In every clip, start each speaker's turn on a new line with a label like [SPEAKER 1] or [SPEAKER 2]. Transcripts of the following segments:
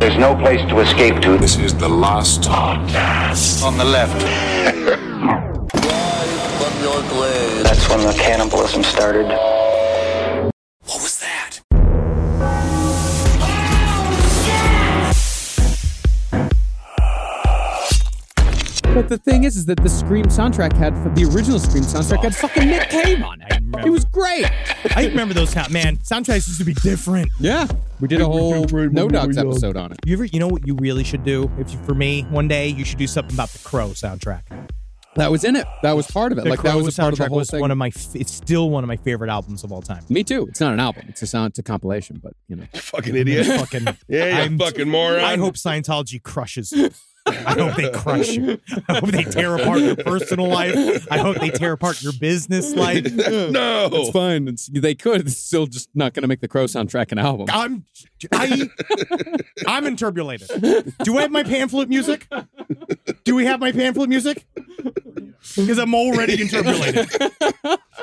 [SPEAKER 1] There's no place to escape to.
[SPEAKER 2] This is the last
[SPEAKER 3] on the left.
[SPEAKER 1] That's when the cannibalism started.
[SPEAKER 4] But the thing is, is that the Scream soundtrack had the original Scream soundtrack had fucking Nick Cave on it. It was great.
[SPEAKER 5] I remember those sound man soundtracks used to be different.
[SPEAKER 4] Yeah, we did a whole No Dogs episode on it.
[SPEAKER 5] You ever, you know what you really should do? If you, for me, one day you should do something about the Crow soundtrack.
[SPEAKER 4] That was in it. That was part of it.
[SPEAKER 5] The
[SPEAKER 4] Uh, like
[SPEAKER 5] Crow
[SPEAKER 4] that was a part of the
[SPEAKER 5] soundtrack
[SPEAKER 4] whole
[SPEAKER 5] was
[SPEAKER 4] thing.
[SPEAKER 5] one of my. f- It's still one of my favorite albums of all time.
[SPEAKER 4] Me too. It's not an album. It's a sound. It's a compilation. But you know,
[SPEAKER 6] Fucking idiot.
[SPEAKER 5] Fucking,
[SPEAKER 6] Yeah, you fucking moron.
[SPEAKER 5] I hope Scientology crushes you. I hope they crush you. I hope they tear apart your personal life. I hope they tear apart your business life.
[SPEAKER 4] it's
[SPEAKER 5] Oh.
[SPEAKER 6] no.
[SPEAKER 4] fine. It's, they could. It's still just not going to make the Crow soundtrack an album.
[SPEAKER 5] I'm I I'm interpolated. Do I have my pamphlet music? Do we have my pamphlet music? Because I'm already interpolated.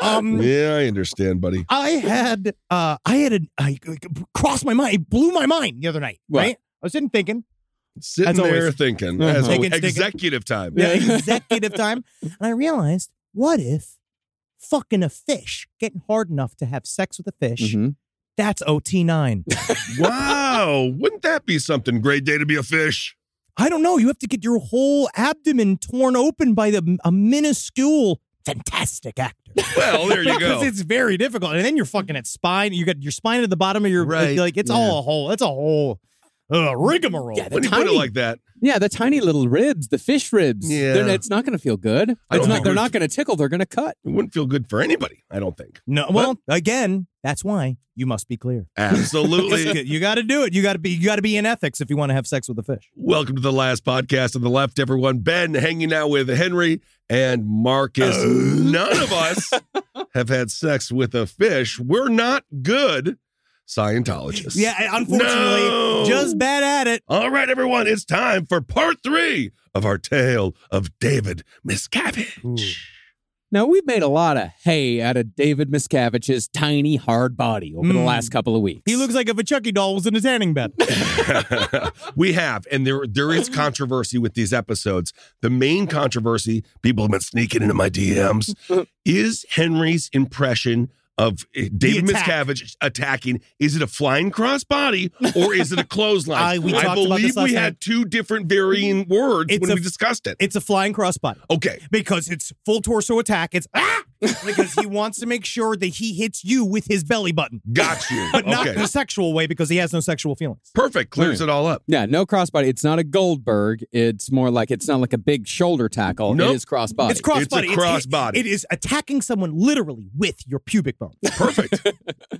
[SPEAKER 5] Um
[SPEAKER 6] Yeah, I understand, buddy.
[SPEAKER 5] I had uh I had a I crossed my mind, it blew my mind the other night,
[SPEAKER 4] What?
[SPEAKER 5] right? I was sitting thinking,
[SPEAKER 6] Sitting
[SPEAKER 5] As always.
[SPEAKER 6] there thinking.
[SPEAKER 4] Uh-huh.
[SPEAKER 6] As
[SPEAKER 5] Thinking,
[SPEAKER 6] always.
[SPEAKER 5] thinking.
[SPEAKER 6] executive time.
[SPEAKER 4] Yeah.
[SPEAKER 5] the executive time, and I realized, what if fucking a fish getting hard enough to have sex with a fish?
[SPEAKER 4] Mhm.
[SPEAKER 5] That's OT9.
[SPEAKER 6] Wow. Wouldn't that be something? Great day to be a fish.
[SPEAKER 5] I don't know. You have to get your whole abdomen torn open by the a minuscule fantastic actor.
[SPEAKER 6] Well, there you
[SPEAKER 5] Because
[SPEAKER 6] go.
[SPEAKER 5] it's very difficult, and then you're fucking at spine. You got your spine at the bottom of your
[SPEAKER 6] Right.
[SPEAKER 5] Like it's all a whole. It's a whole uh, rigmarole.
[SPEAKER 4] Yeah, the
[SPEAKER 6] When you put it
[SPEAKER 4] tiny-
[SPEAKER 6] like that,
[SPEAKER 4] Yeah, the tiny little ribs, the fish ribs.
[SPEAKER 6] Yeah.
[SPEAKER 4] They're- it's not going to feel good.
[SPEAKER 6] I
[SPEAKER 4] It's
[SPEAKER 6] don't
[SPEAKER 4] not.
[SPEAKER 6] think
[SPEAKER 4] They're
[SPEAKER 6] we-
[SPEAKER 4] not going to tickle. They're going to cut.
[SPEAKER 6] it wouldn't feel good for anybody, I don't think.
[SPEAKER 5] no, well, again, that's why you must be clear.
[SPEAKER 6] Absolutely.
[SPEAKER 5] you got to do it. You got to be. You got to be in ethics if you want to have sex with a fish.
[SPEAKER 6] Welcome to the last podcast on the left, everyone. Ben hanging out with Henry and Marcus. None of us have had sex with a fish. We're not good Scientologists.
[SPEAKER 5] Yeah, and unfortunately,
[SPEAKER 6] No.
[SPEAKER 5] just bad at it.
[SPEAKER 6] All right, everyone, it's time for part three of our tale of David Miscavige.
[SPEAKER 4] Now we've made a lot of hay out of David Miscavige's tiny hard body over the
[SPEAKER 5] Mm.
[SPEAKER 4] last couple of weeks.
[SPEAKER 5] He looks like if a Chucky doll was in his tanning bed.
[SPEAKER 6] we have, and there there is controversy with these episodes. The main controversy people have been sneaking into my DMs is Henry's impression of eh, David
[SPEAKER 5] attack.
[SPEAKER 6] Miscavige attacking. Is it a flying crossbody or is it a clothesline?
[SPEAKER 5] I- we talked
[SPEAKER 6] I
[SPEAKER 5] about this
[SPEAKER 6] believe
[SPEAKER 5] last
[SPEAKER 6] we
[SPEAKER 5] night.
[SPEAKER 6] had two different varying words
[SPEAKER 5] It's
[SPEAKER 6] when
[SPEAKER 5] a-
[SPEAKER 6] we discussed it.
[SPEAKER 5] It's a flying crossbody.
[SPEAKER 6] Okay,
[SPEAKER 5] because it's full torso attack. It's ah because he wants to make sure that he hits you with his belly button,
[SPEAKER 6] got you.
[SPEAKER 5] but not
[SPEAKER 6] okay,
[SPEAKER 5] in a sexual way because he has no sexual feelings.
[SPEAKER 6] perfect. Clears it all up.
[SPEAKER 4] Yeah, no crossbody. It's not a Goldberg. It's more like it's not like a big shoulder tackle.
[SPEAKER 6] Nope.
[SPEAKER 4] It is crossbody.
[SPEAKER 5] It's crossbody.
[SPEAKER 6] It's a crossbody.
[SPEAKER 5] It, it is attacking someone literally with your pubic bone.
[SPEAKER 6] Perfect.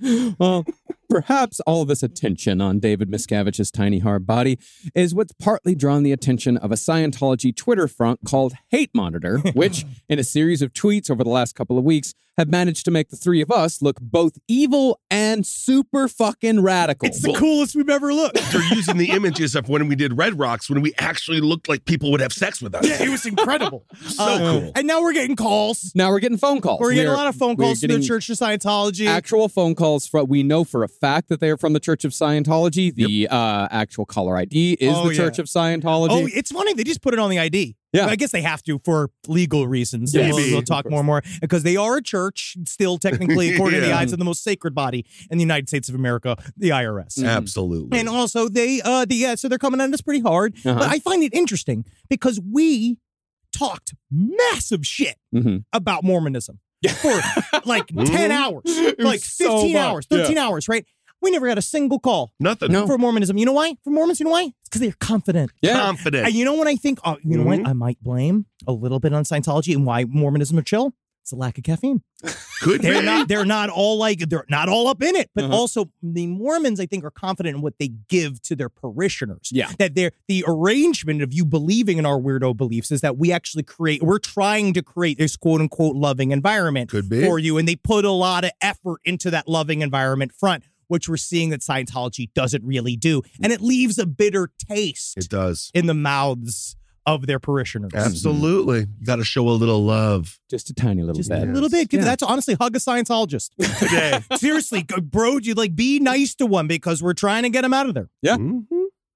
[SPEAKER 4] well, perhaps all this attention on David Miscavige's tiny hard body is what's partly drawn the attention of a Scientology Twitter front called Hate Monitor, which, in a series of tweets over the last couple of weeks, have managed to make the three of us look both evil and super fucking radical.
[SPEAKER 5] It's the coolest we've ever looked.
[SPEAKER 6] they're using the images of when we did Red Rocks when we actually looked like people would have sex with us.
[SPEAKER 5] Yeah, it was incredible. Um,
[SPEAKER 6] So cool.
[SPEAKER 5] And now we're getting calls.
[SPEAKER 4] now we're getting phone calls.
[SPEAKER 5] We're getting
[SPEAKER 4] We're-
[SPEAKER 5] a lot of phone
[SPEAKER 4] we're
[SPEAKER 5] calls from the
[SPEAKER 4] getting-
[SPEAKER 5] Church of Scientology.
[SPEAKER 4] actual phone calls from we know for a fact that they are from the Church of Scientology. The uh, actual caller ID is
[SPEAKER 5] Oh,
[SPEAKER 4] the Church
[SPEAKER 5] yeah.
[SPEAKER 4] of Scientology.
[SPEAKER 5] Oh, it's funny. They just put it on the ID.
[SPEAKER 4] Yeah.
[SPEAKER 5] I guess they have to for legal reasons.
[SPEAKER 4] Yes.
[SPEAKER 5] We'll,
[SPEAKER 6] Maybe.
[SPEAKER 5] we'll talk more and more because they are a church, still technically, according to the
[SPEAKER 6] Yeah.
[SPEAKER 5] eyes of the most sacred body in the United States of America, the IRS.
[SPEAKER 4] Mm. Mm-hmm.
[SPEAKER 6] Absolutely.
[SPEAKER 5] And also, they, uh, the, yeah, so they're coming at us pretty hard.
[SPEAKER 4] Uh-huh.
[SPEAKER 5] But I find it interesting because we talked massive shit
[SPEAKER 4] Mhm.
[SPEAKER 5] about Mormonism for like 10 hours,
[SPEAKER 4] Mm-hmm. was
[SPEAKER 5] like 15
[SPEAKER 4] so much.
[SPEAKER 5] hours, 13 hours, right? We never got a single call
[SPEAKER 6] Nothing.
[SPEAKER 4] No.
[SPEAKER 5] for Mormonism. You know why? For Mormons, you know why? It's because they're confident.
[SPEAKER 4] Yeah.
[SPEAKER 6] Confident.
[SPEAKER 5] And you know what I think? Uh, you know
[SPEAKER 4] Mm-hmm.
[SPEAKER 5] what? I might blame a little bit on Scientology and why Mormonism are chill. It's the lack of caffeine.
[SPEAKER 6] Could
[SPEAKER 5] They're
[SPEAKER 6] be.
[SPEAKER 5] not. They're not all like. They're not all up in it. But
[SPEAKER 4] Uh-huh.
[SPEAKER 5] also, the Mormons, I think, are confident in what they give to their parishioners.
[SPEAKER 4] Yeah.
[SPEAKER 5] That they're the arrangement of you believing in our weirdo beliefs is that we actually create. We're trying to create this quote unquote loving environment
[SPEAKER 6] Could be.
[SPEAKER 5] for you, and they put a lot of effort into that loving environment front. Which we're seeing that Scientology doesn't really do. And it leaves a bitter taste
[SPEAKER 6] It does.
[SPEAKER 5] in the mouths of their parishioners.
[SPEAKER 4] Mm-hmm.
[SPEAKER 6] Absolutely. You got to show a little love
[SPEAKER 4] Just a tiny little
[SPEAKER 5] Just
[SPEAKER 4] bit.
[SPEAKER 5] a little bit. Give-
[SPEAKER 4] Yeah.
[SPEAKER 5] That's honestly hug a Scientologist.
[SPEAKER 6] today.
[SPEAKER 5] Seriously, go- bro, you like be nice to one because we're trying to get him out of there.
[SPEAKER 4] Yeah.
[SPEAKER 6] Mhm.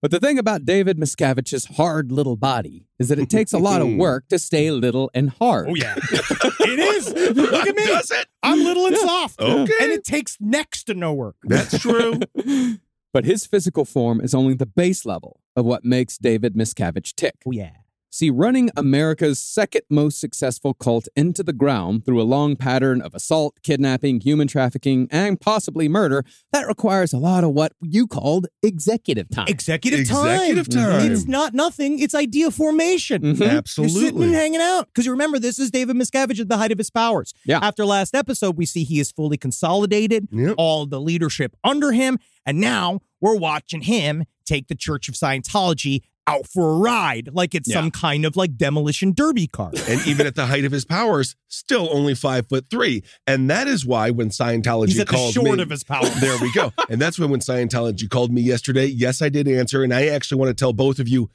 [SPEAKER 4] But the thing about David Miscavige's hard little body is that it takes a lot of work to stay little and hard.
[SPEAKER 5] Oh, yeah, it is. Look at me.
[SPEAKER 6] Does it?
[SPEAKER 5] I'm little and soft.
[SPEAKER 6] Okay.
[SPEAKER 5] and it takes next to no work.
[SPEAKER 6] That's true.
[SPEAKER 4] But his physical form is only the base level of what makes David Miscavige tick.
[SPEAKER 5] Oh yeah.
[SPEAKER 4] See, running America's second most successful cult into the ground through a long pattern of assault, kidnapping, human trafficking, and possibly murder, that requires a lot of what you called executive time.
[SPEAKER 5] Executive,
[SPEAKER 6] Executive time.
[SPEAKER 5] It's not nothing. It's idea formation.
[SPEAKER 4] Mhm.
[SPEAKER 5] You're sitting and
[SPEAKER 6] Absolutely.
[SPEAKER 5] hanging out. Because you remember, this is David Miscavige at the height of his powers.
[SPEAKER 4] Yeah.
[SPEAKER 5] After last episode, we see he is fully consolidated,
[SPEAKER 6] Yep.
[SPEAKER 5] all the leadership under him. And now we're watching him take the Church of Scientology out for a ride, like it's
[SPEAKER 4] Yeah.
[SPEAKER 5] some kind of like demolition derby car.
[SPEAKER 6] And even at the height of his powers, still only five foot three. And that is why when Scientology
[SPEAKER 5] He's at the
[SPEAKER 6] called
[SPEAKER 5] short
[SPEAKER 6] me,
[SPEAKER 5] of his powers.
[SPEAKER 6] There we go. And that's when when Scientology called me yesterday. Yes, I did answer, and I actually want to tell both of you.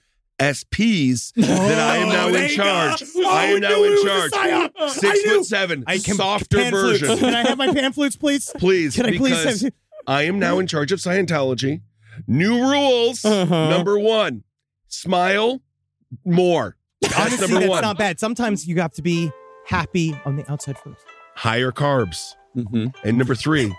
[SPEAKER 6] SPs that I am now
[SPEAKER 5] Oh, there
[SPEAKER 6] in
[SPEAKER 5] you
[SPEAKER 6] charge.
[SPEAKER 5] go.
[SPEAKER 6] I
[SPEAKER 5] Oh,
[SPEAKER 6] am
[SPEAKER 5] we
[SPEAKER 6] now
[SPEAKER 5] knew it
[SPEAKER 6] in
[SPEAKER 5] was a
[SPEAKER 6] charge.
[SPEAKER 5] psyop. I
[SPEAKER 6] Six
[SPEAKER 5] knew.
[SPEAKER 6] foot seven.
[SPEAKER 5] I can
[SPEAKER 6] softer
[SPEAKER 5] pan flutes.
[SPEAKER 6] version.
[SPEAKER 5] Can I have my pan flutes, please?
[SPEAKER 6] please.
[SPEAKER 5] Can I please
[SPEAKER 6] because
[SPEAKER 5] have-
[SPEAKER 6] I am now in charge of Scientology. New rules.
[SPEAKER 5] Uh-huh.
[SPEAKER 6] Number one, smile more. That's
[SPEAKER 5] Honestly,
[SPEAKER 6] number
[SPEAKER 5] that's
[SPEAKER 6] one.
[SPEAKER 5] not bad. Sometimes you have to be happy on the outside first.
[SPEAKER 6] Higher carbs.
[SPEAKER 4] Mhm.
[SPEAKER 6] And number three,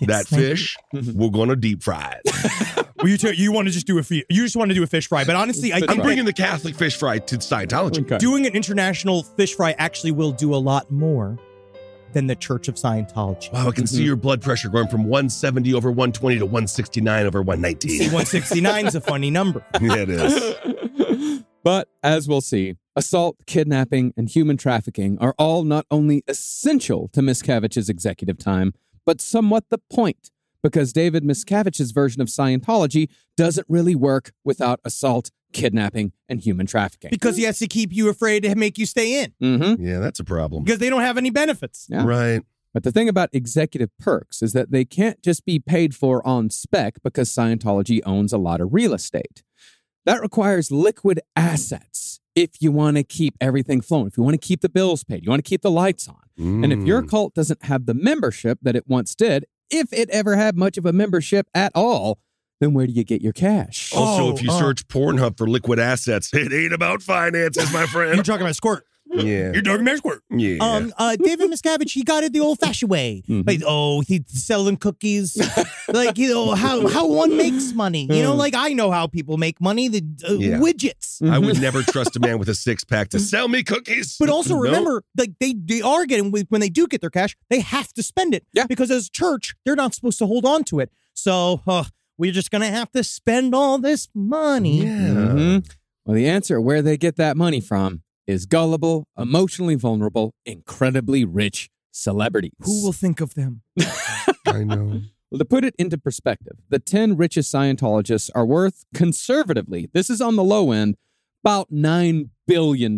[SPEAKER 5] Yes,
[SPEAKER 6] that
[SPEAKER 5] thank you. Mm-hmm.
[SPEAKER 6] fish, we're going to deep fry it.
[SPEAKER 5] Well, you, you want to just do a fi- you just want to do a fish fry, but honestly, I
[SPEAKER 6] I'm
[SPEAKER 5] think
[SPEAKER 6] bringing the Catholic fish fry to Scientology.
[SPEAKER 4] Okay.
[SPEAKER 5] doing an international fish fry actually will do a lot more than the Church of Scientology.
[SPEAKER 6] Wow, I can
[SPEAKER 5] Mm-hmm.
[SPEAKER 6] see your blood pressure going from 170 over 120 to 169 over 119.
[SPEAKER 5] 169 is a funny number.
[SPEAKER 6] yeah, it is.
[SPEAKER 4] But as we'll see, assault, kidnapping, and human trafficking are all not only essential to Miscavige's executive time, but somewhat the point, because David Miscavige's version of Scientology doesn't really work without assault, kidnapping, and human trafficking.
[SPEAKER 5] Because he has to keep you afraid to make you stay in
[SPEAKER 4] hmm
[SPEAKER 6] Yeah, that's a problem.
[SPEAKER 5] because they don't have any benefits.
[SPEAKER 4] Yeah.
[SPEAKER 6] Right.
[SPEAKER 4] But the thing about executive perks is that they can't just be paid for on spec because Scientology owns a lot of real estate. That requires liquid assets if you want to keep everything flowing, if you want to keep the bills paid, you want to keep the lights on. And if your cult doesn't have the membership that it once did, if it ever had much of a membership at all, then where do you get your cash?
[SPEAKER 6] Also,
[SPEAKER 5] Oh,
[SPEAKER 6] if you
[SPEAKER 5] uh.
[SPEAKER 6] search Pornhub for liquid assets, it ain't about finances, my
[SPEAKER 5] You're
[SPEAKER 6] friend.
[SPEAKER 5] talking about squirt.
[SPEAKER 6] yeah.
[SPEAKER 5] talking about squirt.
[SPEAKER 6] Yeah.
[SPEAKER 5] Um, uh, David Miscavige, he got it the old-fashioned way.
[SPEAKER 4] Mhm.
[SPEAKER 5] Like, oh, he's selling cookies. like, you know how how one makes money. You know, like I know how people make money. The uh,
[SPEAKER 6] Yeah.
[SPEAKER 5] widgets.
[SPEAKER 4] Mm-hmm.
[SPEAKER 6] I would never trust a man with a six pack to sell me cookies.
[SPEAKER 5] mm-hmm. But also
[SPEAKER 6] No.
[SPEAKER 5] remember, like they they are getting when they do get their cash, they have to spend it.
[SPEAKER 4] Yeah.
[SPEAKER 5] Because as a church, they're not supposed to hold on to it. So uh, we're just gonna have to spend all this money. Mm-hmm.
[SPEAKER 4] Mhm. Well, the answer where they get that money from is gullible, emotionally vulnerable, incredibly rich celebrities.
[SPEAKER 5] Who will think of them?
[SPEAKER 6] I know.
[SPEAKER 4] Well, to put it into perspective, the 10 richest Scientologists are worth conservatively, this is on the low end, about $9 billion.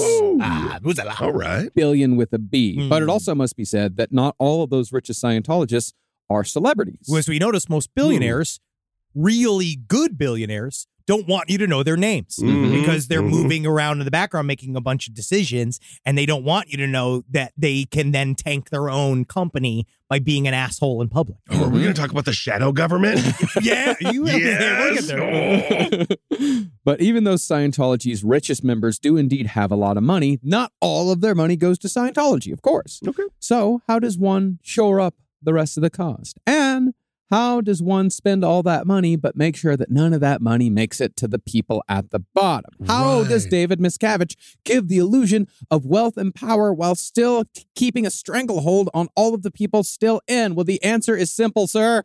[SPEAKER 5] Ah, who's that?
[SPEAKER 6] All right.
[SPEAKER 4] Billion with a B.
[SPEAKER 5] Hmm.
[SPEAKER 4] But it also must be said that not all of those richest Scientologists are celebrities.
[SPEAKER 5] Well, as we notice, most billionaires, really good billionaires, don't want you to know their names
[SPEAKER 6] Mhm.
[SPEAKER 5] because they're
[SPEAKER 6] Mhm.
[SPEAKER 5] moving around in the background making a bunch of decisions and they don't want you to know that they can then tank their own company by being an asshole in public.
[SPEAKER 6] Oh, are we going to talk about the shadow government?
[SPEAKER 5] Mm-hmm. yeah, you
[SPEAKER 6] yes. Oh.
[SPEAKER 4] but even though Scientology's richest members do indeed have a lot of money, not all of their money goes to Scientology, of course.
[SPEAKER 6] Okay.
[SPEAKER 4] So, how does one shore up the rest of the cost? And How does one spend all that money but make sure that none of that money makes it to the people at the bottom? How does
[SPEAKER 6] Right.
[SPEAKER 4] David Miscavige give the illusion of wealth and power while still t- keeping a stranglehold on all of the people still in? Well, the answer is simple, sir.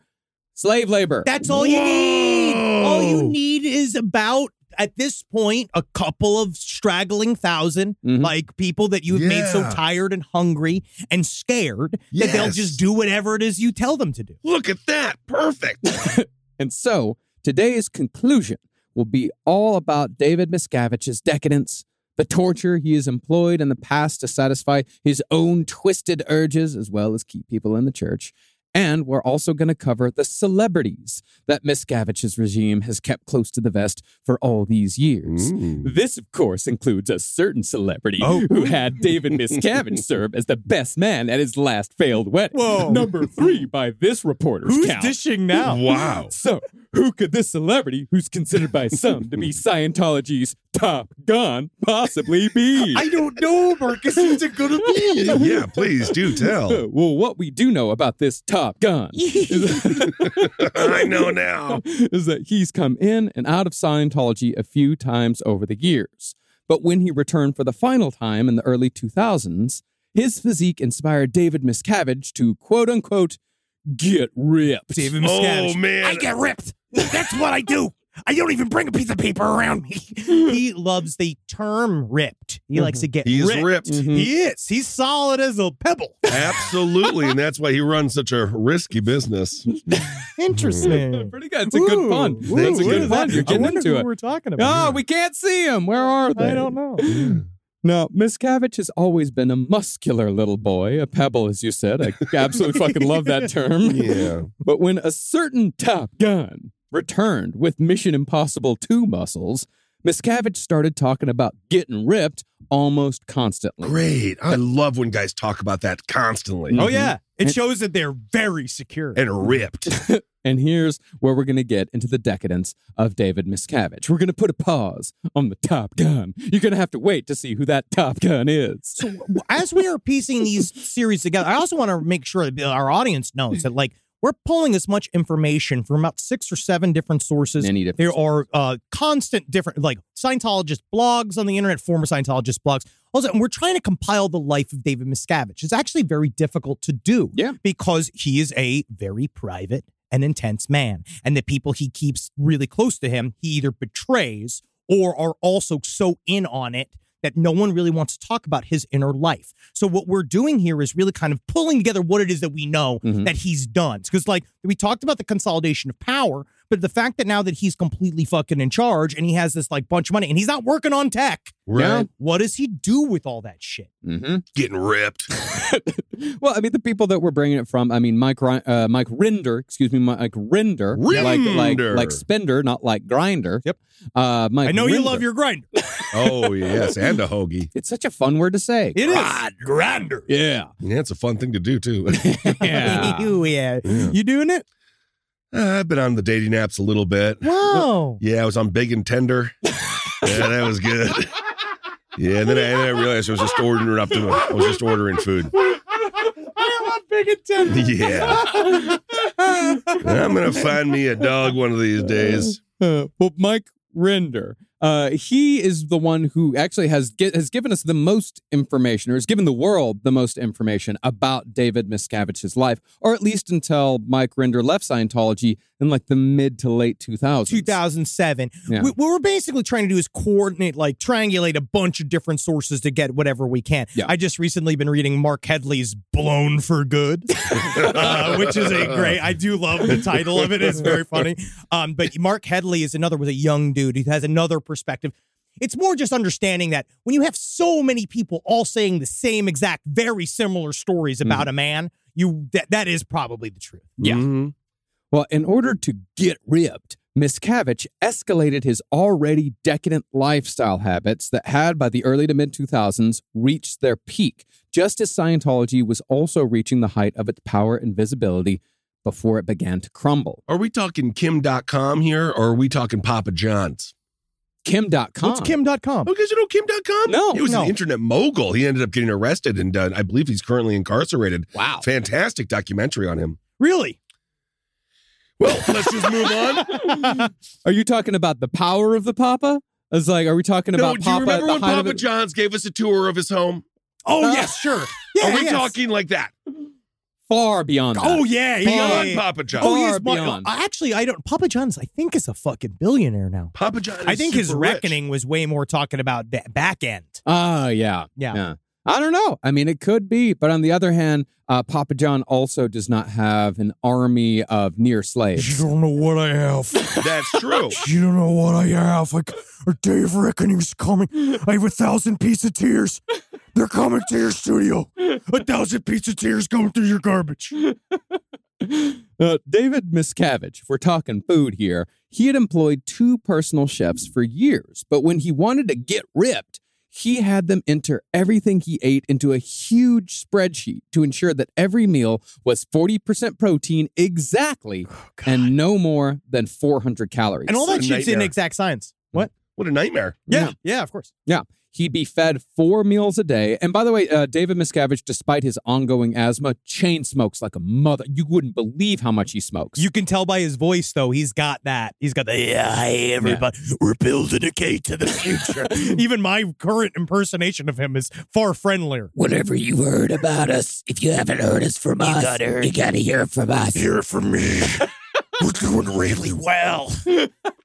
[SPEAKER 4] Slave labor.
[SPEAKER 5] That's all you need. All you need is about at this point a couple of straggling 1000
[SPEAKER 7] Mm-hmm.
[SPEAKER 4] Mhm.
[SPEAKER 5] like people that you've made so
[SPEAKER 6] Yeah.
[SPEAKER 5] tired and hungry and scared that they'll
[SPEAKER 6] Yes.
[SPEAKER 5] just do whatever it is you tell them to do.
[SPEAKER 6] Look at that. Perfect.
[SPEAKER 4] And so today's conclusion will be all about David Miscavige's decadence, the torture he has employed in the past to satisfy his own twisted urges, as well as keep people in the church. And we're also going to cover the celebrities that Miscavige's regime has kept close to the vest for all these years.
[SPEAKER 6] Mm.
[SPEAKER 4] This, of course, includes a certain celebrity
[SPEAKER 5] Oh.
[SPEAKER 4] who had David Miscavige serve as the best man at his last failed wedding.
[SPEAKER 5] Whoa.
[SPEAKER 4] Number three by this reporter's count.
[SPEAKER 5] dishing now?
[SPEAKER 7] Oh.
[SPEAKER 6] Wow.
[SPEAKER 4] So, who could this celebrity, who's considered by some to be Scientology's top gun, possibly be?
[SPEAKER 7] I don't know, Marcus. It's a good opinion.
[SPEAKER 6] Yeah, please do
[SPEAKER 4] Uh,
[SPEAKER 6] tell.
[SPEAKER 4] well, what we do know about this top gun is,
[SPEAKER 6] I know now.
[SPEAKER 4] is that he's come in and out of Scientology a few times over the years. But when he returned for the final time in the early 2000s, his physique inspired David Miscavige to quote unquote get ripped.
[SPEAKER 5] David
[SPEAKER 6] Oh
[SPEAKER 5] Miscavige.
[SPEAKER 6] man.
[SPEAKER 5] I get ripped. That's what I do. I don't even bring a piece of paper around me. he loves the term ripped. He
[SPEAKER 7] Mm-hmm.
[SPEAKER 5] likes to get
[SPEAKER 6] He's
[SPEAKER 5] ripped. Mm-hmm.
[SPEAKER 6] ripped.
[SPEAKER 4] Mm-hmm.
[SPEAKER 7] He is. He's solid as a pebble.
[SPEAKER 6] Absolutely. And that's why he runs such a risky business.
[SPEAKER 5] Interesting.
[SPEAKER 4] Pretty good. It's a good pun.
[SPEAKER 6] ooh,
[SPEAKER 4] That's a
[SPEAKER 6] what
[SPEAKER 4] good
[SPEAKER 6] is
[SPEAKER 4] pun.
[SPEAKER 6] that?
[SPEAKER 4] You're
[SPEAKER 6] I
[SPEAKER 4] getting
[SPEAKER 7] wonder
[SPEAKER 4] into
[SPEAKER 7] who
[SPEAKER 4] it.
[SPEAKER 7] we're talking
[SPEAKER 4] Oh,
[SPEAKER 7] about.
[SPEAKER 4] we can't see him. Where are they? Hmm.
[SPEAKER 7] I don't know.
[SPEAKER 4] Now, Miscavige has always been a muscular little boy, a pebble, as you said. I absolutely fucking love that term.
[SPEAKER 6] Yeah.
[SPEAKER 4] But when a certain Top Gun returned with Mission Impossible 2 muscles, Miscavige started talking about getting ripped almost constantly.
[SPEAKER 6] Great. I love when guys talk about that constantly.
[SPEAKER 5] Mm-hmm.
[SPEAKER 4] Mhm.
[SPEAKER 7] Oh yeah, it shows that they're very secure.
[SPEAKER 6] And ripped.
[SPEAKER 4] And here's where we're going to get into the decadence of David Miscavige. We're going to put a pause on the Top Gun. You're going to have to wait to see who that Top Gun is.
[SPEAKER 5] So w- as we are piecing these series together, I also want to make sure that our audience knows that like we're pulling as much information from about six or seven different sources.
[SPEAKER 4] Many different
[SPEAKER 5] there are uh, constant different like Scientologist blogs on the internet, former Scientologist blogs. Also, and we're trying to compile the life of David Miscavige. It's actually very difficult to do
[SPEAKER 4] Yeah.
[SPEAKER 5] because he is a very private and intense man. And the people he keeps really close to him, he either betrays or are also so in on it that no one really wants to talk about his inner life. So what we're doing here is really kind of pulling together what it is that we know
[SPEAKER 4] Mhm.
[SPEAKER 5] that he's done. Because like we talked about the consolidation of power, but the fact that now that he's completely fucking in charge and he has this like bunch of money and he's not working on tech,
[SPEAKER 6] Right.
[SPEAKER 5] what does he do with all that shit?
[SPEAKER 4] Mm-hmm.
[SPEAKER 6] Getting ripped.
[SPEAKER 4] well, I mean, the people that we're bringing it from, I mean, Mike Ri- uh, Mike Rinder, excuse me, Mike Rinder, like like
[SPEAKER 6] Rinder.
[SPEAKER 4] like Spender, not like Grinder.
[SPEAKER 5] Yep.
[SPEAKER 4] Uh, Mike
[SPEAKER 7] I know you
[SPEAKER 4] Rinder.
[SPEAKER 7] love your grinder.
[SPEAKER 6] Oh yes. And a hoagie.
[SPEAKER 4] It's such a fun word to say. Ah,
[SPEAKER 7] It is grinder.
[SPEAKER 4] yeah.
[SPEAKER 6] Yeah, it's a fun thing to do too.
[SPEAKER 4] Yeah.
[SPEAKER 5] Ew, yeah.
[SPEAKER 6] Yeah.
[SPEAKER 5] You doing it?
[SPEAKER 6] Uh, I've been on the dating apps a little bit.
[SPEAKER 5] Wow.
[SPEAKER 6] Yeah, I was on Big and Tender. Yeah, that was good. Yeah, and then I, and then I realized I was just ordering up to I was just ordering food.
[SPEAKER 7] I love big and tender.
[SPEAKER 6] Yeah. And I'm gonna find me a dog one of these days.
[SPEAKER 4] Uh, well, Mike Rinder, uh, he is the one who actually has gi- has given us the most information, or has given the world the most information about David Miscavige's life, or at least until Mike Rinder left Scientology in like the mid to late 2000s.
[SPEAKER 5] 2007.
[SPEAKER 4] Yeah.
[SPEAKER 5] We- what we're basically trying to do is coordinate, like triangulate a bunch of different sources to get whatever we can.
[SPEAKER 4] Yeah.
[SPEAKER 5] I just recently been reading Mark Headley's Blown for Good, uh, which is a great, I do love the title of it. It's very funny. Um, but Mark Headley is another, was a young dude who has another perspective. It's more just understanding that when you have so many people all saying the same exact, very similar stories about a man, you that, that is probably the truth.
[SPEAKER 4] Mm-hmm. Yeah.
[SPEAKER 6] Mhm.
[SPEAKER 4] Mm-hmm. Well, in order to get ripped, Miscavige escalated his already decadent lifestyle habits that had, by the early to mid 2000s, reached their peak, just as Scientology was also reaching the height of its power and visibility before it began to crumble.
[SPEAKER 6] Are we talking Kim.com here or are we talking Papa John's?
[SPEAKER 4] Kim.com.
[SPEAKER 5] What's Kim.com?
[SPEAKER 6] Oh, because you know Kim.com?
[SPEAKER 4] No,
[SPEAKER 6] He was
[SPEAKER 4] no.
[SPEAKER 6] an internet mogul. He ended up getting arrested and uh, I believe he's currently incarcerated.
[SPEAKER 4] Wow.
[SPEAKER 6] Fantastic documentary on him.
[SPEAKER 5] Really?
[SPEAKER 6] Well, let's just move on.
[SPEAKER 4] Are you talking about the power of the Papa? It's like, are we talking
[SPEAKER 6] No,
[SPEAKER 4] about
[SPEAKER 6] do you
[SPEAKER 4] Papa? at
[SPEAKER 6] remember
[SPEAKER 4] the
[SPEAKER 6] when
[SPEAKER 4] height of
[SPEAKER 6] Papa
[SPEAKER 4] it?
[SPEAKER 6] John's gave us a tour of his home?
[SPEAKER 7] Oh yes, sure.
[SPEAKER 6] Uh, Are we
[SPEAKER 7] yes.
[SPEAKER 6] talking like that?
[SPEAKER 4] Far beyond.
[SPEAKER 7] Oh
[SPEAKER 4] that.
[SPEAKER 7] yeah, yeah, yeah,
[SPEAKER 6] Beyond
[SPEAKER 7] yeah.
[SPEAKER 6] Papa John.
[SPEAKER 4] Oh, yeah.
[SPEAKER 5] He is
[SPEAKER 4] Far
[SPEAKER 5] mu-
[SPEAKER 4] beyond.
[SPEAKER 5] actually, I don't. Papa John's, I think, is a fucking billionaire now.
[SPEAKER 6] Papa John. Is
[SPEAKER 5] I think his
[SPEAKER 6] super rich.
[SPEAKER 5] reckoning was way more talking about ba- back end.
[SPEAKER 4] Oh yeah.
[SPEAKER 5] Yeah.
[SPEAKER 4] I don't know. I mean, it could be, but on the other hand, uh, Papa John also does not have an army of near slaves.
[SPEAKER 5] don't know what I have.
[SPEAKER 6] That's true.
[SPEAKER 5] You don't know what I have. Like a day of reckoning's coming. I have a thousand pizza tears. They're coming to your studio. A thousand pizza tears going through your garbage.
[SPEAKER 4] Uh, David Miscavige, if we're talking food here, he had employed two personal chefs for years, but when he wanted to get ripped, he had them enter everything he ate into a huge spreadsheet to ensure that every meal was 40% protein exactly and no more than 400 calories.
[SPEAKER 5] Oh, And all that
[SPEAKER 6] It's a
[SPEAKER 5] shit's in
[SPEAKER 6] nightmare.
[SPEAKER 5] exact science. What?
[SPEAKER 6] What a nightmare.
[SPEAKER 5] Yeah, yeah, of course.
[SPEAKER 4] Yeah. He'd be fed four meals a day. And by the way, uh, David Miscavige, despite his ongoing asthma, chain smokes like a mother. You wouldn't believe how much he smokes.
[SPEAKER 5] You can tell by his voice, though. He's got that. He's got the yeah, hey, everybody. We're building a gate to the future. Even my current impersonation of him is far friendlier.
[SPEAKER 8] Whatever you heard about us, if you haven't heard us from us, you gotta hear it from us.
[SPEAKER 9] Hear from me. We're doing really
[SPEAKER 5] Well,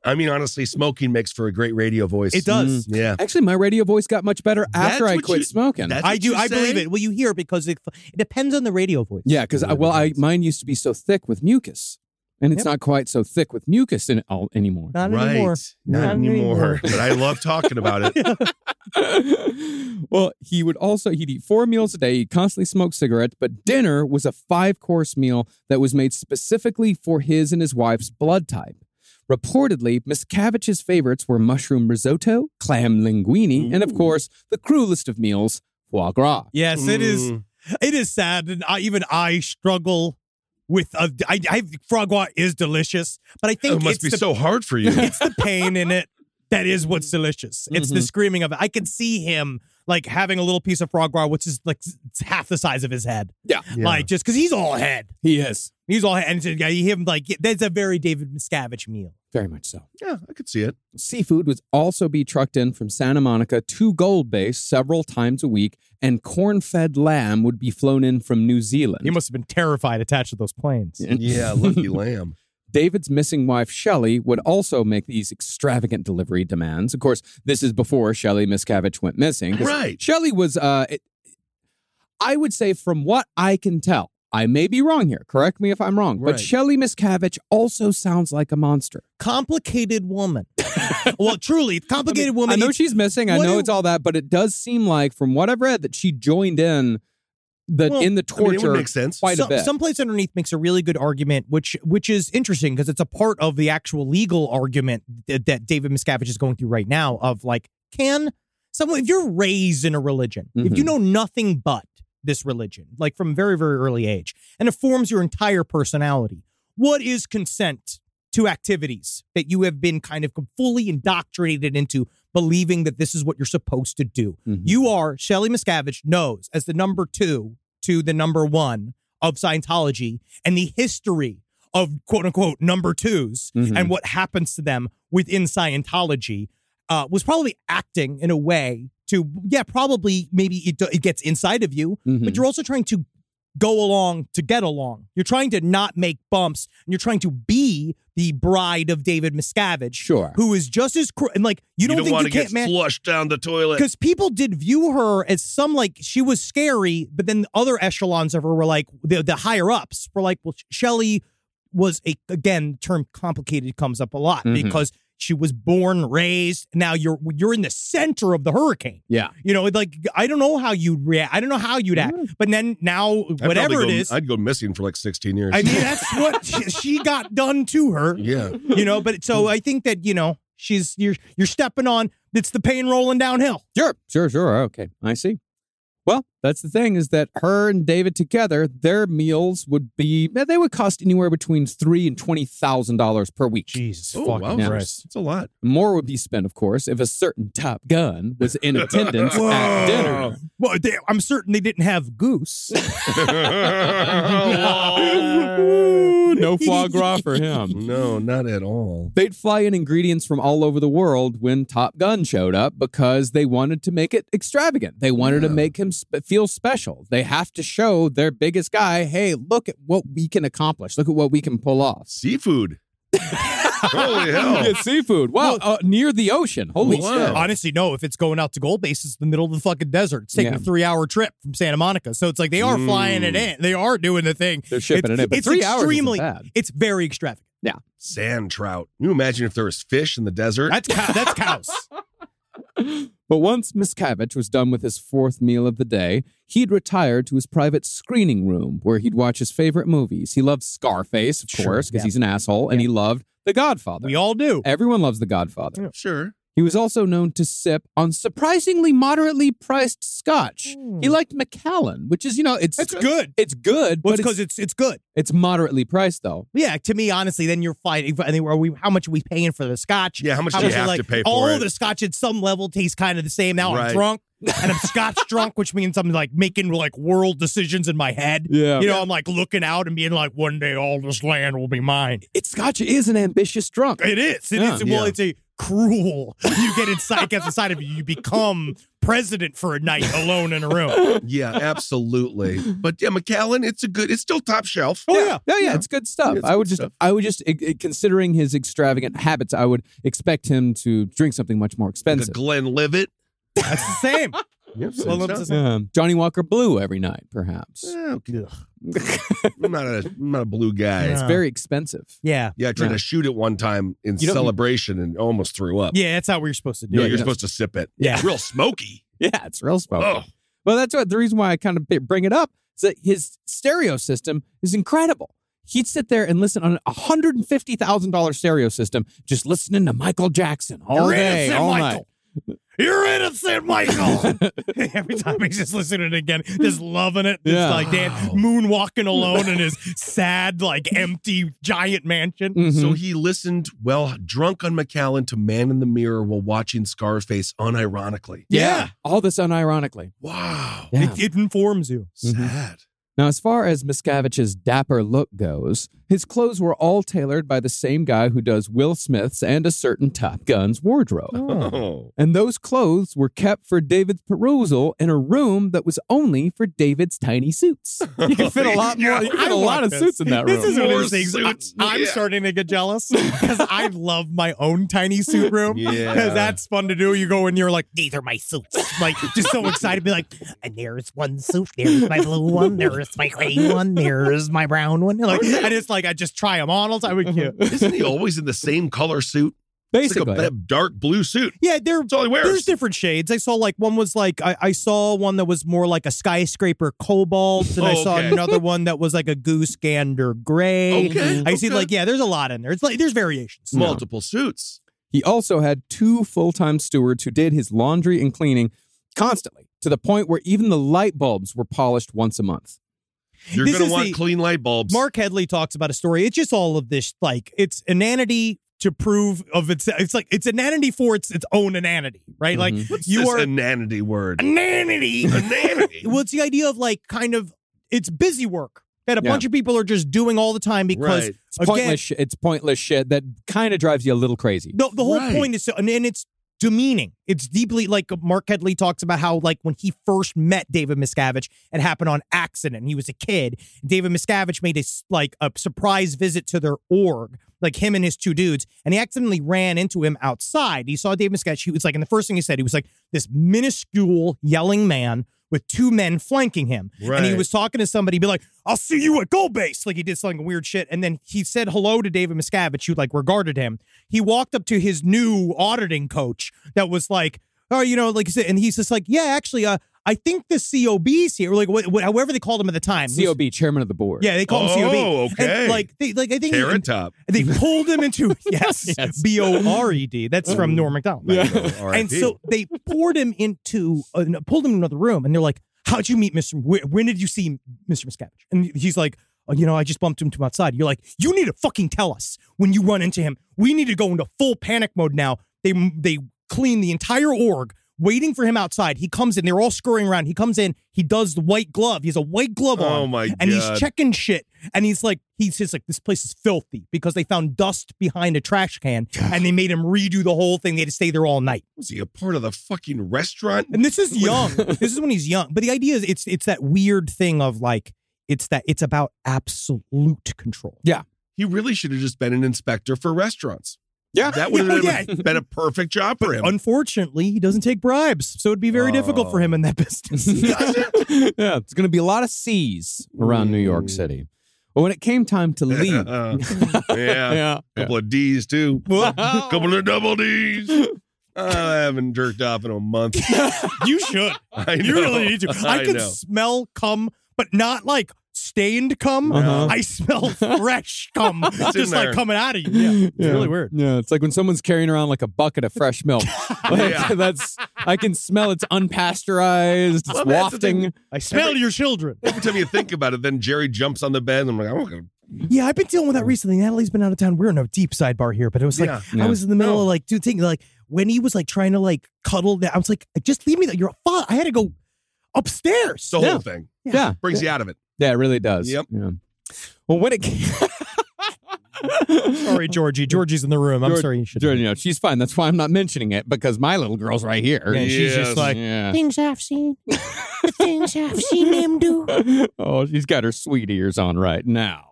[SPEAKER 6] I mean, honestly, smoking makes for a great radio voice. Mm,
[SPEAKER 5] it does.
[SPEAKER 6] Yeah.
[SPEAKER 4] Actually, my radio voice got much better after
[SPEAKER 6] That's
[SPEAKER 4] I
[SPEAKER 6] what
[SPEAKER 4] quit
[SPEAKER 6] you-
[SPEAKER 4] smoking.
[SPEAKER 6] that's-
[SPEAKER 5] I
[SPEAKER 6] what
[SPEAKER 5] do.
[SPEAKER 6] you
[SPEAKER 5] I believe
[SPEAKER 6] say?
[SPEAKER 5] it. Well, you hear because it, it depends on the radio voice.
[SPEAKER 4] yeah, because well, I mine used to be so thick with mucus, and it's
[SPEAKER 5] Yep.
[SPEAKER 4] not quite so thick with mucus in all anymore.
[SPEAKER 5] Not
[SPEAKER 6] right.
[SPEAKER 5] anymore.
[SPEAKER 6] Not,
[SPEAKER 5] Not
[SPEAKER 6] anymore.
[SPEAKER 5] anymore.
[SPEAKER 6] but I love talking about it.
[SPEAKER 4] well, he would also he'd eat four meals a day. He constantly smoked cigarettes, but dinner was a five course meal that was made specifically for his and his wife's blood type. Reportedly, Miscavige's favorites were mushroom risotto, clam linguine, and of course, the cruelest of meals, foie gras.
[SPEAKER 5] Yes, it is.
[SPEAKER 6] Mm.
[SPEAKER 5] It is sad, and I, even I struggle with. A, I, I frog wa is delicious, but I think
[SPEAKER 6] It must
[SPEAKER 5] it's
[SPEAKER 6] be
[SPEAKER 5] the,
[SPEAKER 6] so hard for you.
[SPEAKER 5] It's the pain in it that is what's delicious. It's the
[SPEAKER 4] Mhm.
[SPEAKER 5] screaming of it. I can see him like having a little piece of frog gras, which is like s- it's half the size of his head.
[SPEAKER 6] Yeah.
[SPEAKER 5] Like just because he's all head,
[SPEAKER 4] He is
[SPEAKER 5] he's all head, and so, yeah, you hear him like that's a very David Miscavige meal.
[SPEAKER 4] very much so.
[SPEAKER 6] yeah, I could see it.
[SPEAKER 4] Seafood would also be trucked in from Santa Monica to Gold Bay several times a week, and corn fed lamb would be flown in from New Zealand.
[SPEAKER 5] He must have been terrified attached to those planes.
[SPEAKER 6] Yeah, lucky lamb.
[SPEAKER 4] David's missing wife, Shelley, would also make these extravagant delivery demands. Of course, this is before Shelley Miscavige went missing. 'cause
[SPEAKER 6] Right.
[SPEAKER 4] Shelley was, uh, it- I would say, from what I can tell, I may be wrong here. Correct me if I'm wrong.
[SPEAKER 6] Right.
[SPEAKER 4] But Shelley Miscavige also sounds like a monster.
[SPEAKER 5] Complicated woman. well, truly, complicated woman.
[SPEAKER 4] I know
[SPEAKER 5] eats-
[SPEAKER 4] she's missing. I
[SPEAKER 5] what
[SPEAKER 4] know
[SPEAKER 5] do-
[SPEAKER 4] it's all that, but it does seem like, from what I've read, that she joined in the in
[SPEAKER 5] Well,
[SPEAKER 4] the
[SPEAKER 6] I mean, it
[SPEAKER 4] torture
[SPEAKER 6] would make sense.
[SPEAKER 4] quite a
[SPEAKER 5] some,
[SPEAKER 4] bit.
[SPEAKER 5] Someplace underneath makes a really good argument, which which is interesting because it's a part of the actual legal argument that, that David Miscavige is going through right now. Of like, can someone if you're raised in a religion, if you
[SPEAKER 4] Mhm.
[SPEAKER 5] know nothing but this religion, like from very very early age, and it forms your entire personality, what is consent to activities that you have been kind of fully indoctrinated into believing that this is what you're supposed to do?
[SPEAKER 4] Mhm.
[SPEAKER 5] You are Shelley Miscavige knows as the number two to the number one of Scientology and the history of quote unquote number 2s
[SPEAKER 4] Mhm.
[SPEAKER 5] and what happens to them within Scientology uh, was probably acting in a way to yeah probably maybe it, do- it gets inside of you
[SPEAKER 4] Mhm.
[SPEAKER 5] but you're also trying to go along to get along you're trying to not make bumps and you're trying to be the bride of David Miscavige
[SPEAKER 4] Sure.
[SPEAKER 5] who is just as cr- and like you don't, think
[SPEAKER 6] want
[SPEAKER 5] you
[SPEAKER 6] to
[SPEAKER 5] can't
[SPEAKER 6] get
[SPEAKER 5] man
[SPEAKER 6] flushed down the toilet.
[SPEAKER 5] because people did view her as some like she was scary, but then the other echelons of her were like the, the higher ups were like, well, Shelley was a again term complicated comes up a lot
[SPEAKER 6] Mm-hmm.
[SPEAKER 4] Mhm.
[SPEAKER 5] because she was born raised. Now you're you're in the center of the hurricane.
[SPEAKER 4] yeah.
[SPEAKER 5] You know, like I don't know how you'd react. I don't know how you'd act. But then now,
[SPEAKER 6] Mm-hmm. I'd
[SPEAKER 5] whatever
[SPEAKER 6] probably
[SPEAKER 5] it
[SPEAKER 6] go-
[SPEAKER 5] is, I,
[SPEAKER 6] I'd go missing for like 16 years.
[SPEAKER 5] mean, that's what she, she got done to her
[SPEAKER 6] yeah.
[SPEAKER 5] you know but so i think that you know she's you're you're stepping on it's the pain rolling downhill
[SPEAKER 4] Sure, sure, sure. Okay, I see. Well, That's the thing is that her and David together, their meals would be eh, they would cost anywhere between three and twenty thousand dollars per week.
[SPEAKER 7] Jesus
[SPEAKER 6] Oh,
[SPEAKER 7] fucking
[SPEAKER 6] wowzers.
[SPEAKER 7] Christ.
[SPEAKER 6] It's a lot.
[SPEAKER 4] More would be spent, of course, if a certain Top Gun was in attendance at dinner.
[SPEAKER 5] Well, they, I'm certain they didn't have goose.
[SPEAKER 4] Ooh, no foie gras for him.
[SPEAKER 6] no, not at all.
[SPEAKER 4] They'd fly in ingredients from all over the world when Top Gun showed up because they wanted to make it extravagant. They wanted to make him sp- feel special. They have to show their biggest guy, hey, look at what we can accomplish. Look at what we can pull off.
[SPEAKER 6] Seafood. Holy
[SPEAKER 5] Oh.
[SPEAKER 6] hell.
[SPEAKER 4] Good seafood. Wow. uh, near the ocean. Holy
[SPEAKER 6] Wow.
[SPEAKER 5] Honestly, no. If it's going out to Gold Base, it's the middle of the fucking desert. It's taking
[SPEAKER 4] Yeah.
[SPEAKER 5] a three hour trip from Santa Monica. So it's like they are flying it in. They are doing the thing.
[SPEAKER 4] They're shipping
[SPEAKER 5] it's,
[SPEAKER 4] it in, but
[SPEAKER 5] it's
[SPEAKER 4] three hours isn't
[SPEAKER 5] extremely,
[SPEAKER 4] bad.
[SPEAKER 5] It's very extravagant.
[SPEAKER 6] Sand trout. Can you imagine if there was fish in the desert?
[SPEAKER 5] That's cow, that's cows.
[SPEAKER 4] But once Miscavige was done with his fourth meal of the day, he'd retire to his private screening room where he'd watch his favorite movies. He loved Scarface, of course, because
[SPEAKER 5] yeah.
[SPEAKER 4] he's an asshole, and he loved The Godfather.
[SPEAKER 5] We all do.
[SPEAKER 4] Everyone loves The Godfather.
[SPEAKER 6] sure.
[SPEAKER 4] He was also known to sip on surprisingly moderately priced scotch. He liked Macallan, which is, you know, it's
[SPEAKER 5] It's good.
[SPEAKER 4] It's good,
[SPEAKER 5] Well,
[SPEAKER 4] but
[SPEAKER 5] because
[SPEAKER 4] it's,
[SPEAKER 5] it's, it's good.
[SPEAKER 4] it's moderately priced though.
[SPEAKER 5] Yeah, to me, honestly, then you're fighting. I think, are we? How much are we paying for the scotch?
[SPEAKER 6] Yeah, how much do you
[SPEAKER 5] are
[SPEAKER 6] have to pay for
[SPEAKER 5] all
[SPEAKER 6] it?
[SPEAKER 5] the scotch at some level tastes kind of the same. Now
[SPEAKER 6] Right.
[SPEAKER 5] I'm drunk and I'm scotch drunk, which means I'm like making like world decisions in my head.
[SPEAKER 4] Yeah.
[SPEAKER 5] you know, I'm like looking out and being like, one day all this land will be mine.
[SPEAKER 4] It's scotch is an ambitious drunk.
[SPEAKER 5] It is. It is.
[SPEAKER 4] Yeah.
[SPEAKER 5] Well,
[SPEAKER 6] Yeah.
[SPEAKER 5] it's a cruel. You get inside, gets inside of you. You become president for a night alone in a room.
[SPEAKER 6] Yeah, absolutely. But yeah, McAllen, it's a good, it's still top shelf.
[SPEAKER 4] Oh, yeah, yeah, yeah, It's good stuff.
[SPEAKER 6] Oh, It's
[SPEAKER 4] I would
[SPEAKER 6] good
[SPEAKER 4] just,
[SPEAKER 6] stuff.
[SPEAKER 4] I would just, i- i- considering his extravagant habits, I would expect him to drink something much more
[SPEAKER 6] The
[SPEAKER 4] expensive.
[SPEAKER 6] Glenn Livet.
[SPEAKER 5] That's the same.
[SPEAKER 6] Yep, same
[SPEAKER 5] Well,
[SPEAKER 6] stuff.
[SPEAKER 5] it's-
[SPEAKER 4] Um, Johnny Walker Blue every night, perhaps.
[SPEAKER 6] Yeah, okay. I'm not a I'm not a blue guy.
[SPEAKER 4] It's very expensive.
[SPEAKER 5] Yeah.
[SPEAKER 6] Yeah, I tried
[SPEAKER 4] Yeah.
[SPEAKER 6] to shoot it one time in
[SPEAKER 4] You don't-
[SPEAKER 6] celebration and almost threw up.
[SPEAKER 5] Yeah, that's how we are supposed to do
[SPEAKER 6] No,
[SPEAKER 5] it.
[SPEAKER 6] you're supposed to sip it.
[SPEAKER 4] Yeah.
[SPEAKER 6] It's real smoky.
[SPEAKER 4] Yeah, it's real smoky.
[SPEAKER 6] Oh,
[SPEAKER 4] Well, that's what the reason why I kind of b- bring it up is that his stereo system is incredible. He'd sit there and listen on a hundred and fifty thousand dollar stereo system, just listening to Michael Jackson all
[SPEAKER 5] You're
[SPEAKER 4] day,
[SPEAKER 5] innocent,
[SPEAKER 4] all
[SPEAKER 5] Michael. You're innocent, Michael. Every time he's just listening again, just loving it. Just
[SPEAKER 4] Yeah.
[SPEAKER 5] like Dan moonwalking alone in his sad, like empty giant mansion.
[SPEAKER 4] night.
[SPEAKER 6] so
[SPEAKER 4] Mhm.
[SPEAKER 6] he listened well drunk on McAllen to Man in the Mirror while watching Scarface unironically.
[SPEAKER 5] Yeah.
[SPEAKER 4] all this unironically.
[SPEAKER 6] Wow,
[SPEAKER 4] Yeah. Mm-hmm.
[SPEAKER 5] It, it informs you.
[SPEAKER 6] sad.
[SPEAKER 4] Now, as far as Miscavige's dapper look goes, his clothes were all tailored by the same guy who does Will Smith's and a certain Top Gun's wardrobe.
[SPEAKER 6] Oh,
[SPEAKER 4] And those clothes were kept for David's perusal in a room that was only for David's tiny suits. You can fit a lot more. You can fit
[SPEAKER 5] I
[SPEAKER 4] a lot
[SPEAKER 5] want
[SPEAKER 4] of
[SPEAKER 5] this.
[SPEAKER 4] suits in that room.
[SPEAKER 5] This is one of
[SPEAKER 6] More
[SPEAKER 5] those things. I-
[SPEAKER 6] suits.
[SPEAKER 5] I'm
[SPEAKER 6] Yeah.
[SPEAKER 5] starting to get jealous because I love my own tiny suit room. Because
[SPEAKER 6] Yeah.
[SPEAKER 5] that's fun to do. You go in, you're like, these are my suits. Like, just so excited, be like, and there's one suit, there's my blue one, there's my gray one, there's my brown one. And, Like, I just like, I just try them on all the time. We can't-
[SPEAKER 6] isn't he always in the same color suit? It's
[SPEAKER 4] Basically,
[SPEAKER 6] like a, that dark blue suit.
[SPEAKER 5] Yeah, they're
[SPEAKER 6] That's all he wears.
[SPEAKER 5] There's different shades. I saw like one was like I, I saw one that was more like a skyscraper cobalt, and I saw
[SPEAKER 6] Okay. Oh,
[SPEAKER 5] another one that was like a goose gander gray.
[SPEAKER 6] Okay,
[SPEAKER 5] I see
[SPEAKER 6] okay.
[SPEAKER 5] like yeah, there's a lot in there. It's like there's variations.
[SPEAKER 6] Multiple suits.
[SPEAKER 4] He also had two full time stewards who did his laundry and cleaning constantly to the point where even the light bulbs were polished once a month.
[SPEAKER 6] You're
[SPEAKER 5] This
[SPEAKER 6] gonna
[SPEAKER 5] is
[SPEAKER 6] want
[SPEAKER 5] the-
[SPEAKER 6] clean light bulbs.
[SPEAKER 5] Mark Headley talks about a story. It's just all of this like it's inanity to prove of its. It's like it's inanity for its its own inanity, right?
[SPEAKER 4] Mhm.
[SPEAKER 5] Like
[SPEAKER 6] What's
[SPEAKER 5] you
[SPEAKER 6] this
[SPEAKER 5] are
[SPEAKER 6] inanity word.
[SPEAKER 5] inanity.
[SPEAKER 6] Inanity.
[SPEAKER 5] well, it's the idea of like kind of it's busy work that a
[SPEAKER 4] Yeah.
[SPEAKER 5] bunch of people are just doing all the time because
[SPEAKER 6] Right.
[SPEAKER 4] It's pointless. sh- it's pointless shit that kind of drives you a little crazy.
[SPEAKER 5] The, the whole
[SPEAKER 6] Right.
[SPEAKER 5] point is, so, and, and it's demeaning. It's deeply like Mark Headley talks about how, like, when he first met David Miscavige, it happened on accident. He was a kid. David Miscavige made a s- like a surprise visit to their org, like him and his two dudes, and he accidentally ran into him outside. He saw David Miscavige. He was like, and the first thing he said, he was like this minuscule yelling man with two men flanking him. And he
[SPEAKER 6] Right.
[SPEAKER 5] was talking to somebody, be like, I'll see you at Gold Base. Like he did something weird shit. And then he said hello to David Miscavige, who like regarded him. He walked up to his new auditing coach that was like, Oh, you know, like, he said- and he's just like, Yeah, actually, uh, I think the COB's here, or like, wh- wh- however they called him at the time. It was-
[SPEAKER 4] COB, chairman of the board.
[SPEAKER 5] Yeah, they called him COB.
[SPEAKER 6] Oh,
[SPEAKER 5] And,
[SPEAKER 6] okay.
[SPEAKER 5] like, they, like I think
[SPEAKER 6] Carrot top.
[SPEAKER 5] they pulled him into yes,
[SPEAKER 4] Yes.
[SPEAKER 5] B O R E D. That's from Norm Macdonald.
[SPEAKER 6] Yeah.
[SPEAKER 5] And so they poured him into uh, pulled him into another room, and they're like, how'd you meet Mr. Where, when did you see Mr. Miscavige? And he's like, oh, you know, I just bumped into him outside. You're like, you need to fucking tell us when you run into him. We need to go into full panic mode now. They they clean the entire org, waiting for him outside. He comes in. They're all scurrying around. He comes in. He does the white glove. He has a white glove on.
[SPEAKER 6] Oh my
[SPEAKER 5] And
[SPEAKER 6] God.
[SPEAKER 5] he's checking shit. And he's like, he's just like, this place is filthy because they found dust behind a trash can and they made him redo the whole thing. They had to stay there all night.
[SPEAKER 6] Was he a part of the fucking restaurant?
[SPEAKER 5] And this is young. this is when he's young. But the idea is it's it's that weird thing of like it's that it's about absolute control.
[SPEAKER 6] He really should have just been an inspector for restaurants.
[SPEAKER 4] Yeah.
[SPEAKER 6] That would
[SPEAKER 5] Uh, Yeah,
[SPEAKER 6] have
[SPEAKER 5] yeah.
[SPEAKER 6] been a perfect job for him.
[SPEAKER 5] Unfortunately, he doesn't take bribes, so it'd be very difficult for him in that business.
[SPEAKER 4] yeah, it's going to be a lot of C's around New York City. But when it came time to leave,
[SPEAKER 6] Uh, yeah.
[SPEAKER 4] yeah,
[SPEAKER 6] Couple of D's too. Couple of double D's. I haven't jerked off in a month.
[SPEAKER 5] you should.
[SPEAKER 6] I
[SPEAKER 5] You really
[SPEAKER 6] know.
[SPEAKER 5] need to. I,
[SPEAKER 6] I
[SPEAKER 5] can
[SPEAKER 6] know.
[SPEAKER 5] smell cum, but not like stained cum.
[SPEAKER 4] Uh-huh.
[SPEAKER 5] I smell fresh cum,
[SPEAKER 6] in
[SPEAKER 5] just like
[SPEAKER 6] there.
[SPEAKER 5] coming out of you. Yeah, it's really weird.
[SPEAKER 4] Yeah, it's like when someone's carrying around like a bucket of fresh milk. Like,
[SPEAKER 6] Yeah.
[SPEAKER 4] That's I can smell it's unpasteurized, it's
[SPEAKER 6] Well, that's the thing.
[SPEAKER 4] wafting.
[SPEAKER 5] I smell your children.
[SPEAKER 6] Every time you think about it, then Jerry jumps on the bed. And I'm like, I'm gonna.
[SPEAKER 5] Yeah, I've been dealing with that recently. Natalie's been out of town. We're in a deep sidebar here, but it was like
[SPEAKER 6] Yeah.
[SPEAKER 4] Yeah.
[SPEAKER 5] I was in the middle
[SPEAKER 6] No.
[SPEAKER 5] of like dude thinking like when he was like trying to like cuddle. I was like, just leave me. That you're a fa-" I had to go upstairs.
[SPEAKER 6] It's the
[SPEAKER 4] Yeah.
[SPEAKER 6] whole thing
[SPEAKER 4] Yeah.
[SPEAKER 6] brings you out of it.
[SPEAKER 4] Yeah, it really does.
[SPEAKER 6] Yep.
[SPEAKER 4] Yeah. Well, when it came
[SPEAKER 5] Sorry, Georgie. Georgie's in the room. I'm
[SPEAKER 4] George-
[SPEAKER 5] sorry. You should.
[SPEAKER 4] Jordan, you know, she's fine. That's why I'm not mentioning it because my little girl's right here.
[SPEAKER 5] Yeah, she's
[SPEAKER 6] Yes.
[SPEAKER 5] just like
[SPEAKER 4] Yeah.
[SPEAKER 8] Things I've seen. the things I've seen them do.
[SPEAKER 4] oh, she's got her sweet ears on right now.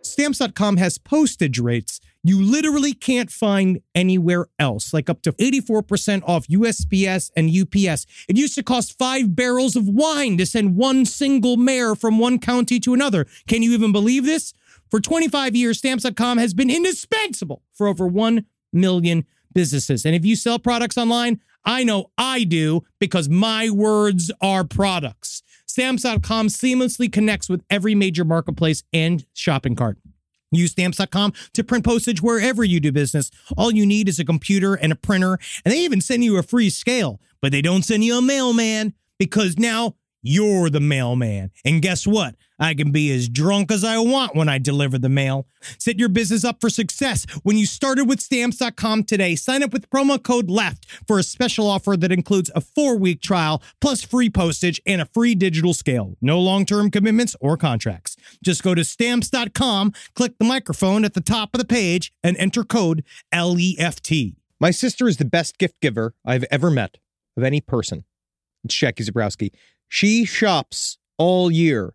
[SPEAKER 5] stamps.com has postage rates you literally can't find anywhere else, like up to 84% off USPS and UPS. It used to cost five barrels of wine to send one single mayor from one county to another. Can you even believe this? For 25 years, stamps.com has been indispensable for over 1 million businesses. And if you sell products online, I know I do because my words are products. Stamps.com seamlessly connects with every major marketplace and shopping cart. Use stamps.com to print postage wherever you do business. All you need is a computer and a printer, and they even send you a free scale, but they don't send you a mailman because now you're the mailman. And guess what? I can be as drunk as I want when I deliver the mail. Set your business up for success when you started with stamps.com today. Sign up with promo code LEFT for a special offer that includes a four week trial, plus free postage and a free digital scale. No long term commitments or contracts. Just go to stamps.com, click the microphone at the top of the page, and enter code LEFT. My sister is the best gift giver I've ever met of any person. It's Jackie Zabrowski. She shops all year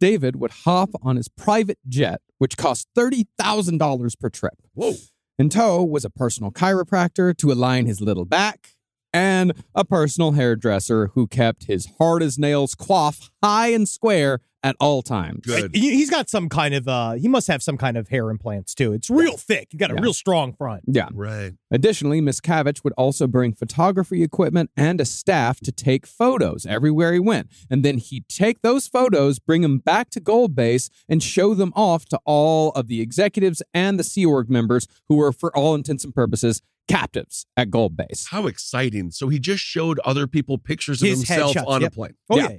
[SPEAKER 4] David would hop on his private jet, which cost $30,000 per trip. Whoa. In tow was a personal chiropractor to align his little back and a personal hairdresser who kept his hard as nails quaff high and square at all times.
[SPEAKER 6] Good.
[SPEAKER 5] He- He's got some kind of, uh, he must have some kind of hair implants too. It's real thick. You got a
[SPEAKER 4] Yeah.
[SPEAKER 5] real strong front.
[SPEAKER 4] Yeah.
[SPEAKER 6] Right.
[SPEAKER 4] Additionally, Miscavige would also bring photography equipment and a staff to take photos everywhere he went. And then he'd take those photos, bring them back to Gold Base, and show them off to all of the executives and the Sea Org members who were, for all intents and purposes, captives at Gold Base.
[SPEAKER 6] How exciting. So he just showed other people pictures of
[SPEAKER 5] His
[SPEAKER 6] himself
[SPEAKER 5] headshots,
[SPEAKER 6] on
[SPEAKER 5] yep.
[SPEAKER 6] a plane.
[SPEAKER 5] Oh,
[SPEAKER 4] Yeah.
[SPEAKER 5] yeah.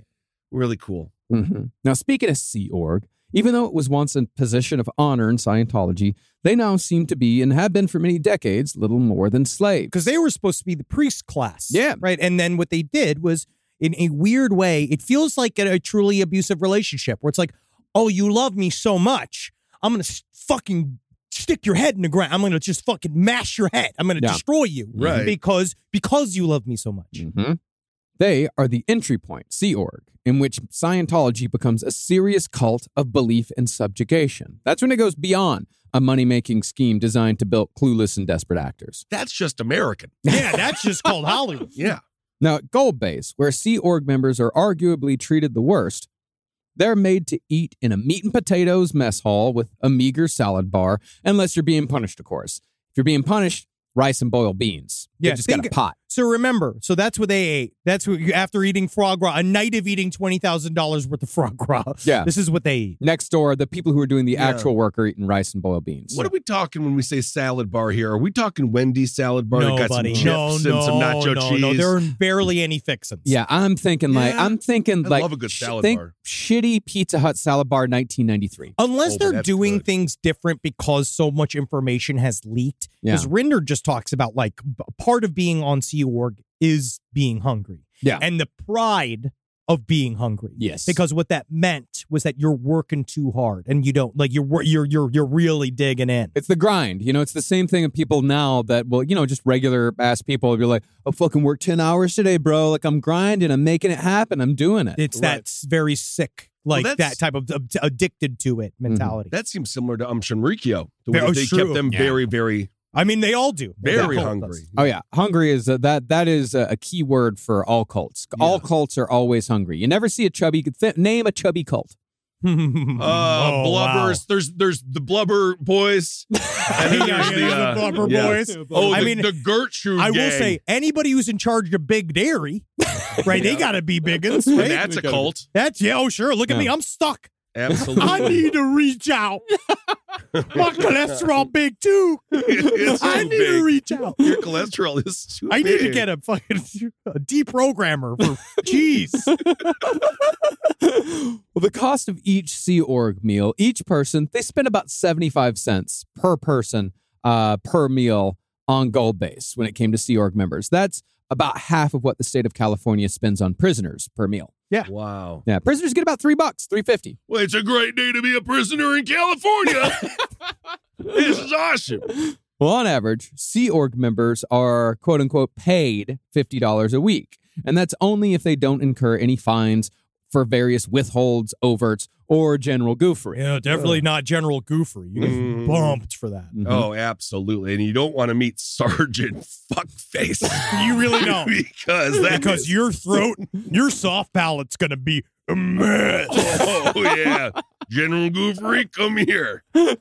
[SPEAKER 6] Really cool.
[SPEAKER 5] Mm-hmm.
[SPEAKER 4] Mhm. Now, speaking of Sea Org, even though it was once a position of honor in Scientology, they now seem to be and have been for many decades little more than slaves.
[SPEAKER 5] because they were supposed to be the priest class.
[SPEAKER 4] Yeah.
[SPEAKER 5] Right. And then what they did was, in a weird way, it feels like a, a truly abusive relationship where it's like, oh, you love me so much. I'm going to fucking stick your head in the ground. I'm going to just fucking mash your head. I'm going to
[SPEAKER 4] Yeah.
[SPEAKER 5] destroy you.
[SPEAKER 6] Right.
[SPEAKER 5] Because, because you love me so much.
[SPEAKER 4] Mhm. They are the entry point, Sea Org, in which Scientology becomes a serious cult of belief and subjugation. That's when it goes beyond a money making scheme designed to build clueless and desperate actors.
[SPEAKER 6] That's just American.
[SPEAKER 5] Yeah. That's just called Hollywood.
[SPEAKER 6] Yeah.
[SPEAKER 4] Now, at Gold Base, where Sea Org members are arguably treated the worst, they're made to eat in a meat and potatoes mess hall with a meager salad bar, unless you're being punished, of course. If you're being punished, rice and boiled beans. They
[SPEAKER 5] Yeah,
[SPEAKER 4] just got a
[SPEAKER 5] think-
[SPEAKER 4] pot.
[SPEAKER 5] So remember, so that's what they ate. That's what you after eating frog raw, a night of eating twenty thousand dollars worth of frog raw.
[SPEAKER 4] Yeah.
[SPEAKER 5] this is what they eat.
[SPEAKER 4] Next door, the people who are doing the actual work are eating rice and boiled beans.
[SPEAKER 6] What are we talking when we say salad bar here? Are we talking Wendy's salad bar that got
[SPEAKER 5] buddy.
[SPEAKER 6] some chips and some nacho
[SPEAKER 5] no,
[SPEAKER 6] cheese?
[SPEAKER 5] No, there are barely any fixins.
[SPEAKER 4] Yeah, I'm thinking like
[SPEAKER 6] Yeah.
[SPEAKER 4] I'm thinking
[SPEAKER 6] I
[SPEAKER 4] like
[SPEAKER 6] love a good salad
[SPEAKER 4] think
[SPEAKER 6] bar.
[SPEAKER 4] shitty Pizza Hut salad bar 1993.
[SPEAKER 5] Unless
[SPEAKER 6] Oh, but
[SPEAKER 5] they're
[SPEAKER 6] that's
[SPEAKER 5] doing
[SPEAKER 6] good.
[SPEAKER 5] things different because so much information has leaked.
[SPEAKER 4] Yeah.
[SPEAKER 5] Because Rinder just talks about like b- part of being on Sea Org is being hungry.
[SPEAKER 4] Yeah.
[SPEAKER 5] And the pride of being hungry.
[SPEAKER 4] Yes.
[SPEAKER 5] Because what that meant was that you're working too hard and you don't like you're wor- you're you're you're really digging in.
[SPEAKER 4] It's the grind, you know. It's the same thing of people now that will, you know, just regular ass people will be like, "Oh, fucking work ten hours today, bro. Like I'm grinding, I'm making it happen, I'm doing it."
[SPEAKER 5] It's that s- very sick,
[SPEAKER 6] Well,
[SPEAKER 5] like
[SPEAKER 6] that's- Mm-hmm.
[SPEAKER 5] that type of of- addicted to it mentality.
[SPEAKER 6] That seems similar to Um Shinrikyo, the way
[SPEAKER 5] Very
[SPEAKER 6] that they
[SPEAKER 5] true.
[SPEAKER 6] kept them
[SPEAKER 4] Yeah.
[SPEAKER 6] very, very,
[SPEAKER 5] I mean, they all do.
[SPEAKER 6] very
[SPEAKER 5] Yeah.
[SPEAKER 6] hungry.
[SPEAKER 4] Oh yeah, hungry is a, that that is a, a key word for all cults. All cults are always hungry. You never see a chubby th- name a chubby cult.
[SPEAKER 6] Uh,
[SPEAKER 5] Oh, wow.
[SPEAKER 6] blubbers. There's there's the blubber boys. and then
[SPEAKER 5] Yeah,
[SPEAKER 6] there's
[SPEAKER 5] yeah,
[SPEAKER 6] the,
[SPEAKER 5] the
[SPEAKER 6] uh,
[SPEAKER 5] Blubber
[SPEAKER 6] yeah.
[SPEAKER 5] Boys.
[SPEAKER 6] Oh,
[SPEAKER 5] I
[SPEAKER 6] the,
[SPEAKER 5] mean,
[SPEAKER 6] the Gertrude.
[SPEAKER 5] I will
[SPEAKER 6] gang.
[SPEAKER 5] say anybody who's in charge of Big Dairy, right? They gotta be biggins,
[SPEAKER 6] And
[SPEAKER 5] right?
[SPEAKER 6] that's a cult.
[SPEAKER 5] That's yeah, oh sure. Look at me,
[SPEAKER 4] Yeah.
[SPEAKER 5] I'm stuck.
[SPEAKER 6] Absolutely.
[SPEAKER 5] I need to reach out. My cholesterol big too.
[SPEAKER 6] It's
[SPEAKER 5] I
[SPEAKER 6] too
[SPEAKER 5] need
[SPEAKER 6] big.
[SPEAKER 5] to reach out.
[SPEAKER 6] Your cholesterol is too.
[SPEAKER 5] I need to
[SPEAKER 6] big.
[SPEAKER 5] get a fucking a deprogrammer for cheese.
[SPEAKER 4] well, the cost of each Sea Org meal, each person, they spend about 75 cents per person uh, per meal on Gold Base when it came to Sea Org members. That's about half of what the state of California spends on prisoners per meal.
[SPEAKER 6] Wow.
[SPEAKER 4] Yeah, prisoners get about three bucks, three fifty.
[SPEAKER 6] Well, it's a great day to be a prisoner in California. this is awesome.
[SPEAKER 5] Mm-hmm.
[SPEAKER 4] Well, on average, Sea Org members are quote unquote paid fifty dollars a week, and that's only if they don't incur any fines for various withholds, overts, or general goofery.
[SPEAKER 5] Yeah, definitely not General Goofery. You get
[SPEAKER 6] Mm.
[SPEAKER 5] bumped for that.
[SPEAKER 4] Mhm.
[SPEAKER 6] Oh, absolutely. And you don't want to meet Sergeant Fuckface.
[SPEAKER 5] You really don't.
[SPEAKER 6] because that
[SPEAKER 5] Because
[SPEAKER 6] is-
[SPEAKER 5] your throat, your soft palate's gonna be a mess.
[SPEAKER 6] Oh yeah, General Goofery, come here.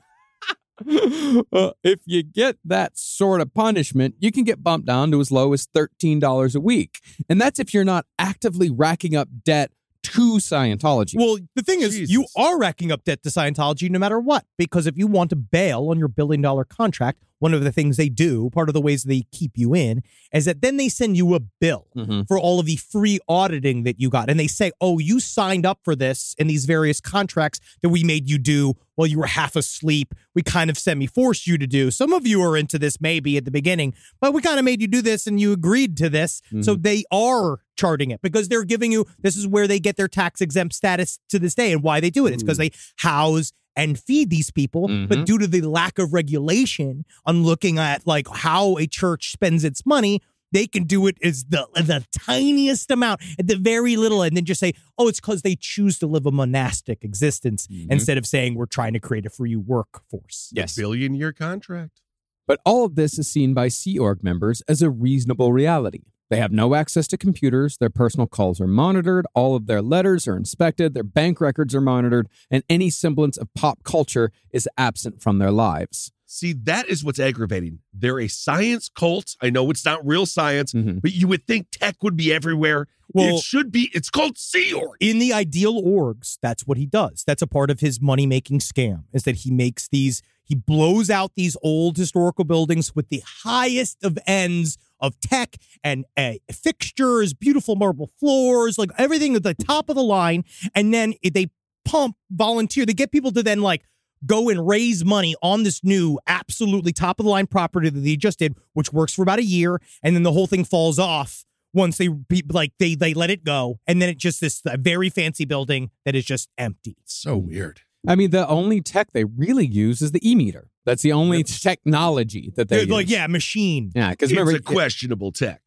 [SPEAKER 4] Uh, if you get that sort of punishment, you can get bumped down to as low as $13 a week. And that's if you're not actively racking up debt to Scientology.
[SPEAKER 5] Well, the thing is, you
[SPEAKER 6] Jesus.
[SPEAKER 5] are racking up debt to Scientology no matter what, because if you want to bail on your billion dollar contract, one of the things they do, part of the ways they keep you in, is that then they send you a bill
[SPEAKER 4] Mhm.
[SPEAKER 5] for all of the free auditing that you got. And they say, oh, you signed up for this and these various contracts that we made you do while you were half asleep. We kind of semi forced you to do. Some of you are into this maybe at the beginning, but we kind of made you do this and you agreed to this. So they are charting it because they're giving you this is where they get their tax exempt status to this day and why they do it. It's because they house and feed these people. But due to the lack of regulation on looking at like how a church spends its money, they can do it as the the tiniest amount, at the very little, and then just say, "Oh, it's because they choose to live a monastic existence,"
[SPEAKER 4] Mm-hmm.
[SPEAKER 5] instead of saying we're trying to create a free workforce.
[SPEAKER 4] yes.
[SPEAKER 6] Billion year contract.
[SPEAKER 4] But all of this is seen by Sea Org members as a reasonable reality. They have no access to computers, their personal calls are monitored, all of their letters are inspected, their bank records are monitored, and any semblance of pop culture is absent from their lives.
[SPEAKER 6] See, that is what's aggravating. They're a science cult. I know it's not real science,
[SPEAKER 4] Mhm.
[SPEAKER 6] but you would think tech would be everywhere.
[SPEAKER 5] Well-
[SPEAKER 6] it should be. Mm-hmm. It's called Sea Org.
[SPEAKER 5] In the ideal orgs, that's what he does. That's a part of his money making scam. Is that he makes these, he blows out these old historical buildings with the highest of ends of tech and uh, fixtures, beautiful marble floors, like everything at the top of the line, and then it- they pump volunteer. They get people to then like go and raise money on this new absolutely top of the line property that they just did, which works for about a year, and then the whole thing falls off once they be, like they they let it go, and then it just this uh, very fancy building that is just empty.
[SPEAKER 6] So weird.
[SPEAKER 4] I mean, the only tech they really use is the e meter. That's the only technology that they
[SPEAKER 5] They're like
[SPEAKER 4] use.
[SPEAKER 5] yeah, machine.
[SPEAKER 4] yeah, because
[SPEAKER 6] It's
[SPEAKER 4] remember,
[SPEAKER 6] a questionable tech.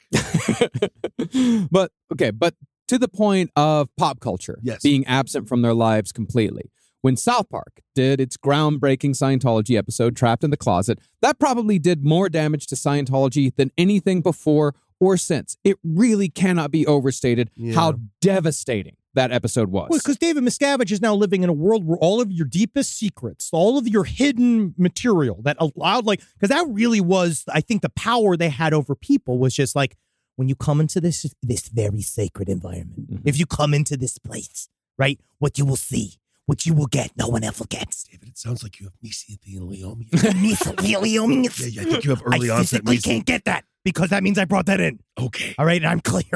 [SPEAKER 4] but okay, but to the point of pop culture
[SPEAKER 6] Yes.
[SPEAKER 4] being absent from their lives completely. When South Park did its groundbreaking Scientology episode, Trapped in the Closet, that probably did more damage to Scientology than anything before or since. It really cannot be overstated how devastating that episode was.
[SPEAKER 5] Well, because David Miscavige is now living in a world where all of your deepest secrets, all of your hidden material that allowed, like, because that really was, I think, the power they had over people was just like when you come into this this very sacred environment. If you come into this place, right, what you will see, what you will get, no one else gets.
[SPEAKER 6] David, it sounds like you have mesothelioma. yeah,
[SPEAKER 5] Mesothelioma.
[SPEAKER 6] yeah, I think you have early
[SPEAKER 5] I
[SPEAKER 6] onset
[SPEAKER 5] physically
[SPEAKER 6] mesothelioma.
[SPEAKER 5] can't get that because that means I brought that in.
[SPEAKER 6] Okay.
[SPEAKER 5] All right, and I'm clear.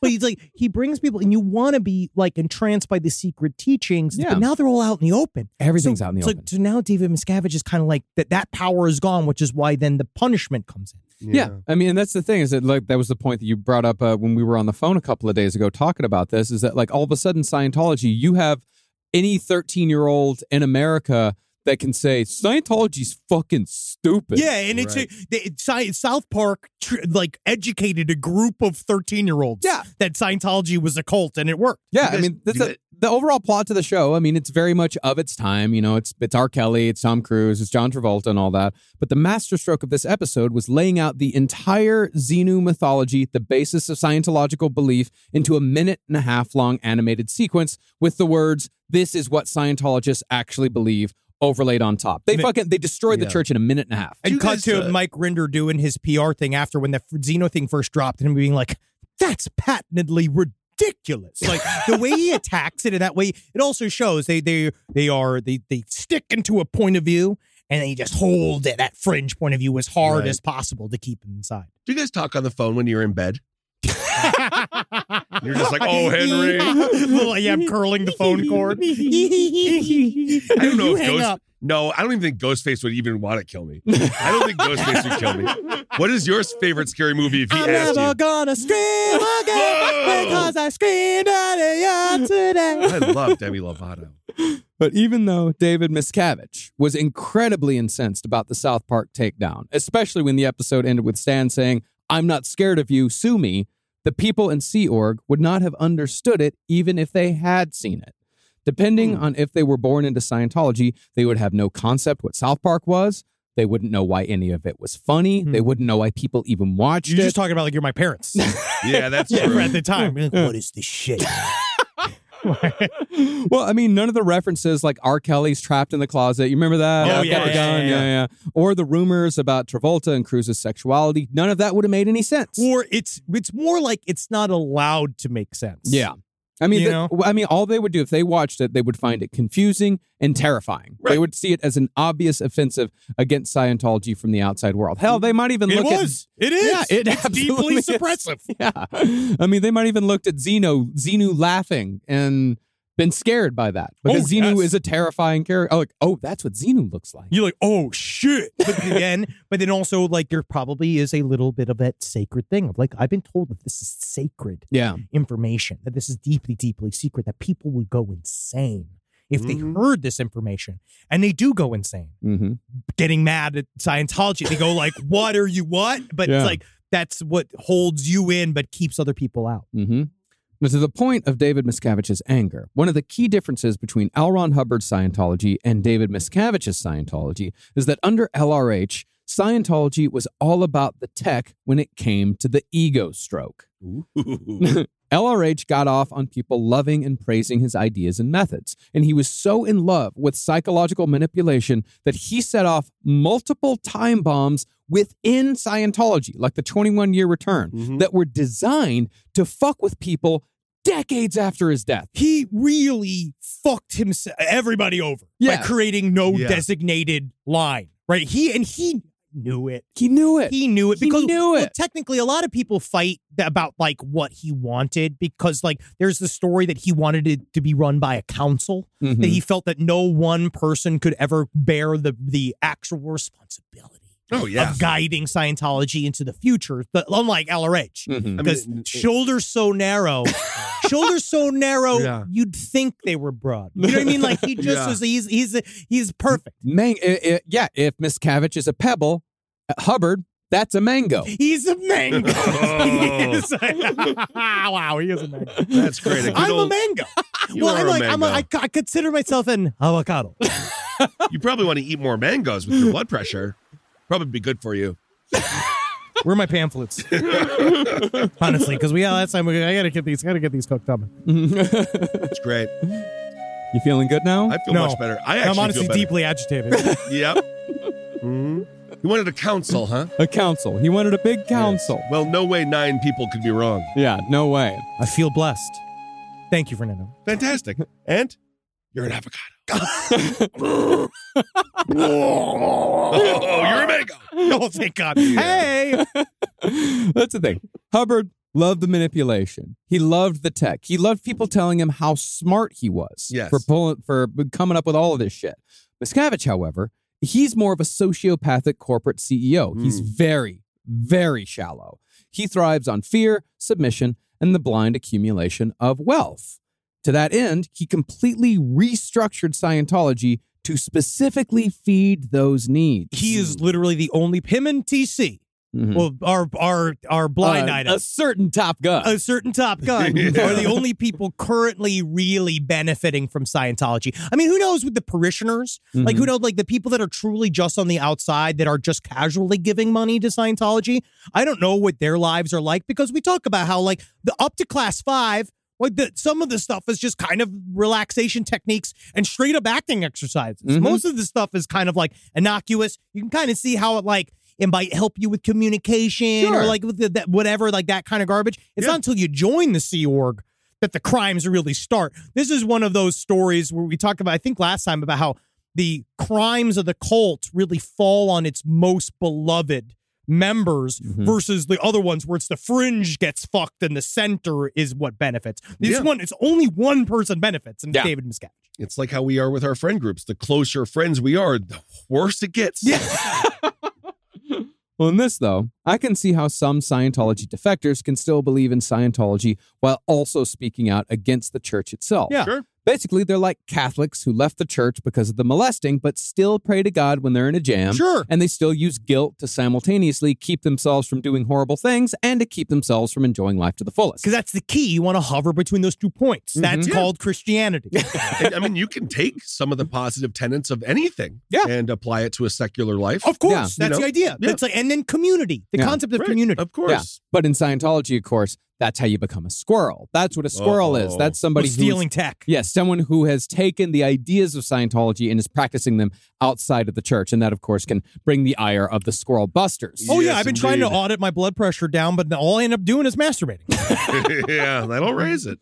[SPEAKER 5] but he's like, he brings people, and you want to be like entranced by the secret teachings.
[SPEAKER 4] Yeah.
[SPEAKER 5] But now they're all out in the open.
[SPEAKER 4] Everything's
[SPEAKER 5] So-
[SPEAKER 4] out in the
[SPEAKER 5] so-
[SPEAKER 4] open.
[SPEAKER 5] So now David Miscavige is kind of like that. That power is gone, which is why then the punishment comes in.
[SPEAKER 4] Yeah. I mean, and that's the thing is that like that was the point that you brought up uh, when we were on the phone a couple of days ago talking about this is that like all of a sudden Scientology, you have any 13 year old in America that can say Scientology's fucking stupid.
[SPEAKER 5] Yeah, and it's a, they, it's Sci- South Park tr- like educated a group of thirteen year olds.
[SPEAKER 4] Yeah.
[SPEAKER 5] that Scientology was a cult and it worked.
[SPEAKER 4] Yeah,
[SPEAKER 6] You
[SPEAKER 4] I
[SPEAKER 6] guys
[SPEAKER 4] mean that's
[SPEAKER 6] do
[SPEAKER 4] a,
[SPEAKER 6] that-
[SPEAKER 4] the overall plot to the show. I mean, it's very much of its time. You know, it's it's R. Kelly, it's Tom Cruise, it's John Travolta, and all that. But the masterstroke of this episode was laying out the entire Xenu mythology, the basis of Scientological belief, into a minute and a half long animated sequence with the words, "This is what Scientologists actually believe." Overlaid on top. They
[SPEAKER 5] Mi-
[SPEAKER 4] fucking they destroyed
[SPEAKER 6] Yeah.
[SPEAKER 4] the church in a minute and a half.
[SPEAKER 5] And
[SPEAKER 6] you
[SPEAKER 5] cut
[SPEAKER 6] guys,
[SPEAKER 5] to
[SPEAKER 6] uh,
[SPEAKER 5] Mike Rinder doing his PR thing after when the F- Xeno thing first dropped and him being like, that's patently ridiculous. Like the way he attacks it in that way, it also shows they they they are they they stick into a point of view and they just hold it, that fringe point of view as hard
[SPEAKER 6] Right.
[SPEAKER 5] as possible to keep him inside.
[SPEAKER 6] Do you guys talk on the phone when you're in bed? You're just like, oh, Henry.
[SPEAKER 5] Well, yeah, I'm curling the phone cord.
[SPEAKER 6] I don't know
[SPEAKER 5] You
[SPEAKER 6] if
[SPEAKER 5] hang
[SPEAKER 6] Ghost.
[SPEAKER 5] up.
[SPEAKER 6] No, I don't even think Ghostface would even want to kill me. I don't think Ghostface would kill me. What is your favorite scary movie if he
[SPEAKER 5] I'm
[SPEAKER 6] asked
[SPEAKER 5] never
[SPEAKER 6] you?
[SPEAKER 5] gonna scream
[SPEAKER 6] Whoa!
[SPEAKER 5] again because I screamed earlier today.
[SPEAKER 6] I love Demi Lovato.
[SPEAKER 4] But even though David Miscavige was incredibly incensed about the South Park takedown, especially when the episode ended with Stan saying, I'm not scared of you, sue me, the people in Sea Org would not have understood it even if they had seen it. Depending
[SPEAKER 5] Hmm.
[SPEAKER 4] on if they were born into Scientology, they would have no concept what South Park was. They wouldn't know why any of it was funny.
[SPEAKER 6] Hmm.
[SPEAKER 4] They wouldn't know why people even watched
[SPEAKER 5] You're
[SPEAKER 4] it.
[SPEAKER 5] just talking about like you're my parents.
[SPEAKER 6] Yeah, that's
[SPEAKER 5] yeah,
[SPEAKER 6] true.
[SPEAKER 5] at the time. What is this shit?
[SPEAKER 4] well, I mean, none of the references like R. Kelly's trapped in the closet. You remember that?
[SPEAKER 5] Oh,
[SPEAKER 4] I've
[SPEAKER 5] yeah,
[SPEAKER 4] got the
[SPEAKER 5] yeah,
[SPEAKER 4] gun.
[SPEAKER 5] yeah, yeah.
[SPEAKER 4] Or the rumors about Travolta and Cruz's sexuality. None of that would have made any sense.
[SPEAKER 5] or it's it's more like it's not allowed to make sense.
[SPEAKER 4] Yeah. I mean,
[SPEAKER 5] You
[SPEAKER 4] the-
[SPEAKER 5] know?
[SPEAKER 4] I mean, all they would do if they watched it, they would find it confusing and terrifying. They
[SPEAKER 6] Right.
[SPEAKER 4] would see it as an obvious offensive against Scientology from the outside world. Hell, they might even
[SPEAKER 5] It
[SPEAKER 4] look
[SPEAKER 5] was. it is.
[SPEAKER 4] Yeah, it
[SPEAKER 5] it's
[SPEAKER 4] absolutely
[SPEAKER 5] deeply
[SPEAKER 4] is.
[SPEAKER 5] suppressive.
[SPEAKER 4] at. Yeah, I mean, they might even looked at Zeno, Xenu laughing and been scared by that because
[SPEAKER 5] Oh,
[SPEAKER 4] Xenu
[SPEAKER 5] yes.
[SPEAKER 4] is a terrifying character. Oh, like, oh, that's what Xenu looks like.
[SPEAKER 5] You're like, oh shit. But then but then also like there probably is a little bit of that sacred thing of like I've been told that this is sacred
[SPEAKER 4] Yeah,
[SPEAKER 5] information, that this is deeply, deeply secret, that people would go insane if they
[SPEAKER 6] Mhm.
[SPEAKER 5] heard this information. And they do go insane.
[SPEAKER 4] hmm
[SPEAKER 5] Getting mad at Scientology. They go like, What are you what? But
[SPEAKER 4] Yeah.
[SPEAKER 5] it's like that's what holds you in but keeps other people out.
[SPEAKER 4] hmm But to the point of David Miscavige's anger, one of the key differences between L. Ron Hubbard's Scientology and David Miscavige's Scientology is that under LRH, Scientology was all about the tech when it came to the ego stroke.
[SPEAKER 5] Mm-hmm.
[SPEAKER 4] LRH got off on people loving and praising his ideas and methods, and he was so in love with psychological manipulation that he set off multiple time bombs within Scientology, like the 21 year return,
[SPEAKER 6] Mm-hmm.
[SPEAKER 4] that were designed to fuck with people decades after his death.
[SPEAKER 5] he really fucked himself everybody over
[SPEAKER 4] Yeah.
[SPEAKER 5] by creating no
[SPEAKER 6] Yeah.
[SPEAKER 5] designated line right he and he knew it
[SPEAKER 4] He knew it.
[SPEAKER 5] he knew it
[SPEAKER 4] He
[SPEAKER 5] because
[SPEAKER 4] knew
[SPEAKER 5] well,
[SPEAKER 4] it.
[SPEAKER 5] technically a lot of people fight th- about like what he wanted because like there's the story that he wanted it to be run by a council
[SPEAKER 4] Mhm.
[SPEAKER 5] that he felt that no one person could ever bear the the actual responsibility
[SPEAKER 6] Oh, yeah.
[SPEAKER 5] of guiding Scientology into the future but unlike LRH
[SPEAKER 4] Mhm.
[SPEAKER 6] I mean,
[SPEAKER 5] because
[SPEAKER 6] it-
[SPEAKER 5] shoulders so narrow, shoulders so narrow,
[SPEAKER 6] Yeah.
[SPEAKER 5] you'd think they were broad. You know what I mean? Like he just
[SPEAKER 6] Yeah.
[SPEAKER 5] was. He's he's he's perfect.
[SPEAKER 4] Mang- eh, eh, yeah, if Miscavige is a pebble, uh, Hubbard, that's a mango.
[SPEAKER 5] He's a mango.
[SPEAKER 6] Oh.
[SPEAKER 5] He is a- wow, he is a mango.
[SPEAKER 6] That's great. A good
[SPEAKER 5] I'm a
[SPEAKER 6] old-
[SPEAKER 5] mango.
[SPEAKER 6] You
[SPEAKER 5] well,
[SPEAKER 6] are
[SPEAKER 5] I'm
[SPEAKER 6] a
[SPEAKER 5] like I'm a, I,
[SPEAKER 6] mango.
[SPEAKER 5] I consider myself an avocado.
[SPEAKER 6] you probably want to eat more mangoes with your blood pressure. Probably be good for you.
[SPEAKER 5] Where are my pamphlets? Honestly, because we yeah, last time we I gotta get these, gotta get these cooked up.
[SPEAKER 6] It's great.
[SPEAKER 4] You feeling good now?
[SPEAKER 6] I feel
[SPEAKER 5] No.
[SPEAKER 6] much better. I actually
[SPEAKER 5] I'm honestly
[SPEAKER 6] feel better.
[SPEAKER 5] deeply agitated.
[SPEAKER 6] Yep. Mhm. You wanted a council, huh?
[SPEAKER 4] A council. He wanted a big council.
[SPEAKER 6] Well, no way nine people could be wrong.
[SPEAKER 4] Yeah, no way.
[SPEAKER 5] I feel blessed. Thank you, Fernando.
[SPEAKER 6] Fantastic. And you're an avocado. oh, you're a mango.
[SPEAKER 5] Oh, thank God. Hey,
[SPEAKER 4] That's the thing. Hubbard loved the manipulation. He loved the tech. He loved people telling him how smart he was
[SPEAKER 6] Yes.
[SPEAKER 4] for pulling for coming up with all of this shit. Miscavige, however, he's more of a sociopathic corporate CEO.
[SPEAKER 5] Hmm.
[SPEAKER 4] He's very, very shallow. He thrives on fear, submission, and the blind accumulation of wealth. To that end, he completely restructured Scientology to specifically feed those needs.
[SPEAKER 5] he
[SPEAKER 6] Hmm.
[SPEAKER 5] is literally the only him and TC.
[SPEAKER 4] Mhm.
[SPEAKER 5] Well, our our our blind
[SPEAKER 4] Uh,
[SPEAKER 5] item,
[SPEAKER 4] A certain Top Gun.
[SPEAKER 5] a, certain Top Gun, are the only people currently really benefiting from Scientology. I mean, who knows with the parishioners?
[SPEAKER 4] Mm-hmm.
[SPEAKER 5] Like, who knows? Like the people that are truly just on the outside that are just casually giving money to Scientology. I don't know what their lives are like because we talk about how like the up to class five. Like the, some of the stuff is just kind of relaxation techniques and straight up acting exercises.
[SPEAKER 4] Mhm.
[SPEAKER 5] Most of the stuff is kind of like innocuous. You can kind of see how it like it might help you with communication
[SPEAKER 4] Sure.
[SPEAKER 5] or like with the, that whatever like that kind of garbage. It's
[SPEAKER 6] Yeah.
[SPEAKER 5] not until you join the Sea Org that the crimes really start. This is one of those stories where we talked about I think last time about how the crimes of the cult really fall on its most beloved members
[SPEAKER 4] Mhm.
[SPEAKER 5] versus the other ones where it's the fringe gets fucked and the center is what benefits. This
[SPEAKER 6] Yeah.
[SPEAKER 5] one, it's only one person benefits, and it's
[SPEAKER 4] Yeah.
[SPEAKER 5] David Miscavige.
[SPEAKER 6] It's like how we are with our friend groups. The closer friends we are, the worse it gets.
[SPEAKER 4] Well, in this, though, I can see how some Scientology defectors can still believe in Scientology while also speaking out against the church itself.
[SPEAKER 5] Yeah.
[SPEAKER 6] Sure.
[SPEAKER 4] Basically, they're like Catholics who left the church because of the molesting, but still pray to God when they're in a jam.
[SPEAKER 5] Sure.
[SPEAKER 4] And they still use guilt to simultaneously keep themselves from doing horrible things and to keep themselves from enjoying life to the fullest.
[SPEAKER 5] Because that's the key. You want to hover between those two points. That's
[SPEAKER 4] Mhm.
[SPEAKER 5] called Christianity.
[SPEAKER 6] And, I mean, you can take some of the positive tenets of anything
[SPEAKER 4] Yeah.
[SPEAKER 6] and apply it to a secular life.
[SPEAKER 5] Of
[SPEAKER 4] Yeah.
[SPEAKER 5] course, that's
[SPEAKER 6] You know?
[SPEAKER 5] the idea.
[SPEAKER 6] Yeah.
[SPEAKER 5] That's like, and then community, the
[SPEAKER 4] Yeah.
[SPEAKER 5] concept of
[SPEAKER 6] Right.
[SPEAKER 5] community.
[SPEAKER 6] Of course.
[SPEAKER 4] But in Scientology, of course, That's how you become a squirrel. That's what a squirrel is.
[SPEAKER 6] Uh-oh.
[SPEAKER 4] That's somebody
[SPEAKER 5] Who's
[SPEAKER 4] who's-
[SPEAKER 5] stealing tech.
[SPEAKER 4] Yes, someone who has taken the ideas of Scientology and is practicing them outside of the church. And that, of course, can bring the ire of the squirrel busters.
[SPEAKER 5] Oh yeah,
[SPEAKER 6] Yes,
[SPEAKER 5] I've been trying to
[SPEAKER 6] indeed.
[SPEAKER 5] audit my blood pressure down, but all I end up doing is masturbating.
[SPEAKER 6] yeah, that'll raise it.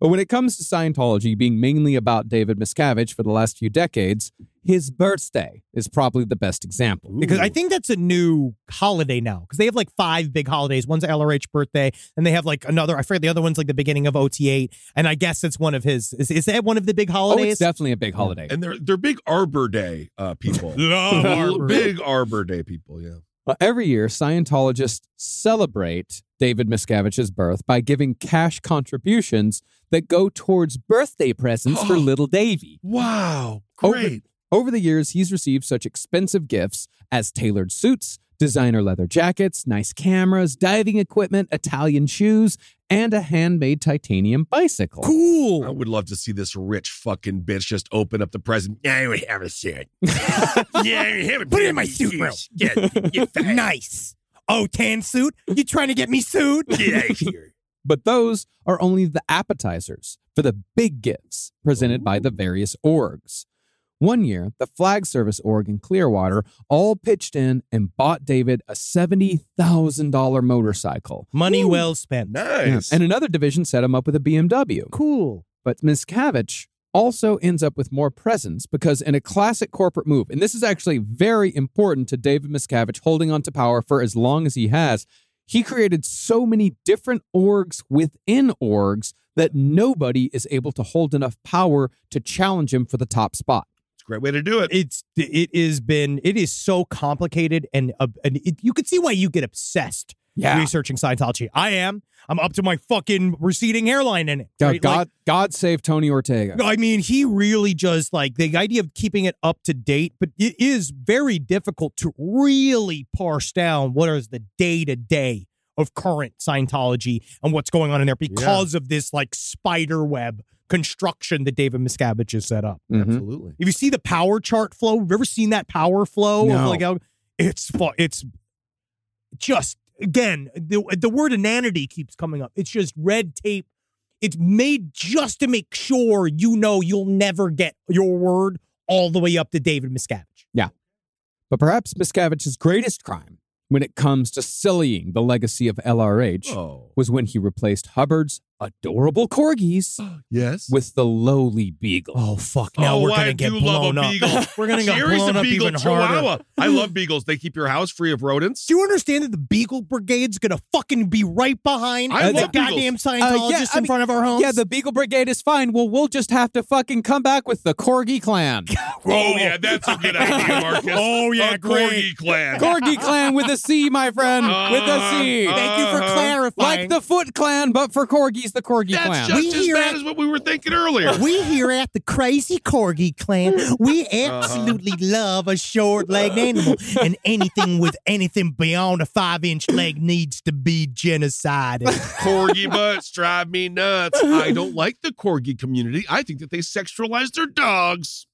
[SPEAKER 4] But when it comes to Scientology being mainly about David Miscavige for the last few decades, his birthday is probably the best example.
[SPEAKER 5] because I think that's a new holiday now because they have like five big holidays. One's LRH birthday, and they have like another. I forget the other one's like the beginning of OT8, and I guess it's one of his. Is, is that one of the big
[SPEAKER 4] Oh,
[SPEAKER 5] holidays?
[SPEAKER 4] it's definitely a big holiday.
[SPEAKER 6] And they're they're big Arbor Day uh, people.
[SPEAKER 5] Love Arbor.
[SPEAKER 6] Big Arbor Day people. Yeah.
[SPEAKER 4] Well, every year, Scientologists celebrate David Miscavige's birth by giving cash contributions that go towards birthday presents for little Davy.
[SPEAKER 6] Wow.
[SPEAKER 4] Over-
[SPEAKER 6] Great.
[SPEAKER 4] Over the years, he's received such expensive gifts as tailored suits, designer leather jackets, nice cameras, diving equipment, Italian shoes, and a handmade titanium bicycle.
[SPEAKER 6] I
[SPEAKER 4] Oh.
[SPEAKER 5] cool.
[SPEAKER 6] would love to see this rich fucking bitch just open up the present. Yeah, I would have a suit. yeah, I would have a
[SPEAKER 5] Put it in my suit, bro.
[SPEAKER 6] Yeah, yeah,
[SPEAKER 5] Nice. Oh, tan suit. You trying to get me sued?
[SPEAKER 6] get out of here.
[SPEAKER 4] But those are only the appetizers for the big gifts presented by the various orgs. One year, the Flag Service org in Clearwater all pitched in and bought David a $70,000 motorcycle.
[SPEAKER 5] Money well spent.
[SPEAKER 6] Nice.
[SPEAKER 4] And another division set him up with a BMW.
[SPEAKER 5] Cool.
[SPEAKER 4] But Miscavige also ends up with more presence because in a classic corporate move, and this is actually very important to David Miscavige holding on to power for as long as he has, he created so many different orgs within orgs that nobody is able to hold enough power to challenge him for the top spot.
[SPEAKER 6] it's a great way to do it.
[SPEAKER 5] It's it is been it is so complicated and uh, and it, you can see why you get obsessed researching Scientology. I am. I'm up to my fucking receding hairline in it.
[SPEAKER 4] God,
[SPEAKER 5] right? Like,
[SPEAKER 4] God, God save Tony Ortega.
[SPEAKER 5] I mean, he really just like the idea of keeping it up to date, but it is very difficult to really parse down what is the day to day of current Scientology and what's going on in there because of this like spider web construction that David Miscavige has set up.
[SPEAKER 4] Mhm.
[SPEAKER 6] Absolutely.
[SPEAKER 5] If you see the power chart flow, have you ever seen that power flow?
[SPEAKER 4] No.
[SPEAKER 5] Of like how, it's fu- it's just again the the word inanity keeps coming up. It's just red tape. It's made just to make sure you know you'll never get your word all the way up to David Miscavige.
[SPEAKER 4] But perhaps Miscavige's greatest crime when it comes to sullying the legacy of LRH
[SPEAKER 6] Oh.
[SPEAKER 4] was when he replaced Hubbard's adorable corgis
[SPEAKER 6] Yes.
[SPEAKER 4] with the lowly beagle.
[SPEAKER 5] Oh fuck! Now we're
[SPEAKER 6] why
[SPEAKER 5] gonna
[SPEAKER 6] do
[SPEAKER 5] get
[SPEAKER 6] you
[SPEAKER 5] blown up. We're gonna get
[SPEAKER 6] Jerry's
[SPEAKER 5] blown
[SPEAKER 6] a
[SPEAKER 5] up
[SPEAKER 6] beagle
[SPEAKER 5] even
[SPEAKER 6] chihuahua.
[SPEAKER 5] harder.
[SPEAKER 6] I love beagles. They keep your house free of rodents.
[SPEAKER 5] Do you understand that the Beagle Brigade's gonna fucking be right behind
[SPEAKER 6] I
[SPEAKER 5] the
[SPEAKER 6] love beagles.
[SPEAKER 5] goddamn
[SPEAKER 4] Uh,
[SPEAKER 5] Scientologists
[SPEAKER 4] yeah, I
[SPEAKER 5] in
[SPEAKER 4] mean,
[SPEAKER 5] front of our homes?
[SPEAKER 4] Yeah, the Beagle Brigade is fine. Well, we'll just have to fucking come back with the Corgi Clan.
[SPEAKER 6] Oh yeah, that's a good idea, Marcus.
[SPEAKER 5] Oh, yeah,
[SPEAKER 6] a
[SPEAKER 5] great.
[SPEAKER 6] corgi clan.
[SPEAKER 4] Corgi Clan with a C, my friend. With a C.
[SPEAKER 6] Thank you for Uh-huh.
[SPEAKER 4] Like the Foot Clan, but for corgis, the Corgi
[SPEAKER 6] That's
[SPEAKER 4] Clan.
[SPEAKER 6] just
[SPEAKER 5] We
[SPEAKER 6] as
[SPEAKER 5] hear
[SPEAKER 6] bad
[SPEAKER 5] it.
[SPEAKER 6] as what we were thinking earlier.
[SPEAKER 5] We here at the Crazy Corgi Clan, we absolutely
[SPEAKER 6] Uh-huh.
[SPEAKER 5] love a short-legged animal, and anything with anything beyond a five-inch leg needs to be genocided.
[SPEAKER 6] corgi butts drive me nuts. I don't like the corgi community. I think that they sexualize their dogs.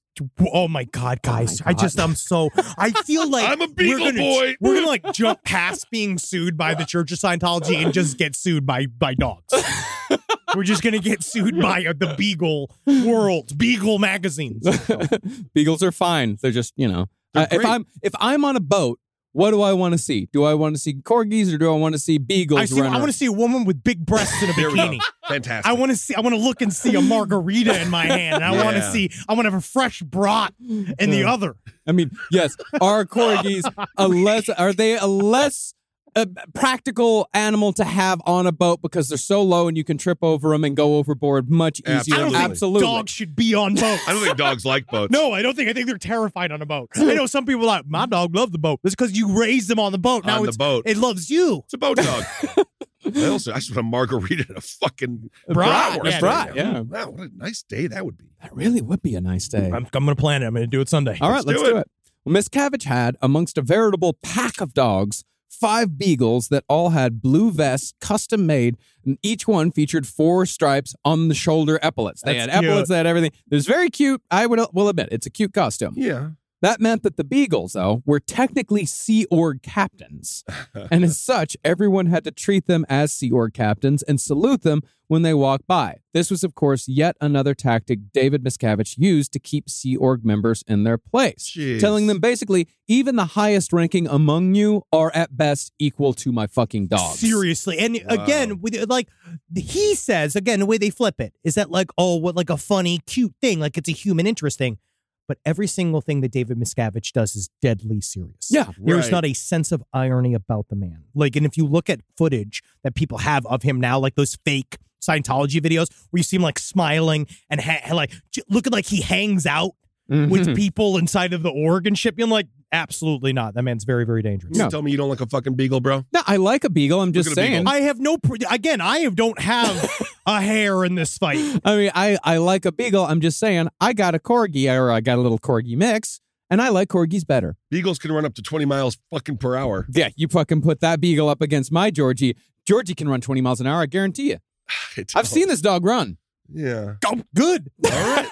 [SPEAKER 5] Oh my God, guys! I just I'm so I feel like
[SPEAKER 6] I'm a
[SPEAKER 5] we're
[SPEAKER 6] beagle
[SPEAKER 5] gonna,
[SPEAKER 6] boy.
[SPEAKER 5] We're gonna like jump past being sued by the Church of Scientology and just get sued by by dogs. we're just gonna get sued by uh, the Beagle World, Beagle magazines.
[SPEAKER 4] Beagles are fine. They're just, you know. Uh, if
[SPEAKER 6] great.
[SPEAKER 4] I'm if I'm on a boat, what do I want to see? Do I want to see corgis or do I want to see beagles
[SPEAKER 5] I see.
[SPEAKER 4] run
[SPEAKER 5] I want
[SPEAKER 4] around?
[SPEAKER 5] to see a woman with big breasts in a
[SPEAKER 6] There we go.
[SPEAKER 5] bikini.
[SPEAKER 6] Fantastic.
[SPEAKER 5] I want to see. I want to look and see a margarita in my hand. And I want
[SPEAKER 6] Yeah.
[SPEAKER 5] to see. I want to have a fresh brat in the other.
[SPEAKER 4] I mean, yes, are corgis a less are they a less uh, practical animal to have on a boat because they're so low and you can trip over them and go overboard much easier?
[SPEAKER 5] I don't
[SPEAKER 6] Absolutely.
[SPEAKER 5] think dogs should be on boats.
[SPEAKER 6] I don't think dogs like boats.
[SPEAKER 5] No, I don't think. I think they're terrified on a boat. I know some people are like my dog loved the boat. It's because you raised them on the boat. Now
[SPEAKER 6] On the
[SPEAKER 5] it's,
[SPEAKER 6] boat.
[SPEAKER 5] it loves you.
[SPEAKER 6] It's a boat dog. I also I just want a margarita and a fucking
[SPEAKER 5] brat,
[SPEAKER 6] bratwurst
[SPEAKER 5] yeah,
[SPEAKER 6] right
[SPEAKER 4] brat,
[SPEAKER 6] now.
[SPEAKER 4] yeah.
[SPEAKER 6] Wow, what a nice day that would be.
[SPEAKER 4] That really would be a nice day.
[SPEAKER 5] I'm, I'm gonna plan it. I'm gonna do it Sunday.
[SPEAKER 4] All right, let's,
[SPEAKER 6] let's
[SPEAKER 4] do
[SPEAKER 6] do
[SPEAKER 4] it. Well, Miss Cavage had, amongst a veritable pack of dogs, five beagles that all had blue vests custom made, and each one featured four stripes on the shoulder epaulets. They
[SPEAKER 5] That's
[SPEAKER 4] had
[SPEAKER 5] cute.
[SPEAKER 4] epaulets, they had everything. It was very cute. I would will admit, it's a cute costume.
[SPEAKER 6] Yeah.
[SPEAKER 4] That meant that the Beagles, though, were technically Sea Org captains. and as such, everyone had to treat them as Sea Org captains and salute them when they walked by. This was, of course, yet another tactic David Miscavige used to keep Sea Org members in their place,
[SPEAKER 6] Jeez.
[SPEAKER 4] telling them basically, even the highest ranking among you are at best equal to my fucking dogs.
[SPEAKER 5] Seriously. And
[SPEAKER 6] Wow.
[SPEAKER 5] again, with like he says, again, the way they flip it is that like, oh, what like a funny, cute thing, like it's a human interest thing. But every single thing that David Miscavige does is deadly serious.
[SPEAKER 4] Yeah.
[SPEAKER 5] There's
[SPEAKER 6] Right.
[SPEAKER 5] not a sense of irony about the man. Like, and if you look at footage that people have of him now, like those fake Scientology videos where you see him like smiling and ha- like j- looking like he hangs out
[SPEAKER 4] Mm-hmm.
[SPEAKER 5] with people inside of the org and shit, being like, absolutely not. That man's very, very dangerous.
[SPEAKER 6] You tell me you don't like a fucking beagle, bro.
[SPEAKER 4] No, I like a beagle. I'm just
[SPEAKER 6] at a beagle.
[SPEAKER 4] saying.
[SPEAKER 5] I have no. Pr- again, I have- don't have a hair in this fight.
[SPEAKER 4] I mean, I, I like a beagle. I'm just saying, I got a corgi or I got a little corgi mix, and I like corgis better.
[SPEAKER 6] Beagles can run up to 20 miles fucking per hour.
[SPEAKER 4] Yeah, you fucking put that beagle up against my Georgie. Georgie can run 20 miles an hour, I guarantee you.
[SPEAKER 6] I don't-
[SPEAKER 4] I've seen this dog run.
[SPEAKER 6] Yeah.
[SPEAKER 5] Oh, good.
[SPEAKER 6] All right.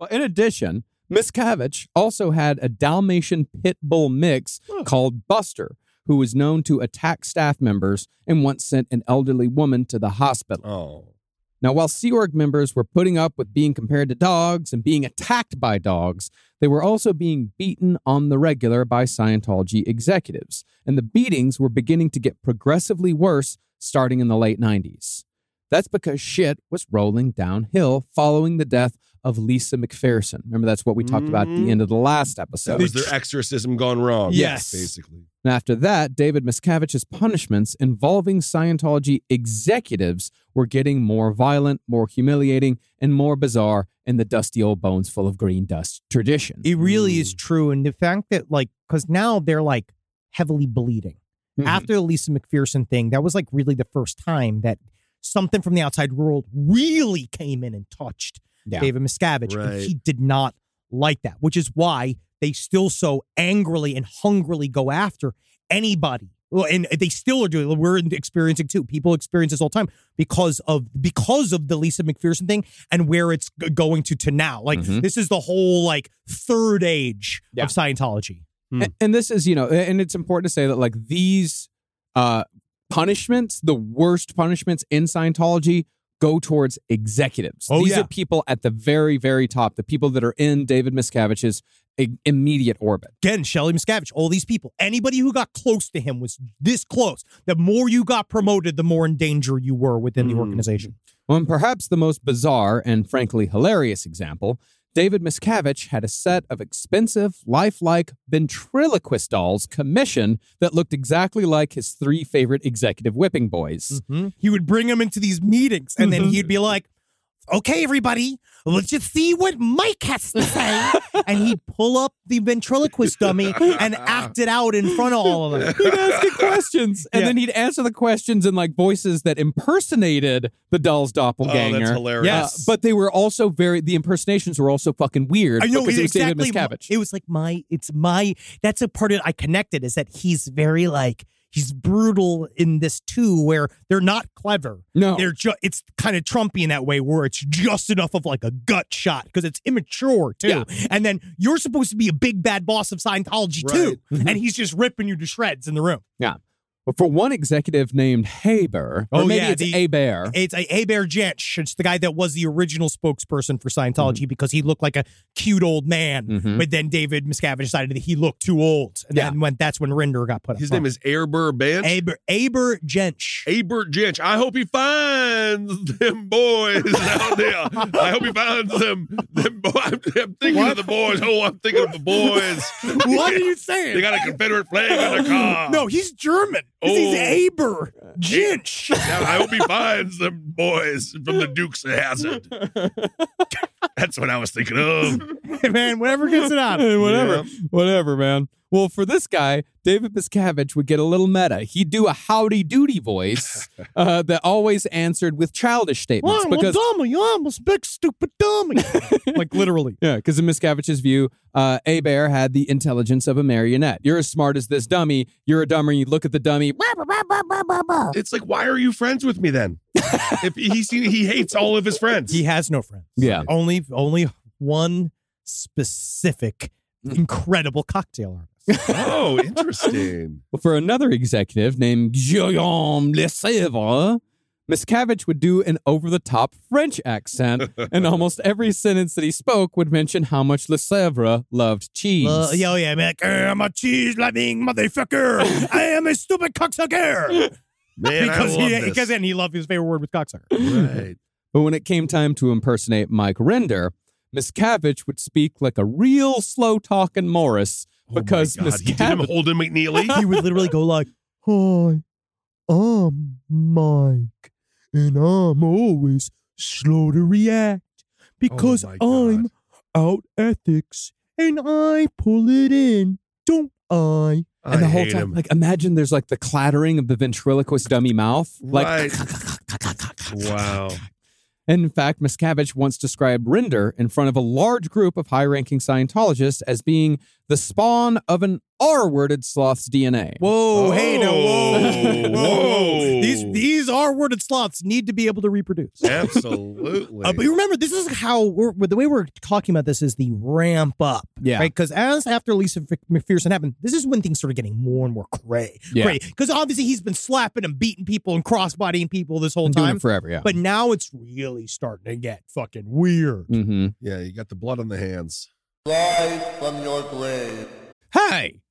[SPEAKER 4] Well, in addition, Miscavige also had a Dalmatian pit bull mix called Buster, who was known to attack staff members and once sent an elderly woman to the hospital.
[SPEAKER 6] Oh.
[SPEAKER 4] Now, while Sea Org members were putting up with being compared to dogs and being attacked by dogs, they were also being beaten on the regular by Scientology executives, and the beatings were beginning to get progressively worse starting in the late 90s. That's because shit was rolling downhill following the death of Lisa McPherson. Remember, that's what we talked about at the end of the last episode.
[SPEAKER 6] That was their exorcism gone wrong.
[SPEAKER 4] Yes.
[SPEAKER 6] Basically.
[SPEAKER 4] And after that, David Miscavige's punishments involving Scientology executives were getting more violent, more humiliating, and more bizarre in the dusty old bones full of green dust tradition.
[SPEAKER 5] It really is true, and the fact that like, because now they're like heavily bleeding
[SPEAKER 4] Mm-hmm.
[SPEAKER 5] after the Lisa McPherson thing. That was like really the first time that something from the outside world really came in and touched
[SPEAKER 4] Yeah.
[SPEAKER 5] David Miscavige, and
[SPEAKER 6] Right.
[SPEAKER 5] he did not like that, which is why they still so angrily and hungrily go after anybody. Well, and they still are doing. We're experiencing too. People experience this all the time because of because of the Lisa McPherson thing and where it's g- going to to now. Like
[SPEAKER 4] Mhm.
[SPEAKER 5] this is the whole like third age
[SPEAKER 4] Yeah.
[SPEAKER 5] of Scientology.
[SPEAKER 4] A- and, this is you know and it's important to say that like these uh punishments the worst punishments in scientology go towards executives
[SPEAKER 5] Oh,
[SPEAKER 4] these
[SPEAKER 5] yeah.
[SPEAKER 4] are people at the very very top the people that are in david miscavige's i- immediate orbit
[SPEAKER 5] again, Shelly Miscavige, all these people, anybody who got close to him was this close. The more you got promoted, the more in danger you were within
[SPEAKER 4] Mm-hmm.
[SPEAKER 5] the organization.
[SPEAKER 4] Well, and perhaps the most bizarre and frankly hilarious example, David Miscavige had a set of expensive, lifelike ventriloquist dolls commissioned that looked exactly like his three favorite executive whipping boys.
[SPEAKER 5] He would bring him into these meetings and then
[SPEAKER 4] Mm-hmm.
[SPEAKER 5] he'd be like, okay, everybody, let's just see what Mike has to say. and he'd pull up the ventriloquist dummy and act it out in front of all of them.
[SPEAKER 4] He'd ask him questions, and
[SPEAKER 5] Yeah.
[SPEAKER 4] then he'd answer the questions in like voices that impersonated the doll's doppelganger.
[SPEAKER 6] Oh, that's hilarious.
[SPEAKER 4] Uh, but they were also very the impersonations were also fucking weird
[SPEAKER 5] I know
[SPEAKER 4] because
[SPEAKER 5] it's
[SPEAKER 4] it was
[SPEAKER 5] exactly.
[SPEAKER 4] David Miscavige.
[SPEAKER 5] It was like my. It's my. That's a part of I connected is that he's very like he's brutal in this too, where they're not clever.
[SPEAKER 4] No.
[SPEAKER 5] they're just. It's kind of Trumpy in that way, where it's just enough of like a gut shot because it's immature too.
[SPEAKER 4] Yeah.
[SPEAKER 5] And then you're supposed to be a big bad boss of Scientology too, and he's just ripping you to shreds in the room.
[SPEAKER 4] yeah. But for one executive named Haber, or
[SPEAKER 5] Oh,
[SPEAKER 4] maybe
[SPEAKER 5] yeah,
[SPEAKER 4] it's
[SPEAKER 5] the-
[SPEAKER 4] Haber.
[SPEAKER 5] It's a Abear Janch. It's the guy that was the original spokesperson for Scientology because he looked like a cute old man.
[SPEAKER 4] Mhm.
[SPEAKER 5] But then David Miscavige decided that he looked too old. And
[SPEAKER 4] Yeah.
[SPEAKER 5] then when, that's when Rinder got put up.
[SPEAKER 6] His name is Airburr Bench.
[SPEAKER 5] Aber, Aber Jench.
[SPEAKER 6] Abert Jench. I hope he finds them boys out there. I hope he finds them. them bo- I'm, I'm thinking of the boys. Oh, I'm thinking of the boys.
[SPEAKER 5] what are you
[SPEAKER 6] They
[SPEAKER 5] saying?
[SPEAKER 6] got a Confederate flag on their car.
[SPEAKER 5] No, he's German. 'Cause He's
[SPEAKER 6] Oh.
[SPEAKER 5] Aber Jench.
[SPEAKER 6] Now, I hope he finds them boys from the Dukes of Hazard. That's what I was thinking of.
[SPEAKER 5] Man, whatever gets it out.
[SPEAKER 4] Hey, whatever, whatever, man. Well, for this guy, David Miscavige would get a little meta. He'd do a howdy doody voice uh, that always answered with childish statements because.
[SPEAKER 5] dummy. I'm a big stupid dummy. like literally.
[SPEAKER 4] Yeah, because in Miscavige's view, uh, Bear had the intelligence of a marionette. You're as smart as this dummy. You're a dummy. You look at the dummy.
[SPEAKER 6] It's like, why are you friends with me then? if he he hates all of his friends.
[SPEAKER 5] He has no friends.
[SPEAKER 4] Yeah.
[SPEAKER 5] Only only one specific incredible cocktail artist.
[SPEAKER 6] Oh, interesting.
[SPEAKER 4] Well, for another executive named Guillaume Le Savre, Miscavige would do an over the top French accent, and almost every sentence that he spoke would mention how much Le Savre loved cheese.
[SPEAKER 5] Uh, yeah, oh yeah, man, like, "Eh, I'm a cheese loving motherfucker. I am a stupid cocksucker.
[SPEAKER 6] Man,
[SPEAKER 5] because
[SPEAKER 6] I love
[SPEAKER 5] he,
[SPEAKER 6] this.
[SPEAKER 5] because and he loved his favorite word was cocksucker.
[SPEAKER 6] right.
[SPEAKER 4] But when it came time to impersonate Mike Render, Miscavige would speak like a real slow talking Morris because
[SPEAKER 6] oh my God. he did him
[SPEAKER 4] Miscavige.
[SPEAKER 6] Holden McNeely. Oh
[SPEAKER 5] he would literally go like, "Oh, "Hi, I'm Mike, and I'm always slow to react because
[SPEAKER 6] Oh my God.
[SPEAKER 5] I'm out ethics and I pull it in, don't I?"
[SPEAKER 6] I
[SPEAKER 4] And the whole
[SPEAKER 6] hate
[SPEAKER 4] time,
[SPEAKER 6] him.
[SPEAKER 4] like, imagine there's like the clattering of the ventriloquist dummy mouth. Like,
[SPEAKER 6] Right. wow.
[SPEAKER 4] in fact, Miscavige once described Render in front of a large group of high ranking Scientologists as being the spawn of an R worded sloth's DNA.
[SPEAKER 5] Whoa, Oh, hey, no, whoa, whoa.
[SPEAKER 6] Oh, whoa.
[SPEAKER 5] These these are worded sloths need to be able to reproduce.
[SPEAKER 6] Absolutely.
[SPEAKER 5] Uh, but remember, this is how we're the way we're talking about this is the ramp up,
[SPEAKER 4] Yeah.
[SPEAKER 5] right? Because as after Lisa Mc- McPherson happened, this is when things started getting more and more cray,
[SPEAKER 4] Yeah.
[SPEAKER 5] Because obviously he's been slapping and beating people and crossbodying people this whole
[SPEAKER 4] Been doing
[SPEAKER 5] time,
[SPEAKER 4] it forever, yeah.
[SPEAKER 5] but now it's really starting to get fucking weird.
[SPEAKER 4] mm-hmm.
[SPEAKER 6] yeah, you got the blood on the hands.
[SPEAKER 4] Hey,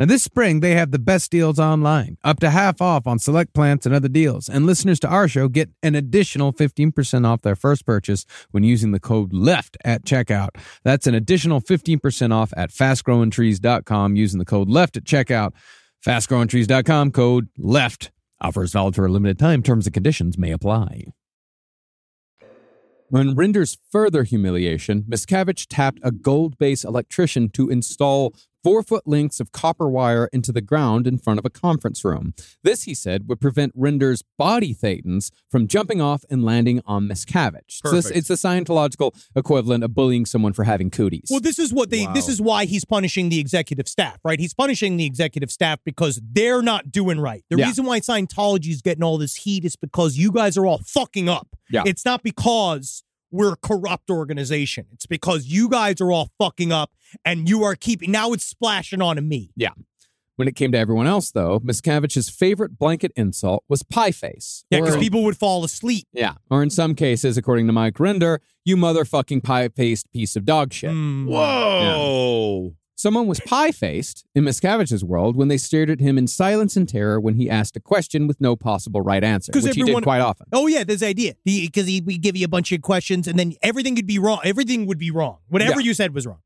[SPEAKER 4] Now, this spring, they have the best deals online, up to half off on select plants and other deals. And listeners to our show get an additional 15% off their first purchase when using the code LEFT at checkout. That's an additional 15% off at fastgrowingtrees.com using the code LEFT at checkout. Fastgrowingtrees.com, code LEFT. Offers valid for a limited time. Terms and conditions may apply. When Rinder's further humiliation, Miscavige tapped a gold base electrician to install four foot lengths of copper wire into the ground in front of a conference room. This, he said, would prevent Rinder's body thetans from jumping off and landing on Miscavige. So this,
[SPEAKER 6] Perfect.
[SPEAKER 4] it's the Scientological equivalent of bullying someone for having cooties.
[SPEAKER 5] Well, this is what they. This
[SPEAKER 6] Wow.
[SPEAKER 5] is why he's punishing the executive staff, right? He's punishing the executive staff because they're not doing right. The
[SPEAKER 4] Yeah.
[SPEAKER 5] reason why Scientology is getting all this heat is because you guys are all fucking up.
[SPEAKER 4] Yeah.
[SPEAKER 5] It's not because we're a corrupt organization. It's because you guys are all fucking up, and you are keeping. Now it's splashing onto me.
[SPEAKER 4] when it came to everyone else, though, Miscavige's favorite blanket insult was pie face.
[SPEAKER 5] Yeah, because
[SPEAKER 4] Or-
[SPEAKER 5] people would fall asleep.
[SPEAKER 4] Yeah. Or in some cases, according to Mike Rinder, you motherfucking pie faced piece of dog shit.
[SPEAKER 5] Mm.
[SPEAKER 6] Whoa.
[SPEAKER 4] Someone was pie faced in Miscavige's world when they stared at him in silence and terror when he asked a question with no possible right answer,
[SPEAKER 5] 'Cause
[SPEAKER 4] which he
[SPEAKER 5] everyone-
[SPEAKER 4] did quite often.
[SPEAKER 5] Oh yeah, this idea because he we give you a bunch of questions and then everything could be wrong. Everything would be wrong. Whatever
[SPEAKER 4] Yeah.
[SPEAKER 5] you said was wrong.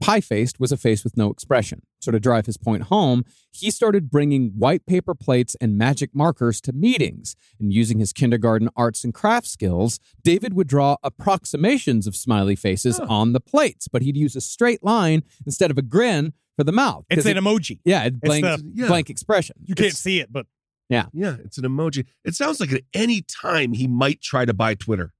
[SPEAKER 4] Pie faced was a face with no expression. So, to drive his point home, he started bringing white paper plates and magic markers to meetings. And using his kindergarten arts and crafts skills, David would draw approximations of smiley faces on the plates, but he'd use a straight line instead of a grin for the mouth.
[SPEAKER 5] It's
[SPEAKER 4] 'Cause
[SPEAKER 5] an
[SPEAKER 4] it-
[SPEAKER 5] emoji.
[SPEAKER 4] yeah, it blank,
[SPEAKER 5] the-
[SPEAKER 6] yeah.
[SPEAKER 4] blank expression.
[SPEAKER 5] You can't
[SPEAKER 4] It's-
[SPEAKER 5] see it, but
[SPEAKER 6] Yeah, it's an emoji. It sounds like at any time he might try to buy Twitter.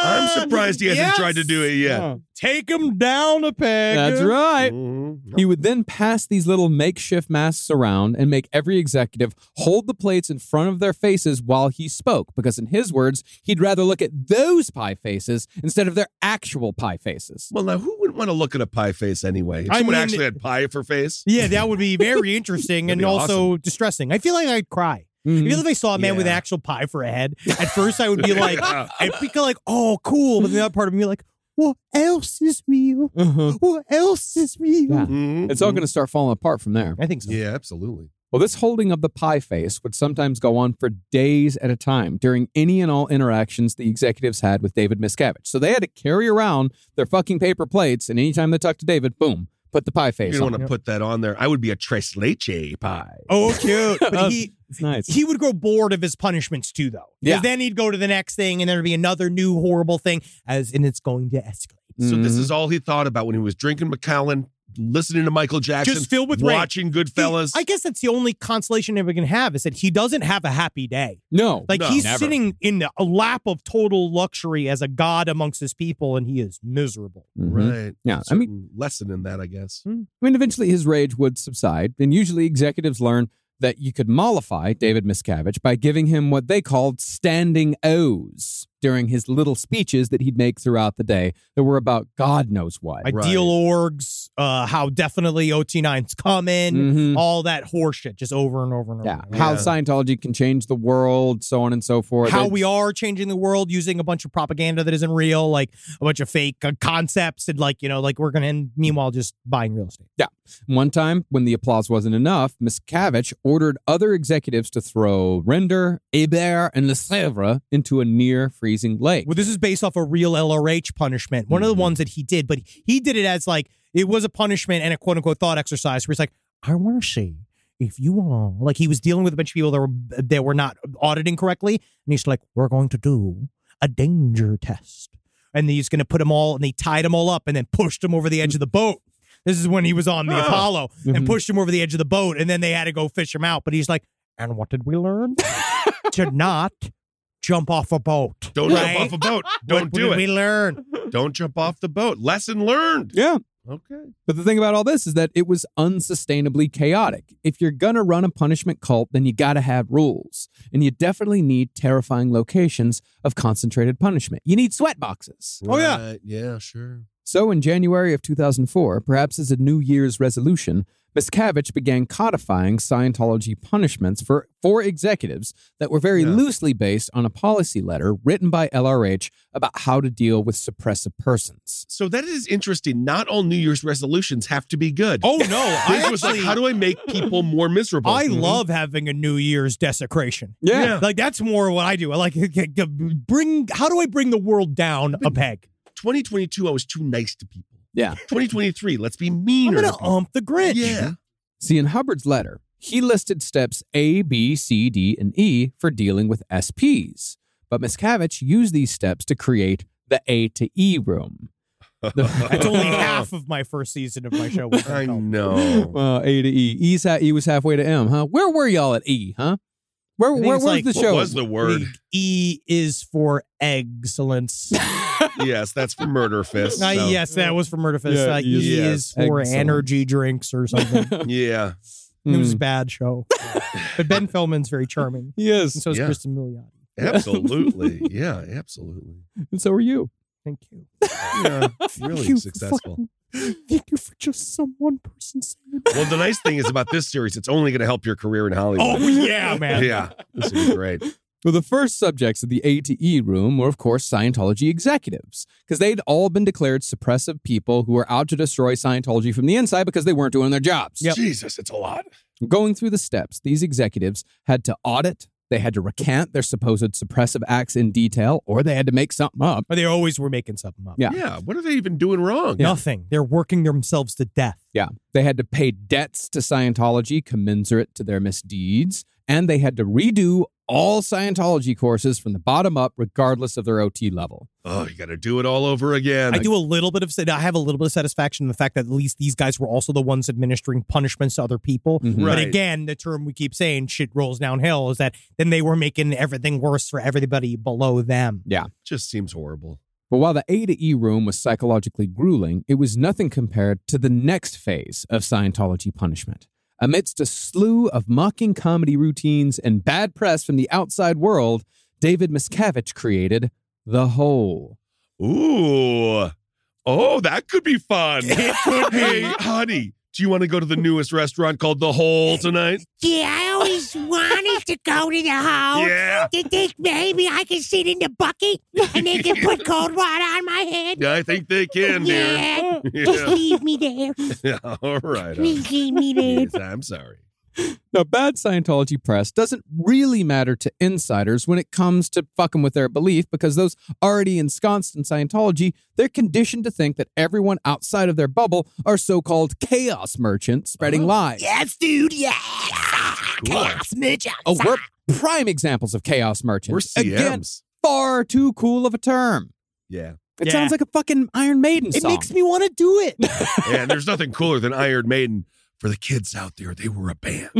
[SPEAKER 6] I'm surprised he hasn't
[SPEAKER 5] yes.
[SPEAKER 6] tried to do it yet.
[SPEAKER 4] Oh.
[SPEAKER 5] Take him down a peg.
[SPEAKER 4] That's right.
[SPEAKER 6] Mhm.
[SPEAKER 4] He would then pass these little makeshift masks around and make every executive hold the plates in front of their faces while he spoke, because in his words, he'd rather look at those pie faces instead of their actual pie faces.
[SPEAKER 6] Well, now who wouldn't want to look at a pie face anyway? If
[SPEAKER 5] I
[SPEAKER 6] someone
[SPEAKER 5] mean-
[SPEAKER 6] actually had pie for face.
[SPEAKER 5] Yeah, that would be very interesting
[SPEAKER 6] That'd
[SPEAKER 5] and
[SPEAKER 6] be
[SPEAKER 5] also distressing. I feel like I'd cry. I feel
[SPEAKER 4] Mhm.
[SPEAKER 5] if I saw a man with
[SPEAKER 6] Yeah.
[SPEAKER 5] actual pie for a head, at first I would be like,
[SPEAKER 6] Yeah.
[SPEAKER 5] I'd be kinda like, oh, cool. But then the other part of me like, what else is real? What else is real?
[SPEAKER 4] Yeah.
[SPEAKER 6] Mhm.
[SPEAKER 4] It's all going to start falling apart from there.
[SPEAKER 5] I think so.
[SPEAKER 6] Mm-hmm. Yeah, absolutely.
[SPEAKER 4] Well, this holding of the pie face would sometimes go on for days at a time during any and all interactions the executives had with David Miscavige. So they had to carry around their fucking paper plates, and anytime they talked to David, boom, put the pie
[SPEAKER 6] You
[SPEAKER 4] face
[SPEAKER 6] don't
[SPEAKER 4] on.
[SPEAKER 6] want to put that on there. I would be a tres leche pie.
[SPEAKER 5] Oh, cute. But he
[SPEAKER 4] It's nice.
[SPEAKER 5] he would grow bored of his punishments too, though. 'Cause
[SPEAKER 4] Yeah.
[SPEAKER 5] Then he'd go to the next thing, and there'd be another new horrible thing, as and it's going to escalate.
[SPEAKER 6] So this
[SPEAKER 4] Mhm.
[SPEAKER 6] is all he thought about when he was drinking McAllen, listening to Michael Jackson,
[SPEAKER 5] Just filled with rage.
[SPEAKER 6] watching Goodfellas.
[SPEAKER 5] I guess that's the only consolation that we can have is that he doesn't have a happy day.
[SPEAKER 4] no.
[SPEAKER 5] Like
[SPEAKER 6] No,
[SPEAKER 5] he's
[SPEAKER 4] never.
[SPEAKER 5] sitting in a lap of total luxury as a god amongst his people, and he is miserable.
[SPEAKER 4] Mhm.
[SPEAKER 6] Right.
[SPEAKER 4] Yeah, I
[SPEAKER 6] Certain
[SPEAKER 4] mean-
[SPEAKER 6] lesson in that, I guess.
[SPEAKER 5] Mm-hmm.
[SPEAKER 4] I mean, eventually his rage would subside, and usually executives learn that you could mollify David Miscavige by giving him what they called standing O's during his little speeches that he'd make throughout the day that were about God knows what.
[SPEAKER 6] Right.
[SPEAKER 5] Ideal orgs, uh, how definitely OT9's coming,
[SPEAKER 4] Mhm.
[SPEAKER 5] all that horseshit, just over and over and over.
[SPEAKER 4] Yeah,
[SPEAKER 5] and over.
[SPEAKER 4] how
[SPEAKER 6] Yeah.
[SPEAKER 4] Scientology can change the world, so on and so forth.
[SPEAKER 5] how
[SPEAKER 4] It's-
[SPEAKER 5] we are changing the world using a bunch of propaganda that isn't real, like a bunch of fake uh, concepts, and like you know, like we're gonna end meanwhile just buying real estate.
[SPEAKER 4] One time, when the applause wasn't enough, Miscavige ordered other executives to throw Render, Hebert, and Lefebvre into a near freezing lake.
[SPEAKER 5] Well, this is based off a real LRH punishment, one of
[SPEAKER 6] Mm-hmm.
[SPEAKER 4] Mhm.
[SPEAKER 5] the ones that he did, but he did it as like it was a punishment and a quote unquote thought exercise where he's like, I want to see if you all like he was dealing with a bunch of people that were that were not auditing correctly, and he's like, we're going to do a danger test, and he's going to put them all and they tied them all up and then pushed them over the edge of the boat. This is when he was on the
[SPEAKER 6] Oh.
[SPEAKER 5] Apollo and
[SPEAKER 4] Mhm.
[SPEAKER 5] pushed him over the edge of the boat, and then they had to go fish him out. But he's like, and what did we learn? to not jump off a boat.
[SPEAKER 6] Don't
[SPEAKER 5] right?
[SPEAKER 6] jump off a boat. Don't
[SPEAKER 5] What
[SPEAKER 6] do
[SPEAKER 5] did We
[SPEAKER 6] it.
[SPEAKER 5] learn.
[SPEAKER 6] Don't jump off the boat. Lesson learned.
[SPEAKER 4] yeah.
[SPEAKER 6] Okay.
[SPEAKER 4] But the thing about all this is that it was unsustainably chaotic. If you're going to run a punishment cult, then you got to have rules. And you definitely need terrifying locations of concentrated punishment. You need sweat boxes.
[SPEAKER 5] Oh, yeah.
[SPEAKER 6] Right. Yeah, sure.
[SPEAKER 4] So in January of 2004, perhaps as a New Year's resolution, Miscavige began codifying Scientology punishments for four executives that were very
[SPEAKER 6] Yeah.
[SPEAKER 4] loosely based on a policy letter written by LRH about how to deal with suppressive persons.
[SPEAKER 6] So that is interesting. Not all New Year's resolutions have to be good.
[SPEAKER 5] Oh no, I
[SPEAKER 6] His was like,
[SPEAKER 5] actually,
[SPEAKER 6] how do I make people more miserable?
[SPEAKER 5] I
[SPEAKER 6] Mhm.
[SPEAKER 5] love having a New Year's desecration.
[SPEAKER 4] Yeah.
[SPEAKER 5] Like that's more what I do. I like bring. How do I bring the world down a peg?
[SPEAKER 6] 2022. I was too nice to people.
[SPEAKER 4] Yeah.
[SPEAKER 6] 2023. Let's be
[SPEAKER 5] I'm
[SPEAKER 6] meaner.
[SPEAKER 5] gonna
[SPEAKER 6] to people.
[SPEAKER 5] ump the Grinch.
[SPEAKER 6] Yeah.
[SPEAKER 4] See, in Hubbard's letter, he listed steps A, B, C, D, and E for dealing with SPs. But Miscavige used these steps to create the A to E room.
[SPEAKER 5] That's only half of my first season of my show.
[SPEAKER 6] I know.
[SPEAKER 4] Well, A to E. E's ha- e was halfway to M, huh? Where were y'all at E, huh? Where,
[SPEAKER 5] think
[SPEAKER 4] where was
[SPEAKER 5] it's like-
[SPEAKER 4] the
[SPEAKER 6] What
[SPEAKER 4] show?
[SPEAKER 6] was the word?
[SPEAKER 5] The E is for excellence.
[SPEAKER 6] yes, that's for murder fist.
[SPEAKER 5] Uh,
[SPEAKER 6] so-
[SPEAKER 5] Yes, that was for Murderfist.
[SPEAKER 4] Yeah,
[SPEAKER 5] uh, e
[SPEAKER 6] yes.
[SPEAKER 5] is for
[SPEAKER 4] Excellent.
[SPEAKER 5] energy drinks or something.
[SPEAKER 6] Yeah.
[SPEAKER 5] it was a
[SPEAKER 4] Mm.
[SPEAKER 5] bad show, but Ben Feldman's very charming, and
[SPEAKER 4] Yes.
[SPEAKER 5] so is
[SPEAKER 6] Yeah.
[SPEAKER 5] Kristen Milioti.
[SPEAKER 6] Absolutely. Yeah. Absolutely.
[SPEAKER 4] And so were you.
[SPEAKER 5] Thank you.
[SPEAKER 6] Yeah. Really successful.
[SPEAKER 5] Thank you for just some one person saying.
[SPEAKER 6] Well, the nice thing is about this series, it's only going to help your career in Hollywood.
[SPEAKER 5] Oh yeah, man.
[SPEAKER 6] yeah. This would be great.
[SPEAKER 4] Well, the first subjects of the A to E room were, of course, Scientology executives, because they'd all been declared suppressive people who were out to destroy Scientology from the inside because they weren't doing their jobs.
[SPEAKER 6] Jesus, it's a lot.
[SPEAKER 4] Going through the steps, these executives had to audit, they had to recant their supposed suppressive acts in detail, or they had to make something up.
[SPEAKER 5] But they always were making something up.
[SPEAKER 4] Yeah.
[SPEAKER 6] Yeah. What are they even doing wrong?
[SPEAKER 5] Nothing. They're working themselves to death.
[SPEAKER 4] Yeah. They had to pay debts to Scientology commensurate to their misdeeds, and they had to redo all Scientology courses from the bottom up, regardless of their OT level.
[SPEAKER 6] Oh, you got to do it all over again.
[SPEAKER 5] I do a little bit of I have a little bit of satisfaction in the fact that at least these guys were also the ones administering punishments to other people.
[SPEAKER 4] Mhm.
[SPEAKER 6] Right.
[SPEAKER 5] But again, the term we keep saying shit rolls downhill is that then they were making everything worse for everybody below them.
[SPEAKER 6] Just seems horrible.
[SPEAKER 4] But while the A to E room was psychologically grueling, it was nothing compared to the next phase of Scientology punishment. Amidst a slew of mocking comedy routines and bad press from the outside world, David Miscavige created The Hole.
[SPEAKER 6] Ooh. Oh, that could be fun. It could be. Hey, honey, do you want to go to the newest restaurant called The Hole tonight?
[SPEAKER 8] Yeah, I always wanted to go to the house.
[SPEAKER 6] Yeah.
[SPEAKER 8] To think maybe I can sit in the bucket and they can put cold water on my head.
[SPEAKER 6] I think they can, dear.
[SPEAKER 8] yeah. Just
[SPEAKER 6] Yeah.
[SPEAKER 8] leave me there.
[SPEAKER 6] Yeah, All right. all right.
[SPEAKER 8] Please leave me there.
[SPEAKER 6] Yes, I'm sorry.
[SPEAKER 4] Now, bad Scientology press doesn't really matter to insiders when it comes to fucking with their belief because those already ensconced in Scientology, they're conditioned to think that everyone outside of their bubble are so called chaos merchants spreading lies.
[SPEAKER 8] Yes, dude. Yeah. Chaos midget.
[SPEAKER 4] Oh, we're prime examples of chaos merchants.
[SPEAKER 6] We're
[SPEAKER 4] Again,
[SPEAKER 6] CMs.
[SPEAKER 4] far too cool of a term.
[SPEAKER 6] Yeah.
[SPEAKER 4] It
[SPEAKER 5] Yeah.
[SPEAKER 4] sounds like a fucking Iron Maiden
[SPEAKER 5] It
[SPEAKER 4] song.
[SPEAKER 5] makes me want to do it.
[SPEAKER 6] And there's nothing cooler than Iron Maiden. For the kids out there, they were a band.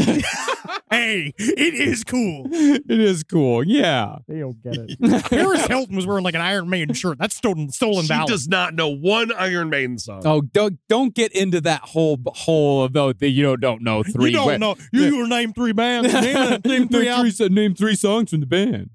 [SPEAKER 5] hey, it is cool.
[SPEAKER 4] it is cool, yeah.
[SPEAKER 7] They don't get it.
[SPEAKER 5] Paris Hilton was wearing like an Iron Maiden shirt. That's stolen, stolen
[SPEAKER 6] She
[SPEAKER 5] valor.
[SPEAKER 6] does not know one Iron Maiden song.
[SPEAKER 4] Oh, don't don't get into that whole hole of though that you don't, don't know three.
[SPEAKER 5] you don't
[SPEAKER 4] wa-
[SPEAKER 5] know. You, you were named three bands. Name, name three
[SPEAKER 4] name,
[SPEAKER 5] albums.
[SPEAKER 4] three, name three songs from the band.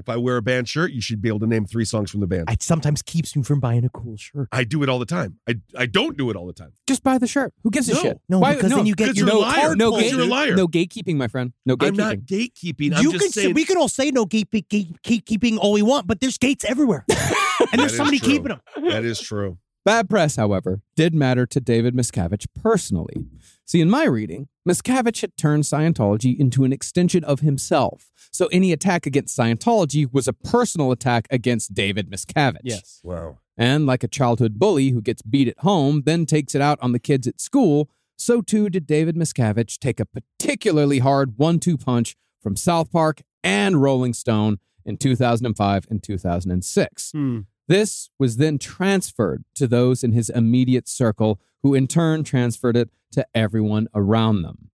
[SPEAKER 6] If I wear a band shirt, you should be able to name three songs from the band. I,
[SPEAKER 5] It sometimes keeps me from buying a cool shirt.
[SPEAKER 6] do it all the time. I, I don't do it all the time.
[SPEAKER 4] Just buy the shirt. Who gives
[SPEAKER 6] No,
[SPEAKER 4] a shit?
[SPEAKER 5] no, because then you get
[SPEAKER 6] Because
[SPEAKER 5] your
[SPEAKER 6] you're a
[SPEAKER 5] no
[SPEAKER 6] liar.
[SPEAKER 5] card
[SPEAKER 4] no,
[SPEAKER 6] Because
[SPEAKER 4] gate-
[SPEAKER 6] you're a liar.
[SPEAKER 4] no gatekeeping, my friend. No gatekeeping.
[SPEAKER 6] I'm not gatekeeping. I'm
[SPEAKER 5] you
[SPEAKER 6] just
[SPEAKER 5] can say,
[SPEAKER 6] saying.
[SPEAKER 5] we can all say no gate, gate, gate keeping all we want, but there's gates everywhere, and
[SPEAKER 6] That
[SPEAKER 5] there's
[SPEAKER 6] is
[SPEAKER 5] somebody
[SPEAKER 6] true.
[SPEAKER 5] keeping them.
[SPEAKER 6] that is true.
[SPEAKER 4] Bad press, however, did matter to David Miscavige personally. See, in my reading, Miscavige had turned Scientology into an extension of himself. So any attack against Scientology was a personal attack against David Miscavige.
[SPEAKER 5] Yes.
[SPEAKER 6] Wow.
[SPEAKER 4] And like a childhood bully who gets beat at home, then takes it out on the kids at school, so too did David Miscavige take a particularly hard one two punch from South Park and Rolling Stone in 2005 and 2006. This was then transferred to those in his immediate circle, who in turn transferred it to everyone around them.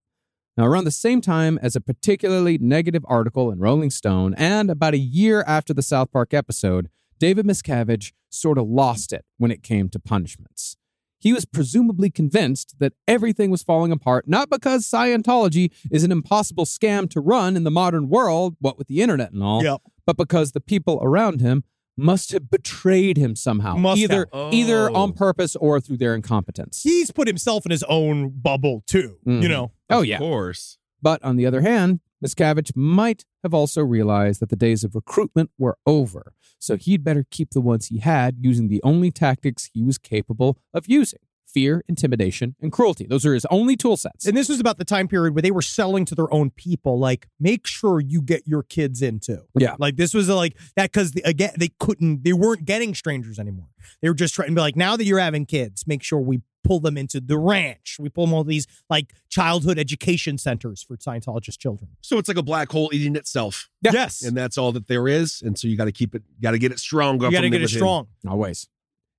[SPEAKER 4] Now, around the same time as a particularly negative article in Rolling Stone, and about a year after the South Park episode, David Miscavige sort of lost it when it came to punishments. He was presumably convinced that everything was falling apart, not because Scientology is an impossible scam to run in the modern world, what with the internet and all,
[SPEAKER 5] Yep.
[SPEAKER 4] but because the people around him must have betrayed him somehow,
[SPEAKER 5] Must
[SPEAKER 4] either
[SPEAKER 6] have.
[SPEAKER 4] either
[SPEAKER 6] Oh.
[SPEAKER 4] on purpose or through their incompetence.
[SPEAKER 5] He's put himself in his own bubble too. You
[SPEAKER 4] Mhm.
[SPEAKER 5] know,
[SPEAKER 4] Oh
[SPEAKER 6] Mm-hmm. Of
[SPEAKER 4] yeah.
[SPEAKER 6] course.
[SPEAKER 4] But on the other hand, Miscavige might have also realized that the days of recruitment were over, so he'd better keep the ones he had using the only tactics he was capable of using fear, intimidation, and cruelty. Those are his only tool sets.
[SPEAKER 5] and this was about the time period where they were selling to their own people. Like, make sure you get your kids into.
[SPEAKER 4] Yeah.
[SPEAKER 5] Like this was like that because again they couldn't they weren't getting strangers anymore. They were just trying to be like now that you're having kids, make sure we pull them into the ranch. We pull them all these like childhood education centers for Scientologist children.
[SPEAKER 6] So it's like a black hole eating itself,
[SPEAKER 4] Yeah.
[SPEAKER 5] Yes,
[SPEAKER 6] and that's all that there is. And so you got to keep it, got to get it stronger.
[SPEAKER 5] you got to
[SPEAKER 6] from
[SPEAKER 5] get it
[SPEAKER 6] within.
[SPEAKER 5] strong.
[SPEAKER 4] Always.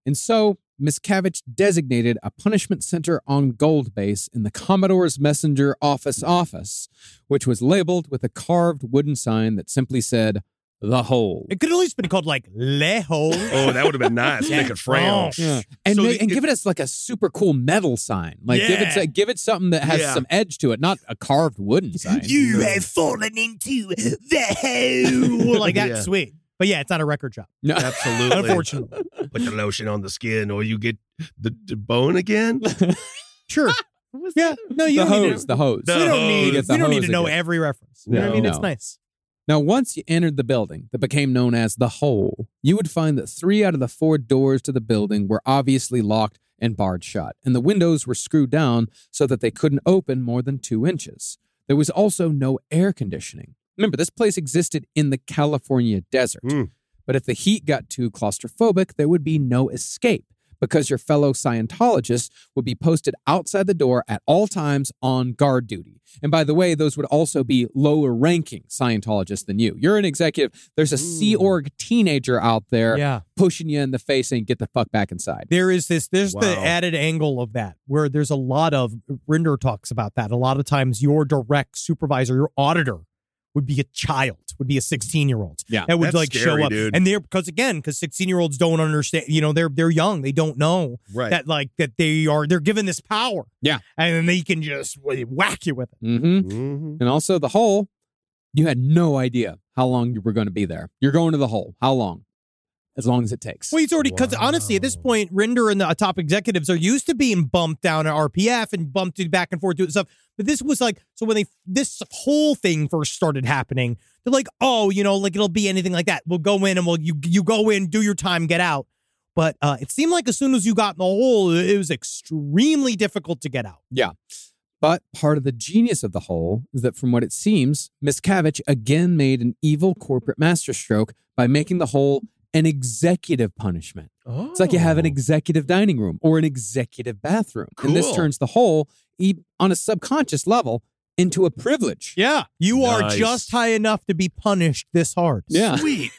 [SPEAKER 4] And so, Miscavige designated a punishment center on Gold Base in the Commodore's Messenger office office, which was labeled with a carved wooden sign that simply said, The Hole.
[SPEAKER 5] It could at least been called like leho.
[SPEAKER 6] Oh, that would have been nice. Make it French.
[SPEAKER 4] Yeah. And,
[SPEAKER 6] So
[SPEAKER 4] ma-
[SPEAKER 6] the-
[SPEAKER 4] and give it us like a super cool metal sign. Like give it
[SPEAKER 5] Yeah.
[SPEAKER 4] s- give it something that has
[SPEAKER 6] Yeah.
[SPEAKER 4] some edge to it, not a carved wooden sign.
[SPEAKER 8] You have fallen into the hole.
[SPEAKER 5] like that's
[SPEAKER 6] Yeah.
[SPEAKER 5] sweet. But yeah, it's not a record shop.
[SPEAKER 4] No.
[SPEAKER 6] Absolutely.
[SPEAKER 5] Unfortunately,
[SPEAKER 6] Put the lotion on the skin, or you get the, the bone again.
[SPEAKER 5] sure. yeah, no, you
[SPEAKER 4] the
[SPEAKER 5] don't need
[SPEAKER 4] hose,
[SPEAKER 5] to-
[SPEAKER 4] the hose.
[SPEAKER 6] The
[SPEAKER 5] you
[SPEAKER 6] hose.
[SPEAKER 5] don't need.
[SPEAKER 6] You
[SPEAKER 4] get the
[SPEAKER 5] you don't need
[SPEAKER 4] hose
[SPEAKER 5] to know
[SPEAKER 4] again.
[SPEAKER 5] every reference. You know what I
[SPEAKER 4] No.
[SPEAKER 5] mean?
[SPEAKER 4] No.
[SPEAKER 5] It's nice.
[SPEAKER 4] Now, once you entered the building that became known as the Hole, you would find that three out of the four doors to the building were obviously locked and barred shut, and the windows were screwed down so that they couldn't open more than two inches. There was also no air conditioning. Remember, this place existed in the California desert.
[SPEAKER 6] Mm.
[SPEAKER 4] But if the heat got too claustrophobic, there would be no escape because your fellow Scientologists would be posted outside the door at all times on guard duty. And by the way, those would also be lower ranking Scientologists than you. You're an executive. There's a Sea Org teenager out there
[SPEAKER 5] Yeah.
[SPEAKER 4] pushing you in the face saying, get the fuck back inside.
[SPEAKER 5] there is this there's
[SPEAKER 6] Wow.
[SPEAKER 5] the added angle of that where there's a lot of Rinder talks about that. A lot of times your direct supervisor, your auditor would be a child, would be a 16 year old.
[SPEAKER 4] Yeah,
[SPEAKER 5] That would
[SPEAKER 6] that's
[SPEAKER 5] like
[SPEAKER 6] scary,
[SPEAKER 5] show up.
[SPEAKER 6] dude.
[SPEAKER 5] And they're because again, because 16 year olds don't understand, you know, they're they're young. They don't know
[SPEAKER 6] Right.
[SPEAKER 5] that like that they are they're given this power.
[SPEAKER 4] Yeah.
[SPEAKER 5] And then they can just whack you with it.
[SPEAKER 4] Mm-hmm.
[SPEAKER 6] Mhm.
[SPEAKER 4] And also the hole, you had no idea how long you were going to be there. You're going to the hole. How long? As long as it takes.
[SPEAKER 5] Well, he's already because honestly, at this point, Rinder and the uh, top executives are used to being bumped down at RPF and bumped to back and forth doing stuff. But this was like so when they this whole thing first started happening, they're like, oh, you know, like it'll be anything like that. We'll go in and we'll you you go in, do your time, get out. But uh, it seemed like as soon as you got in the hole, it was extremely difficult to get out.
[SPEAKER 4] But part of the genius of the whole is that, from what it seems, Miscavige again made an evil corporate masterstroke by making the whole an executive punishment. It's like you have
[SPEAKER 6] Oh.
[SPEAKER 4] an executive dining room or an executive bathroom. And this
[SPEAKER 6] Cool.
[SPEAKER 4] turns the whole, e- on a subconscious level, into a privilege.
[SPEAKER 5] Yeah, you
[SPEAKER 6] Nice.
[SPEAKER 5] are just high enough to be punished this hard.
[SPEAKER 4] Yeah.
[SPEAKER 6] Sweet.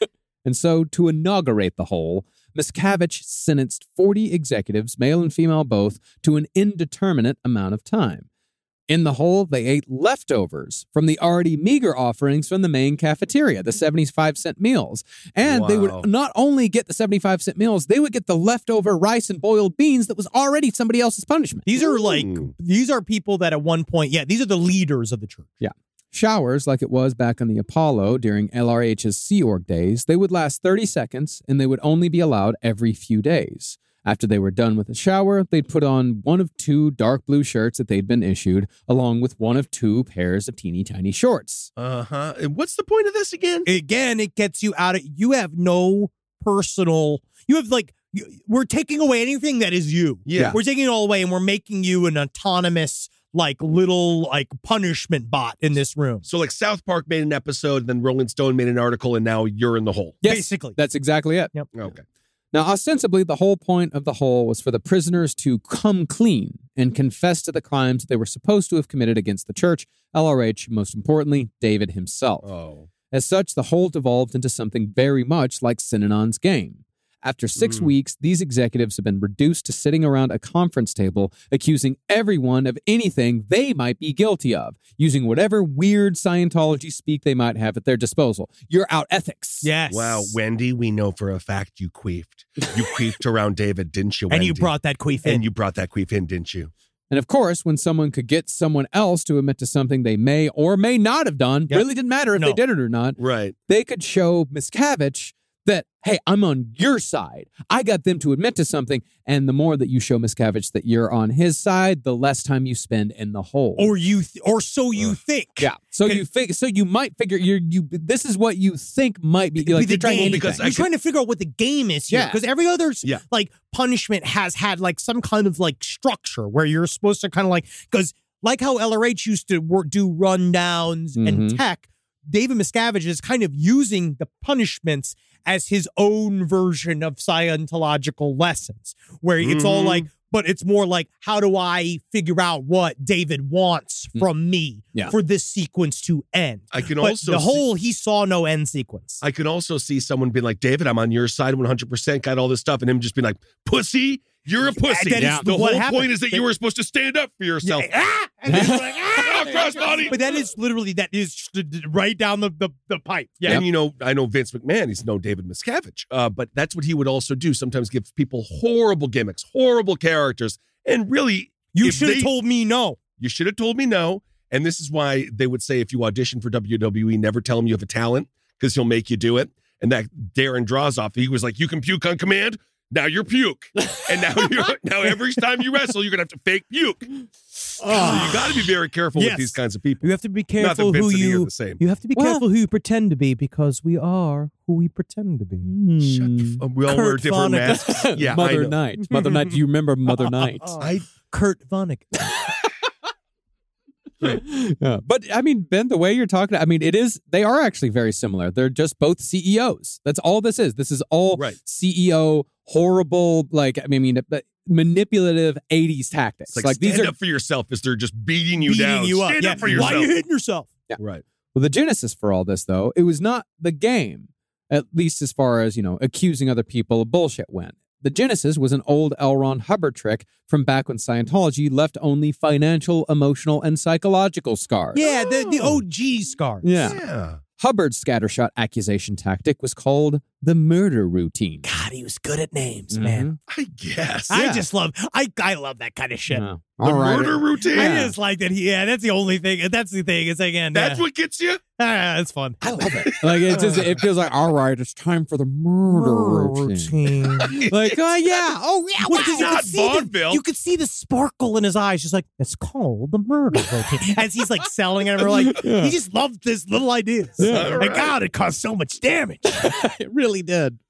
[SPEAKER 4] And so, to inaugurate the whole, Miscavige sentenced 40 executives, male and female both, to an indeterminate amount of time. In the whole, they ate leftovers from the already meager offerings from the main cafeteria, the 75 cent meals. And they
[SPEAKER 6] Wow.
[SPEAKER 4] would not only get the 75 cent meals, they would get the leftover rice and boiled beans that was already somebody else's punishment.
[SPEAKER 5] These are like
[SPEAKER 6] Ooh.
[SPEAKER 5] these are people that at one point, yeah, these are the leaders of the church.
[SPEAKER 4] Showers, like it was back on the Apollo during LRH's Sea Org days, they would last 30 seconds and they would only be allowed every few days. After they were done with the shower, they'd put on one of two dark blue shirts that they'd been issued, along with one of two pairs of teeny tiny shorts.
[SPEAKER 6] Uh huh. And what's the point of this again?
[SPEAKER 5] again, it gets you out of you have no personal you have like you, we're taking away anything that is you.
[SPEAKER 6] Yeah.
[SPEAKER 5] We're taking it all away and we're making you an autonomous like little like punishment bot in this room.
[SPEAKER 6] So like South Park made an episode, then Rolling Stone made an article, and now you're in the hole.
[SPEAKER 4] Yes,
[SPEAKER 5] Basically.
[SPEAKER 4] That's exactly it.
[SPEAKER 6] Okay.
[SPEAKER 4] Now, ostensibly, the whole point of the whole was for the prisoners to come clean and confess to the crimes they were supposed to have committed against the church, LRH, most importantly, David himself.
[SPEAKER 6] Oh.
[SPEAKER 4] As such, the whole devolved into something very much like Synanon's game. After six
[SPEAKER 5] Hmm.
[SPEAKER 6] Mm.
[SPEAKER 4] weeks, these executives have been reduced to sitting around a conference table, accusing everyone of anything they might be guilty of, using whatever weird Scientology speak they might have at their disposal. You're out ethics.
[SPEAKER 5] yes.
[SPEAKER 6] Wow, Wendy, we know for a fact you queefed. You queefed around David, didn't you?
[SPEAKER 5] and you
[SPEAKER 6] Wendy?
[SPEAKER 5] brought that queef in.
[SPEAKER 6] and you brought that queef in, didn't you?
[SPEAKER 4] And of course, when someone could get someone else to admit to something they may or may not have done,
[SPEAKER 5] Yep.
[SPEAKER 4] really didn't matter if they
[SPEAKER 5] No.
[SPEAKER 4] did it or not,
[SPEAKER 6] Right.
[SPEAKER 4] they could show Miscavige that, hey, I'm on your side. I got them to admit to something. And the more that you show Miscavige that you're on his side, the less time you spend in the hole.
[SPEAKER 5] or you th- or so you think.
[SPEAKER 4] yeah. So
[SPEAKER 5] Okay.
[SPEAKER 4] you fig- so you might figure you you this is what you think might be like
[SPEAKER 5] Be the
[SPEAKER 4] you're trying
[SPEAKER 5] game.
[SPEAKER 4] anything.
[SPEAKER 6] because I
[SPEAKER 5] You're
[SPEAKER 6] could-
[SPEAKER 5] trying to figure out what the game is here.
[SPEAKER 4] Yeah.
[SPEAKER 5] Because every other
[SPEAKER 6] Yeah.
[SPEAKER 5] like punishment has had like some kind of like structure where you're supposed to kind of like because like how LRH used to work, do rundowns
[SPEAKER 4] Mhm.
[SPEAKER 5] and
[SPEAKER 6] Mm-hmm.
[SPEAKER 5] tech, David Miscavige is kind of using the punishments as his own version of Scientological lessons, where it's all
[SPEAKER 6] Mhm.
[SPEAKER 5] like, but it's more like, how do I figure out what David wants
[SPEAKER 6] Mm.
[SPEAKER 5] from me
[SPEAKER 4] Yeah.
[SPEAKER 5] for this sequence to end?
[SPEAKER 6] I can
[SPEAKER 5] But
[SPEAKER 6] also
[SPEAKER 5] the
[SPEAKER 6] see-
[SPEAKER 5] whole he saw no end sequence.
[SPEAKER 6] I can also see someone being like, David, I'm on your side 100%, got all this stuff, and him just being like, pussy, you're a pussy.
[SPEAKER 5] that is
[SPEAKER 6] the whole
[SPEAKER 5] what happened.
[SPEAKER 6] point is that you were supposed to stand up for yourself.
[SPEAKER 5] Ah! And he's like,
[SPEAKER 6] Ah, crossbody.
[SPEAKER 5] But that is literally that is sh- d- d- right down the the, the pipe. Yeah.
[SPEAKER 6] And you know, I know Vince McMahon, he's no David Miscavige, uh, but that's what he would also do. Sometimes give people horrible gimmicks, horrible characters. And really,
[SPEAKER 5] You
[SPEAKER 6] if
[SPEAKER 5] should have
[SPEAKER 6] they-
[SPEAKER 5] told me no.
[SPEAKER 6] you should have told me no. And this is why they would say if you audition for WWE, never tell him you have a talent because he'll make you do it. And that Darren Drozoff, he was like, you can puke on command. Now you're puke. And now you're now every time you wrestle, you're gonna have to fake puke. So Oh, you gotta be very careful
[SPEAKER 5] Ah. Yes.
[SPEAKER 6] with these kinds of people.
[SPEAKER 5] You have to be
[SPEAKER 6] Not that
[SPEAKER 5] careful
[SPEAKER 6] Vince
[SPEAKER 5] who
[SPEAKER 6] and he are
[SPEAKER 5] you
[SPEAKER 6] the same.
[SPEAKER 5] you have to be
[SPEAKER 4] Well-
[SPEAKER 5] careful who you pretend to be because we are who we pretend to be.
[SPEAKER 6] Shut the f- we
[SPEAKER 5] Hmm.
[SPEAKER 6] all wear
[SPEAKER 5] Kurt
[SPEAKER 6] different
[SPEAKER 5] Vonnegut.
[SPEAKER 6] masks. Yeah, I
[SPEAKER 4] Hmm. Mother
[SPEAKER 6] know.
[SPEAKER 4] Night. Mother Night, do you remember Mother Night?
[SPEAKER 5] Oh.
[SPEAKER 6] I
[SPEAKER 5] Kurt Vonnegut.
[SPEAKER 4] Yeah. But I mean, Ben, the way you're talking, I mean, it is, they are actually very similar. They're just both CEOs. That's all this is. This is all
[SPEAKER 6] Right.
[SPEAKER 4] CEO, horrible, like, I mean, but manipulative 80s tactics.
[SPEAKER 6] it's like,
[SPEAKER 4] Like, these
[SPEAKER 6] stand
[SPEAKER 4] are,
[SPEAKER 6] up for yourself as they're just beating you
[SPEAKER 5] beating
[SPEAKER 6] down.
[SPEAKER 5] you up.
[SPEAKER 6] Stand
[SPEAKER 5] yeah.
[SPEAKER 6] up
[SPEAKER 5] Why are
[SPEAKER 6] for
[SPEAKER 5] you
[SPEAKER 6] yourself.
[SPEAKER 5] hitting yourself?
[SPEAKER 6] Right.
[SPEAKER 4] well, the genesis for all this, though, it was not the game, at least as far as, you know, accusing other people of bullshit went. The Genesis was an old L. Ron Hubbard trick from back when Scientology left only financial, emotional, and psychological scars.
[SPEAKER 5] Yeah, the, the OG scars.
[SPEAKER 4] Yeah.
[SPEAKER 6] Yeah.
[SPEAKER 4] Hubbard's scattershot accusation tactic was called the murder routine.
[SPEAKER 5] God, he was good at names,
[SPEAKER 4] Mhm.
[SPEAKER 5] man.
[SPEAKER 6] I guess.
[SPEAKER 5] I just love I I love that kind of shit.
[SPEAKER 4] Yeah.
[SPEAKER 6] the
[SPEAKER 4] All right.
[SPEAKER 6] murder routine.
[SPEAKER 5] I just like that. He, yeah, that's the only thing. That's the thing. It's again.
[SPEAKER 6] That's
[SPEAKER 5] yeah.
[SPEAKER 6] what gets you.
[SPEAKER 5] Ah, that's fun.
[SPEAKER 4] I love it. like it just it feels like all right, it's time for the murder, routine. Like oh yeah, oh yeah,
[SPEAKER 5] Oh, Well,
[SPEAKER 4] wow.
[SPEAKER 5] 'cause you
[SPEAKER 6] not
[SPEAKER 5] could see
[SPEAKER 6] vaudeville.
[SPEAKER 5] The, you could see the sparkle in his eyes. She's like, it's called the murder routine. As he's like selling it, and we're like,
[SPEAKER 4] Yeah.
[SPEAKER 5] he just loved this little ideas.
[SPEAKER 4] Yeah.
[SPEAKER 5] Like, God, it caused so much damage.
[SPEAKER 4] it really did.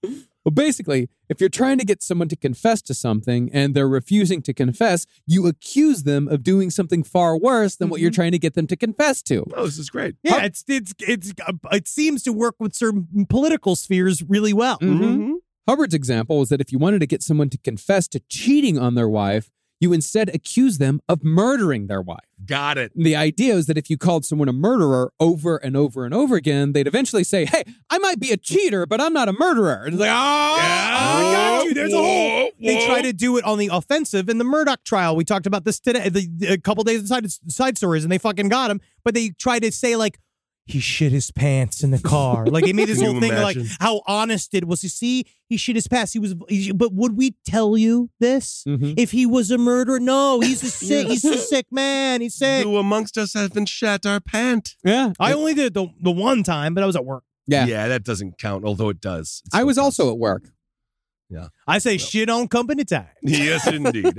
[SPEAKER 4] Well, basically, if you're trying to get someone to confess to something and they're refusing to confess, you accuse them of doing something far worse than what you're trying to get them to confess to.
[SPEAKER 6] Oh, this is great.
[SPEAKER 5] Yeah, it's it's it's uh, it seems to work with certain political spheres really well.
[SPEAKER 4] Mhm. Hubbard's example was that if you wanted to get someone to confess to cheating on their wife, you instead accuse them of murdering their wife.
[SPEAKER 6] Got it.
[SPEAKER 4] The idea is that if you called someone a murderer over and over and over again, they'd eventually say, Hey, I might be a cheater, but I'm not a murderer. And it's like, Oh,
[SPEAKER 5] I got you. There's a whole.
[SPEAKER 6] Whoa,
[SPEAKER 5] They
[SPEAKER 6] whoa.
[SPEAKER 5] try to do it on the offensive in the Murdoch trial. We talked about this today, the, a couple days inside side stories, and they fucking got him. But they try to say like he shit his pants in the car. Like they made this
[SPEAKER 6] Can
[SPEAKER 5] whole
[SPEAKER 6] you
[SPEAKER 5] thing like
[SPEAKER 6] imagine?
[SPEAKER 5] how honest it was. You see, he shit his pants. He was, he, but would we tell you this
[SPEAKER 4] Mhm.
[SPEAKER 5] if he was a murderer? No, he's a sick. He's a sick man. He's sick.
[SPEAKER 6] Who amongst us has been shat our pant?
[SPEAKER 4] Yeah.
[SPEAKER 5] I only did it the, the one time, but I was at work.
[SPEAKER 4] yeah.
[SPEAKER 6] that doesn't count, although it does. It
[SPEAKER 4] I
[SPEAKER 6] still
[SPEAKER 4] was
[SPEAKER 6] counts.
[SPEAKER 4] also at work.
[SPEAKER 5] I say shit on company time.
[SPEAKER 6] Yes, indeed.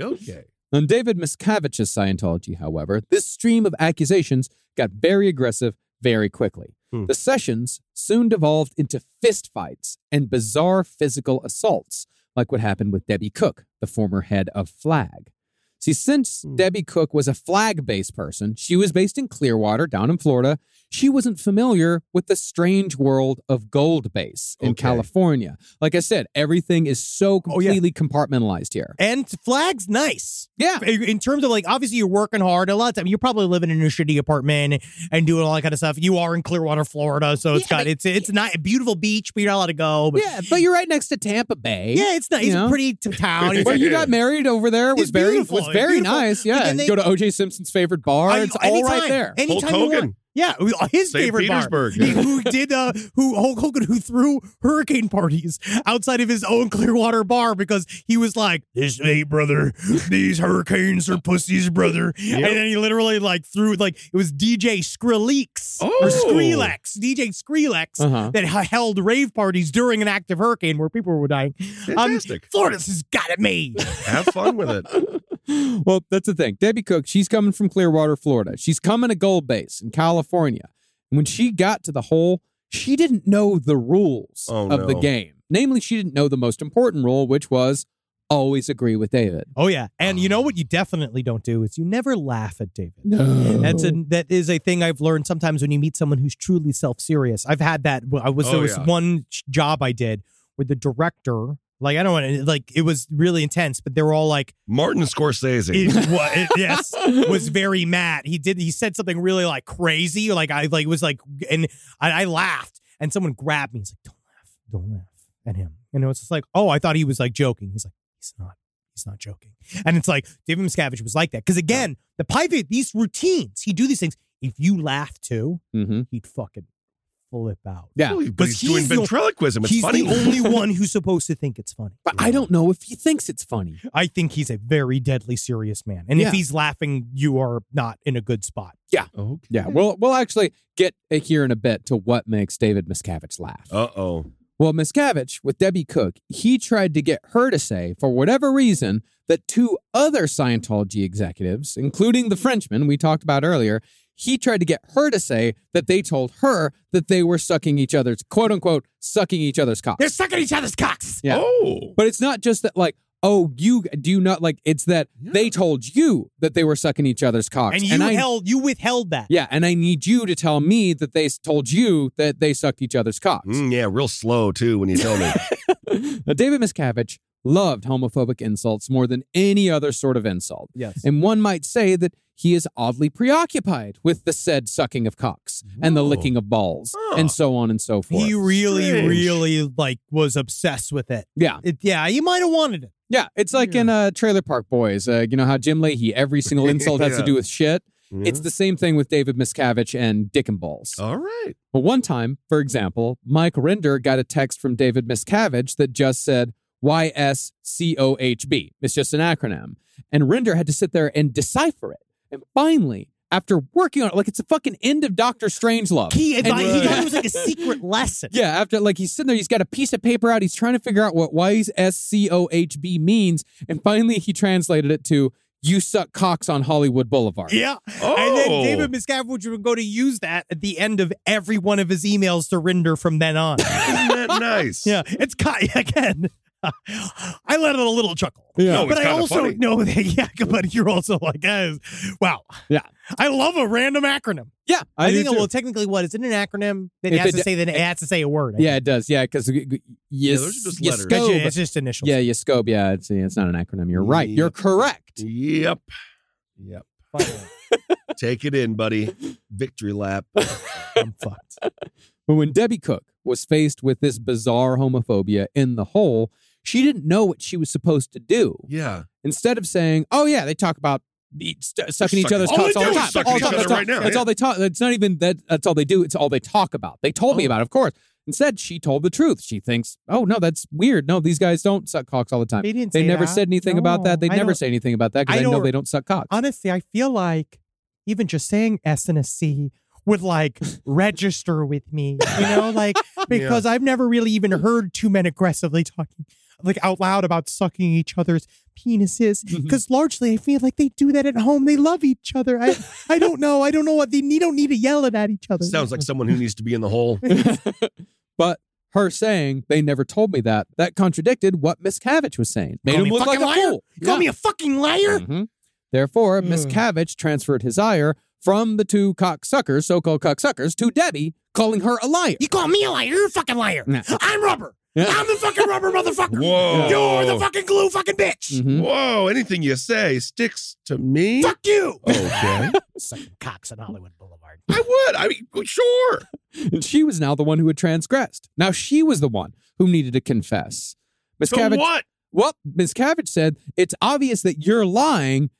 [SPEAKER 6] Okay.
[SPEAKER 4] On David Miscavige's Scientology, however, this stream of accusations got very aggressive very quickly.
[SPEAKER 6] Hmm.
[SPEAKER 4] The sessions soon devolved into fistfights and bizarre physical assaults, like what happened with Debbie Cook, the former head of Flag. See, since Debbie Cook was a flag based person, she was based in Clearwater, down in Florida. She wasn't familiar with the strange world of gold base in
[SPEAKER 6] Okay.
[SPEAKER 4] California. Like I said, everything is so
[SPEAKER 5] Oh, yeah.
[SPEAKER 4] completely compartmentalized here.
[SPEAKER 5] And flags nice.
[SPEAKER 4] Yeah.
[SPEAKER 5] in terms of like obviously you're working hard a lot of time you're probably living in a shitty apartment and doing all that kind of stuff you are in clearwater florida so it's
[SPEAKER 4] Yeah,
[SPEAKER 5] got
[SPEAKER 4] but-
[SPEAKER 5] it's it's not a beautiful beach but you're not allowed to go but
[SPEAKER 4] Yeah, but you're right next to Tampa Bay.
[SPEAKER 5] yeah it's not
[SPEAKER 4] You
[SPEAKER 5] it's
[SPEAKER 4] know?
[SPEAKER 5] a pretty t- town It's-
[SPEAKER 4] Where you got married over there was
[SPEAKER 5] It's
[SPEAKER 4] very
[SPEAKER 5] beautiful.
[SPEAKER 4] was very
[SPEAKER 5] Beautiful.
[SPEAKER 4] nice. Yeah,
[SPEAKER 5] Again, they-
[SPEAKER 4] go to OJ Simpson's favorite bar.
[SPEAKER 5] I-
[SPEAKER 4] it's all right there.
[SPEAKER 6] Hulk
[SPEAKER 5] anytime you want.
[SPEAKER 6] Hogan.
[SPEAKER 5] yeah his
[SPEAKER 6] St.
[SPEAKER 5] favorite bar.
[SPEAKER 6] Petersburg.
[SPEAKER 5] He- who did uh who Hulk Hogan who threw hurricane parties outside of his own Clearwater bar because he was like, This hey brother, these hurricanes are pussies, brother. And then he literally like threw like it was DJ Skrillex
[SPEAKER 6] Oh.
[SPEAKER 5] or Skrillex, DJ Skrillex
[SPEAKER 4] Uh-huh.
[SPEAKER 5] that h- held rave parties during an active hurricane where people were dying.
[SPEAKER 6] Fantastic.
[SPEAKER 5] Florida's has got it made.
[SPEAKER 6] Have fun with it.
[SPEAKER 4] well, that's the thing. Debbie Cook, she's coming from Clearwater, Florida. She's coming to Gold Base in California. And when she got to the hole, she didn't know the rules
[SPEAKER 6] Oh,
[SPEAKER 4] of the
[SPEAKER 6] no.
[SPEAKER 4] game. Namely, she didn't know the most important rule, which was always agree with David.
[SPEAKER 5] oh yeah. And you know what you definitely don't do is you never laugh at David.
[SPEAKER 4] No.
[SPEAKER 5] That's
[SPEAKER 6] Oh.
[SPEAKER 5] a that is a thing I've learned sometimes when you meet someone who's truly self serious. I've had that. I was
[SPEAKER 6] Oh,
[SPEAKER 5] there was
[SPEAKER 6] yeah.
[SPEAKER 5] one sh- job I did where the director, like I don't want to, like it was really intense, but they were all like,
[SPEAKER 6] Martin Scorsese.
[SPEAKER 5] it, wa- it- yes, was very mad. He did he said something really like crazy, like I like was like, and I, I laughed, and someone grabbed me. He's like, don't laugh, don't laugh at him. And it was just like, oh, I thought he was like joking. He's like, he's not. He's not joking. And it's like David Miscavige was like that. Because again, the private, these routines, he'd do these things. If you laugh too,
[SPEAKER 4] hmm
[SPEAKER 5] he'd fucking flip out.
[SPEAKER 4] Yeah.
[SPEAKER 6] Holy- but
[SPEAKER 5] But
[SPEAKER 6] he's
[SPEAKER 5] he's
[SPEAKER 6] doing
[SPEAKER 5] the-
[SPEAKER 6] ventriloquism. It's
[SPEAKER 5] he's
[SPEAKER 6] funny.
[SPEAKER 5] the only one who's supposed to think it's funny.
[SPEAKER 4] But I don't know if he thinks it's funny.
[SPEAKER 5] I think he's a very deadly serious man. And
[SPEAKER 4] Yeah.
[SPEAKER 5] if he's laughing, you are not in a good spot.
[SPEAKER 6] Okay.
[SPEAKER 4] Yeah, we'll, we'll actually get here in a bit to what makes David Miscavige laugh.
[SPEAKER 6] Uh oh.
[SPEAKER 4] Well, Miscavige, with Debbie Cook, he tried to get her to say, for whatever reason, that two other Scientology executives, including the Frenchman we talked about earlier, he tried to get her to say that they told her that they were sucking each other's, quote unquote, sucking each other's cock.
[SPEAKER 5] sucking each other's cocks.
[SPEAKER 4] Yeah.
[SPEAKER 6] Oh.
[SPEAKER 4] But it's not just that, like, oh, you do you not like, it's that they told you that they were sucking each other's cocks.
[SPEAKER 5] And you
[SPEAKER 4] I,
[SPEAKER 5] held you withheld that.
[SPEAKER 4] Yeah, and I need you to tell me that they s- told you that they sucked each other's cocks.
[SPEAKER 6] Mm, yeah, real slow too when you tell me.
[SPEAKER 4] now, David Miscavige loved homophobic insults more than any other sort of insult.
[SPEAKER 5] Yes.
[SPEAKER 4] And one might say that he is oddly preoccupied with the said sucking of cocks and the
[SPEAKER 6] Whoa.
[SPEAKER 4] licking of balls
[SPEAKER 6] Huh.
[SPEAKER 4] and so on and so forth.
[SPEAKER 5] He really,
[SPEAKER 6] Strange.
[SPEAKER 5] really like was obsessed with it.
[SPEAKER 4] yeah.
[SPEAKER 5] it yeah, he might have wanted it.
[SPEAKER 4] Yeah, it's like in uh, Trailer Park Boys. Uh, you know how Jim Leahy, every single insult has to
[SPEAKER 6] Yeah.
[SPEAKER 4] do with shit?
[SPEAKER 6] Yeah.
[SPEAKER 4] It's the same thing with David Miscavige and Dick and Balls.
[SPEAKER 6] Mm. all right.
[SPEAKER 4] But one time, for example, Mike Render got a text from David Miscavige that just said YSCOHB. It's just an acronym. And Render had to sit there and decipher it. And finally, after working on it, like it's the fucking end of Doctor Strangelove.
[SPEAKER 5] He,
[SPEAKER 4] And-
[SPEAKER 5] like, he thought it was like a secret lesson.
[SPEAKER 4] yeah, after like he's sitting there, he's got a piece of paper out. He's trying to figure out what YSCOHB means, and finally he translated it to "You suck cocks on Hollywood Boulevard."
[SPEAKER 5] Yeah. And then
[SPEAKER 6] Oh.
[SPEAKER 5] David Miscavige would go to use that at the end of every one of his emails to Rinder from then on.
[SPEAKER 6] Isn't that nice?
[SPEAKER 5] yeah. It's kind again. I let out a little chuckle.
[SPEAKER 4] Yeah.
[SPEAKER 6] No,
[SPEAKER 5] but
[SPEAKER 6] it's
[SPEAKER 5] I
[SPEAKER 6] kinda
[SPEAKER 5] also
[SPEAKER 6] funny.
[SPEAKER 5] know that yeah, but you're also like, guys, wow.
[SPEAKER 4] Yeah.
[SPEAKER 5] I love a random acronym.
[SPEAKER 4] yeah,
[SPEAKER 5] I,
[SPEAKER 4] do
[SPEAKER 5] think
[SPEAKER 4] too.
[SPEAKER 5] well technically what is it an acronym
[SPEAKER 4] If
[SPEAKER 5] that it has
[SPEAKER 4] it
[SPEAKER 5] to
[SPEAKER 4] d-
[SPEAKER 5] say then it has to say a word. I
[SPEAKER 4] yeah, it does. Yeah, because yes, yeah,
[SPEAKER 6] those are just letters.
[SPEAKER 5] think. Gotcha,
[SPEAKER 4] scope.
[SPEAKER 5] it's just initials.
[SPEAKER 4] Yeah, you scope. Yeah, it's, yeah, it's not an acronym. You're right. You're
[SPEAKER 6] Yeah.
[SPEAKER 4] correct.
[SPEAKER 6] Yep. Yep.
[SPEAKER 5] Fuck,
[SPEAKER 6] Take it in, buddy. Victory lap.
[SPEAKER 5] I'm fucked.
[SPEAKER 4] But when Debbie Cook was faced with this bizarre homophobia in the hole, she didn't know what she was supposed to do.
[SPEAKER 6] Yeah.
[SPEAKER 4] instead of saying, "Oh yeah, they talk about e- st- sucking each
[SPEAKER 6] sucking.
[SPEAKER 4] other's
[SPEAKER 6] All
[SPEAKER 4] cocks
[SPEAKER 6] they
[SPEAKER 4] all the
[SPEAKER 6] do is
[SPEAKER 4] time."
[SPEAKER 6] suck
[SPEAKER 4] all
[SPEAKER 6] each
[SPEAKER 4] the time,
[SPEAKER 6] other
[SPEAKER 4] that's all-
[SPEAKER 6] right now,
[SPEAKER 4] That's
[SPEAKER 6] yeah.
[SPEAKER 4] all they talk. That's not even that. That's all they do. It's all they talk about. They told
[SPEAKER 6] Oh.
[SPEAKER 4] me about. it. Of course. Instead, she told the truth. She thinks, "Oh no, that's weird. No, these guys don't suck cocks all the time.
[SPEAKER 5] They didn't say
[SPEAKER 4] never
[SPEAKER 5] that.
[SPEAKER 4] said anything about that. They
[SPEAKER 5] No, I
[SPEAKER 4] never
[SPEAKER 5] don't-
[SPEAKER 4] say anything about that
[SPEAKER 5] I
[SPEAKER 4] because I know
[SPEAKER 5] don't-
[SPEAKER 4] they don't suck cocks."
[SPEAKER 5] honestly, I feel like even just saying S and a C would like register with me, you know, like because I've never really even heard two men aggressively talking like out loud about sucking each other's penises because largely I feel like they do that at home. They love each other. I I don't know. I don't know what they need, don't need to yell it at each other.
[SPEAKER 6] Sounds like someone who needs to be in the hole.
[SPEAKER 4] but her saying they never told me that that contradicted what Miss Cavage was saying. Made
[SPEAKER 5] Call
[SPEAKER 4] him
[SPEAKER 5] me a
[SPEAKER 4] look like
[SPEAKER 5] fucking
[SPEAKER 4] a
[SPEAKER 5] liar?
[SPEAKER 4] fool.
[SPEAKER 5] You call
[SPEAKER 4] Yeah.
[SPEAKER 5] me a fucking liar.
[SPEAKER 4] Mhm. Therefore,
[SPEAKER 5] Hmm.
[SPEAKER 4] Miscavige transferred his ire from the two cocksuckers, so called cocksuckers, to Debbie, calling her a liar.
[SPEAKER 5] You Oh, call me a liar? You're a fucking liar.
[SPEAKER 4] Mm. Yeah.
[SPEAKER 5] I'm rubber. I'm the fucking rubber motherfucker.
[SPEAKER 6] Whoa.
[SPEAKER 5] You're the fucking glue fucking bitch.
[SPEAKER 4] Mhm.
[SPEAKER 6] Whoa. Anything you say sticks to me.
[SPEAKER 5] Hmm? Fuck you.
[SPEAKER 6] Okay.
[SPEAKER 5] Sucking cocks on Hollywood Boulevard.
[SPEAKER 6] I would. I mean, well, sure.
[SPEAKER 4] And she was now the one who had transgressed. Now she was the one who needed to confess.
[SPEAKER 6] So
[SPEAKER 4] Miscavige,
[SPEAKER 6] what?
[SPEAKER 4] well, Miscavige said, it's obvious that you're lying,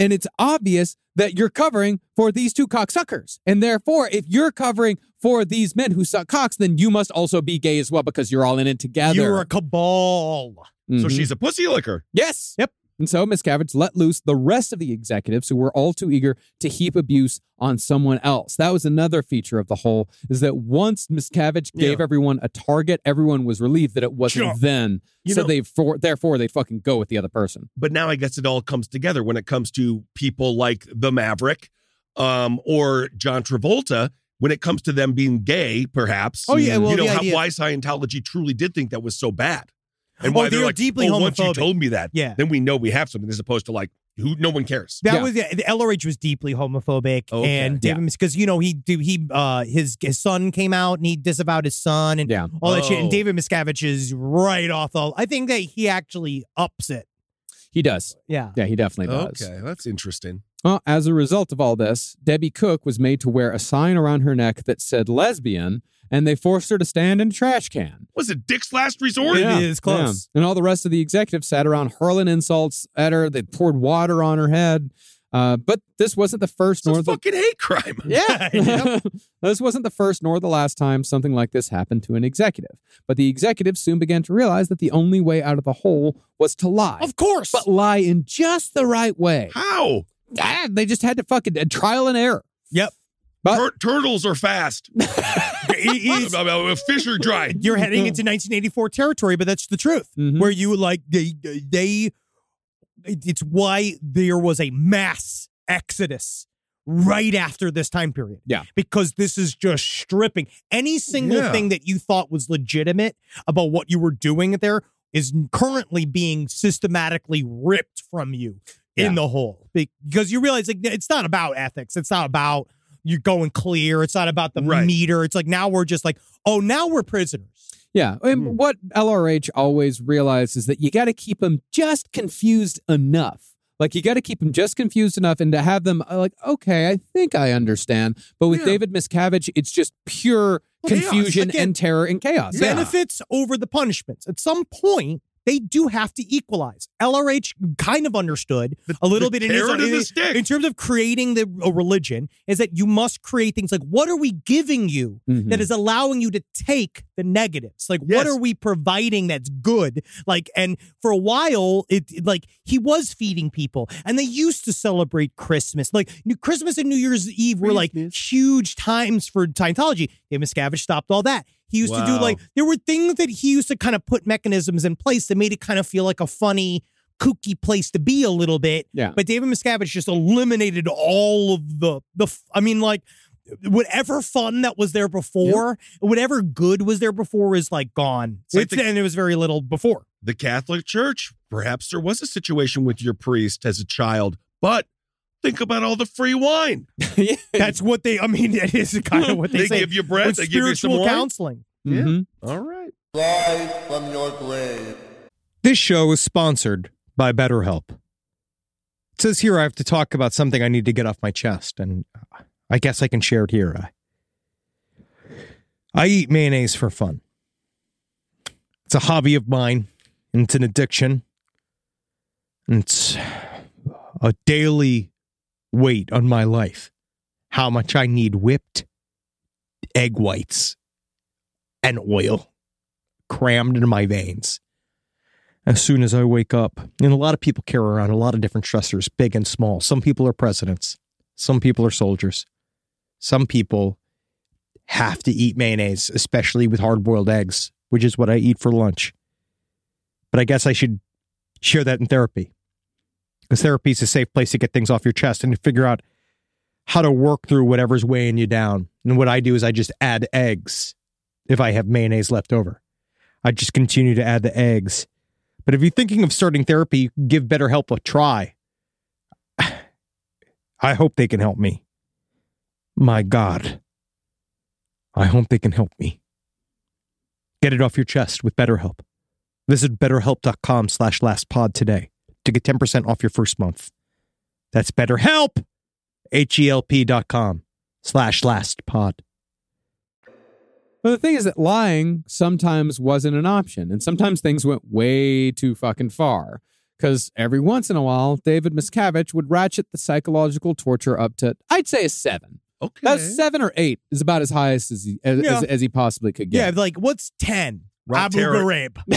[SPEAKER 4] and it's obvious that you're covering for these two cocksuckers. And therefore, if you're covering for these men who suck cocks, then you must also be gay as well because you're all in it together.
[SPEAKER 5] You're a cabal.
[SPEAKER 6] So
[SPEAKER 4] Mhm.
[SPEAKER 6] she's a pussy licker.
[SPEAKER 4] Yes. Yep. And so Miscavige let loose the rest of the executives who were all too eager to heap abuse on someone else. That was another feature of the whole is that once Miscavige gave everyone a target, everyone was relieved that it wasn't
[SPEAKER 6] Sure.
[SPEAKER 4] them.
[SPEAKER 6] You
[SPEAKER 4] so
[SPEAKER 6] know-
[SPEAKER 4] they for therefore they fucking go with the other person.
[SPEAKER 6] But now I guess it all comes together when it comes to people like the Maverick um, or John Travolta. When it comes to them being gay, perhaps.
[SPEAKER 5] Oh, yeah, well,
[SPEAKER 6] you know
[SPEAKER 5] the
[SPEAKER 6] how,
[SPEAKER 5] idea-
[SPEAKER 6] why Scientology truly did think that was so bad, and
[SPEAKER 5] Oh,
[SPEAKER 6] why
[SPEAKER 5] they
[SPEAKER 6] they're
[SPEAKER 5] were
[SPEAKER 6] like,
[SPEAKER 5] deeply
[SPEAKER 6] oh, once you
[SPEAKER 5] homophobic."
[SPEAKER 6] told me that,
[SPEAKER 5] Yeah.
[SPEAKER 6] then we know we have something. As opposed to like, who? No one cares.
[SPEAKER 5] That
[SPEAKER 4] Yeah.
[SPEAKER 5] was the Elleridge was deeply homophobic,
[SPEAKER 6] Okay.
[SPEAKER 5] and David because you know he do he uh his his son came out and he disavowed his son and
[SPEAKER 4] Yeah.
[SPEAKER 5] all that shit. And
[SPEAKER 6] Oh.
[SPEAKER 5] David Miscavige is right off the. I think that he actually ups it.
[SPEAKER 4] He does.
[SPEAKER 5] Yeah,
[SPEAKER 4] Yeah, he definitely does.
[SPEAKER 6] Okay, that's interesting.
[SPEAKER 4] Well, as a result of all this, Debbie Cook was made to wear a sign around her neck that said lesbian, and they forced her to stand in a trash can.
[SPEAKER 6] Was it Dick's last resort?
[SPEAKER 5] It is close.
[SPEAKER 4] And all the rest of the executives sat around hurling insults at her. They poured water on her head. Uh, but this wasn't the first
[SPEAKER 6] It's a
[SPEAKER 4] nor the
[SPEAKER 6] fucking hate crime.
[SPEAKER 4] yeah. this wasn't the first nor the last time something like this happened to an executive. But the executives soon began to realize that the only way out of the hole was to lie.
[SPEAKER 5] of course.
[SPEAKER 4] But lie in just the right way.
[SPEAKER 6] How?
[SPEAKER 4] Ah, they just had to fucking uh, trial and error.
[SPEAKER 5] Yep. Uh,
[SPEAKER 4] But
[SPEAKER 6] Tur- turtles are fast.
[SPEAKER 5] It- it-
[SPEAKER 6] Fish are dry.
[SPEAKER 5] you're heading into 1984 territory, but that's the truth.
[SPEAKER 4] Mhm.
[SPEAKER 5] Where you like they they it's why there was a mass exodus right after this time period.
[SPEAKER 4] Yeah.
[SPEAKER 5] Because this is just stripping any single
[SPEAKER 6] Yeah.
[SPEAKER 5] thing that you thought was legitimate about what you were doing there is currently being systematically ripped from you
[SPEAKER 4] Yeah.
[SPEAKER 5] in the whole because you realize like it's not about ethics. It's not about you going clear. It's not about the
[SPEAKER 6] Right.
[SPEAKER 5] meter. It's like now we're just like, oh, now we're prisoners.
[SPEAKER 4] Yeah. And
[SPEAKER 5] Mm-hmm.
[SPEAKER 6] Mm.
[SPEAKER 4] what LRH always realizes is that you got to keep them just confused enough. Like you got to keep them just confused enough and to have them uh, like, okay, I think I understand. But with
[SPEAKER 6] Yeah.
[SPEAKER 4] David Miscavige, it's just pure
[SPEAKER 5] Well, chaos.
[SPEAKER 4] confusion
[SPEAKER 5] Again,
[SPEAKER 4] and terror and chaos. Yeah.
[SPEAKER 5] benefits over the punishments. At some point, they do have to equalize. LRH kind of understood a little
[SPEAKER 6] the
[SPEAKER 5] bit in, his-
[SPEAKER 6] carrot and the stick.
[SPEAKER 5] in terms of creating the a religion is that you must create things like what are we giving you
[SPEAKER 4] Mhm.
[SPEAKER 5] that is allowing you to take the negatives? Like
[SPEAKER 6] Mm-hmm. Yes.
[SPEAKER 5] what are we providing that's good? Like and for a while it it- like he was feeding people and they used to celebrate Christmas. Like New- Christmas and New Year's Eve were like huge times for Scientology. David Miscavige stopped all that. He used to do
[SPEAKER 6] Wow.
[SPEAKER 5] like there were things that he used to kind of put mechanisms in place that made it kind of feel like a funny kooky place to be a little bit
[SPEAKER 4] Yeah.
[SPEAKER 5] but david miscavige just eliminated all of the the f- i mean like whatever fun that was there before whatever good was there before is like gone
[SPEAKER 6] So I
[SPEAKER 5] It's-
[SPEAKER 6] think-
[SPEAKER 5] and it was very little before
[SPEAKER 6] the Catholic Church. Perhaps there was a situation with your priest as a child, but think about all the free wine.
[SPEAKER 4] Yeah.
[SPEAKER 5] that's what they i mean that is kind of what they,
[SPEAKER 6] They,
[SPEAKER 5] say
[SPEAKER 6] give you bread,
[SPEAKER 5] With
[SPEAKER 6] they give you some
[SPEAKER 5] spiritual
[SPEAKER 6] wine.
[SPEAKER 5] counseling
[SPEAKER 6] Yeah.
[SPEAKER 4] Mhm.
[SPEAKER 6] All right.
[SPEAKER 7] This show is sponsored by BetterHelp. It says here I have to talk about something I need to get off my chest, and I guess I can share it here. I, I eat mayonnaise for fun. It's a hobby of mine, and it's an addiction. And it's a daily weight on my life. How much I need whipped egg whites and oil crammed into my veins as soon as I wake up. And a lot of people carry around a lot of different stressors, big and small. Some people are presidents, some people are soldiers, some people have to eat mayonnaise, especially with hard boiled eggs, which is what I eat for lunch. But I guess I should share that in therapy because therapy is a safe place to get things off your chest and to figure out how to work through whatever's weighing you down. And what I do is I just add eggs if I have mayonnaise left over. I just continue to add the eggs. But if you're thinking of starting therapy, give BetterHelp a try. I hope they can help me. My God. I hope they can help me. Get it off your chest with BetterHelp. Visit betterhelp.com slash lastpod today to get 10% off your first month. That's BetterHelp! H-E-L-P dot com slash lastpod.
[SPEAKER 4] Well, the thing is that lying sometimes wasn't an option, and sometimes things went way too fucking far. Because every once in a while, David Miscavige would ratchet the psychological torture up to, I'd say, a seven.
[SPEAKER 6] Okay.
[SPEAKER 4] A seven or eight is about as high as he, as,
[SPEAKER 5] Yeah.
[SPEAKER 4] as, as he possibly could
[SPEAKER 5] yeah,
[SPEAKER 4] get.
[SPEAKER 5] like what's 10
[SPEAKER 6] Rock
[SPEAKER 5] abu
[SPEAKER 6] terror.
[SPEAKER 5] ghraib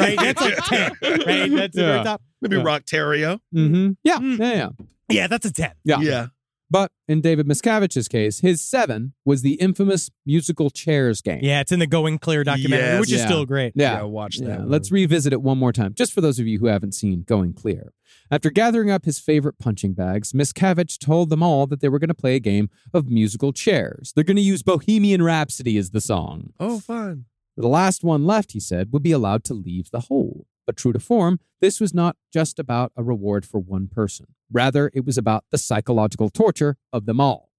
[SPEAKER 5] right that's like 10 right that's the
[SPEAKER 4] Yeah.
[SPEAKER 5] very top
[SPEAKER 6] Maybe
[SPEAKER 4] Yeah.
[SPEAKER 6] Rock Terrio.
[SPEAKER 4] Mhm. yeah,
[SPEAKER 5] Mm.
[SPEAKER 4] yeah, yeah.
[SPEAKER 5] yeah that's a 10
[SPEAKER 4] Yeah. But in David Miscavige's case, his seven was the infamous musical chairs game.
[SPEAKER 5] yeah it's in the going clear documentary
[SPEAKER 6] Yes.
[SPEAKER 5] which is
[SPEAKER 4] Yeah.
[SPEAKER 5] still great
[SPEAKER 4] Yeah.
[SPEAKER 6] watch
[SPEAKER 4] Yeah,
[SPEAKER 6] one.
[SPEAKER 4] let's revisit it one more time, just for those of you who haven't seen Going Clear. After gathering up his favorite punching bags, Miscavige told them all that they were going to play a game of musical chairs. They're going to use Bohemian Rhapsody as the song.
[SPEAKER 6] Oh, fun.
[SPEAKER 4] The last one left, he said, would be allowed to leave the hole. But true to form, this was not just about a reward for one person. Rather, it was about the psychological torture of them all.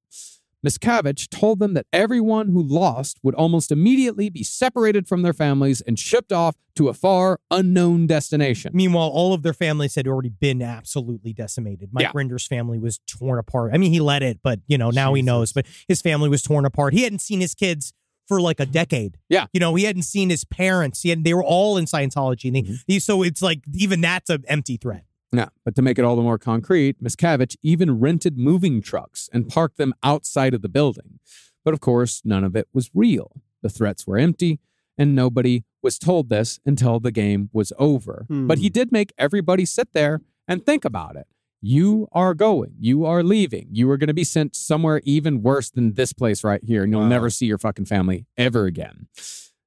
[SPEAKER 4] Miscavige told them that everyone who lost would almost immediately be separated from their families and shipped off to a far unknown destination.
[SPEAKER 5] Meanwhile, all of their families had already been absolutely decimated. Mike
[SPEAKER 4] Yeah.
[SPEAKER 5] Rinder's family was torn apart. I mean, he let it, but you know, now he knows. But his family was torn apart. He hadn't seen his kids for like a decade.
[SPEAKER 4] Yeah.
[SPEAKER 5] You know, he hadn't seen his parents. He had, they were all in Scientology. And they,
[SPEAKER 4] Mm-hmm.
[SPEAKER 5] he- so it's like even that's an empty threat.
[SPEAKER 4] Yeah, but to make it all the more concrete, Miscavige even rented moving trucks and parked them outside of the building. But of course, none of it was real. The threats were empty, and nobody was told this until the game was over. But
[SPEAKER 6] Hmm.
[SPEAKER 4] he did make everybody sit there and think about it. You are going. You are leaving. You are going to be sent somewhere even worse than this place right here, and you'll never see your fucking family ever again.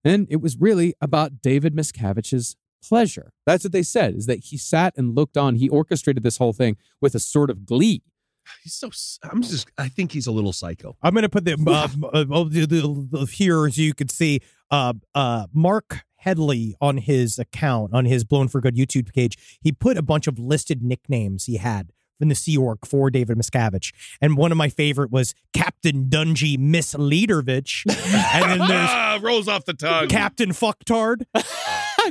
[SPEAKER 4] And it was really about David Miscavige's pleasure. That's what they said, is that he sat and looked on. He orchestrated this whole thing with a sort of glee.
[SPEAKER 6] He's so. s- I'm just. I think he's a little psycho.
[SPEAKER 5] I'm going to put the, uh, uh, the, the, the here as you can see, uh, uh, Mark Headley on his account, on his Blown for Good YouTube page, he put a bunch of listed nicknames he had in the Sea Org for David Miscavige. And one of my favorite was Captain Dungy Misleadervich. and then there's
[SPEAKER 6] Ah, rolls off the tongue.
[SPEAKER 5] Captain Fucktard,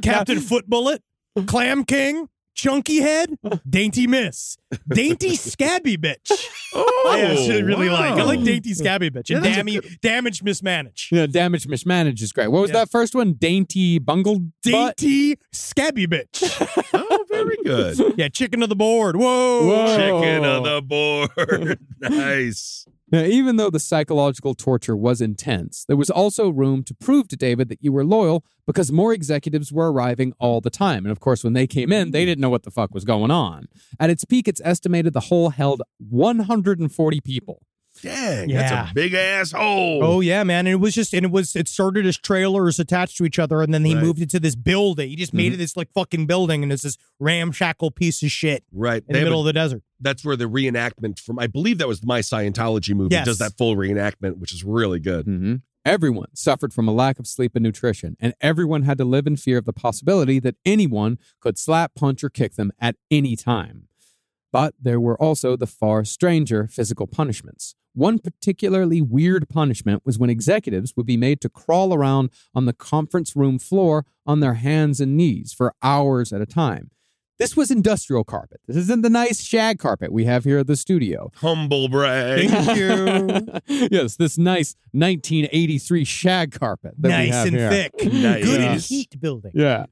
[SPEAKER 5] Captain Footbullet, Clam King, Chunky head, dainty miss, dainty scabby bitch.
[SPEAKER 6] Oh,
[SPEAKER 5] I actually really
[SPEAKER 6] wow.
[SPEAKER 5] like. I like dainty scabby bitch. And
[SPEAKER 6] Yeah, that's a
[SPEAKER 5] dammy, damage mismanage.
[SPEAKER 4] Yeah, damage mismanage is great. What was
[SPEAKER 5] Yeah.
[SPEAKER 4] that first one? Dainty bungled butt?
[SPEAKER 5] Dainty scabby bitch.
[SPEAKER 6] Oh, very good.
[SPEAKER 5] yeah, chicken of the board. Whoa.
[SPEAKER 4] Whoa.
[SPEAKER 6] Chicken of the board. nice.
[SPEAKER 4] Now, even though the psychological torture was intense, there was also room to prove to David that you were loyal because more executives were arriving all the time. And of course, when they came in, they didn't know what the fuck was going on. At its peak, it's estimated the hole held 140 people.
[SPEAKER 6] Dang,
[SPEAKER 5] Yeah.
[SPEAKER 6] that's a big ass hole.
[SPEAKER 5] Oh yeah, man! And it was just, and it was, it started as trailers attached to each other, and then he
[SPEAKER 6] Right. Mm-hmm.
[SPEAKER 5] moved it to this building. He just made it this like fucking building, and it's this ramshackle piece of shit
[SPEAKER 6] right.
[SPEAKER 5] in
[SPEAKER 6] They
[SPEAKER 5] the
[SPEAKER 6] have a-
[SPEAKER 5] middle of the desert.
[SPEAKER 6] that's where the reenactment from, I believe that was my Scientology movie,
[SPEAKER 5] Yes. Mm.
[SPEAKER 6] does that full reenactment, which is really good.
[SPEAKER 4] Mm-hmm. Everyone suffered from a lack of sleep and nutrition, and everyone had to live in fear of the possibility that anyone could slap, punch, or kick them at any time. But there were also the far stranger physical punishments. One particularly weird punishment was when executives would be made to crawl around on the conference room floor on their hands and knees for hours at a time. This was industrial carpet. This isn't the nice shag carpet we have here at the studio.
[SPEAKER 6] Humble brag.
[SPEAKER 5] Thank you.
[SPEAKER 4] yes, this nice 1983 shag carpet that we
[SPEAKER 5] nice
[SPEAKER 4] have
[SPEAKER 5] and
[SPEAKER 4] here.
[SPEAKER 5] thick,
[SPEAKER 6] Nice.
[SPEAKER 5] good
[SPEAKER 4] Yeah.
[SPEAKER 5] and heat building.
[SPEAKER 4] Yeah.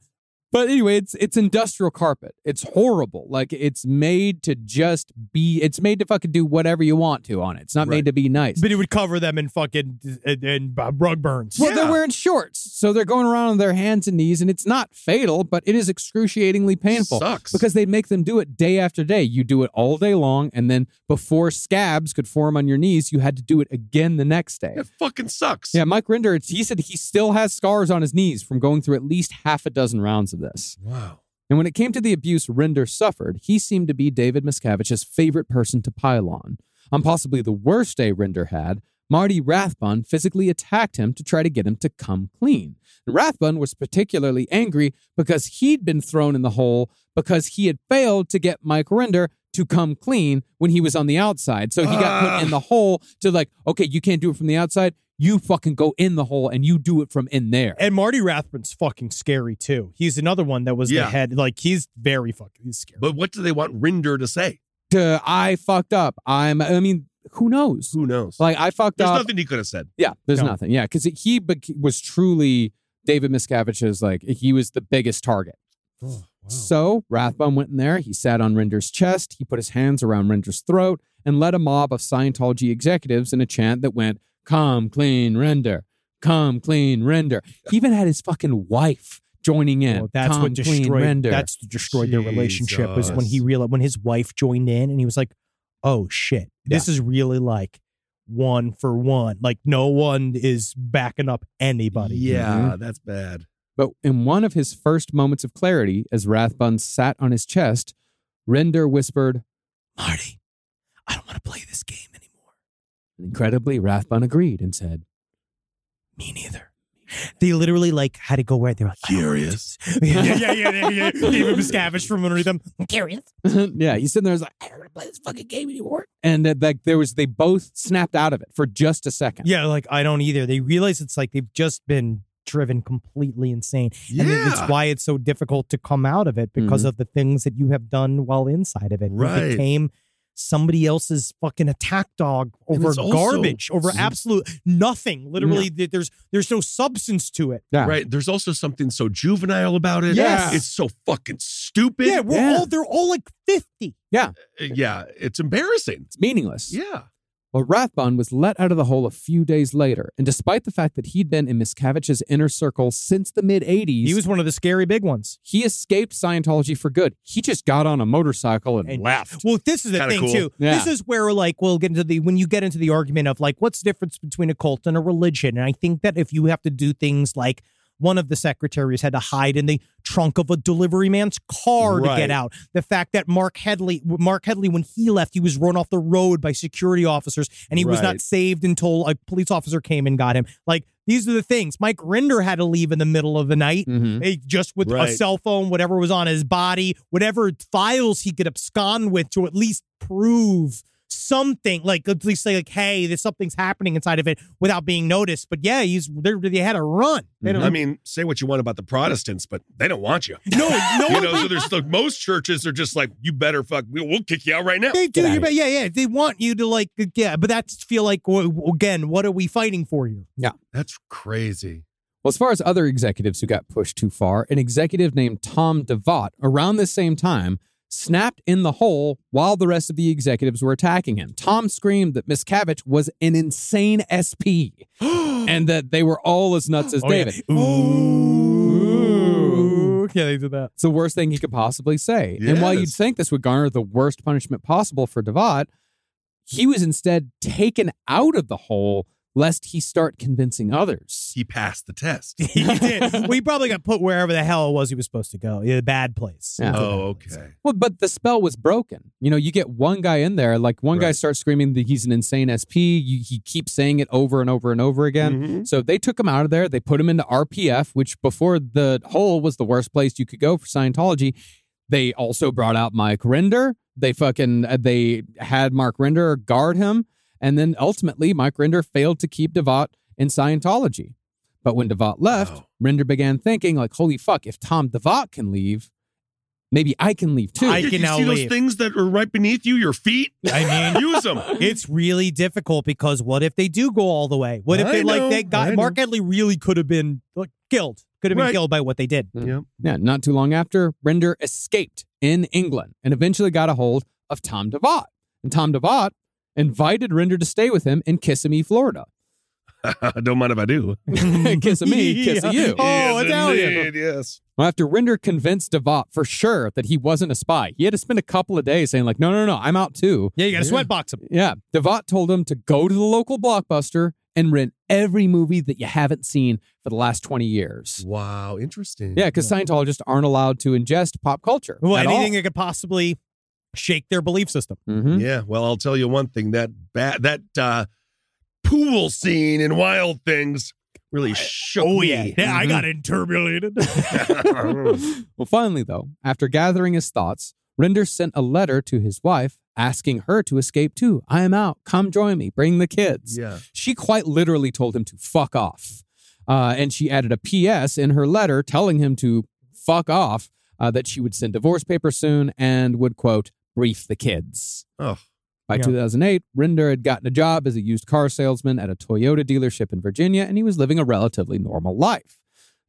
[SPEAKER 4] But anyway, it's it's industrial carpet. It's horrible. Like it's made to just be. It's made to fucking do whatever you want to on it. It's not
[SPEAKER 6] Right.
[SPEAKER 4] made to be nice.
[SPEAKER 5] But it would cover them in fucking and, and uh, rug burns.
[SPEAKER 4] well,
[SPEAKER 6] Yeah.
[SPEAKER 4] they're wearing shorts, so they're going around on their hands and knees, and it's not fatal, but it is excruciatingly painful.
[SPEAKER 6] Sucks.
[SPEAKER 4] because they make them do it day after day. You do it all day long, and then before scabs could form on your knees, you had to do it again the next day.
[SPEAKER 6] it fucking sucks.
[SPEAKER 4] Yeah, Mike Rinder, it's- he said he still has scars on his knees from going through at least half a dozen rounds of this.
[SPEAKER 6] Wow.
[SPEAKER 4] And when it came to the abuse Rinder suffered, he seemed to be David Miscavige's favorite person to pile on. On possibly the worst day Rinder had, Marty Rathbun physically attacked him to try to get him to come clean. And Rathbun was particularly angry because he'd been thrown in the hole because he had failed to get Mike Rinder to come clean when he was on the outside. So he got put in the hole to like, okay, you can't do it from the outside. You fucking go in the hole and you do it from in there.
[SPEAKER 5] And Marty Rathbun's fucking scary too. He's another one that was
[SPEAKER 6] Yeah.
[SPEAKER 5] the head. Like he's very fucking he's scary.
[SPEAKER 6] But what do they want Rinder to say?
[SPEAKER 4] to, I fucked up. I'm. I mean, who knows?
[SPEAKER 6] Who knows?
[SPEAKER 4] Like I fucked
[SPEAKER 6] There's
[SPEAKER 5] uh,
[SPEAKER 4] up.
[SPEAKER 6] nothing he could have said.
[SPEAKER 4] yeah, there's
[SPEAKER 5] No.
[SPEAKER 4] nothing. Yeah, because he bec- was truly David Miscavige's. Like he was the biggest target.
[SPEAKER 6] Oh,
[SPEAKER 4] So Rathbun went in there. He sat on Rinder's chest. He put his hands around Rinder's throat and led a mob of Scientology executives in a chant that went, "Come clean, Rinder. Come clean, Rinder." He even had his fucking wife joining in.
[SPEAKER 5] Well, that's what
[SPEAKER 4] "Come clean,
[SPEAKER 5] destroyed.
[SPEAKER 4] Rinder."
[SPEAKER 5] That's what destroyed their relationship. Was when he
[SPEAKER 6] Jesus.
[SPEAKER 5] realized when his wife joined in, and he was like, "Oh shit, this is really like one for one. Like no one is backing up anybody."
[SPEAKER 6] Yeah, that's bad.
[SPEAKER 4] But in one of his first moments of clarity, as Rathbun sat on his chest, Render whispered,
[SPEAKER 5] Marty, I don't want to play this game anymore.
[SPEAKER 4] Incredibly, Rathbun agreed and said,
[SPEAKER 5] Me neither. They literally like had to go where they were like, "I don't wanna do
[SPEAKER 6] Curious.
[SPEAKER 5] this." yeah, yeah, yeah, yeah, yeah. David Miscavige from underneath them.
[SPEAKER 8] I'm curious.
[SPEAKER 4] Yeah, he's sitting there he's like,
[SPEAKER 8] I don't want to play this fucking game anymore.
[SPEAKER 4] and that like there was they both snapped out of it for just a second.
[SPEAKER 5] Yeah, like I don't either. They realize it's like they've just been driven completely insane. And
[SPEAKER 6] Yeah.
[SPEAKER 5] it's why it's so difficult to come out of it because of the things that you have done while inside of it.
[SPEAKER 6] Right.
[SPEAKER 5] You became somebody else's fucking attack dog
[SPEAKER 6] And
[SPEAKER 5] over
[SPEAKER 6] it's also-
[SPEAKER 5] garbage, over absolute nothing. Literally, th- there's there's no substance to it.
[SPEAKER 4] Yeah.
[SPEAKER 6] Right. There's also something so juvenile about it.
[SPEAKER 4] Yes.
[SPEAKER 6] It's so fucking stupid. Uh,
[SPEAKER 5] yeah, we're
[SPEAKER 4] Yeah.
[SPEAKER 5] all they're all like fifty.
[SPEAKER 6] Yeah. It's embarrassing.
[SPEAKER 4] It's meaningless.
[SPEAKER 6] Yeah.
[SPEAKER 4] Well, Rathbun was let out of the hole a few days later, and despite the fact that he'd been in Miscavige's inner circle since the mid 80s,
[SPEAKER 5] He was one of the scary big ones.
[SPEAKER 4] he escaped Scientology for good. He just got on a motorcycle and,
[SPEAKER 5] And-
[SPEAKER 4] left.
[SPEAKER 5] Well, this is the
[SPEAKER 6] Kinda
[SPEAKER 5] thing
[SPEAKER 6] cool.
[SPEAKER 5] too.
[SPEAKER 4] Yeah.
[SPEAKER 5] This is where like we'll get into the when you get into the argument of like what's the difference between a cult and a religion. And I think that if you have to do things like one of the secretaries had to hide in the trunk of a delivery man's car to
[SPEAKER 6] Right.
[SPEAKER 5] get out. The fact that Mark Headley, Mark Headley, when he left, he was run off the road by security officers, and he was
[SPEAKER 6] Right.
[SPEAKER 5] not saved until a police officer came and got him. Like these are the things. Mike Rinder had to leave in the middle of the night.
[SPEAKER 4] Mhm.
[SPEAKER 5] Hey, just with
[SPEAKER 6] Right.
[SPEAKER 5] a cell phone, whatever was on his body, whatever files he could abscond with to at least prove something like at least say like, hey, there's something's happening inside of it without being noticed. But yeah, he's they they had a run. They don't-
[SPEAKER 6] I mean, say what you want about the Protestants, but they don't want you.
[SPEAKER 5] no, no,
[SPEAKER 6] You know, so there's like most churches are just like, you better fuck, we- we'll kick you out right now.
[SPEAKER 5] They do.
[SPEAKER 4] outta
[SPEAKER 5] You're, yeah, yeah. They want you to like, yeah. But that's feel like w- w- again, what are we fighting for here?
[SPEAKER 6] That's crazy.
[SPEAKER 4] Well, as far as other executives who got pushed too far, an executive named Tom DeVot, around the same time, snapped in the hole while the rest of the executives were attacking him. Tom screamed that Miscavige was an insane SP and that they were all as nuts as
[SPEAKER 5] Oh,
[SPEAKER 4] David.
[SPEAKER 5] Ooh. Yeah, they did that.
[SPEAKER 4] It's the worst thing he could possibly say. And while you'd
[SPEAKER 6] Yes.
[SPEAKER 4] think this would garner the worst punishment possible for Devot, he was instead taken out of the hole lest he start convincing others.
[SPEAKER 6] He passed the test.
[SPEAKER 5] he did. We probably got put wherever the hell it was he was supposed to go. Yeah, a bad place.
[SPEAKER 4] Yeah.
[SPEAKER 6] Oh, okay.
[SPEAKER 4] Well, but the spell was broken. You know, you get one guy in there, like one guy
[SPEAKER 6] Right.
[SPEAKER 4] starts screaming that he's an insane SP. You, he keeps saying it over and over and over again.
[SPEAKER 6] Mhm.
[SPEAKER 4] So they took him out of there. They put him into RPF, which before the hole was the worst place you could go for Scientology. They also brought out Mike Render. They fucking uh, they had Mark Render guard him, and then ultimately Mike Render failed to keep Devot in Scientology. But when Devot left,
[SPEAKER 6] Wow.
[SPEAKER 4] Render began thinking like, "Holy fuck! If Tom Devot can leave, maybe I can leave too."
[SPEAKER 5] I
[SPEAKER 6] you
[SPEAKER 5] can now
[SPEAKER 6] see
[SPEAKER 5] leave.
[SPEAKER 6] those things that are right beneath you, your feet?
[SPEAKER 5] I mean,
[SPEAKER 6] Use them.
[SPEAKER 5] it's really difficult because what if they do go all the way? What if
[SPEAKER 6] I
[SPEAKER 5] they like
[SPEAKER 6] know,
[SPEAKER 5] they
[SPEAKER 6] I
[SPEAKER 5] got
[SPEAKER 6] know.
[SPEAKER 5] Mark Edley really could have been like, killed. Could have been
[SPEAKER 6] Right.
[SPEAKER 5] killed by what they did.
[SPEAKER 4] Yeah, not too long after, Render escaped in England and eventually got a hold of Tom DeVot. And Tom DeVot invited Render to stay with him in Kissimmee, Florida.
[SPEAKER 6] don't mind if I do.
[SPEAKER 4] Kissimmee, kiss you.
[SPEAKER 5] Oh, Italian.
[SPEAKER 6] indeed, yes.
[SPEAKER 4] Well, after Render convinced DeVot for sure that he wasn't a spy, he had to spend a couple of days saying, like, no, no, no, I'm out too.
[SPEAKER 5] Yeah, you got to sweatbox him.
[SPEAKER 4] Yeah. DeVot told him to go to the local blockbuster and rent every movie that you haven't seen for the last 20 years.
[SPEAKER 6] Wow, interesting.
[SPEAKER 4] Yeah, because Scientologists aren't allowed to ingest pop culture.
[SPEAKER 5] Well,
[SPEAKER 4] at all.
[SPEAKER 5] anything that could possibly shake their belief system.
[SPEAKER 4] Mhm.
[SPEAKER 6] Yeah. Well, I'll tell you one thing that ba- that uh, pool scene in Wild Things really shook me.
[SPEAKER 5] oh,
[SPEAKER 6] Mm-hmm.
[SPEAKER 5] Yeah, I got interpolated.
[SPEAKER 4] Mm-hmm. well, finally, though, after gathering his thoughts, Render sent a letter to his wife asking her to escape too. I am out. Come join me. Bring the kids.
[SPEAKER 6] yeah.
[SPEAKER 4] She quite literally told him to fuck off. Uh, and she added a P.S. in her letter telling him to fuck off, uh, that she would send divorce papers soon and would, quote, brief the kids.
[SPEAKER 6] Oh.
[SPEAKER 4] By
[SPEAKER 5] Yeah.
[SPEAKER 4] 2008, Render had gotten a job as a used car salesman at a Toyota dealership in Virginia, and he was living a relatively normal life.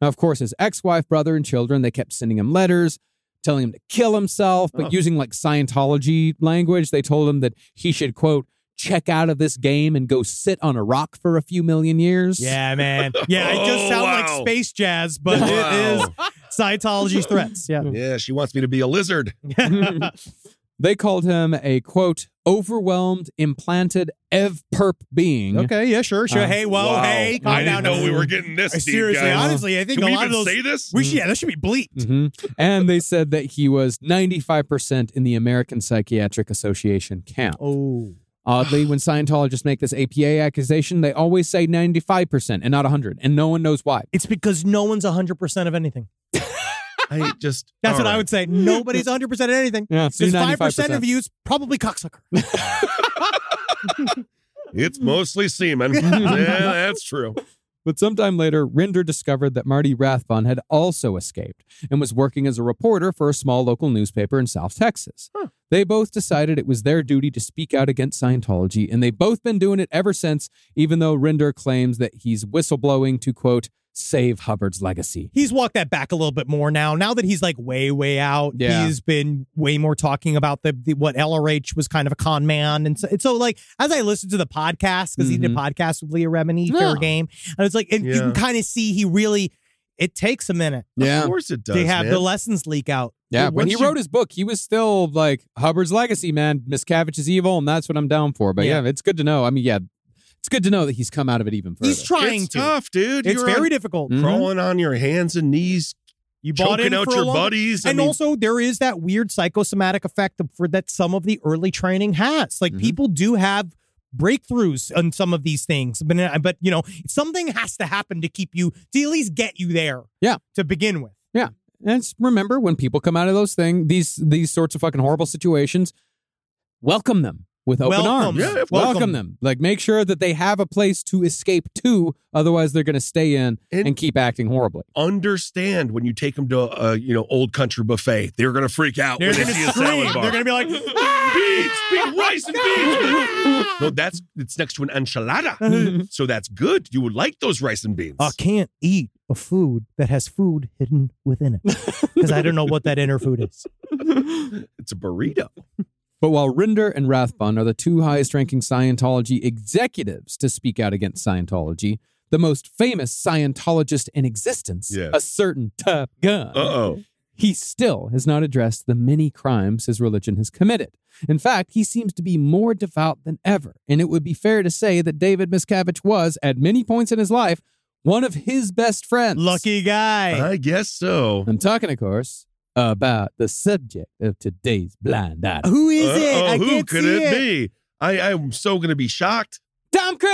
[SPEAKER 4] Now, of course, his ex wife, brother, and children, they kept sending him letters telling him to kill himself, but
[SPEAKER 6] Oh.
[SPEAKER 4] using like Scientology language, they told him that he should, quote, check out of this game and go sit on a rock for a few million years.
[SPEAKER 5] yeah, man. Yeah, it just
[SPEAKER 6] Oh,
[SPEAKER 5] sounds
[SPEAKER 6] wow.
[SPEAKER 5] like space jazz, but it is Scientology's threats. Yeah.
[SPEAKER 6] Yeah, she wants me to be a lizard.
[SPEAKER 4] they called him a, quote, overwhelmed, implanted, ev perp being.
[SPEAKER 5] okay. Yeah. Sure. Sure.
[SPEAKER 4] Uh,
[SPEAKER 5] hey. Well.
[SPEAKER 6] Wow.
[SPEAKER 5] Hey.
[SPEAKER 6] I
[SPEAKER 5] Calm
[SPEAKER 6] didn't
[SPEAKER 5] down.
[SPEAKER 6] know we were getting this
[SPEAKER 5] I-
[SPEAKER 6] deep,
[SPEAKER 5] seriously.
[SPEAKER 6] guys.
[SPEAKER 5] Honestly, I think
[SPEAKER 6] Can
[SPEAKER 5] a
[SPEAKER 6] we
[SPEAKER 5] lot
[SPEAKER 6] even
[SPEAKER 5] of those.
[SPEAKER 6] say this?
[SPEAKER 5] We should, yeah, that should be bleeped.
[SPEAKER 4] hmm And they said that he was 95% in the American Psychiatric Association camp.
[SPEAKER 5] Oh,
[SPEAKER 4] Oddly, when Scientologists make this APA accusation, they always say 95% and not 100, and no one knows why.
[SPEAKER 5] it's because no one's hundred percent of anything.
[SPEAKER 6] Mm. I just
[SPEAKER 5] That's
[SPEAKER 6] all
[SPEAKER 5] what I
[SPEAKER 6] right.
[SPEAKER 5] would say. Nobody's hundred percent of anything.
[SPEAKER 4] Yeah, so
[SPEAKER 5] There's
[SPEAKER 4] you're
[SPEAKER 5] five percent
[SPEAKER 4] 95%.
[SPEAKER 5] of you's probably cocksucker.
[SPEAKER 6] It's mostly semen. yeah, that's true.
[SPEAKER 4] But sometime later, Rinder discovered that Marty Rathbun had also escaped and was working as a reporter for a small local newspaper in South Texas. They both decided it was their duty to speak out against Scientology, and they've both been doing it ever since, even though Rinder claims that he's whistleblowing to, quote, save Hubbard's legacy.
[SPEAKER 5] He's walked that back a little bit more now. Now that he's like way, way out,
[SPEAKER 4] Yeah.
[SPEAKER 5] he's been way more talking about the, the what LRH was kind of a con man, and so, and so like as I listened to the podcast because he did a podcast with Leah Remini, Fair
[SPEAKER 4] Yeah.
[SPEAKER 5] Game, and it's like and you
[SPEAKER 6] Mm-hmm. Yeah.
[SPEAKER 5] can kind of see he really. It takes a minute
[SPEAKER 6] Of course it does.
[SPEAKER 5] to have
[SPEAKER 6] man.
[SPEAKER 5] the lessons leak out.
[SPEAKER 4] Yeah,
[SPEAKER 6] Well,
[SPEAKER 4] when he
[SPEAKER 6] once you-
[SPEAKER 4] wrote his book, he was still like Hubbard's legacy, man. Miscavige is evil, and that's what I'm down for. But yeah,
[SPEAKER 5] Yeah.
[SPEAKER 4] it's good to know. I mean, yeah, it's good to know that he's come out of it even further.
[SPEAKER 5] He's trying
[SPEAKER 6] it's
[SPEAKER 5] to.
[SPEAKER 6] tough, dude.
[SPEAKER 5] It's
[SPEAKER 6] You're
[SPEAKER 5] very
[SPEAKER 6] on-
[SPEAKER 5] difficult.
[SPEAKER 4] Mhm.
[SPEAKER 6] crawling on your hands and knees,
[SPEAKER 5] You bought in
[SPEAKER 6] choking out
[SPEAKER 5] for a
[SPEAKER 6] your
[SPEAKER 5] long-
[SPEAKER 6] buddies. I
[SPEAKER 5] And
[SPEAKER 6] mean,
[SPEAKER 5] also, there is that weird psychosomatic effect of- for that some of the early training has. Like
[SPEAKER 4] Mhm.
[SPEAKER 5] people do have breakthroughs on some of these things, but uh, but you know, something has to happen to keep you to at least get you there.
[SPEAKER 4] Yeah.
[SPEAKER 5] to begin with.
[SPEAKER 4] And s- remember, when people come out of those things, these these sorts of fucking horrible situations, welcome them. with open
[SPEAKER 5] Welcome.
[SPEAKER 4] arms.
[SPEAKER 6] Yeah,
[SPEAKER 4] welcome.
[SPEAKER 5] welcome.
[SPEAKER 4] them. Like make sure that they have a place to escape to, otherwise they're going to stay in
[SPEAKER 6] And-
[SPEAKER 4] and, keep acting horribly.
[SPEAKER 6] Understand when you take them to a you know old country buffet, they're gonna freak out
[SPEAKER 5] They're
[SPEAKER 6] when
[SPEAKER 5] going
[SPEAKER 6] they
[SPEAKER 5] to
[SPEAKER 6] see a
[SPEAKER 5] scream.
[SPEAKER 6] salad
[SPEAKER 5] They're going to
[SPEAKER 6] bar.
[SPEAKER 5] be like,
[SPEAKER 6] beans, beans, rice and beans. no, that's it's next to an enchilada, so that's good. You would like those rice and beans.
[SPEAKER 5] I can't eat a food that has food hidden within it because I don't know what that inner food is.
[SPEAKER 6] It's a burrito.
[SPEAKER 4] But while Rinder and Rathbun are the two highest ranking Scientology executives to speak out against Scientology, the most famous Scientologist in existence,
[SPEAKER 6] Yes.
[SPEAKER 4] a certain Top Gun,
[SPEAKER 6] Uh oh.
[SPEAKER 4] he still has not addressed the many crimes his religion has committed. In fact, he seems to be more devout than ever, and it would be fair to say that David Miscavige was, at many points in his life, one of his best friends.
[SPEAKER 5] Lucky guy.
[SPEAKER 6] I guess so.
[SPEAKER 4] I'm talking, of course, about the subject of today's blind item.
[SPEAKER 5] Who is it?
[SPEAKER 6] Uh-oh,
[SPEAKER 5] I
[SPEAKER 6] who
[SPEAKER 5] can't
[SPEAKER 6] could
[SPEAKER 5] see
[SPEAKER 6] it, be? I, I'm so gonna be shocked.
[SPEAKER 4] Tom Cruise!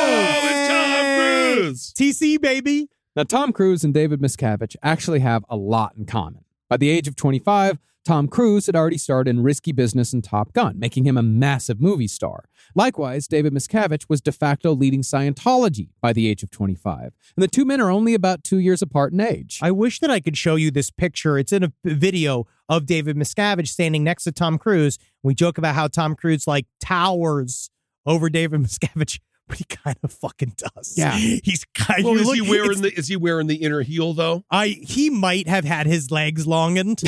[SPEAKER 6] Oh, it's Tom Cruise.
[SPEAKER 5] TC baby.
[SPEAKER 4] Now, Tom Cruise and David Miscavige actually have a lot in common. By the age of 25, Tom Cruise had already starred in Risky Business and Top Gun, making him a massive movie star. Likewise, David Miscavige was de facto leading Scientology by the age of 25. And the two men are only about two years apart in age.
[SPEAKER 5] I wish that I could show you this picture. It's in a video of David Miscavige standing next to Tom Cruise. We joke about how Tom Cruise like towers over David Miscavige, but he kind of fucking does.
[SPEAKER 4] Yeah.
[SPEAKER 5] he's kind.
[SPEAKER 6] Well,
[SPEAKER 5] you
[SPEAKER 6] is
[SPEAKER 5] look-
[SPEAKER 6] he
[SPEAKER 5] it's-
[SPEAKER 6] wearing the is he wearing the inner heel though?
[SPEAKER 5] I he might have had his legs longened.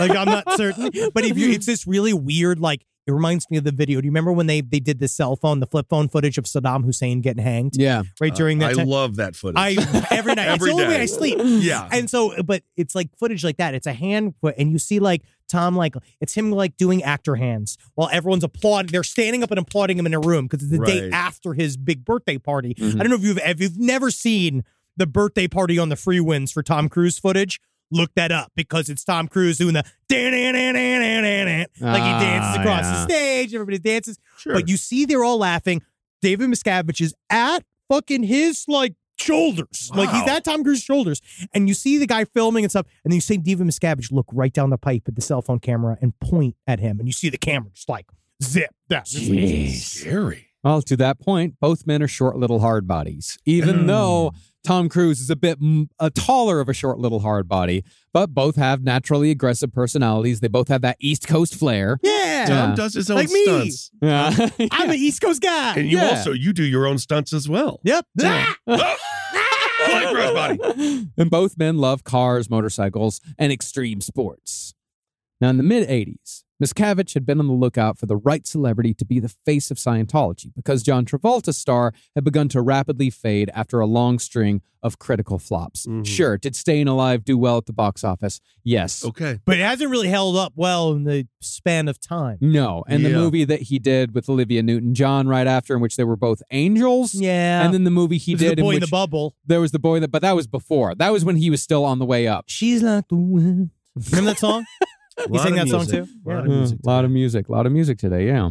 [SPEAKER 5] like I'm not certain, but if you, it's this really weird. Like it reminds me of the video. Do you remember when they they did the cell phone, the flip phone footage of Saddam Hussein getting hanged?
[SPEAKER 4] Yeah.
[SPEAKER 5] Right during that
[SPEAKER 6] Uh, I
[SPEAKER 5] time.
[SPEAKER 6] love that footage.
[SPEAKER 5] I every night.
[SPEAKER 6] Every
[SPEAKER 5] it's the only
[SPEAKER 6] day.
[SPEAKER 5] way I sleep.
[SPEAKER 6] Yeah.
[SPEAKER 5] And so, but it's like footage like that. It's a hand, foot, and you see like Tom, like it's him like doing actor hands while everyone's applauding. They're standing up and applauding him in a room because it's the day
[SPEAKER 6] Right.
[SPEAKER 5] after his big birthday party.
[SPEAKER 4] Mhm.
[SPEAKER 5] I don't know if you've if you've never seen the birthday party on the free wins for Tom Cruise footage. Look that up because it's Tom Cruise doing the dan-dan-dan-dan-dan-dan, like
[SPEAKER 4] Ah,
[SPEAKER 5] he dances across
[SPEAKER 4] yeah.
[SPEAKER 5] the stage. Everybody dances.
[SPEAKER 6] sure.
[SPEAKER 5] But you see, they're all laughing. David Miscavige is at fucking his like shoulders, like he's
[SPEAKER 6] Wow.
[SPEAKER 5] at Tom Cruise's shoulders, and you see the guy filming and stuff, and then you see David Miscavige look right down the pipe at the cell phone camera and point at him, and you see the camera just like zip. That's
[SPEAKER 6] scary.
[SPEAKER 4] Well, to that point, both men are short little hard bodies, even though Tom Cruise is a bit mm, a taller of a short little hard body, but both have naturally aggressive personalities. They both have that East Coast flair.
[SPEAKER 5] yeah.
[SPEAKER 6] Tom
[SPEAKER 4] Yeah.
[SPEAKER 6] does his own
[SPEAKER 5] Like me.
[SPEAKER 6] stunts.
[SPEAKER 4] Yeah.
[SPEAKER 5] I'm an East Coast guy.
[SPEAKER 6] And you
[SPEAKER 4] Yeah.
[SPEAKER 6] also you do your own stunts as well.
[SPEAKER 5] yep.
[SPEAKER 6] Flying cross body.
[SPEAKER 4] and both men love cars, motorcycles, and extreme sports. Now, in the mid 80s, Miscavige had been on the lookout for the right celebrity to be the face of Scientology because John Travolta's star had begun to rapidly fade after a long string of critical flops.
[SPEAKER 5] Mm-hmm.
[SPEAKER 6] Mhm.
[SPEAKER 4] Sure, did Staying Alive do well at the box office? Yes.
[SPEAKER 5] Oh.
[SPEAKER 6] Okay.
[SPEAKER 5] But it hasn't really held up well in the span of time.
[SPEAKER 4] No. And the
[SPEAKER 6] Yeah.
[SPEAKER 4] movie that he did with Olivia Newton John right after, in which they were both
[SPEAKER 6] Mm-hmm.
[SPEAKER 4] angels.
[SPEAKER 5] Yeah.
[SPEAKER 4] And then the movie he
[SPEAKER 5] There's
[SPEAKER 4] did
[SPEAKER 5] the boy
[SPEAKER 4] in
[SPEAKER 5] in
[SPEAKER 4] which
[SPEAKER 5] the bubble.
[SPEAKER 4] there was the boy that, but that was before. That was when he was still on the way up.
[SPEAKER 5] She's like the wind. Remember that song?
[SPEAKER 6] Lot
[SPEAKER 5] sang
[SPEAKER 6] of
[SPEAKER 5] that song
[SPEAKER 6] music.
[SPEAKER 5] too?
[SPEAKER 6] Lot of
[SPEAKER 4] Yeah,
[SPEAKER 6] music.
[SPEAKER 4] A Hmm, lot of music. A lot of music today, yeah.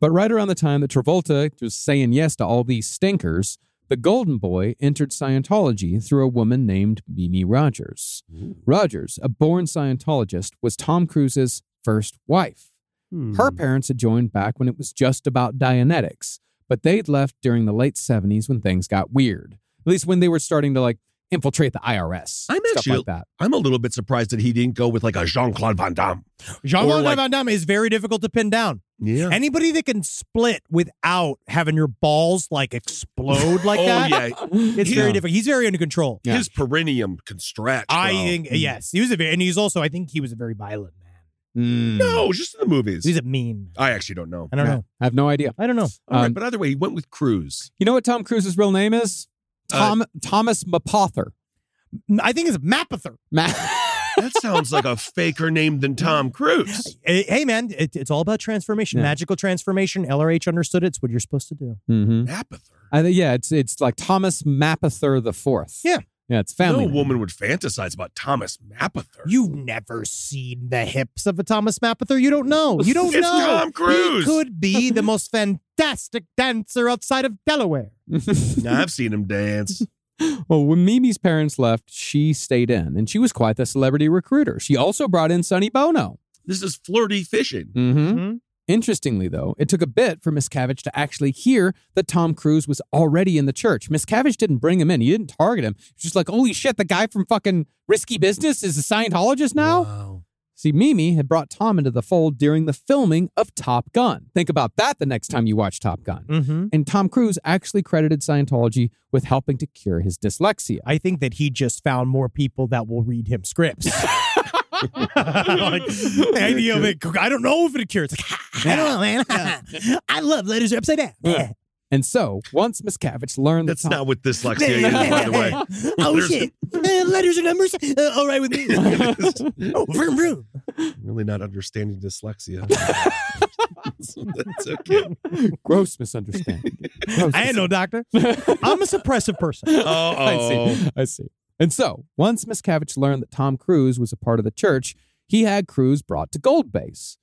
[SPEAKER 4] But right around the time that Travolta was saying yes to all these stinkers, the Golden Boy entered Scientology through a woman named Mimi Rogers. Rogers, a born Scientologist, was Tom Cruise's first wife.
[SPEAKER 6] Hmm.
[SPEAKER 4] Her parents had joined back when it was just about Dianetics, but they'd left during the late 70s when things got weird. At least when they were starting to like infiltrate the IRS.
[SPEAKER 6] I'm
[SPEAKER 4] stuff
[SPEAKER 6] actually-
[SPEAKER 4] like that.
[SPEAKER 6] I'm a little bit surprised that he didn't go with like a Jean Claude Van Damme.
[SPEAKER 5] Jean-Claude
[SPEAKER 6] like-
[SPEAKER 5] Van Damme is very difficult to pin down.
[SPEAKER 6] Yeah.
[SPEAKER 5] Anybody that can split without having your balls like explode like
[SPEAKER 6] oh
[SPEAKER 5] that,
[SPEAKER 6] yeah.
[SPEAKER 5] it's very
[SPEAKER 4] Yeah.
[SPEAKER 5] different. He's very under control.
[SPEAKER 4] Yeah.
[SPEAKER 6] His perineum constracts.
[SPEAKER 5] I
[SPEAKER 6] bro.
[SPEAKER 5] think yes, he was a very, and he's also I think he was a very violent man.
[SPEAKER 4] Mm.
[SPEAKER 6] No, just in the movies.
[SPEAKER 5] He's a mean. man.
[SPEAKER 6] I actually don't know.
[SPEAKER 5] I don't
[SPEAKER 4] Yeah.
[SPEAKER 5] know.
[SPEAKER 4] I have no idea.
[SPEAKER 5] I don't know.
[SPEAKER 6] All right,
[SPEAKER 4] Um,
[SPEAKER 6] but either way, he went with Cruise.
[SPEAKER 4] You know what Tom Cruise's real name is?
[SPEAKER 5] Uh,
[SPEAKER 4] Tom Thomas Mapother.
[SPEAKER 5] I think it's Mapother.
[SPEAKER 4] Ma-
[SPEAKER 6] That sounds like a faker name than Tom Cruise.
[SPEAKER 5] Eh, Hey man, it, it's all about transformation,
[SPEAKER 4] Yeah.
[SPEAKER 5] magical transformation. LRH understood it. It's what you're supposed to do.
[SPEAKER 4] Mhm.
[SPEAKER 6] Apather.
[SPEAKER 4] I thi- yeah, it's it's like Thomas Mapother the fourth.
[SPEAKER 5] Yeah.
[SPEAKER 4] yeah, it's family.
[SPEAKER 6] no
[SPEAKER 4] name.
[SPEAKER 6] woman would fantasize about Thomas Mapother.
[SPEAKER 5] You've never seen the hips of a Thomas Mapother. You don't know. You don't
[SPEAKER 6] It's
[SPEAKER 5] know.
[SPEAKER 6] Tom Cruise.
[SPEAKER 5] He could be the most fantastic dancer outside of Delaware.
[SPEAKER 6] Nah, I've seen him dance.
[SPEAKER 4] well, when Mimi's parents left, she stayed in, and she was quite the celebrity recruiter. She also brought in Sonny Bono.
[SPEAKER 6] This is flirty fishing.
[SPEAKER 4] Mm-hmm.
[SPEAKER 5] Mhm.
[SPEAKER 4] Interestingly, though, it took a bit for Miscavige to actually hear that Tom Cruise was already in the church. Miscavige didn't bring him in, he didn't target him. He's just like, holy shit, the guy from fucking Risky Business is a Scientologist now? See, Mimi had brought Tom into the fold during the filming of Top Gun. Think about that the next time you watch Top Gun.
[SPEAKER 5] Mm-hmm.
[SPEAKER 4] And Tom Cruise actually credited Scientology with helping to cure his dyslexia.
[SPEAKER 5] I think that he just found more people that will read him scripts. like, the idea of it, I don't know if it cures. It's Like, I don't know, man. I love letters are upside down.
[SPEAKER 4] Yeah. And so, once Miscavige learned
[SPEAKER 6] That's
[SPEAKER 4] that Tom-
[SPEAKER 6] not what dyslexia is, by the way.
[SPEAKER 5] Oh
[SPEAKER 6] There's-
[SPEAKER 5] shit! Uh, letters are numbers. Uh, all right with me. oh, vroom, vroom.
[SPEAKER 6] really not understanding dyslexia. That's okay.
[SPEAKER 4] gross misunderstanding. Gross
[SPEAKER 5] I ain't no doctor. I'm a suppressive person.
[SPEAKER 4] I
[SPEAKER 6] Oh,
[SPEAKER 4] see. I see. And so, once Miscavige learned that Tom Cruise was a part of the church, he had Cruise brought to Gold Base.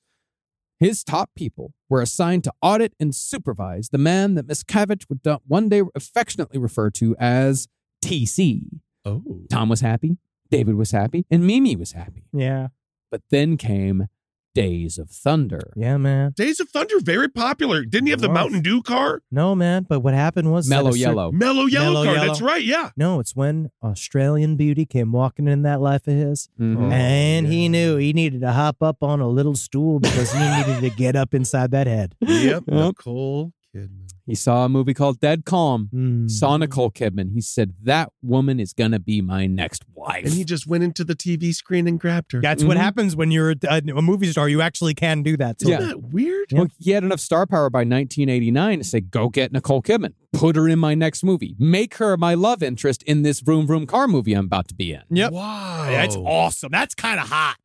[SPEAKER 4] His top people were assigned to audit and supervise the man that Miscavige would do- one day affectionately refer to as TC.
[SPEAKER 6] oh,
[SPEAKER 4] Tom was happy, David was happy, and Mimi was happy.
[SPEAKER 5] Yeah.
[SPEAKER 4] But then came Days of Thunder.
[SPEAKER 5] Yeah, man.
[SPEAKER 6] Days of Thunder, very popular. Didn't he have the
[SPEAKER 5] It was.
[SPEAKER 6] Mountain Dew car?
[SPEAKER 5] No, man. But what happened was that
[SPEAKER 4] Mellow
[SPEAKER 5] a cer-
[SPEAKER 4] Yellow.
[SPEAKER 6] Mellow yellow
[SPEAKER 5] Mellow
[SPEAKER 6] car.
[SPEAKER 5] yellow.
[SPEAKER 6] That's right. Yeah.
[SPEAKER 5] No, it's when Australian beauty came walking in that life of his,
[SPEAKER 4] Mhm.
[SPEAKER 5] and he knew he needed to hop up on a little stool because he needed to get up inside that head.
[SPEAKER 6] Yep.
[SPEAKER 4] Yep.
[SPEAKER 6] Nicole Kidman.
[SPEAKER 4] He saw a movie called Dead Calm.
[SPEAKER 5] Mm.
[SPEAKER 6] Hmm.
[SPEAKER 4] Saw Nicole Kidman. He said, That woman is going to be my next wife.
[SPEAKER 6] And he just went into the TV screen and grabbed her.
[SPEAKER 5] That's what
[SPEAKER 4] Mhm.
[SPEAKER 5] happens when you're a, a movie star. You actually can do that. So
[SPEAKER 6] Isn't
[SPEAKER 4] Yeah.
[SPEAKER 6] that weird?
[SPEAKER 4] Well, he had enough star power by 1989 to say, go get Nicole Kidman, put her in my next movie, make her my love interest in this Vroom Vroom car movie I'm about to be in.
[SPEAKER 5] Yep.
[SPEAKER 6] Wow.
[SPEAKER 5] that's awesome. That's kind of hot.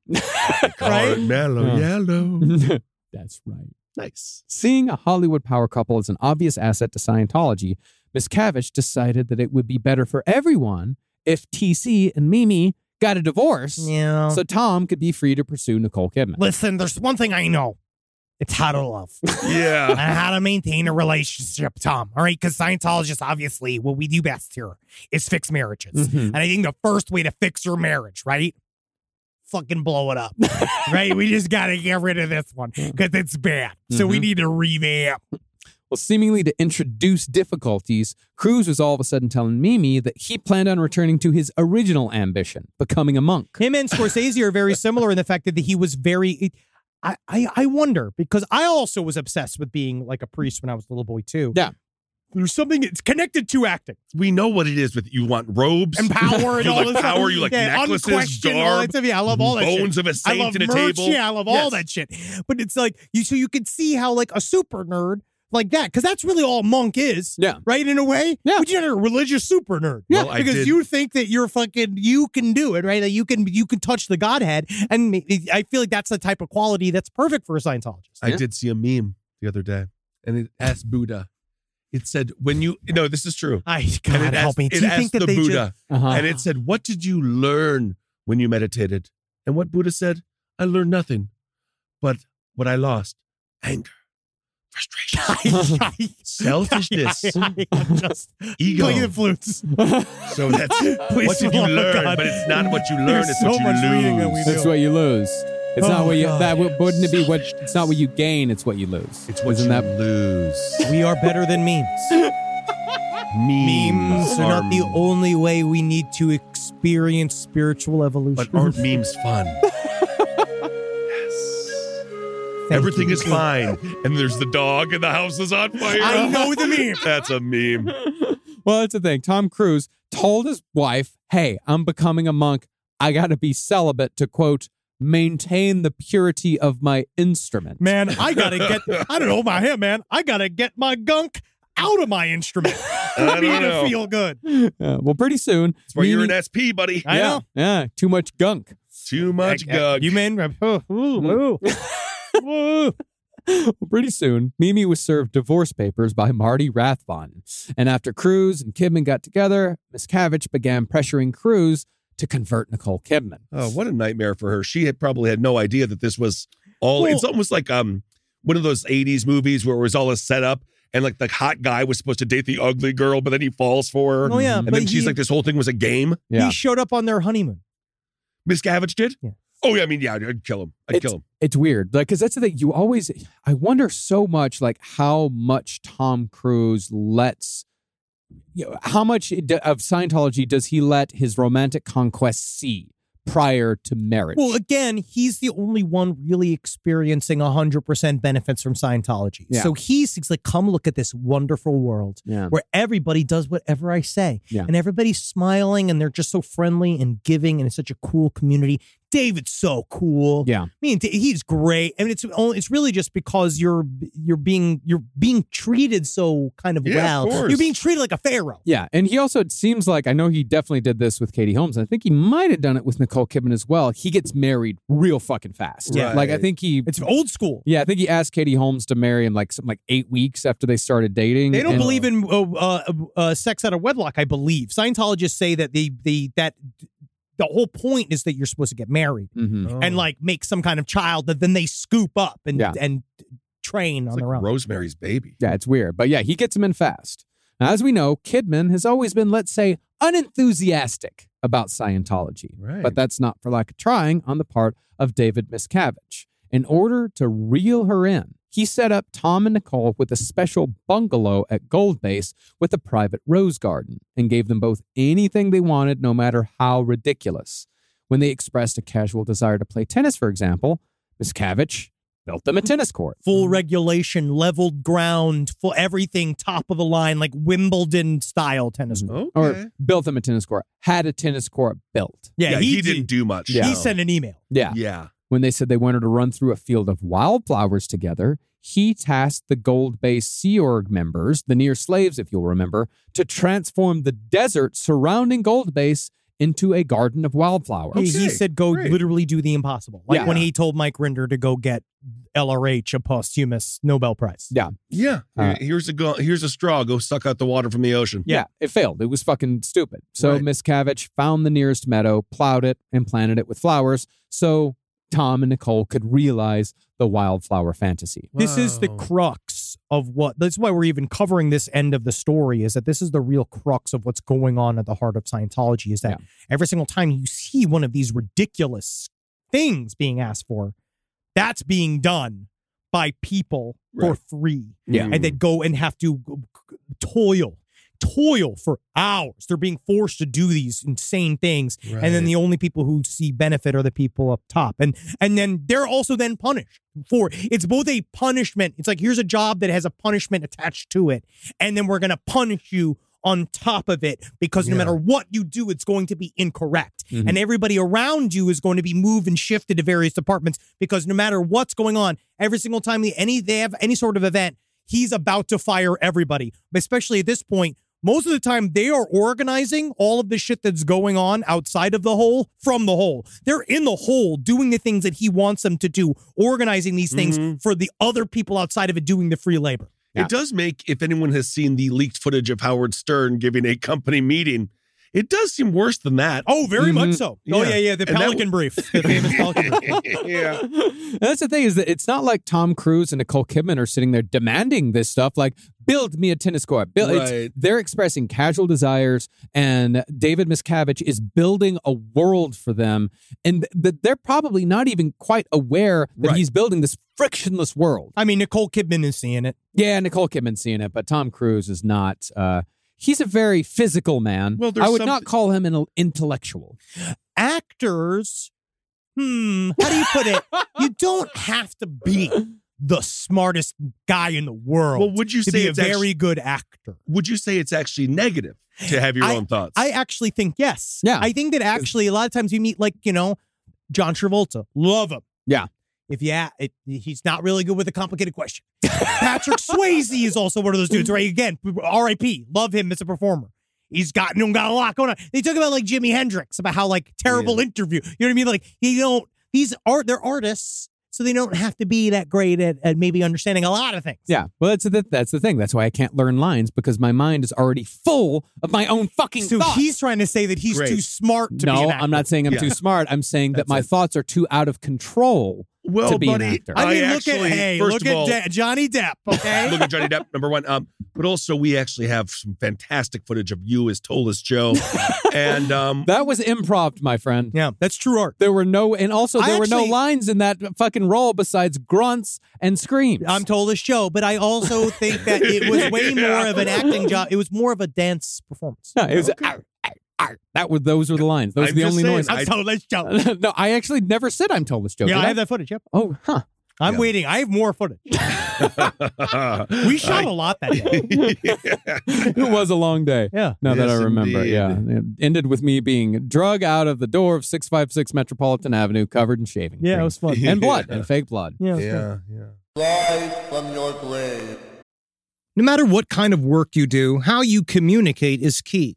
[SPEAKER 6] Card,
[SPEAKER 5] right?
[SPEAKER 6] Mellow
[SPEAKER 4] Yeah.
[SPEAKER 6] yellow.
[SPEAKER 4] That's right.
[SPEAKER 6] Nice.
[SPEAKER 4] Seeing a Hollywood power couple as an obvious asset to Scientology, Miscavige decided that it would be better for everyone if TC and Mimi got a divorce
[SPEAKER 5] Yeah.
[SPEAKER 4] so Tom could be free to pursue Nicole Kidman.
[SPEAKER 5] Listen, there's one thing I know. It's how to love
[SPEAKER 6] Yeah.
[SPEAKER 5] and how to maintain a relationship, Tom. All right, because Scientologists, obviously, what we do best here is fix marriages.
[SPEAKER 4] Mhm.
[SPEAKER 6] Mm-hmm.
[SPEAKER 5] And I think the first way to fix your marriage, right? Fucking blow it up, right? We just got to get rid of this one because it's bad. So we
[SPEAKER 4] Mhm.
[SPEAKER 5] need to revamp.
[SPEAKER 4] Well, seemingly to introduce difficulties, Cruz was all of a sudden telling Mimi that he planned on returning to his original ambition, becoming a monk.
[SPEAKER 5] Him and Scorsese are very similar in the fact that he was very. I, I, I wonder because I also was obsessed with being like a priest when I was a little boy too.
[SPEAKER 4] Yeah.
[SPEAKER 5] There's something it's connected to acting.
[SPEAKER 6] We know what it is with you want robes,
[SPEAKER 5] and power and
[SPEAKER 6] You
[SPEAKER 5] all
[SPEAKER 6] like
[SPEAKER 5] this
[SPEAKER 6] power,
[SPEAKER 5] stuff.
[SPEAKER 6] you like
[SPEAKER 5] yeah,
[SPEAKER 6] necklaces,
[SPEAKER 5] unquestioned, all that
[SPEAKER 6] garb,
[SPEAKER 5] stuff. Yeah, I love all that
[SPEAKER 6] bones
[SPEAKER 5] shit.
[SPEAKER 6] of a
[SPEAKER 5] I
[SPEAKER 6] saint
[SPEAKER 5] love
[SPEAKER 6] in a
[SPEAKER 5] merch,
[SPEAKER 6] table.
[SPEAKER 5] Yeah, I love all
[SPEAKER 6] Yes.
[SPEAKER 5] that shit. But it's like you, so you could see how like a super nerd like that, because that's really all monk is.
[SPEAKER 4] Yeah.
[SPEAKER 5] right. In a way,
[SPEAKER 4] Yeah.
[SPEAKER 5] But you're not a religious super nerd.
[SPEAKER 6] Yeah. Well, I
[SPEAKER 5] because
[SPEAKER 6] did-
[SPEAKER 5] you think that you're fucking you can do it, right? That you can you can touch the godhead, and I feel like that's the type of quality that's perfect for a Scientologist.
[SPEAKER 6] I did see a meme the other day, and it asked Buddha. It said, "When you no, this is true."
[SPEAKER 5] I
[SPEAKER 6] And
[SPEAKER 5] God
[SPEAKER 6] it
[SPEAKER 5] help
[SPEAKER 6] asked,
[SPEAKER 5] me.
[SPEAKER 6] It
[SPEAKER 5] Do you
[SPEAKER 6] asked
[SPEAKER 5] think that
[SPEAKER 6] the
[SPEAKER 5] they Uh.
[SPEAKER 6] Buddha,
[SPEAKER 5] just
[SPEAKER 4] Uh-huh.
[SPEAKER 6] and it said, "What did you learn when you meditated?" And what Buddha said, "I learned nothing, but what I lost: anger, frustration, selfishness,
[SPEAKER 5] I, I, am just
[SPEAKER 6] ego."
[SPEAKER 5] play the flutes.
[SPEAKER 6] So that's
[SPEAKER 5] Please,
[SPEAKER 6] what did you
[SPEAKER 5] oh my
[SPEAKER 6] learn?
[SPEAKER 5] God.
[SPEAKER 6] But it's not what you learn;
[SPEAKER 5] There's
[SPEAKER 6] it's
[SPEAKER 5] so
[SPEAKER 6] what you
[SPEAKER 5] much reading that we
[SPEAKER 6] lose.
[SPEAKER 5] do.
[SPEAKER 4] That's what you lose. It's not
[SPEAKER 5] Oh,
[SPEAKER 4] what you
[SPEAKER 5] God.
[SPEAKER 4] that would- wouldn't it be what it's not what you gain, it's what you lose.
[SPEAKER 6] It's what
[SPEAKER 4] Isn't
[SPEAKER 6] you
[SPEAKER 4] that
[SPEAKER 6] lose.
[SPEAKER 5] We are better than memes. Memes are not the only way we need to experience spiritual evolution.
[SPEAKER 6] But aren't memes fun?
[SPEAKER 5] Thank
[SPEAKER 6] Everything
[SPEAKER 5] you.
[SPEAKER 6] is fine. And there's the dog and the house is on fire.
[SPEAKER 5] I know the meme.
[SPEAKER 6] That's a meme.
[SPEAKER 4] Well, that's the thing. Tom Cruise told his wife, "Hey, I'm becoming a monk. I got to be celibate to quote maintain the purity of my instrument."
[SPEAKER 5] Man, I gotta get. I don't know about him, man. I gotta get my gunk out of my instrument
[SPEAKER 6] I
[SPEAKER 5] for me
[SPEAKER 6] don't know.
[SPEAKER 5] to feel good.
[SPEAKER 4] Uh, well, pretty soon,
[SPEAKER 6] That's why you're
[SPEAKER 4] Mimi-
[SPEAKER 6] an SP, buddy.
[SPEAKER 5] I
[SPEAKER 4] yeah,
[SPEAKER 5] know.
[SPEAKER 4] yeah, too much gunk.
[SPEAKER 6] Too much
[SPEAKER 5] Like, uh,
[SPEAKER 6] gug.
[SPEAKER 5] You mean? Oh, ooh, ooh.
[SPEAKER 4] Whoa. Well, pretty soon, Mimi was served divorce papers by Marty Rathbun. And after Cruz and Kidman got together, Miscavige began pressuring Cruz to convert Nicole Kidman.
[SPEAKER 6] Oh, what a nightmare for her. She had probably had no idea that this was all
[SPEAKER 5] Well-
[SPEAKER 6] it's almost like um one of those 80s movies where it was all a setup and like the hot guy was supposed to date the ugly girl, but then he falls for her.
[SPEAKER 5] Oh yeah,
[SPEAKER 6] and
[SPEAKER 5] but
[SPEAKER 6] then she's
[SPEAKER 5] he-
[SPEAKER 6] like, this whole thing was a game.
[SPEAKER 4] Yeah.
[SPEAKER 5] He showed up on their honeymoon.
[SPEAKER 6] Miss Gavage did?
[SPEAKER 5] Yeah.
[SPEAKER 6] Oh yeah, I mean yeah, I'd kill him. I'd kill him.
[SPEAKER 4] It's weird, like, because that's the thing. You always, I wonder so much, like, how much Tom Cruise lets, you know, how much d- of Scientology does he let his romantic conquest see prior to marriage?
[SPEAKER 5] Well, again, he's the only one really experiencing 100% benefits from Scientology.
[SPEAKER 4] Yeah.
[SPEAKER 5] So he's, he's like, come look at this wonderful world
[SPEAKER 4] yeah,
[SPEAKER 5] where everybody does whatever I say.
[SPEAKER 4] Yeah.
[SPEAKER 5] And everybody's smiling and they're just so friendly and giving and it's such a cool community. David's so cool.
[SPEAKER 4] yeah,
[SPEAKER 5] I mean, d- he's great. I mean, it's only, it's really just because you're you're being you're being treated so kind of
[SPEAKER 6] Yeah, of
[SPEAKER 5] well.
[SPEAKER 6] course.
[SPEAKER 5] you're being treated like a pharaoh.
[SPEAKER 4] yeah. And he also it seems like I know he definitely did this with Katie Holmes. I think he might have done it with Nicole Kidman as well. He gets married real fucking fast.
[SPEAKER 6] Yeah.
[SPEAKER 4] like I
[SPEAKER 6] Right.
[SPEAKER 4] think he.
[SPEAKER 5] It's old school.
[SPEAKER 4] yeah, I think he asked Katie Holmes to marry him like something like eight weeks after they started dating.
[SPEAKER 5] They don't
[SPEAKER 4] Mm, and-
[SPEAKER 5] believe in uh, uh, uh, sex out of wedlock. I believe Scientologists say that they they that the whole point is that you're supposed to get married
[SPEAKER 4] Mhm.
[SPEAKER 6] Oh.
[SPEAKER 5] and like make some kind of child that then they scoop up and
[SPEAKER 4] Yeah.
[SPEAKER 5] and train
[SPEAKER 6] It's
[SPEAKER 5] on their
[SPEAKER 6] like
[SPEAKER 5] own.
[SPEAKER 6] Rosemary's baby.
[SPEAKER 4] Yeah, it's weird. But yeah, he gets him in fast. Now, as we know, Kidman has always been, let's say, unenthusiastic about Scientology.
[SPEAKER 6] Right.
[SPEAKER 4] But that's not for lack of trying on the part of David Miscavige. In order to reel her in, he set up Tom and Nicole with a special bungalow at Gold Base with a private rose garden and gave them both anything they wanted, no matter how ridiculous. When they expressed a casual desire to play tennis, for example, Miscavige built them a tennis court.
[SPEAKER 5] Full regulation, leveled ground, full everything, top of the line, like Wimbledon style tennis. court.
[SPEAKER 6] Okay.
[SPEAKER 4] or built them a tennis court, had a tennis court built.
[SPEAKER 5] Yeah,
[SPEAKER 6] he,
[SPEAKER 5] did-
[SPEAKER 6] didn't do much.
[SPEAKER 4] Yeah.
[SPEAKER 5] He sent an email.
[SPEAKER 4] Yeah.
[SPEAKER 6] Yeah.
[SPEAKER 4] When they said they wanted to run through a field of wildflowers together, he tasked the Gold Bay Sea Org members, the near slaves, if you'll remember, to transform the desert surrounding Gold Base into a garden of wildflowers.
[SPEAKER 5] He, he
[SPEAKER 6] Okay,
[SPEAKER 5] said, "Go
[SPEAKER 6] great.
[SPEAKER 5] literally do the impossible." Like
[SPEAKER 4] Yeah.
[SPEAKER 5] when he told Mike Rinder to go get LRH a posthumous Nobel Prize.
[SPEAKER 4] Yeah.
[SPEAKER 6] Yeah.
[SPEAKER 4] Uh,
[SPEAKER 6] here's a go- here's a straw. Go suck out the water from the ocean.
[SPEAKER 4] Yeah, it failed. It was fucking stupid. So
[SPEAKER 6] Right.
[SPEAKER 4] Miss Cavich found the nearest meadow, plowed it, and planted it with flowers so Tom and Nicole could realize the wildflower fantasy.
[SPEAKER 5] This is the
[SPEAKER 6] Wow.
[SPEAKER 5] crux of what. That's why we're even covering this end of the story. Is that this is the real crux of what's going on at the heart of Scientology? Is that every single time you see one of these ridiculous things being asked for, that's being done by people for
[SPEAKER 6] Right.
[SPEAKER 5] free.
[SPEAKER 4] Yeah.
[SPEAKER 5] and then go and have to toil toil for hours they're being forced to do these insane things and then the only people who see benefit are the people up top and and then they're also then punished for it's both a punishment it's like here's a job that has a punishment attached to it and then we're going to punish you on top of it because no
[SPEAKER 6] Yeah.
[SPEAKER 5] matter what you do it's going to be incorrect
[SPEAKER 4] Mhm.
[SPEAKER 5] and everybody around you is going to be moved and shifted to various departments because no matter what's going on every single time they any they have any sort of event he's about to fire everybody especially at this point most of the time they are organizing all of the shit that's going on outside of the hole from the hole. They're in the hole doing the things that he wants them to do, organizing these things
[SPEAKER 6] Mhm.
[SPEAKER 5] for the other people outside of it doing the free labor.
[SPEAKER 4] Yeah.
[SPEAKER 6] It does make, if anyone has seen the leaked footage of Howard Stern giving a company meeting, it does seem worse than that.
[SPEAKER 5] Oh, very much
[SPEAKER 4] Mhm.
[SPEAKER 5] so. Oh
[SPEAKER 6] Yeah.
[SPEAKER 5] yeah, yeah, the
[SPEAKER 6] And that
[SPEAKER 5] Pelican brief, the famous Pelican brief.
[SPEAKER 6] Oh. yeah.
[SPEAKER 4] And that's the thing is that it's not like Tom Cruise and Nicole Kidman are sitting there demanding this stuff. Like, build me a tennis court. Build. it's-
[SPEAKER 6] Right.
[SPEAKER 4] they're expressing casual desires, and David Miscavige is building a world for them, and th- that they're probably not even quite aware that
[SPEAKER 6] Right.
[SPEAKER 4] he's building this frictionless world.
[SPEAKER 5] I mean, Nicole Kidman is seeing it.
[SPEAKER 4] Yeah, Nicole Kidman's seeing it, but Tom Cruise is not. Uh, he's a very physical man.
[SPEAKER 6] Well, there's
[SPEAKER 4] I would not
[SPEAKER 6] something-
[SPEAKER 4] call him an intellectual.
[SPEAKER 5] Actors, hmm, how do you put it? you don't have to be the smartest guy in the world
[SPEAKER 6] Well, would you
[SPEAKER 5] to
[SPEAKER 6] say
[SPEAKER 5] be a
[SPEAKER 6] it's actu-
[SPEAKER 5] very good actor.
[SPEAKER 6] Would you say it's actually negative to have your own thoughts?
[SPEAKER 5] I actually think yes.
[SPEAKER 4] Yeah.
[SPEAKER 5] I think that actually a lot of times we meet like, you know, John Travolta. Love him.
[SPEAKER 4] Yeah.
[SPEAKER 5] If yeah, it, he's not really good with a complicated question. Patrick Swayze is also one of those dudes, right? Again, R.I.P. Love him as a performer. He's got no got a lot going on. They talk about like Jimi Hendrix about how like terrible interview. You know what I mean? Like you don't. These art they're artists, so they don't have to be that great at, at maybe understanding a lot of things.
[SPEAKER 4] Yeah, well, that's the, that's the thing. That's why I can't learn lines because my mind is already full of my own fucking
[SPEAKER 5] So
[SPEAKER 4] thoughts.
[SPEAKER 5] he's trying to say that he's
[SPEAKER 6] Great.
[SPEAKER 5] too smart to be
[SPEAKER 4] no,
[SPEAKER 5] an
[SPEAKER 4] I'm
[SPEAKER 5] actor.
[SPEAKER 4] not saying I'm
[SPEAKER 6] Yeah.
[SPEAKER 4] too smart. I'm saying that
[SPEAKER 6] That's
[SPEAKER 4] my
[SPEAKER 6] it.
[SPEAKER 4] thoughts are too out of control
[SPEAKER 6] Well,
[SPEAKER 4] to be an
[SPEAKER 6] buddy,
[SPEAKER 4] actor.
[SPEAKER 6] I,
[SPEAKER 5] I mean,
[SPEAKER 6] actually,
[SPEAKER 5] look at hey,
[SPEAKER 6] first
[SPEAKER 5] look
[SPEAKER 6] of
[SPEAKER 5] at
[SPEAKER 6] all,
[SPEAKER 5] De- Johnny Depp. Okay,
[SPEAKER 6] look at Johnny Depp, number one. Um, but also we actually have some fantastic footage of you as Tolus Joe, and um,
[SPEAKER 4] That was improv, my friend.
[SPEAKER 5] yeah, that's true art.
[SPEAKER 4] There were no, and also
[SPEAKER 5] I
[SPEAKER 4] there were no
[SPEAKER 5] actually-
[SPEAKER 4] lines in that fucking role besides grunts and screams.
[SPEAKER 5] I'm told to show, but I also think that it was way more of an acting job. It was more of a dance performance.
[SPEAKER 4] No, it was, "Arr, arr, arr." That were those were the lines. Those
[SPEAKER 6] I'm
[SPEAKER 4] are the
[SPEAKER 6] just
[SPEAKER 4] only
[SPEAKER 6] saying,
[SPEAKER 4] noises.
[SPEAKER 6] I-
[SPEAKER 5] I'm told to show.
[SPEAKER 4] no, I actually never said I'm told this joke.
[SPEAKER 5] Yeah,
[SPEAKER 4] did
[SPEAKER 5] I have that footage. Yep,
[SPEAKER 4] Oh, huh.
[SPEAKER 5] I'm
[SPEAKER 6] Yeah.
[SPEAKER 5] waiting. I have more footage. We shot a lot that day.
[SPEAKER 4] it was a long day.
[SPEAKER 5] Yeah.
[SPEAKER 4] Now that
[SPEAKER 6] Yes,
[SPEAKER 4] I remember,
[SPEAKER 6] indeed.
[SPEAKER 4] yeah, it ended with me being drug out of the door of six five six Metropolitan Avenue, covered in shaving
[SPEAKER 5] Yeah, it
[SPEAKER 4] cream.
[SPEAKER 5] was fun.
[SPEAKER 4] and blood and fake blood.
[SPEAKER 5] Yeah, it was fun.
[SPEAKER 6] yeah, yeah.
[SPEAKER 5] No matter what kind of work you do, how you communicate is key.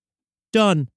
[SPEAKER 5] done.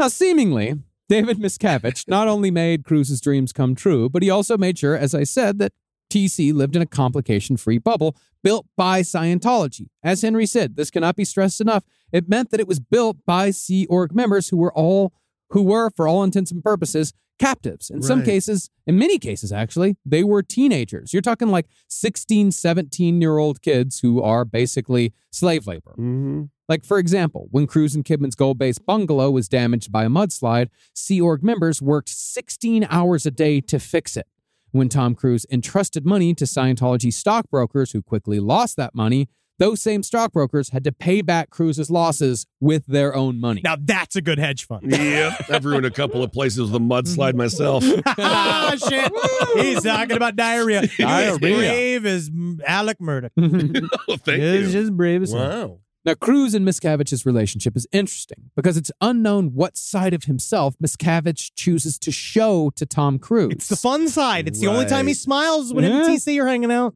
[SPEAKER 4] Now, seemingly, David Miscavige not only made Cruz's dreams come true, but he also made sure, as I said, that TC lived in a complication free bubble built by Scientology. As Henry said, this cannot be stressed enough. It meant that it was built by Sea Org members who were all who were, for all intents and purposes, captives. In some
[SPEAKER 6] Right.
[SPEAKER 4] cases, in many cases actually, they were teenagers. You're talking like 16, 17 year old kids who are basically slave labor.
[SPEAKER 6] Mm-hmm.
[SPEAKER 4] Like, for example, when Cruz and Kidman's gold based bungalow was damaged by a mudslide, Sea Org members worked 16 hours a day to fix it. When Tom Cruise entrusted money to Scientology stockbrokers who quickly lost that money, those same stockbrokers had to pay back Cruz's losses with their own money.
[SPEAKER 5] Now that's a good hedge fund.
[SPEAKER 6] Yeah, I've ruined a couple of places with a mudslide myself.
[SPEAKER 5] ah, shit. He's talking about diarrhea. You're
[SPEAKER 4] Diarrhea.
[SPEAKER 5] As brave as Alec Murdoch.
[SPEAKER 6] Oh, thank
[SPEAKER 5] You're
[SPEAKER 6] you.
[SPEAKER 5] just brave as hell.
[SPEAKER 6] Wow.
[SPEAKER 4] Now, Cruz and Miscavige's relationship is interesting because it's unknown what side of himself Miscavige chooses to show to Tom Cruise.
[SPEAKER 5] It's the fun side. It's the only time he
[SPEAKER 6] Right.
[SPEAKER 5] smiles when him and
[SPEAKER 4] Yeah.
[SPEAKER 5] TC are hanging out.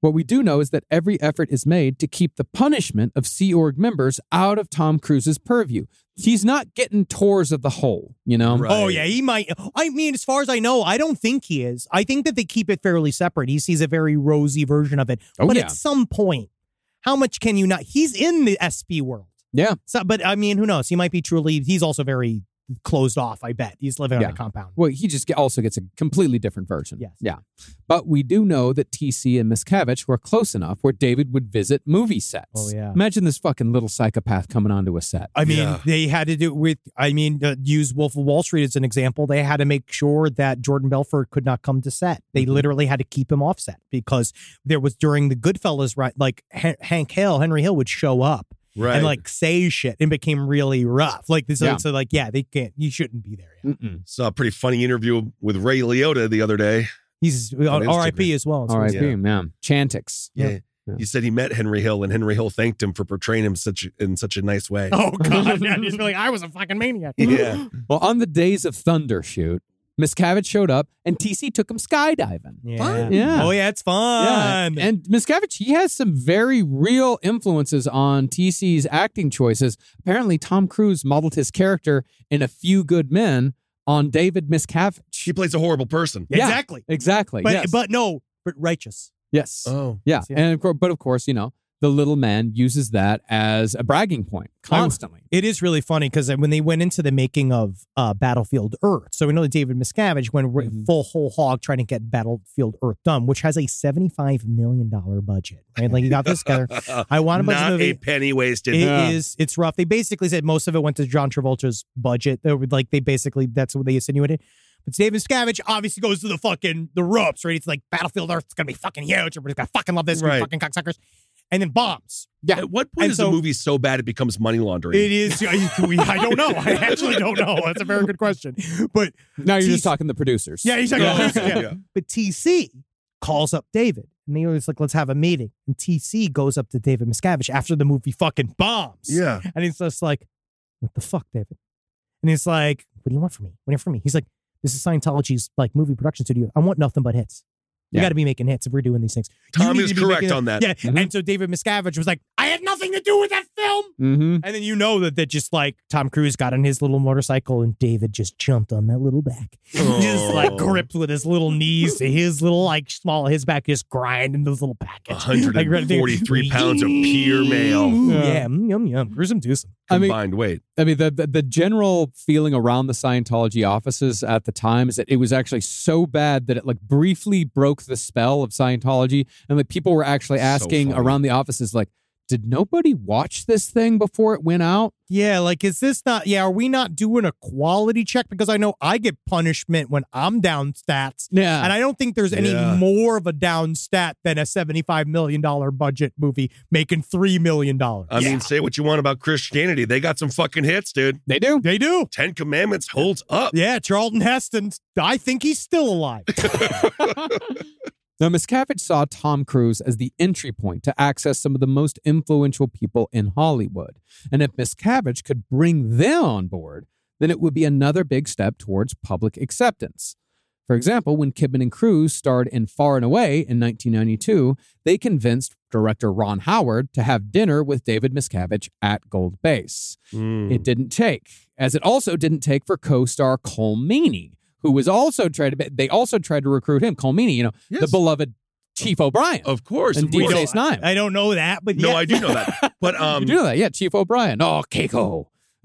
[SPEAKER 4] What we do know is that every effort is made to keep the punishment of Sea Org members out of Tom Cruise's purview. He's not getting tours of the hole, you know?
[SPEAKER 6] Right.
[SPEAKER 5] Oh yeah, he might. I mean, as far as I know, I don't think he is. I think that they keep it fairly separate. He sees a very rosy version of it.
[SPEAKER 4] Oh,
[SPEAKER 5] but
[SPEAKER 4] yeah.
[SPEAKER 5] at some point, how much can you not? He's in the SP world.
[SPEAKER 4] Yeah.
[SPEAKER 5] So, but I mean, who knows? He might be truly. He's also very closed off. I bet he's living on
[SPEAKER 4] Yeah.
[SPEAKER 5] a compound.
[SPEAKER 4] Well, he just ge- also gets a completely different version.
[SPEAKER 5] Yes.
[SPEAKER 4] Yeah. But we do know that TC and Miscavige were close enough where David would visit movie sets.
[SPEAKER 5] Oh, yeah.
[SPEAKER 4] Imagine this fucking little psychopath coming onto a set.
[SPEAKER 5] I mean,
[SPEAKER 6] Yeah.
[SPEAKER 5] they had to do with. I mean, uh, use Wolf of Wall Street as an example. They had to make sure that Jordan Belfort could not come to set. They
[SPEAKER 4] Mm-hmm.
[SPEAKER 5] literally had to keep him off set because there was during the Goodfellas, right? Like Han- Hank Hill, Henry Hill would show up
[SPEAKER 6] Right.
[SPEAKER 5] and like say shit and became really rough. Like this,
[SPEAKER 4] Yeah.
[SPEAKER 5] so like yeah, they can't. You shouldn't be there. Yet.
[SPEAKER 4] Mm-mm.
[SPEAKER 6] saw a pretty funny interview with Ray Liotta the other day,
[SPEAKER 5] He's uh, on
[SPEAKER 6] On
[SPEAKER 5] RIP
[SPEAKER 6] Instagram.
[SPEAKER 5] as well.
[SPEAKER 4] R.I.P.
[SPEAKER 6] Yeah.
[SPEAKER 4] Yeah. Chantix.
[SPEAKER 6] Yeah. He said he met Henry Hill, and Henry Hill thanked him for portraying him such in such a nice way.
[SPEAKER 5] Oh God! Yeah, he's like, I was a fucking maniac.
[SPEAKER 6] Yeah,
[SPEAKER 4] Well, on the days of Thunder Shoot, Miscavige showed up and TC took him skydiving.
[SPEAKER 5] Yeah.
[SPEAKER 4] Yeah.
[SPEAKER 5] Oh yeah, it's fun.
[SPEAKER 4] Yeah. And Miscavige, he has some very real influences on TC's acting choices. Apparently, Tom Cruise modeled his character in A Few Good Men on David
[SPEAKER 6] he
[SPEAKER 4] Miscavige.
[SPEAKER 6] plays a horrible person.
[SPEAKER 4] Yeah.
[SPEAKER 5] Exactly.
[SPEAKER 4] Exactly.
[SPEAKER 5] But
[SPEAKER 4] yes.
[SPEAKER 5] but no, but righteous.
[SPEAKER 4] yes.
[SPEAKER 6] Oh,
[SPEAKER 4] yeah.
[SPEAKER 5] yeah.
[SPEAKER 4] And of course, but of course, you know, the little man uses that as a bragging point constantly.
[SPEAKER 5] It is really funny because when they went into the making of uh, Battlefield Earth, so we know that David Miscavige went re-
[SPEAKER 4] Mhm.
[SPEAKER 5] full whole hog trying to get Battlefield Earth done, which has a seventy-five million dollar budget. Right? Like you got this together. I want to budget
[SPEAKER 6] not
[SPEAKER 5] movie.
[SPEAKER 6] a penny wasted.
[SPEAKER 5] It is.
[SPEAKER 4] Yeah.
[SPEAKER 5] It's rough. They basically said most of it went to John Travolta's budget. They were like they basically that's what they insinuated. But David Scavage obviously goes to the fucking the ropes, right? It's like Battlefield Earth is gonna be fucking huge. Everybody's gonna fucking love this. Right.
[SPEAKER 6] Right.
[SPEAKER 5] Fucking cocksuckers. And then bombs.
[SPEAKER 6] At what point
[SPEAKER 5] And
[SPEAKER 6] is
[SPEAKER 5] so-
[SPEAKER 6] a movie so bad it becomes money laundering?
[SPEAKER 5] It is. I, we- I don't know. I actually don't know. That's a very good question. But
[SPEAKER 4] Now you're
[SPEAKER 5] TC
[SPEAKER 4] just talking the producers.
[SPEAKER 5] yeah, he's talking
[SPEAKER 6] Oh,
[SPEAKER 5] about
[SPEAKER 6] okay,
[SPEAKER 5] yeah.
[SPEAKER 6] yeah.
[SPEAKER 5] But TC calls up David. And he was like, let's have a meeting. And TC goes up to David Miscavige after the movie fucking bombs.
[SPEAKER 6] Yeah.
[SPEAKER 5] And he's just like, what the fuck, David? And he's like, what do you want from me? What do you want from me? He's like, this is Scientology's like movie production studio. I want nothing but hits. You
[SPEAKER 4] Yeah.
[SPEAKER 5] got to be making hits if we're doing these things. You
[SPEAKER 6] Tom
[SPEAKER 5] need
[SPEAKER 6] is
[SPEAKER 5] to be
[SPEAKER 6] correct
[SPEAKER 5] making-
[SPEAKER 6] on that.
[SPEAKER 5] Yeah.
[SPEAKER 4] Mhm.
[SPEAKER 5] And so David Miscavige was like, I had nothing to do with that film.
[SPEAKER 4] Mm-hmm.
[SPEAKER 5] And then you know that that just like Tom Cruise got on his little motorcycle and David just jumped on that little back, just like
[SPEAKER 6] Oh.
[SPEAKER 5] gripped with his little knees to his little like small his back, just grinding those little packets. Like, right there.
[SPEAKER 6] 143 pounds of pure male
[SPEAKER 5] Ooh,
[SPEAKER 4] Yeah.
[SPEAKER 5] yeah, mm, yum yum, gruesome some.
[SPEAKER 4] I mean,
[SPEAKER 6] combined weight.
[SPEAKER 4] I mean, the, the the general feeling around the Scientology offices at the time is that it was actually so bad that it like briefly broke the spell of Scientology, and like people were actually
[SPEAKER 6] So
[SPEAKER 4] asking
[SPEAKER 6] funny.
[SPEAKER 4] around the offices, like, did nobody watch this thing before it went out?
[SPEAKER 5] Yeah, like is this not? Yeah, are we not doing a quality check? Because I know I get punishment when I'm down stats.
[SPEAKER 4] Yeah,
[SPEAKER 5] And I don't think there's any
[SPEAKER 6] Yeah.
[SPEAKER 5] more of a down stat than a $75 million budget movie making $3 million.
[SPEAKER 6] I mean, say what you want about Christianity. They got some fucking hits, dude.
[SPEAKER 4] they do.
[SPEAKER 5] they do.
[SPEAKER 6] Ten Commandments holds up.
[SPEAKER 5] Yeah, Charlton Heston. I think he's still alive.
[SPEAKER 4] Now, Miscavige saw Tom Cruise as the entry point to access some of the most influential people in Hollywood. And if Miscavige could bring them on board, then it would be another big step towards public acceptance. For example, when Kidman and Cruise starred in Far and Away in 1992, they convinced director Ron Howard to have dinner with David Miscavige at Gold Base.
[SPEAKER 6] Mm.
[SPEAKER 4] It didn't take, as it also didn't take for co-star Cole Meany, who was also tried to. They also tried to recruit him, Cole Meany, you know,
[SPEAKER 6] Yes.
[SPEAKER 4] the beloved Chief O'Brien
[SPEAKER 6] Of course.
[SPEAKER 4] and
[SPEAKER 6] of course.
[SPEAKER 4] DJ Snime.
[SPEAKER 5] I don't know that, but
[SPEAKER 6] No,
[SPEAKER 5] yeah.
[SPEAKER 6] I do know that. But um,
[SPEAKER 4] you do know that, yeah, Chief O'Brien. Oh, Keiko. Oh,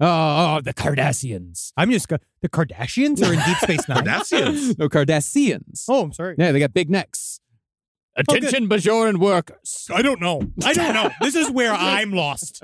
[SPEAKER 4] oh, the Kardashians.
[SPEAKER 5] I'm just go- the Kardashians are in Deep Space Nine.
[SPEAKER 6] Kardashians.
[SPEAKER 4] No, Kardashians.
[SPEAKER 5] oh, I'm sorry.
[SPEAKER 4] Yeah, they got big necks.
[SPEAKER 6] Oh,
[SPEAKER 4] Attention, Bajoran workers.
[SPEAKER 5] I don't know. I don't know. This is where I'm lost.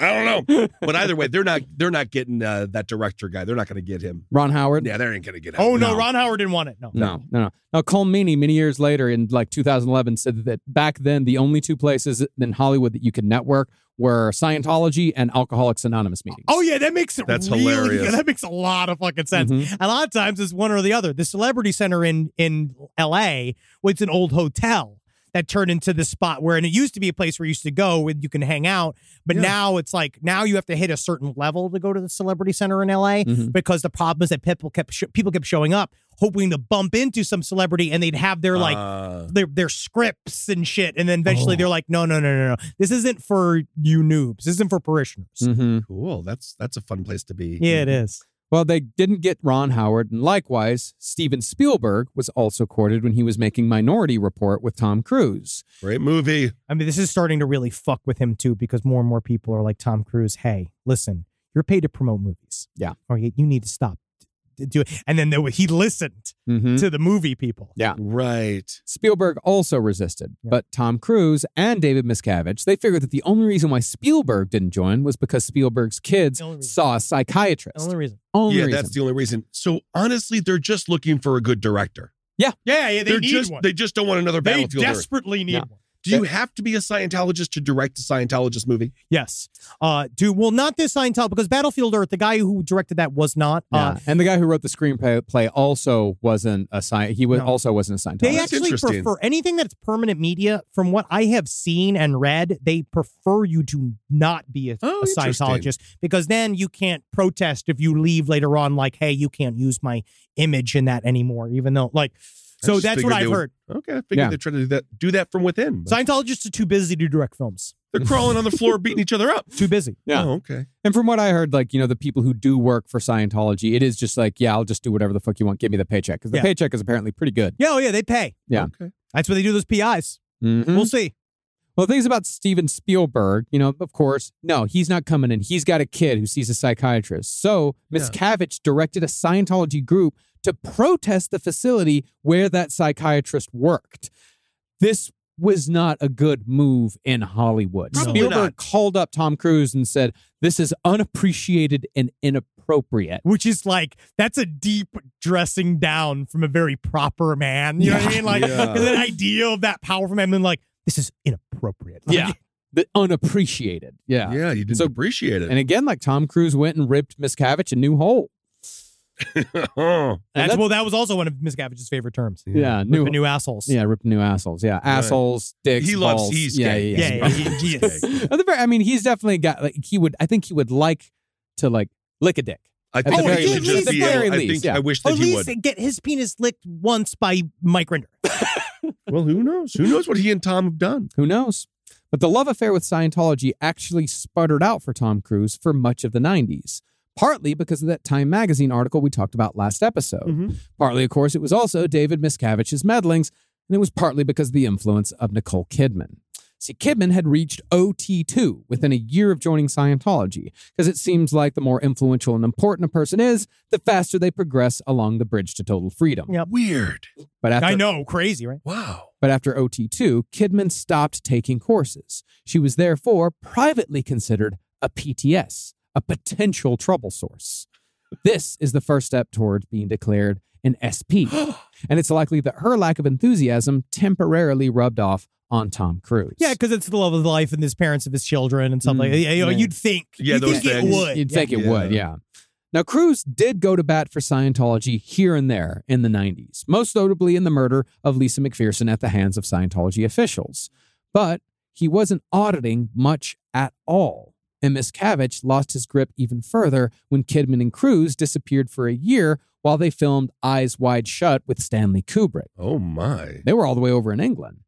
[SPEAKER 6] I don't know. But either way, they're not they're not getting uh, that director guy. They're not going to get him.
[SPEAKER 4] Ron Howard.
[SPEAKER 6] Yeah, they ain't going to get him.
[SPEAKER 5] Oh no,
[SPEAKER 4] No.
[SPEAKER 5] Ron Howard didn't want it. No.
[SPEAKER 4] No, no, no. Now, Cole Meany, many years later in like 2011, said that back then the only two places in Hollywood that you could network were Scientology and Alcoholics Anonymous meetings.
[SPEAKER 5] Oh yeah, that makes it.
[SPEAKER 6] That's
[SPEAKER 5] really,
[SPEAKER 6] hilarious. Mm-hmm.
[SPEAKER 5] That makes a lot of fucking sense.
[SPEAKER 4] Mhm.
[SPEAKER 5] A lot of times it's one or the other. The Celebrity Center in in L.A. was an old hotel that turned into this spot where, and it used to be a place where you used to go and you can hang out, but now it's like now you have to hit a certain level to go to the Celebrity Center in
[SPEAKER 6] Mm-hmm.
[SPEAKER 5] L.A.
[SPEAKER 4] Mhm.
[SPEAKER 5] because the problem is that people kept sh- people kept showing up hoping to bump into some celebrity and they'd have their like
[SPEAKER 6] Uh,
[SPEAKER 5] their their scripts and shit, and then eventually
[SPEAKER 4] Oh.
[SPEAKER 5] they're like, no, no, no, no, no, this isn't for you noobs. This isn't for parishioners.
[SPEAKER 6] Mm-hmm.
[SPEAKER 4] Mhm.
[SPEAKER 6] cool. That's that's a fun place to be.
[SPEAKER 5] Yeah, it is.
[SPEAKER 4] Well, they didn't get Ron Howard, and likewise, Steven Spielberg was also courted when he was making Minority Report with Tom Cruise.
[SPEAKER 6] Great movie.
[SPEAKER 5] I mean, this is starting to really fuck with him too, because more and more people are like Tom Cruise. Hey, listen, you're paid to promote movies.
[SPEAKER 4] Yeah.
[SPEAKER 5] Or you, you need to stop d- do it. And then there, were- he listened
[SPEAKER 6] Mm-hmm.
[SPEAKER 4] Mhm.
[SPEAKER 5] to the movie people.
[SPEAKER 4] Yeah.
[SPEAKER 6] Right.
[SPEAKER 4] Spielberg also resisted,
[SPEAKER 5] Yeah.
[SPEAKER 4] but Tom Cruise and David Miscavige, they figured that the only reason why Spielberg didn't join was because Spielberg's kids
[SPEAKER 5] The only reason.
[SPEAKER 4] saw a
[SPEAKER 5] The
[SPEAKER 4] psychiatrist.
[SPEAKER 5] only reason.
[SPEAKER 4] Only
[SPEAKER 6] yeah,
[SPEAKER 4] reason.
[SPEAKER 6] that's the only reason. So honestly, they're just looking for a good director.
[SPEAKER 5] Yeah, yeah,
[SPEAKER 6] are just they just don't want another
[SPEAKER 5] They
[SPEAKER 6] battlefield. Earth.
[SPEAKER 5] desperately need
[SPEAKER 4] Yeah.
[SPEAKER 5] one.
[SPEAKER 6] Do you have to be a Scientologist to direct a Scientologist movie?
[SPEAKER 5] Yes. Uh, dude, well, not this Scientology, because Battlefield Earth, the guy who directed that was not. Uh,
[SPEAKER 4] Yeah. and the guy who wrote the screenplay play also wasn't a sci- he was
[SPEAKER 5] No.
[SPEAKER 4] also wasn't a Scientologist.
[SPEAKER 5] They
[SPEAKER 6] Oh, that's
[SPEAKER 5] actually
[SPEAKER 6] interesting.
[SPEAKER 5] prefer anything that's permanent media. From what I have seen and read, they prefer you to not be a,
[SPEAKER 6] Oh,
[SPEAKER 5] a
[SPEAKER 6] interesting.
[SPEAKER 5] Scientologist because then you can't protest if you leave later on. Like, hey, you can't use my image in that anymore, even though like.
[SPEAKER 6] I
[SPEAKER 5] So
[SPEAKER 6] just
[SPEAKER 5] that's
[SPEAKER 6] figured
[SPEAKER 5] what
[SPEAKER 6] they
[SPEAKER 5] I've
[SPEAKER 6] would-
[SPEAKER 5] heard.
[SPEAKER 6] Okay, I figured
[SPEAKER 4] Yeah.
[SPEAKER 6] they're trying to do that, do that from within. but
[SPEAKER 5] Scientologists are too busy to direct films.
[SPEAKER 6] they're crawling on the floor, beating each other up.
[SPEAKER 5] Too busy.
[SPEAKER 4] Yeah.
[SPEAKER 6] Oh, okay.
[SPEAKER 4] And from what I heard, like, you know, the people who do work for Scientology, it is just like, yeah, I'll just do whatever the fuck you want. Give me the paycheck. Because the
[SPEAKER 5] Yeah.
[SPEAKER 4] paycheck is apparently pretty good.
[SPEAKER 5] Yeah, oh yeah, they pay.
[SPEAKER 4] Yeah.
[SPEAKER 6] Okay.
[SPEAKER 5] That's what they do those PIs.
[SPEAKER 4] Mm-hmm.
[SPEAKER 6] Mm-hmm.
[SPEAKER 5] We'll see.
[SPEAKER 4] Well, things about Steven Spielberg, you know, of course, no, he's not coming in. He's got a kid who sees a psychiatrist. So Miss Cavich directed a Scientology group to protest the facility where that psychiatrist worked. This was not a good move in Hollywood.
[SPEAKER 6] Probably
[SPEAKER 4] Spielberg
[SPEAKER 6] not.
[SPEAKER 4] called up Tom Cruise and said, This is unappreciated and inappropriate.
[SPEAKER 5] Which is like that's a deep dressing down from a very proper man. You know what I mean? Like
[SPEAKER 6] Yeah.
[SPEAKER 5] that idea of that powerful man, and then like this is inappropriate. Like,
[SPEAKER 4] Yeah. The unappreciated. Yeah.
[SPEAKER 6] Yeah, you didn't
[SPEAKER 4] So-
[SPEAKER 6] appreciate it.
[SPEAKER 4] And again, like Tom Cruise went and ripped Miss Cavich a new hole.
[SPEAKER 6] oh,
[SPEAKER 4] And
[SPEAKER 5] That's,
[SPEAKER 4] that-
[SPEAKER 5] well, that was also one of Miss Gavage's favorite terms.
[SPEAKER 4] yeah, new,
[SPEAKER 5] The new assholes.
[SPEAKER 4] yeah, ripping new assholes. Yeah, assholes, dicks.
[SPEAKER 6] He loves-
[SPEAKER 4] balls.
[SPEAKER 6] he's
[SPEAKER 4] yeah,
[SPEAKER 6] gay.
[SPEAKER 4] yeah, yeah.
[SPEAKER 5] Yeah, yeah, he- he is.
[SPEAKER 4] At the very- I mean, he's definitely got like he would. I think he would like to like lick a dick.
[SPEAKER 6] I
[SPEAKER 4] the
[SPEAKER 6] think
[SPEAKER 5] very
[SPEAKER 6] he would
[SPEAKER 5] least-
[SPEAKER 6] just
[SPEAKER 5] at the
[SPEAKER 6] be able-
[SPEAKER 4] very
[SPEAKER 6] I
[SPEAKER 4] least,
[SPEAKER 6] think
[SPEAKER 4] yeah.
[SPEAKER 6] I wish
[SPEAKER 5] Or
[SPEAKER 6] that
[SPEAKER 5] at
[SPEAKER 6] he
[SPEAKER 5] least
[SPEAKER 6] would.
[SPEAKER 5] get his penis licked once by Mike Rinder.
[SPEAKER 6] Well, who knows? Who knows what he and Tom have done?
[SPEAKER 4] Who knows? But the love affair with Scientology actually sputtered out for Tom Cruise for much of the 90s, partly because of that Time magazine article we talked about last episode.
[SPEAKER 5] Oh.
[SPEAKER 4] Partly, of course, it was also David Miscavige's meddlings, and it was partly because of the influence of Nicole Kidman. See, Kidman had reached OT2 within a year of joining Scientology, because it seems like the more influential and important a person is, the faster they progress along the bridge to total freedom.
[SPEAKER 5] Yep.
[SPEAKER 6] Weird.
[SPEAKER 4] But after,
[SPEAKER 5] I know, crazy, right?
[SPEAKER 6] Wow.
[SPEAKER 4] but after OT2, Kidman stopped taking courses. She was therefore privately considered a PTS, a potential trouble source. This is the first step towards being declared an SP. And it's likely that her lack of enthusiasm temporarily rubbed off on Tom Cruise.
[SPEAKER 5] Yeah, because it's the love of the life and his parents of his children and stuff
[SPEAKER 4] Mm.
[SPEAKER 5] like that. You know,
[SPEAKER 4] Yeah.
[SPEAKER 5] You'd think.
[SPEAKER 6] Yeah,
[SPEAKER 5] you'd
[SPEAKER 6] those
[SPEAKER 5] think
[SPEAKER 6] things.
[SPEAKER 5] it would.
[SPEAKER 4] You'd
[SPEAKER 5] Yeah.
[SPEAKER 4] think it
[SPEAKER 6] Yeah.
[SPEAKER 4] would, yeah. Now, Cruz did go to bat for Scientology here and there in the 90s, most notably in the murder of Lisa McPherson at the hands of Scientology officials. But he wasn't auditing much at all. And Miscavige lost his grip even further when Kidman and Cruz disappeared for a year while they filmed Eyes Wide Shut with Stanley Kubrick.
[SPEAKER 6] Oh my.
[SPEAKER 4] They were all the way over in England.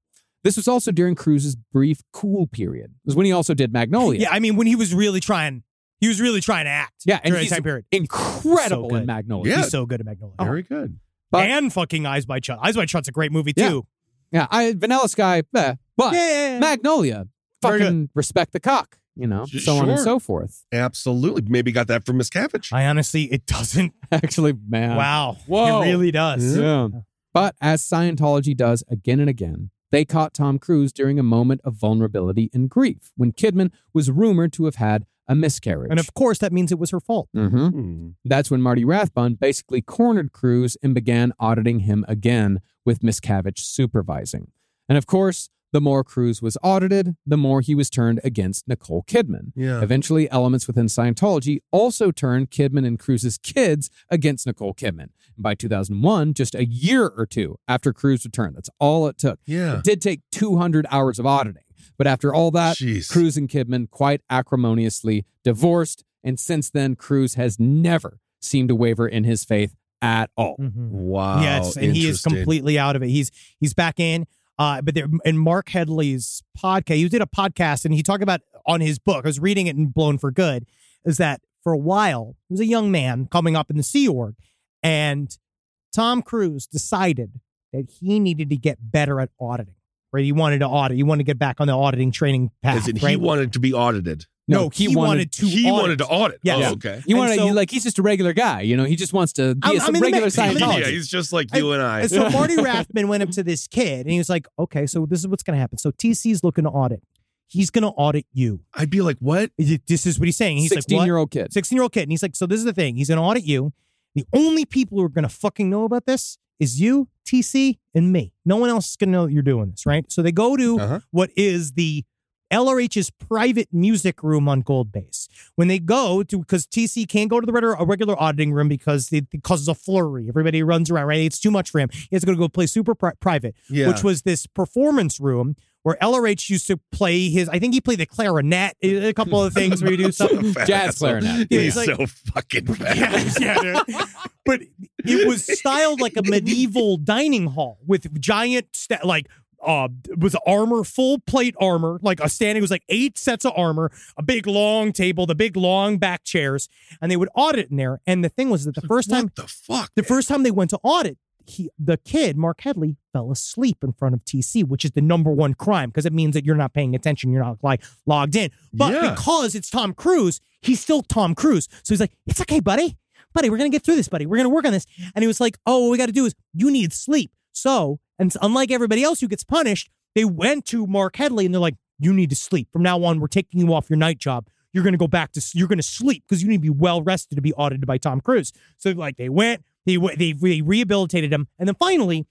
[SPEAKER 4] This was also during Cruz's brief cool period. It was when he also did Magnolia.
[SPEAKER 5] Yeah, I mean, when he was really trying, he was really trying to act.
[SPEAKER 4] Yeah, and
[SPEAKER 5] during
[SPEAKER 4] he's
[SPEAKER 5] that time period.
[SPEAKER 4] Incredible
[SPEAKER 5] So good.
[SPEAKER 4] in Magnolia.
[SPEAKER 6] Yeah.
[SPEAKER 5] He's so good at Magnolia.
[SPEAKER 6] Very good.
[SPEAKER 4] Oh, But-
[SPEAKER 5] and fucking Eyes by Shut. Eyes by Shut's a great movie
[SPEAKER 4] Yeah.
[SPEAKER 5] too.
[SPEAKER 4] Yeah, I Vanilla Sky, eh, but
[SPEAKER 5] yeah.
[SPEAKER 4] Magnolia,
[SPEAKER 5] Very good.
[SPEAKER 4] fucking respect the cock, you know, so
[SPEAKER 6] Sh-
[SPEAKER 4] on and
[SPEAKER 6] sure.
[SPEAKER 4] so forth.
[SPEAKER 6] Absolutely. Maybe got that from Miss Cavage.
[SPEAKER 5] I honestly, it doesn't.
[SPEAKER 4] Actually, man,
[SPEAKER 5] wow.
[SPEAKER 4] Whoa.
[SPEAKER 5] It really does.
[SPEAKER 4] yeah. But as Scientology does again and again, they caught Tom Cruise during a moment of vulnerability and grief when Kidman was rumored to have had a miscarriage.
[SPEAKER 5] And of course, that means it was her fault.
[SPEAKER 4] Mhm.
[SPEAKER 6] Hmm.
[SPEAKER 4] That's when Marty Rathbun basically cornered Cruz and began auditing him again with Miscavige supervising. And of course, the more Cruz was audited, the more he was turned against Nicole Kidman.
[SPEAKER 6] Yeah.
[SPEAKER 4] Eventually, elements within Scientology also turned Kidman and Cruz's kids against Nicole Kidman. And by 2001, just a year or two after Cruz returned, that's all it took.
[SPEAKER 6] Yeah.
[SPEAKER 4] It did take 200 hours of auditing. But after all that,
[SPEAKER 6] Jeez.
[SPEAKER 4] Cruz and Kidman quite acrimoniously divorced. And since then, Cruz has never seemed to waver in his faith at all.
[SPEAKER 6] Mm-hmm. Wow.
[SPEAKER 5] yes, and he is
[SPEAKER 6] Interesting.
[SPEAKER 5] completely out of it. He's he's back in. Uh, but there in Mark Headley's podcast, he did a podcast and he talked about on his book. I was reading it in Blown for Good. Is that for a while he was a young man coming up in the Sea Org, and Tom Cruise decided that he needed to get better at auditing. Right, he wanted to audit. He wanted to get back on the auditing training path.
[SPEAKER 6] As in, he
[SPEAKER 5] right?
[SPEAKER 6] wanted to be audited.
[SPEAKER 5] no, he, wanted, to.
[SPEAKER 6] he
[SPEAKER 5] audit.
[SPEAKER 6] wanted to audit.
[SPEAKER 5] Yeah.
[SPEAKER 6] Oh,
[SPEAKER 5] Yeah.
[SPEAKER 6] okay.
[SPEAKER 4] You want
[SPEAKER 5] And
[SPEAKER 4] to
[SPEAKER 5] so-
[SPEAKER 4] like he's just a regular guy, you know. He just wants to be
[SPEAKER 5] I'm-
[SPEAKER 4] a
[SPEAKER 5] I'm in the
[SPEAKER 4] regular
[SPEAKER 5] mix. I'm in the
[SPEAKER 4] Scientologist.
[SPEAKER 6] Yeah, he's just like you and I.
[SPEAKER 5] And so Marty Rathman went up to this kid and he was like, okay, so this is what's going to happen. So TC's looking to audit. He's going to audit you.
[SPEAKER 6] I'd be like, what?
[SPEAKER 5] This is what he's saying. He's like, what?
[SPEAKER 4] year old kid.
[SPEAKER 5] 16 year old kid. And he's like, so this is the thing. He's going to audit you. The only people who are going to fucking know about this is you, TC, and me. No one else is going to know that you're doing this, right? So they go to
[SPEAKER 6] Uh-huh.
[SPEAKER 5] what is the LRH's private music room on Gold Base. When they go to, because TC can't go to the regular, a regular auditing room because it, it causes a flurry. Everybody runs around, right? It's too much for him. He has to go to go play super pri- private
[SPEAKER 6] Yeah.
[SPEAKER 5] which was this performance room where LRH used to play his. I think he played the clarinet, a couple of things where you do something.
[SPEAKER 4] Jazz clarinet.
[SPEAKER 5] Yeah,
[SPEAKER 6] He's
[SPEAKER 5] it's like-
[SPEAKER 6] so fucking fat.
[SPEAKER 5] yeah, yeah, dude. But it was styled like a medieval dining hall with giant, sta- like, uh, it was armor, full plate armor, like a standing. It was like eight sets of armor, a big long table, the big long back chairs, and they would audit in there. And the thing was that the first time
[SPEAKER 6] What the fuck?
[SPEAKER 5] the first time they went to audit, he, the kid, Mark Headley, fell asleep in front of TC, which is the number one crime because it means that you're not paying attention. You're not like logged in. But
[SPEAKER 6] Yeah.
[SPEAKER 5] because it's Tom Cruise, he's still Tom Cruise. So he's like, it's okay, buddy. Buddy, we're going to get through this, buddy. We're going to work on this. And he was like, oh, what we got to do is you need sleep. So, and it's unlike everybody else who gets punished, they went to Mark Headley and they're like, you need to sleep. From now on, we're taking you off your night job. You're going to go back to, s- you're going to sleep because you need to be well rested to be audited by Tom Cruise. So, like, they went, they, w- they, they rehabilitated him. And then finally,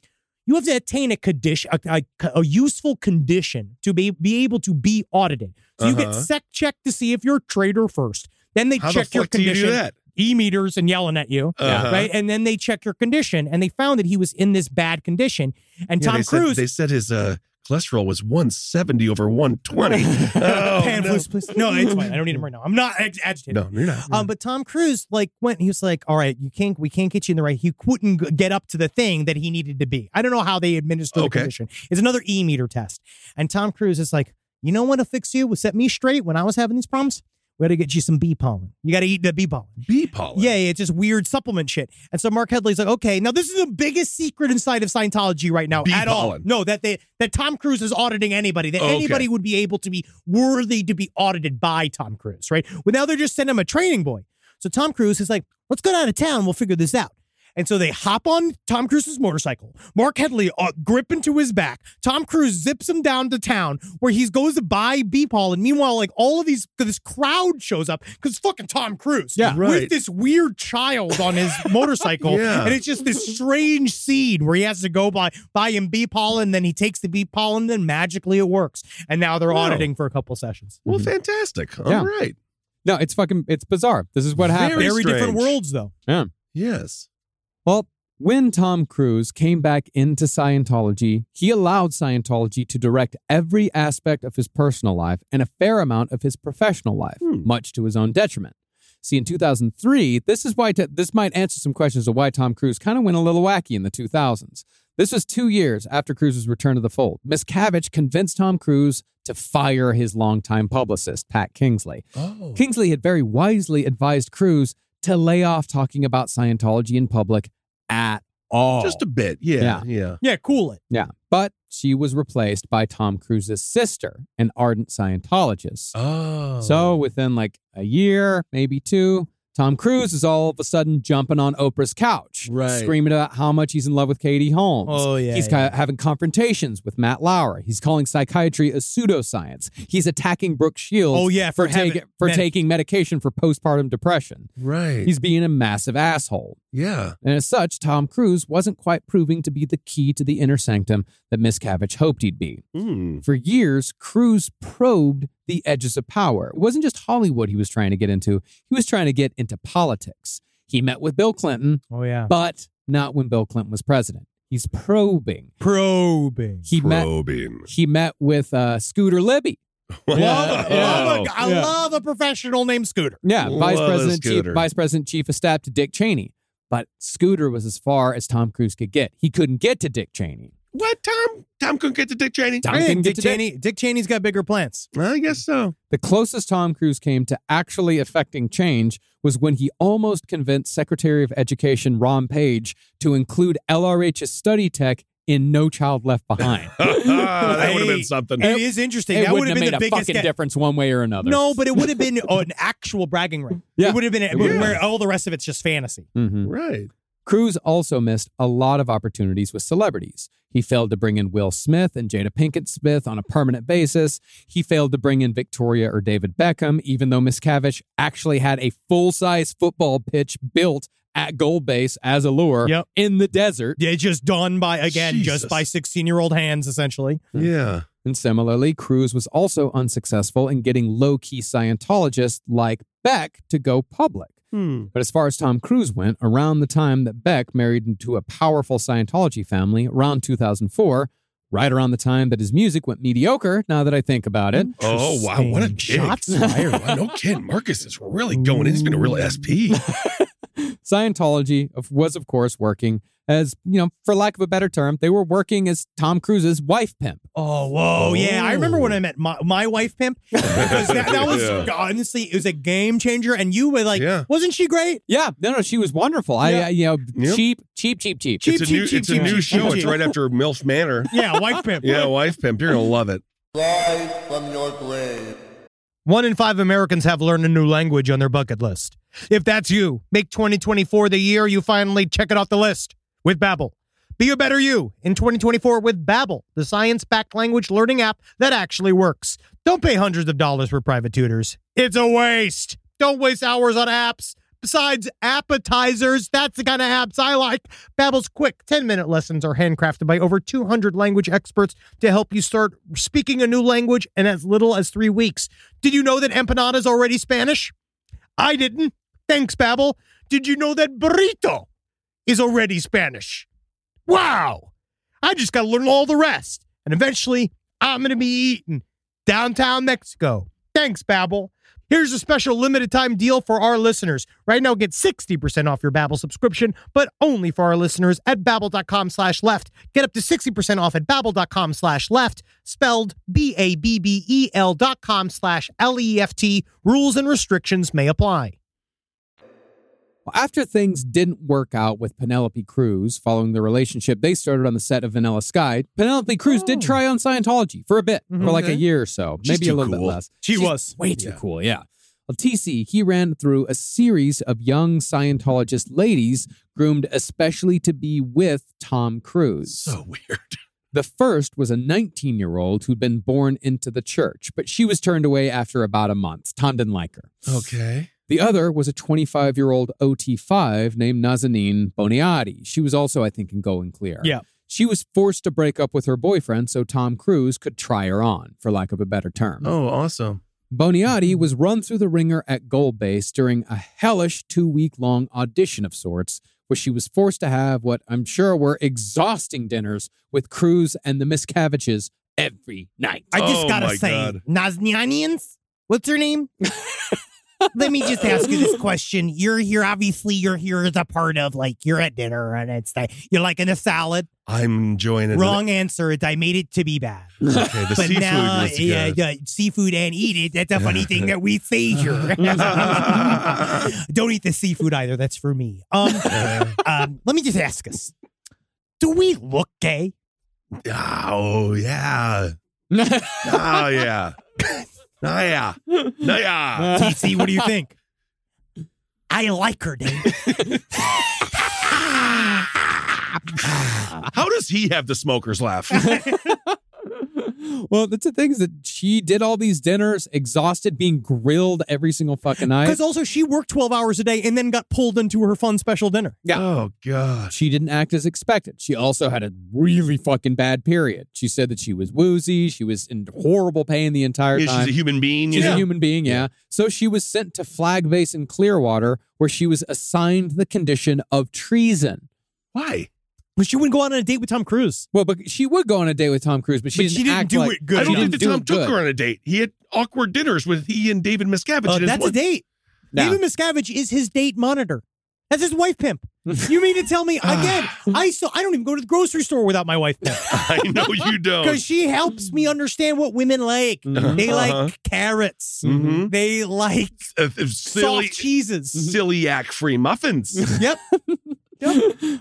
[SPEAKER 5] you have to attain a condition, a, a, a useful condition to be, be able to be audited. So you get
[SPEAKER 6] Uh-huh.
[SPEAKER 5] sec checked to see if you're a traitor first. Then they
[SPEAKER 6] How the
[SPEAKER 5] check your
[SPEAKER 6] fuck do you do
[SPEAKER 5] condition.
[SPEAKER 6] that?
[SPEAKER 5] E meters and yelling at you.
[SPEAKER 6] Uh-huh.
[SPEAKER 5] Right. And then they check your condition and they found that he was in this bad condition. And
[SPEAKER 6] Yeah,
[SPEAKER 5] Tom
[SPEAKER 6] they
[SPEAKER 5] Cruise
[SPEAKER 6] Said, they said his uh, cholesterol was 170 over 120. oh,
[SPEAKER 5] Pan
[SPEAKER 6] no.
[SPEAKER 5] flus- plus- no. it's fine. I don't need him right now. I'm not ag- agitated.
[SPEAKER 6] no, you're not.
[SPEAKER 5] Um, but Tom Cruise like went. He was like, "All right, you can't. We can't get you in the right." He couldn't g- get up to the thing that he needed to be. I don't know how they administer
[SPEAKER 6] Okay.
[SPEAKER 5] the condition. It's another E meter test. And Tom Cruise is like, "You know what'll fix you? Will set me straight when I was having these problems? We got to get you some bee pollen. You got to eat the bee pollen."
[SPEAKER 6] Bee pollen.
[SPEAKER 5] Yeah, yeah, it's just weird supplement shit. And so Mark Headley's like, okay, now this is the biggest secret inside of Scientology right now
[SPEAKER 6] Bee
[SPEAKER 5] at all.
[SPEAKER 6] pollen.
[SPEAKER 5] No, that they that Tom Cruise is auditing anybody, that
[SPEAKER 6] Okay.
[SPEAKER 5] anybody would be able to be worthy to be audited by Tom Cruise, right? Well, now they're just sending him a training boy. So Tom Cruise is like, let's go down to town, we'll figure this out. And so they hop on Tom Cruise's motorcycle. Mark Headley uh, grip into his back. Tom Cruise zips him down to town where he goes to buy bee pollen. Meanwhile, like all of these, this crowd shows up because fucking Tom Cruise.
[SPEAKER 4] Yeah.
[SPEAKER 6] Right.
[SPEAKER 5] With this weird child on his motorcycle.
[SPEAKER 6] Yeah.
[SPEAKER 5] And it's just this strange scene where he has to go buy, buy him bee pollen. Then he takes the bee pollen. Then magically it works. And now they're
[SPEAKER 6] Wow.
[SPEAKER 5] auditing for a couple sessions.
[SPEAKER 6] Well, fantastic. All right.
[SPEAKER 4] Yeah. No, it's fucking it's bizarre. This is what
[SPEAKER 6] Very
[SPEAKER 4] happened.
[SPEAKER 5] Very different
[SPEAKER 6] strange.
[SPEAKER 5] worlds, though.
[SPEAKER 6] Yes.
[SPEAKER 4] Well, when Tom Cruise came back into Scientology, he allowed Scientology to direct every aspect of his personal life and a fair amount of his professional life, much to his own detriment. See, in 2003, this is why t- this might answer some questions of why Tom Cruise kind of went a little wacky in the 2000s. This was two years after Cruise's return to the fold. Miscavige convinced Tom Cruise to fire his longtime publicist, Pat Kingsley.
[SPEAKER 6] Oh.
[SPEAKER 4] Kingsley had very wisely advised Cruz to lay off talking about Scientology in public at all.
[SPEAKER 6] Just a bit. Yeah. Yeah.
[SPEAKER 4] Yeah.
[SPEAKER 5] Yeah, cool it.
[SPEAKER 4] yeah, but she was replaced by Tom Cruise's sister, an ardent Scientologist.
[SPEAKER 6] Oh.
[SPEAKER 4] So within like a year, maybe two, Tom Cruise is all of a sudden jumping on Oprah's couch,
[SPEAKER 6] Right.
[SPEAKER 4] screaming about how much he's in love with Katie Holmes.
[SPEAKER 5] Oh, yeah,
[SPEAKER 4] he's ca- having confrontations with Matt Lauer. He's calling psychiatry a pseudoscience. He's attacking Brooke Shields.
[SPEAKER 5] Oh, yeah,
[SPEAKER 4] for
[SPEAKER 5] for having-
[SPEAKER 4] taking for
[SPEAKER 5] med-
[SPEAKER 4] taking medication for postpartum depression.
[SPEAKER 6] Right.
[SPEAKER 4] He's being a massive asshole.
[SPEAKER 6] yeah.
[SPEAKER 4] And as such, Tom Cruise wasn't quite proving to be the key to the inner sanctum that Miscavige hoped he'd be.
[SPEAKER 6] Mm.
[SPEAKER 4] For years, Cruz probed the edges of power. It wasn't just Hollywood he was trying to get into, he was trying to get into politics. He met with Bill Clinton,
[SPEAKER 5] Oh, yeah.
[SPEAKER 4] but not when Bill Clinton was president. He's probing.
[SPEAKER 5] Probing.
[SPEAKER 4] He met
[SPEAKER 6] Probing. Oh,
[SPEAKER 4] he met with uh, Scooter Libby.
[SPEAKER 5] Love,
[SPEAKER 4] Yeah.
[SPEAKER 5] love a, I
[SPEAKER 4] Yeah.
[SPEAKER 5] love a professional named Scooter.
[SPEAKER 4] Yeah,
[SPEAKER 6] Love
[SPEAKER 4] Vice President Chief,
[SPEAKER 6] Scooter.
[SPEAKER 4] Vice President Chief of Staff to Dick Cheney. But Scooter was as far as Tom Cruise could get. He couldn't get to Dick Cheney.
[SPEAKER 6] What? Tom? Tom couldn't get to Dick Cheney?
[SPEAKER 4] Tom
[SPEAKER 5] I
[SPEAKER 4] couldn't
[SPEAKER 5] think
[SPEAKER 4] get
[SPEAKER 5] Dick
[SPEAKER 4] to Dick-
[SPEAKER 5] Cheney. Dick Cheney's got bigger plans.
[SPEAKER 6] I guess so.
[SPEAKER 4] The closest Tom Cruise came to actually affecting change was when he almost convinced Secretary of Education Ron Page to include LRH's study tech in No Child Left Behind.
[SPEAKER 6] that would have
[SPEAKER 5] Hey,
[SPEAKER 6] been something.
[SPEAKER 5] It is interesting.
[SPEAKER 4] it
[SPEAKER 5] that would
[SPEAKER 4] wouldn't have made
[SPEAKER 5] have been the
[SPEAKER 4] a
[SPEAKER 5] biggest
[SPEAKER 4] fucking
[SPEAKER 5] get-
[SPEAKER 4] difference one way or another.
[SPEAKER 5] No, but it would have been an actual bragging right.
[SPEAKER 4] Yeah.
[SPEAKER 5] It would have been
[SPEAKER 4] would have.
[SPEAKER 5] where all the rest of it's just fantasy.
[SPEAKER 4] Mhm.
[SPEAKER 6] Right.
[SPEAKER 4] Cruise also missed a lot of opportunities with celebrities. He failed to bring in Will Smith and Jada Pinkett Smith on a permanent basis. He failed to bring in Victoria or David Beckham, even though Miscavige actually had a full size football pitch built at gold base as a lure
[SPEAKER 5] Yep.
[SPEAKER 4] in the desert.
[SPEAKER 5] It's just done by again,
[SPEAKER 6] Jesus.
[SPEAKER 5] just by sixteen-year-old hands, essentially.
[SPEAKER 6] Yeah.
[SPEAKER 4] And similarly, Cruz was also unsuccessful in getting low key Scientologists like Beck to go public. But as far as Tom Cruise went, around the time that Beck married into a powerful Scientology family, around 2004, right around the time that his music went mediocre, now that I think about it,
[SPEAKER 6] Oh wow, what a
[SPEAKER 5] Interesting.
[SPEAKER 6] dick.
[SPEAKER 5] Shots fired.
[SPEAKER 6] Wow, no kid, Marcus is really going in. He's been a real SP.
[SPEAKER 4] Scientology of- was, of course, working as, you know, for lack of a better term, they were working as Tom Cruise's wife pimp.
[SPEAKER 5] Oh, whoa. Yeah. I remember when
[SPEAKER 6] Oh.
[SPEAKER 5] I met my, my wife, Pimp, because that, that was
[SPEAKER 6] Yeah.
[SPEAKER 5] honestly, it was a game changer. And you were like,
[SPEAKER 6] Yeah.
[SPEAKER 5] wasn't she great?
[SPEAKER 4] Yeah, no, no, she was wonderful. I,
[SPEAKER 5] Yeah.
[SPEAKER 4] I, you know,
[SPEAKER 6] Yep.
[SPEAKER 4] cheap, cheap, cheap, cheap.
[SPEAKER 5] Cheap,
[SPEAKER 6] it's a
[SPEAKER 5] cheap,
[SPEAKER 6] new,
[SPEAKER 5] cheap,
[SPEAKER 6] it's a
[SPEAKER 5] cheap,
[SPEAKER 6] new
[SPEAKER 5] cheap,
[SPEAKER 6] show.
[SPEAKER 5] cheap.
[SPEAKER 6] It's right after MILF Manor.
[SPEAKER 5] Yeah. Wife, Pimp.
[SPEAKER 6] Yeah, wife pimp. You're gonna love it.
[SPEAKER 5] One in five Americans have learned a new language on their bucket list. If that's you, make 2024 the year you finally check it off the list with Babbel. Be a better you in 2024 with Babbel, the science-backed language learning app that actually works. Don't pay hundreds of dollars for private tutors. It's a waste. Don't waste hours on apps. Besides appetizers, that's the kind of apps I like. Babbel's quick 10-minute lessons are handcrafted by over 200 language experts to help you start speaking a new language in as little as 3 weeks. Did you know that empanada is already Spanish? I didn't. Thanks, Babbel. Did you know that burrito is already Spanish? Wow! I just got to learn all the rest, and eventually I'm going to be eating downtown Mexico. Thanks, Babbel. Here's a special limited time deal for our listeners. Right now, get 60% off your Babbel subscription, but only for our listeners at babbel.com slash left. Get up to 60% off at babbel.com slash left, spelled B-A-B-B-E-L E dot com slash L-E-F-T. Rules and restrictions may apply.
[SPEAKER 4] Well, after things didn't work out with Penelope Cruz following the relationship they started on the set of Vanilla Sky, Penelope Cruz
[SPEAKER 5] Oh.
[SPEAKER 4] did try on Scientology for a bit, for like a year or so,
[SPEAKER 6] She's
[SPEAKER 4] maybe a
[SPEAKER 6] too
[SPEAKER 4] little
[SPEAKER 6] cool.
[SPEAKER 4] bit less.
[SPEAKER 5] Mm-hmm. She
[SPEAKER 4] She's
[SPEAKER 5] was.
[SPEAKER 4] way too
[SPEAKER 6] Yeah.
[SPEAKER 4] cool, yeah. Well, TC, he ran through a series of young Scientologist ladies groomed especially to be with Tom Cruise.
[SPEAKER 6] weird.
[SPEAKER 4] The first was a 19 year old who'd been born into the church, but she was turned away after about a month. Tom didn't like her.
[SPEAKER 6] Okay.
[SPEAKER 4] The other was a 25 year old OT5 named Nazanin Boniati. She was also, I think, in Going Clear.
[SPEAKER 5] Yeah.
[SPEAKER 4] She was forced to break up with her boyfriend so Tom Cruise could try her on, for lack of a better term.
[SPEAKER 6] Oh, awesome.
[SPEAKER 4] Boniati was run through the ringer at Gold Base during a hellish two week long audition of sorts, where she was forced to have what I'm sure were exhausting dinners with Cruz and the Miscaviges every night.
[SPEAKER 5] I just
[SPEAKER 6] Oh my
[SPEAKER 5] gotta say,
[SPEAKER 6] God.
[SPEAKER 5] Naznanians, what's her name? Let me just ask you this question. You're here, obviously, you're here as a part of like you're at dinner and it's like you're like in a salad.
[SPEAKER 6] I'm enjoying it.
[SPEAKER 5] Wrong answer. It's I made it to be bad.
[SPEAKER 6] Okay, the
[SPEAKER 5] But
[SPEAKER 6] seafood
[SPEAKER 5] now,
[SPEAKER 6] was
[SPEAKER 5] yeah,
[SPEAKER 6] good.
[SPEAKER 5] yeah, seafood and eat it. That's a funny thing that we say here. Don't eat the seafood either. That's for me. Um, um, let me just ask us: Do we look gay?
[SPEAKER 6] Oh yeah. Oh yeah. Oh yeah. Oh yeah.
[SPEAKER 5] TC, what do you think? I like her, Dave.
[SPEAKER 6] How does he have the smoker's laugh?
[SPEAKER 4] well, that's the thing is that she did all these dinners, exhausted, being grilled every single fucking night.
[SPEAKER 5] Because also she worked 12 hours a day and then got pulled into her fun special dinner.
[SPEAKER 6] Oh god.
[SPEAKER 4] She didn't act as expected. She also had a really fucking bad period. She said that she was woozy. She was in horrible pain the entire
[SPEAKER 6] Yeah,
[SPEAKER 4] time.
[SPEAKER 6] she's a human being.
[SPEAKER 4] She's
[SPEAKER 6] yeah.
[SPEAKER 4] a human being, yeah. So she was sent to Flag Base in Clearwater, where she was assigned the condition of treason.
[SPEAKER 6] Why?
[SPEAKER 5] But she wouldn't go out on a date with Tom Cruise.
[SPEAKER 4] Well, but she would go on a date with Tom Cruise, but she
[SPEAKER 5] But
[SPEAKER 4] didn't,
[SPEAKER 5] she didn't
[SPEAKER 4] act
[SPEAKER 5] do
[SPEAKER 4] like-
[SPEAKER 5] it good
[SPEAKER 6] I don't
[SPEAKER 5] enough.
[SPEAKER 6] think
[SPEAKER 4] She
[SPEAKER 6] that
[SPEAKER 4] didn't
[SPEAKER 6] Tom
[SPEAKER 4] do it
[SPEAKER 6] took
[SPEAKER 4] good.
[SPEAKER 6] her on a date. He had awkward dinners with he and David Miscavige.
[SPEAKER 5] Uh,
[SPEAKER 6] and his
[SPEAKER 5] that's a
[SPEAKER 6] wife.
[SPEAKER 5] date.
[SPEAKER 4] Nah.
[SPEAKER 5] David Miscavige is his date monitor. That's his wife pimp. You mean to tell me again? I so I don't even go to the grocery store without my wife pimp
[SPEAKER 6] I know you
[SPEAKER 5] because
[SPEAKER 6] don't.
[SPEAKER 5] she helps me understand what women like.
[SPEAKER 4] Mhm.
[SPEAKER 5] They like
[SPEAKER 6] Uh-huh.
[SPEAKER 5] carrots.
[SPEAKER 6] Mhm.
[SPEAKER 5] They like
[SPEAKER 6] Uh, uh, silly, Mm-hmm.
[SPEAKER 5] soft cheeses.
[SPEAKER 6] celiac free muffins.
[SPEAKER 5] yep.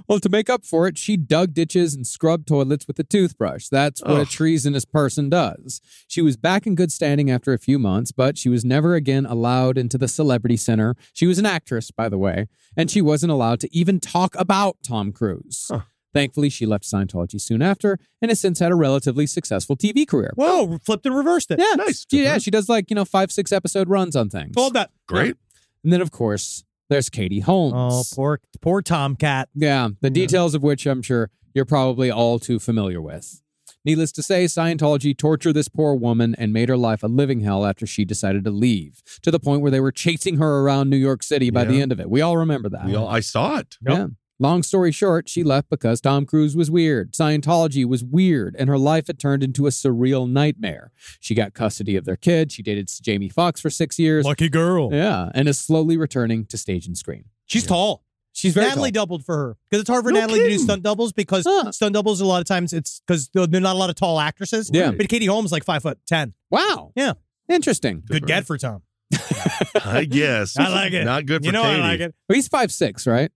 [SPEAKER 4] well, to make up for it, she dug ditches and scrubbed toilets with a toothbrush. That's what a
[SPEAKER 6] Ugh.
[SPEAKER 4] treasonous person does. She was back in good standing after a few months, but she was never again allowed into the celebrity center. She was an actress, by the way, and she wasn't allowed to even talk about Tom Cruise.
[SPEAKER 6] Huh.
[SPEAKER 4] Thankfully, she left Scientology soon after and has since had a relatively successful TV career.
[SPEAKER 5] Whoa, flipped and reversed it.
[SPEAKER 4] Yeah,
[SPEAKER 6] Nice.
[SPEAKER 4] She, yeah, she does like, you know, five, six episode runs on things.
[SPEAKER 5] Hold that.
[SPEAKER 6] Great.
[SPEAKER 4] And then, of course, There's Katie Holmes.
[SPEAKER 5] Oh, poor, poor Tomcat.
[SPEAKER 4] Yeah, the details of which I'm sure you're probably all too familiar with. Needless to say, Scientology tortured this poor woman and made her life a living hell after she decided to leave, to the point where they were chasing her around New York City by the
[SPEAKER 6] Yeah.
[SPEAKER 4] end of it. We all remember that.
[SPEAKER 6] We all, I saw it.
[SPEAKER 4] Yeah. Long story short, she left because Tom Cruise was weird. Scientology was weird, and her life had turned into a surreal nightmare. She got custody of their kid. She dated Jamie Foxx for six years.
[SPEAKER 5] Lucky girl.
[SPEAKER 4] Yeah, and is slowly returning to stage and screen.
[SPEAKER 5] She's tall.
[SPEAKER 4] She's very
[SPEAKER 5] Natalie
[SPEAKER 4] tall.
[SPEAKER 5] doubled for her because it's hard for
[SPEAKER 6] No
[SPEAKER 5] Natalie to do
[SPEAKER 6] kidding.
[SPEAKER 5] stunt doubles because
[SPEAKER 4] Huh.
[SPEAKER 5] stunt doubles a lot of times it's because there there are not a lot of tall actresses.
[SPEAKER 4] Yeah.
[SPEAKER 5] But Katie Holmes like five foot ten.
[SPEAKER 4] Wow.
[SPEAKER 5] Yeah.
[SPEAKER 4] Interesting.
[SPEAKER 5] Good get for Tom.
[SPEAKER 6] I guess.
[SPEAKER 5] I like it.
[SPEAKER 6] Not good for
[SPEAKER 5] You know
[SPEAKER 6] Katie.
[SPEAKER 5] I like it.
[SPEAKER 4] Well, he's five six, right?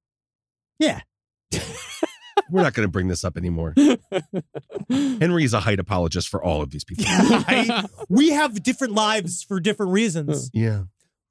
[SPEAKER 6] We're not going to bring this up anymore. Henry is a height apologist for all of these people.
[SPEAKER 5] I- we have different lives for different reasons.
[SPEAKER 6] yeah.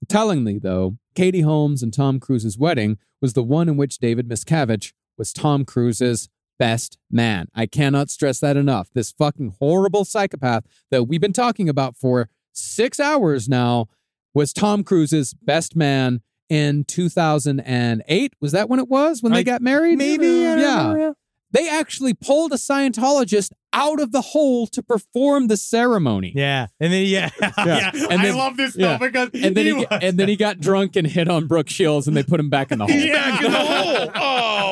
[SPEAKER 4] Tellingly, though, Katie Holmes and Tom Cruise's wedding was the one in which David Miscavige was Tom Cruise's best man. I cannot stress that enough. This fucking horrible psychopath that we've been talking about for six hours now was Tom Cruise's best man in 2008. Was that when it was? When they
[SPEAKER 5] I-
[SPEAKER 4] got married?
[SPEAKER 5] Maybe. I don't
[SPEAKER 4] Yeah.
[SPEAKER 5] know.
[SPEAKER 4] They actually pulled a Scientologist out of the hole to perform the ceremony.
[SPEAKER 5] Yeah. And then yeah. yeah.
[SPEAKER 4] And
[SPEAKER 5] I
[SPEAKER 4] then-
[SPEAKER 5] love this
[SPEAKER 4] yeah.
[SPEAKER 5] stuff because
[SPEAKER 4] and then he,
[SPEAKER 5] was-
[SPEAKER 4] and then he got drunk and hit on Brooke Shields, and they put him back in the hole.
[SPEAKER 6] Back in the hole.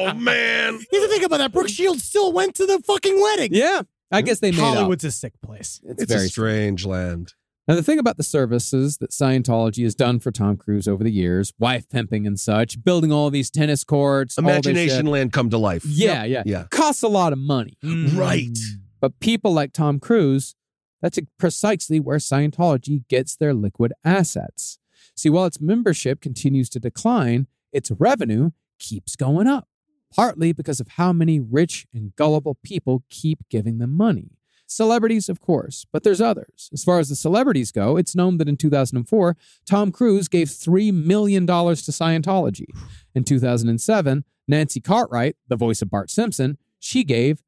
[SPEAKER 6] Oh, man.
[SPEAKER 5] Here's the thing about that. Brooke Shields still went to the fucking wedding.
[SPEAKER 4] Yeah, I guess they made
[SPEAKER 5] Hollywood's a sick place.
[SPEAKER 4] Up.
[SPEAKER 6] It's, a strange land.
[SPEAKER 4] now the thing about the services that Scientology has done for Tom Cruise over the years, wife pimping and such, building all these tennis courts, all this shit.
[SPEAKER 6] Imagination land come to life.
[SPEAKER 4] Yeah, yeah,
[SPEAKER 6] Yeah.
[SPEAKER 4] Costs a lot of money,
[SPEAKER 6] Right.
[SPEAKER 4] but people like Tom Cruise, that's precisely where Scientology gets their liquid assets. See, while its membership continues to decline, its revenue keeps going up, partly because of how many rich and gullible people keep giving them money. Celebrities, of course, but there's others. As far as the celebrities go, it's known that in 2004, Tom Cruise gave $3 million to Scientology. In 2007, Nancy Cartwright, the voice of Bart Simpson, she gave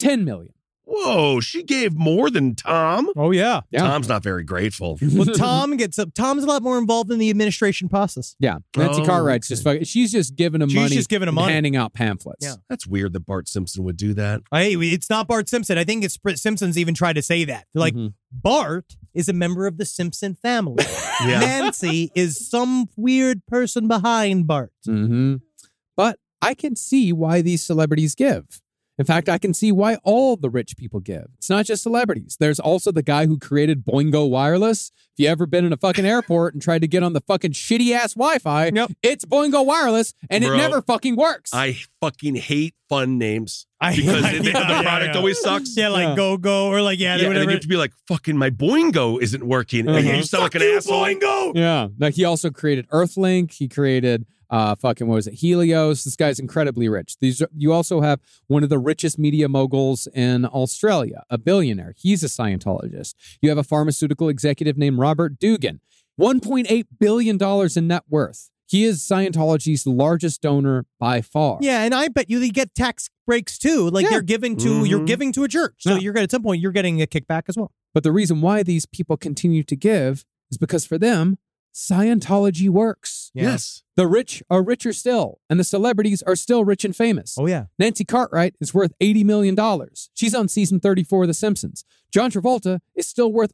[SPEAKER 4] 10 million.
[SPEAKER 6] Whoa, she gave more than Tom.
[SPEAKER 5] Oh yeah.
[SPEAKER 4] Yeah.
[SPEAKER 6] Tom's not very grateful.
[SPEAKER 5] Well, Tom gets up. Tom's a lot more involved in the administration process.
[SPEAKER 4] Yeah, Nancy
[SPEAKER 6] Oh,
[SPEAKER 4] Cartwright's just fucking. She's just giving him
[SPEAKER 5] She's
[SPEAKER 4] money.
[SPEAKER 5] just giving him
[SPEAKER 4] and
[SPEAKER 5] money.
[SPEAKER 4] handing out pamphlets.
[SPEAKER 5] Yeah.
[SPEAKER 6] That's weird that Bart Simpson would do that.
[SPEAKER 5] Hey, it's not Bart Simpson. I think it's Simpsons even tried to say that. They're like,
[SPEAKER 4] Mhm.
[SPEAKER 5] Bart is a member of the Simpson family.
[SPEAKER 6] Yeah.
[SPEAKER 5] Nancy is some weird person behind Bart.
[SPEAKER 4] Mhm. But I can see why these celebrities give. In fact, I can see why all the rich people give. It's not just celebrities. There's also the guy who created Boingo Wireless. If you ever been in a fucking airport and tried to get on the fucking shitty ass Wi-Fi,
[SPEAKER 5] Yep.
[SPEAKER 4] it's Boingo Wireless, and it
[SPEAKER 6] Bro.
[SPEAKER 4] never fucking works.
[SPEAKER 6] I fucking hate fun names
[SPEAKER 5] I-
[SPEAKER 6] because
[SPEAKER 5] Yeah,
[SPEAKER 6] the- the
[SPEAKER 5] yeah,
[SPEAKER 6] product
[SPEAKER 5] yeah.
[SPEAKER 6] always sucks.
[SPEAKER 5] Yeah, like
[SPEAKER 4] Yeah.
[SPEAKER 5] Go Go or like, yeah,
[SPEAKER 6] Yeah, and then
[SPEAKER 5] whatever.
[SPEAKER 6] you have to be like, fucking, my boingo isn't working. And
[SPEAKER 4] Uh-huh.
[SPEAKER 6] Mm-hmm. you sound like an asshole. Boingo!
[SPEAKER 4] Yeah. Now he also created Earthlink. He created uh fucking what was it? Helios. This guy's incredibly rich. These are, you also have one of the richest media moguls in Australia, a billionaire. He's a Scientologist. You have a pharmaceutical executive named Robert Dugan. 1.8 billion dollars in net worth. He is Scientology's largest donor by far.
[SPEAKER 5] yeah, and I bet you they get tax breaks too. Like
[SPEAKER 4] Yeah.
[SPEAKER 5] they're giving to you're
[SPEAKER 6] Mhm.
[SPEAKER 5] giving to a church, so
[SPEAKER 4] Yeah.
[SPEAKER 5] you're gonna, at some point you're getting a kickback as well.
[SPEAKER 4] But the reason why these people continue to give is because for them, Scientology works.
[SPEAKER 6] Yes.
[SPEAKER 4] The rich are richer still, and the celebrities are still rich and famous.
[SPEAKER 5] Oh yeah.
[SPEAKER 4] Nancy Cartwright is worth $80 million. She's on season 34 of The Simpsons. John Travolta is still worth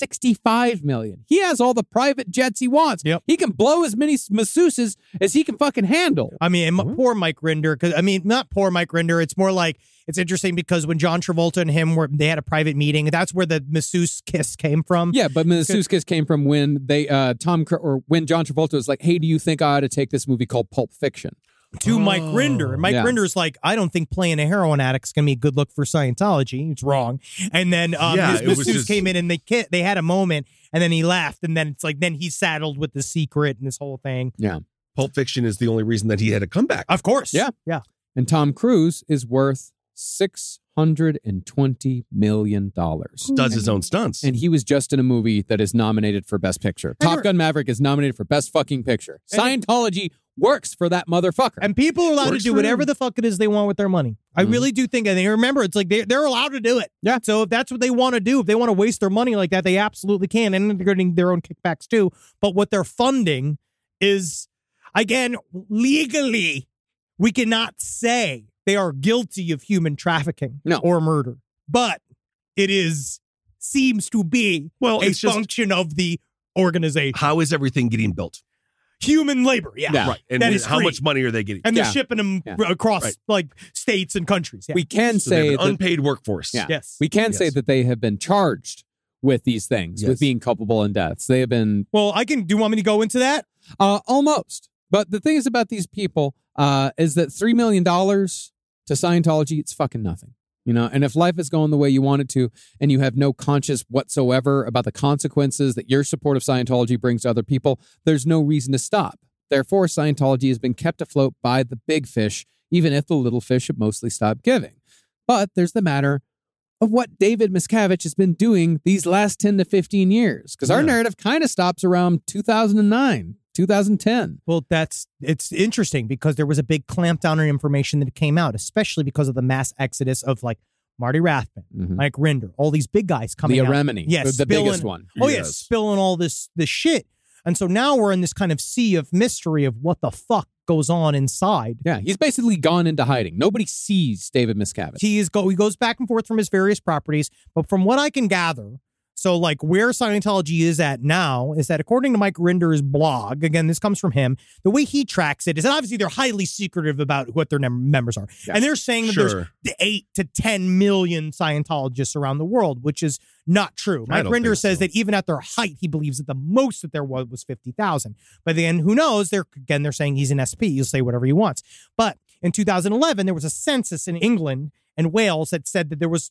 [SPEAKER 4] $165 million. He has all the private jets he wants.
[SPEAKER 5] Yep.
[SPEAKER 4] He can blow as many masseuses as he can fucking handle.
[SPEAKER 5] I mean, and my- poor Mike Rinder. Because I mean, not poor Mike Rinder. It's more like it's interesting because when John Travolta and him were, they had a private meeting. That's where the masseuse kiss came from.
[SPEAKER 4] Yeah, but masseuse kiss came from when they uh Tom Cr- or when John Travolta was like, "Hey, do you think I ought to take this movie called Pulp Fiction?"
[SPEAKER 5] to Mike
[SPEAKER 6] Oh,
[SPEAKER 5] Rinder. And Mike
[SPEAKER 4] Yeah.
[SPEAKER 5] Rinder's like, I don't think playing a heroin addict's gonna be a good look for Scientology. It's wrong. And then um,
[SPEAKER 6] Yeah,
[SPEAKER 5] his
[SPEAKER 6] it was
[SPEAKER 5] masseuse
[SPEAKER 6] just-
[SPEAKER 5] came in and they ki- they had a moment, and then he left, and then it's like then he's saddled with the secret and this whole thing.
[SPEAKER 6] Pulp Fiction is the only reason that he had a comeback.
[SPEAKER 5] Of course,
[SPEAKER 4] Yeah.
[SPEAKER 5] yeah.
[SPEAKER 4] And Tom Cruise is worth $620 million.
[SPEAKER 5] Um,
[SPEAKER 6] Does his own stunts.
[SPEAKER 4] And he was just in a movie that is nominated for Best Picture. Top Gun Maverick is nominated for Best Fucking Picture.
[SPEAKER 5] And-
[SPEAKER 4] Scientology works for that motherfucker.
[SPEAKER 5] And people are allowed to
[SPEAKER 6] Works
[SPEAKER 5] do
[SPEAKER 6] for
[SPEAKER 5] whatever
[SPEAKER 6] them. Mm-hmm.
[SPEAKER 5] the fuck it is they want with their money. I
[SPEAKER 4] Mhm.
[SPEAKER 5] really do think, and they remember, it's like they, they're allowed to do it.
[SPEAKER 4] Yeah.
[SPEAKER 5] So if that's what they want to do, if they want to waste their money like that, they absolutely can. And they're getting their own kickbacks too. But what they're funding is, Again, legally, we cannot say they are guilty of human trafficking
[SPEAKER 4] No.
[SPEAKER 5] or murder, but it is seems to be
[SPEAKER 6] Well,
[SPEAKER 5] a
[SPEAKER 6] it's just-
[SPEAKER 5] function of the organization.
[SPEAKER 6] How is everything getting built?
[SPEAKER 5] Human labor, yeah,
[SPEAKER 4] Yeah.
[SPEAKER 6] Right. And
[SPEAKER 5] That is
[SPEAKER 6] how
[SPEAKER 5] free.
[SPEAKER 6] much money are they getting?
[SPEAKER 5] and they're
[SPEAKER 4] Yeah.
[SPEAKER 5] shipping them
[SPEAKER 4] Yeah.
[SPEAKER 5] across
[SPEAKER 6] Right.
[SPEAKER 5] like states and countries. Yeah.
[SPEAKER 4] We can
[SPEAKER 6] So they
[SPEAKER 4] say
[SPEAKER 6] have an
[SPEAKER 4] that
[SPEAKER 6] unpaid workforce.
[SPEAKER 4] Yeah.
[SPEAKER 5] yes,
[SPEAKER 4] we can say
[SPEAKER 6] Yes.
[SPEAKER 4] that they have been charged with these things,
[SPEAKER 6] Yes.
[SPEAKER 4] with being culpable in deaths. They have been
[SPEAKER 5] Well, I can. Do you want me to go into that?
[SPEAKER 4] uh, almost. But the thing is about these people uh, is that three million dollars to Scientology, it's fucking nothing. You know, and if life is going the way you want it to, and you have no conscience whatsoever about the consequences that your support of Scientology brings to other people, there's no reason to stop. Therefore, Scientology has been kept afloat by the big fish, even if the little fish have mostly stopped giving. But there's the matter of what David Miscavige has been doing these last 10 to 15 years, because our
[SPEAKER 6] Yeah.
[SPEAKER 4] narrative kind of stops around 2009, 2010.
[SPEAKER 5] Well, that's it's interesting because there was a big clampdown on information that came out, especially because of the mass exodus of like Marty
[SPEAKER 4] Mm.
[SPEAKER 5] Rathman, Mike Rinder, all these big guys coming
[SPEAKER 4] The
[SPEAKER 5] out.
[SPEAKER 4] Aremini,
[SPEAKER 5] Yes,
[SPEAKER 4] the, the
[SPEAKER 5] spilling-
[SPEAKER 4] biggest one.
[SPEAKER 5] Oh yeah,
[SPEAKER 6] Yes.
[SPEAKER 5] spilling all this this shit. And so now we're in this kind of sea of mystery of what the fuck goes on inside.
[SPEAKER 4] Yeah, he's basically gone into hiding. Nobody sees David Miscavige.
[SPEAKER 5] He is go he goes back and forth from his various properties, but from what I can gather, so like where Scientology is at now is that according to Mike Rinder's blog, again this comes from him, the way he tracks it is that obviously they're highly secretive about what their num- members are, and they're saying that there's
[SPEAKER 6] Sure.
[SPEAKER 5] the eight to ten million Scientologists around the world, which is not true.
[SPEAKER 6] I
[SPEAKER 5] Mike
[SPEAKER 6] don't
[SPEAKER 5] Rinder
[SPEAKER 6] think
[SPEAKER 5] says
[SPEAKER 6] so.
[SPEAKER 5] that even at their height, he believes that the most that there was was fifty thousand. But then who knows? They're again they're saying he's an SP. He'll say whatever he wants. But in 2011, there was a census in England and Wales that said that there was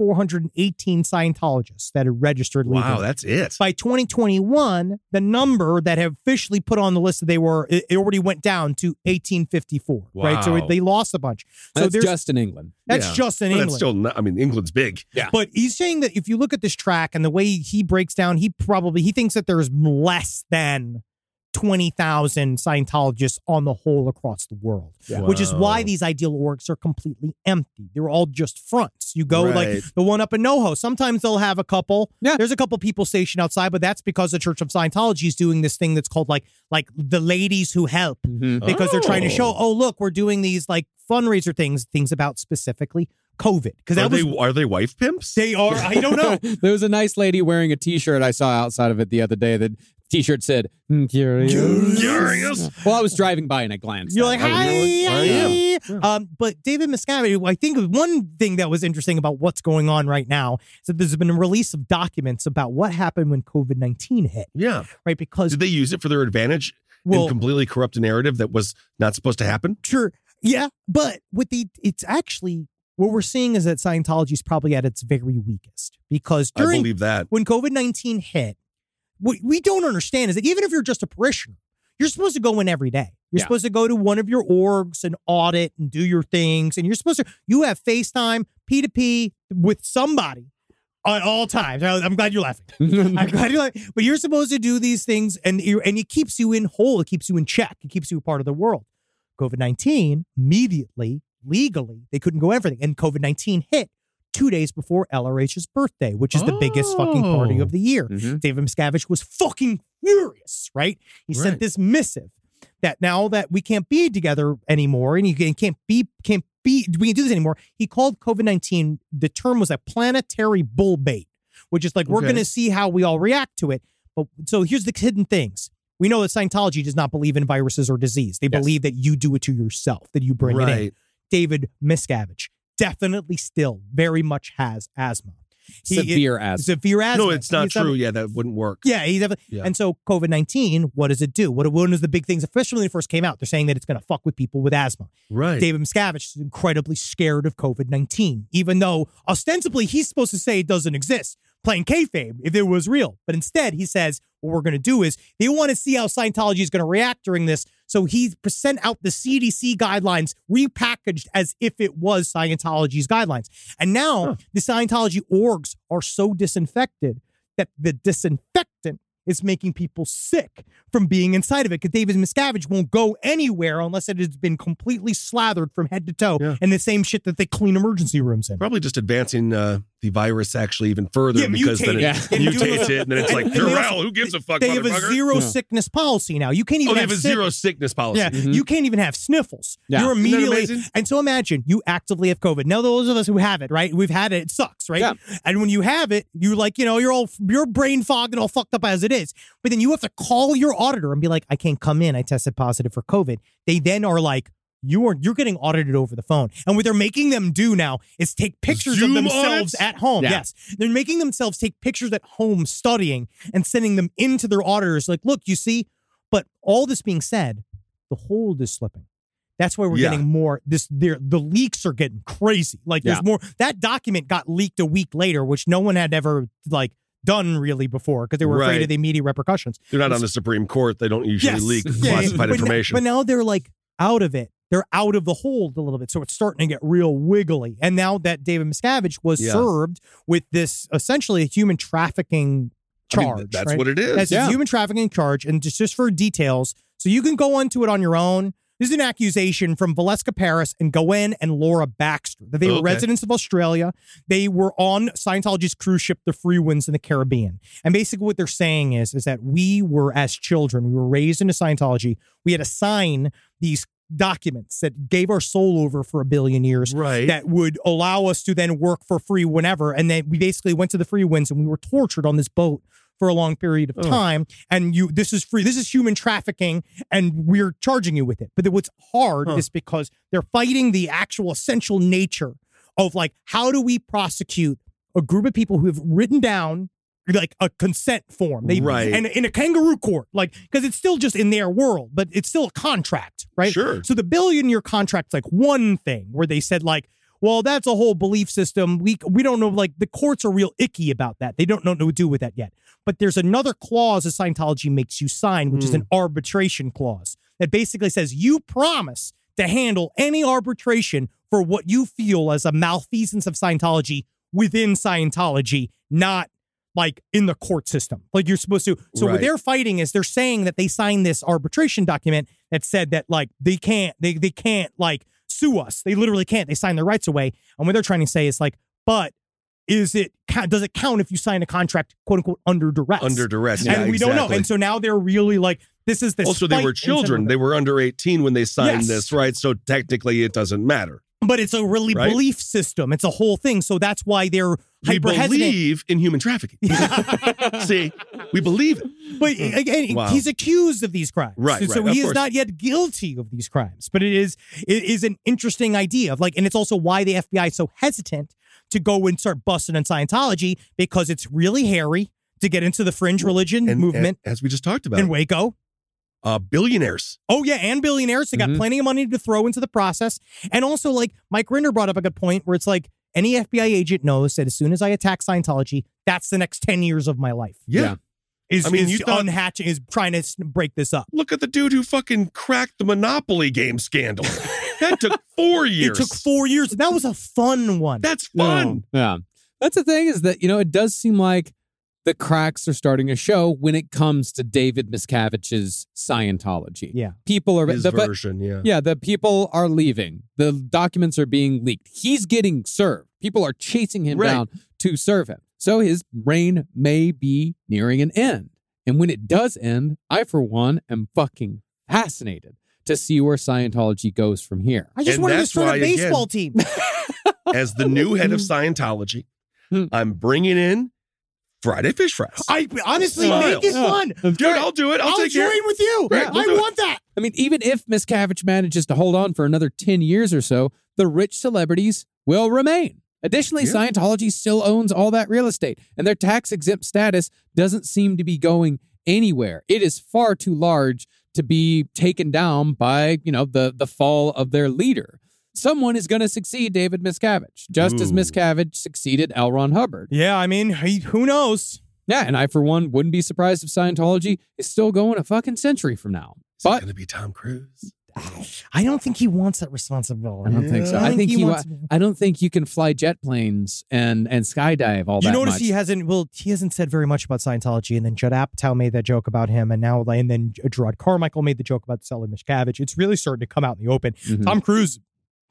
[SPEAKER 5] 2,418 Scientologists that had registered legally.
[SPEAKER 6] Wow, that's it.
[SPEAKER 5] by 2021, the number that have officially put on the list that they were, it it already went down to 1854, right? So
[SPEAKER 6] Wow.
[SPEAKER 5] they lost a bunch. So
[SPEAKER 4] That's
[SPEAKER 5] there's,
[SPEAKER 4] just in England.
[SPEAKER 5] that's
[SPEAKER 6] Yeah.
[SPEAKER 5] just in
[SPEAKER 6] But
[SPEAKER 5] England.
[SPEAKER 6] That's still not, I mean, England's big.
[SPEAKER 4] Yeah.
[SPEAKER 5] But he's saying that if you look at this track and the way he breaks down, he probably he thinks that there's less than twenty thousand Scientologists on the whole across the world,
[SPEAKER 6] Yeah.
[SPEAKER 5] which is why
[SPEAKER 6] Wow.
[SPEAKER 5] these ideal orgs are completely empty. They're all just fronts. You go
[SPEAKER 6] Right.
[SPEAKER 5] like the one up in NoHo. Sometimes they'll have a couple.
[SPEAKER 4] Yeah.
[SPEAKER 5] there's a couple people stationed outside, but that's because the Church of Scientology is doing this thing that's called like like the ladies who help because they're trying to show, oh look, we're doing these like fundraiser things, things about specifically COVID because
[SPEAKER 6] Are
[SPEAKER 5] that was
[SPEAKER 6] they are they wife pimps?
[SPEAKER 5] they are. I don't know.
[SPEAKER 4] there was a nice lady wearing a T-shirt I saw outside of it the other day. That T-shirt said "Mm, "Curious."
[SPEAKER 6] Curious.
[SPEAKER 4] Well, I was driving by and I glanced.
[SPEAKER 5] You're
[SPEAKER 4] at
[SPEAKER 5] like,
[SPEAKER 4] it.
[SPEAKER 5] hi,
[SPEAKER 6] I am.
[SPEAKER 5] hi." Um, but David Miscavige, I think one thing that was interesting about what's going on right now is that there's been a release of documents about what happened when COVID nineteen hit,
[SPEAKER 6] Yeah.
[SPEAKER 5] right? Because
[SPEAKER 6] Did they use it for their advantage
[SPEAKER 5] well,
[SPEAKER 6] and completely corrupt a narrative that was not supposed to happen?
[SPEAKER 5] sure, yeah, but with the it's actually what we're seeing is that Scientology is probably at its very weakest because
[SPEAKER 6] I
[SPEAKER 5] during
[SPEAKER 6] believe that.
[SPEAKER 5] when COVID 19 hit, what we don't understand is that even if you're just a parishioner, you're supposed to go in every day. You're
[SPEAKER 4] Yeah.
[SPEAKER 5] supposed to go to one of your orgs and audit and do your things. And you're supposed to, you have FaceTime, P2P with somebody at all times. I- I'm glad you're laughing.
[SPEAKER 4] "Oh,
[SPEAKER 5] I'm glad you're laughing. But you're supposed to do these things and, you and it keeps you in whole. It keeps you in check. It keeps you a part of the world. COVID 19, immediately, legally, they couldn't go everything. And COVID 19 hit two days before LRH's birthday, which is the biggest fucking party
[SPEAKER 6] Oh.
[SPEAKER 5] of the year.
[SPEAKER 4] Mhm.
[SPEAKER 5] David Miscavige was fucking furious, right? He sent
[SPEAKER 6] Right.
[SPEAKER 5] this missive that now that we can't be together anymore and you can- can't be, can't be, we can't do this anymore. He called COVID 19, the term was a planetary bull bait, which is like, we're
[SPEAKER 6] Okay.
[SPEAKER 5] going to see how we all react to it. But so here's the hidden things. We know that Scientology does not believe in viruses or disease. They
[SPEAKER 4] Yes.
[SPEAKER 5] believe that you do it to yourself, that you bring it in.
[SPEAKER 6] right.
[SPEAKER 5] David Miscavige definitely still very much has asthma. He-
[SPEAKER 4] severe asthma.
[SPEAKER 5] Severe asthma.
[SPEAKER 6] No, it's not
[SPEAKER 5] He's
[SPEAKER 6] true. yeah, that wouldn't work.
[SPEAKER 5] yeah, he definitely.
[SPEAKER 6] Yeah.
[SPEAKER 5] And so COVID nineteen, what does it do? What one of the big things, especially when it first came out, they're saying that it's going to fuck with people with asthma.
[SPEAKER 6] Right.
[SPEAKER 5] David Miscavige is incredibly scared of COVID nineteen, even though ostensibly he's supposed to say it doesn't exist, playing kayfabe if it was real. But instead, he says what we're going to do is they want to see how Scientology is going to react during this. So he sent out the CDC guidelines repackaged as if it was Scientology's guidelines. And now the Scientology orgs are so disinfected that the disinfectant is making people sick from being inside of it because David Miscavige won't go anywhere unless it has been completely slathered from head to toe
[SPEAKER 6] Yeah.
[SPEAKER 5] in the same shit that they clean emergency rooms in.
[SPEAKER 6] Probably just advancing uh, the virus actually even further
[SPEAKER 5] Yeah,
[SPEAKER 6] because then it
[SPEAKER 4] mutate
[SPEAKER 5] it. Yeah.
[SPEAKER 6] mutates it, and then it's
[SPEAKER 5] And-
[SPEAKER 6] like
[SPEAKER 5] and they
[SPEAKER 6] you're
[SPEAKER 5] also-
[SPEAKER 6] out. Who gives a fuck,
[SPEAKER 5] They have a
[SPEAKER 6] motherfucker?
[SPEAKER 5] zero
[SPEAKER 4] Yeah.
[SPEAKER 5] sickness policy now. You can't even
[SPEAKER 6] oh, they
[SPEAKER 5] have,
[SPEAKER 6] have a
[SPEAKER 5] sick-
[SPEAKER 6] zero sickness policy.
[SPEAKER 5] Yeah, you can't even have sniffles.
[SPEAKER 4] Mm-hmm. Yeah.
[SPEAKER 5] You're
[SPEAKER 6] Isn't that
[SPEAKER 5] immediately
[SPEAKER 6] amazing?
[SPEAKER 5] and so imagine you actively have COVID. Now those of us who have it, right? We've had it. It sucks, right?
[SPEAKER 4] Yeah.
[SPEAKER 5] And when you have it, you like you know you're all your brain fog and all fucked up as it is. But then you have to call your auditor and be like, I can't come in. I tested positive for COVID. They then are like. You are you're getting audited over the phone, and what they're making them do now is take pictures
[SPEAKER 6] Zoom
[SPEAKER 5] of themselves
[SPEAKER 6] audits?
[SPEAKER 5] at home.
[SPEAKER 4] Yeah.
[SPEAKER 5] Yes, they're making themselves take pictures at home studying and sending them into their auditors. Like, look, you see. But all this being said, the hold is slipping. That's why we're
[SPEAKER 6] Yeah.
[SPEAKER 5] getting more. This there, the leaks are getting crazy. Like
[SPEAKER 4] Yeah.
[SPEAKER 5] there's more. That document got leaked a week later, which no one had ever like done really before because they were afraid
[SPEAKER 6] Right.
[SPEAKER 5] of the immediate repercussions.
[SPEAKER 6] They're not on the Supreme Court. They don't usually
[SPEAKER 5] Yes.
[SPEAKER 6] leak
[SPEAKER 5] Yeah, yeah, yeah.
[SPEAKER 6] classified
[SPEAKER 5] But n-
[SPEAKER 6] information.
[SPEAKER 5] but now they're like out of it. They're out of the hold a little bit, so it's starting to get real wiggly. And now that David Miscavige was
[SPEAKER 6] Yeah.
[SPEAKER 5] served with this essentially a human trafficking
[SPEAKER 6] I mean,
[SPEAKER 5] charge,
[SPEAKER 6] that's
[SPEAKER 5] right?
[SPEAKER 6] what it is.
[SPEAKER 5] That's
[SPEAKER 4] Yeah.
[SPEAKER 5] a human trafficking charge, and just, just for details, so you can go onto it on your own. This is an accusation from Valeska Paris and Goen and Laura Baxter that they were
[SPEAKER 6] Okay.
[SPEAKER 5] residents of Australia. They were on Scientology's cruise ship, the Free Winds, in the Caribbean. And basically, what they're saying is, is that we were as children, we were raised into Scientology. We had to sign these documents that gave our soul over for a billion years
[SPEAKER 6] right.
[SPEAKER 5] that would allow us to then work for free whenever. And then we basically went to the free winds and we were tortured on this boat for a long period of
[SPEAKER 6] Ugh.
[SPEAKER 5] time. And you, this is free. This is human trafficking, and we're charging you with it. But then what's hard
[SPEAKER 6] Huh.
[SPEAKER 5] is because they're fighting the actual essential nature of like how do we prosecute a group of people who have written down like a consent form they
[SPEAKER 6] Right.
[SPEAKER 5] and in a kangaroo court like because it's still just in their world but it's still a contract right
[SPEAKER 6] Sure.
[SPEAKER 5] so the billion year contract's like one thing where they said like, well, that's a whole belief system. We we don't know. Like the courts are real icky about that. They don't know what to do with that yet. But there's another clause that Scientology makes you sign, which is an arbitration clause that basically says you promise to handle any arbitration for what you feel as a malfeasance of Scientology within Scientology, not like in the court system. Like you're supposed to. So what
[SPEAKER 6] Right.
[SPEAKER 5] they're fighting is they're saying that they signed this arbitration document that said that like they can't they they can't like sue us. They literally can't. They sign their rights away. And what they're trying to say is like, but is it count- does it count if you sign a contract quote unquote under duress?
[SPEAKER 6] Under duress.
[SPEAKER 5] and
[SPEAKER 6] Yeah,
[SPEAKER 5] we don't know.
[SPEAKER 6] exactly.
[SPEAKER 5] And so now they're really like this is this.
[SPEAKER 6] also, they
[SPEAKER 5] fight
[SPEAKER 6] were
[SPEAKER 5] inside
[SPEAKER 6] children.
[SPEAKER 5] of-
[SPEAKER 6] They were under 18 when they signed
[SPEAKER 5] Yes.
[SPEAKER 6] this, right? So technically, it doesn't matter.
[SPEAKER 5] but it's a really
[SPEAKER 6] Right?
[SPEAKER 5] belief system. It's a whole thing. So that's why they're
[SPEAKER 6] We
[SPEAKER 5] hyper hesitant.
[SPEAKER 6] believe in human trafficking. See, we believe it.
[SPEAKER 5] But again,
[SPEAKER 6] Mm. Wow.
[SPEAKER 5] he's accused of these crimes,
[SPEAKER 6] Right,
[SPEAKER 5] So, so
[SPEAKER 6] right, of
[SPEAKER 5] he is
[SPEAKER 6] course.
[SPEAKER 5] not yet guilty of these crimes. But it is it is an interesting idea of like, and it's also why the FBI is so hesitant to go and start busting on Scientology because it's really hairy to get into the fringe religion
[SPEAKER 6] And-
[SPEAKER 5] movement
[SPEAKER 6] and- as we just talked about,
[SPEAKER 5] in Waco.
[SPEAKER 6] uh, billionaires.
[SPEAKER 5] Oh yeah, and billionaires. They got
[SPEAKER 6] Mm-hmm.
[SPEAKER 4] Mhm.
[SPEAKER 5] plenty of money to throw into the process. And also, like Mike Rinder brought up a good point where it's like any FBI agent knows that as soon as I attack Scientology, that's the next ten years of my life.
[SPEAKER 6] Yeah.
[SPEAKER 4] Yeah.
[SPEAKER 5] Is
[SPEAKER 6] I mean,
[SPEAKER 5] is
[SPEAKER 6] you thought-
[SPEAKER 5] unhatching is trying to s- break this up.
[SPEAKER 6] Look at the dude who fucking cracked the Monopoly game scandal. that took four years.
[SPEAKER 5] It took four years. That was a fun one.
[SPEAKER 6] That's fun.
[SPEAKER 4] Yeah. That's the thing is that, you know, it does seem like the cracks are starting to show when it comes to David Miscavige's Scientology.
[SPEAKER 5] Yeah.
[SPEAKER 4] People are
[SPEAKER 6] His
[SPEAKER 4] the, but-
[SPEAKER 6] version, yeah.
[SPEAKER 4] yeah, the people are leaving. The documents are being leaked. He's getting served. People are chasing him
[SPEAKER 6] Right.
[SPEAKER 4] down to serve him. So his reign may be nearing an end. And when it does end, I for one am fucking fascinated to see where Scientology goes from here.
[SPEAKER 5] I just
[SPEAKER 6] And
[SPEAKER 5] wanted to
[SPEAKER 6] that's
[SPEAKER 5] start a
[SPEAKER 6] why, again-
[SPEAKER 5] baseball team.
[SPEAKER 6] As the new head of
[SPEAKER 5] Mm.
[SPEAKER 6] Scientology,
[SPEAKER 4] Hmm.
[SPEAKER 6] I'm bringing in Friday Fish Fries.
[SPEAKER 5] I honestly make it
[SPEAKER 4] Yeah.
[SPEAKER 5] fun.
[SPEAKER 6] Dude, I'll do it. I'll,
[SPEAKER 5] I'll
[SPEAKER 6] take care.
[SPEAKER 5] join with you.
[SPEAKER 6] Right, we'll
[SPEAKER 5] I
[SPEAKER 6] do it.
[SPEAKER 5] want that.
[SPEAKER 4] I mean, even if Miscavige manages to hold on for another 10 years or so, the rich celebrities will remain. Additionally,
[SPEAKER 6] Yeah.
[SPEAKER 4] Scientology still owns all that real estate, and their tax exempt status doesn't seem to be going anywhere. It is far too large to be taken down by, you know, the, the fall of their leader. Someone is going to succeed David Miscavige, just as
[SPEAKER 6] Ooh.
[SPEAKER 4] Miscavige succeeded L. Ron Hubbard.
[SPEAKER 5] Yeah, I mean, he, who knows?
[SPEAKER 4] Yeah, and I, for one, wouldn't be surprised if Scientology is still going a fucking century from now.
[SPEAKER 6] Is it
[SPEAKER 4] But
[SPEAKER 6] going to be Tom Cruise?
[SPEAKER 5] I don't think he wants that responsibility.
[SPEAKER 4] I don't think so. I think he. wa-
[SPEAKER 5] wants.
[SPEAKER 4] I don't think you can fly jet planes and and skydive all
[SPEAKER 5] you
[SPEAKER 4] that
[SPEAKER 5] notice
[SPEAKER 4] much.
[SPEAKER 5] he hasn't well he hasn't said very much about Scientology and then Judd Apatow made that joke about him and now and then Gerard Carmichael made the joke about Sally Miscavige. It's really starting to come out in the open.
[SPEAKER 4] Mhm.
[SPEAKER 5] Tom Cruise,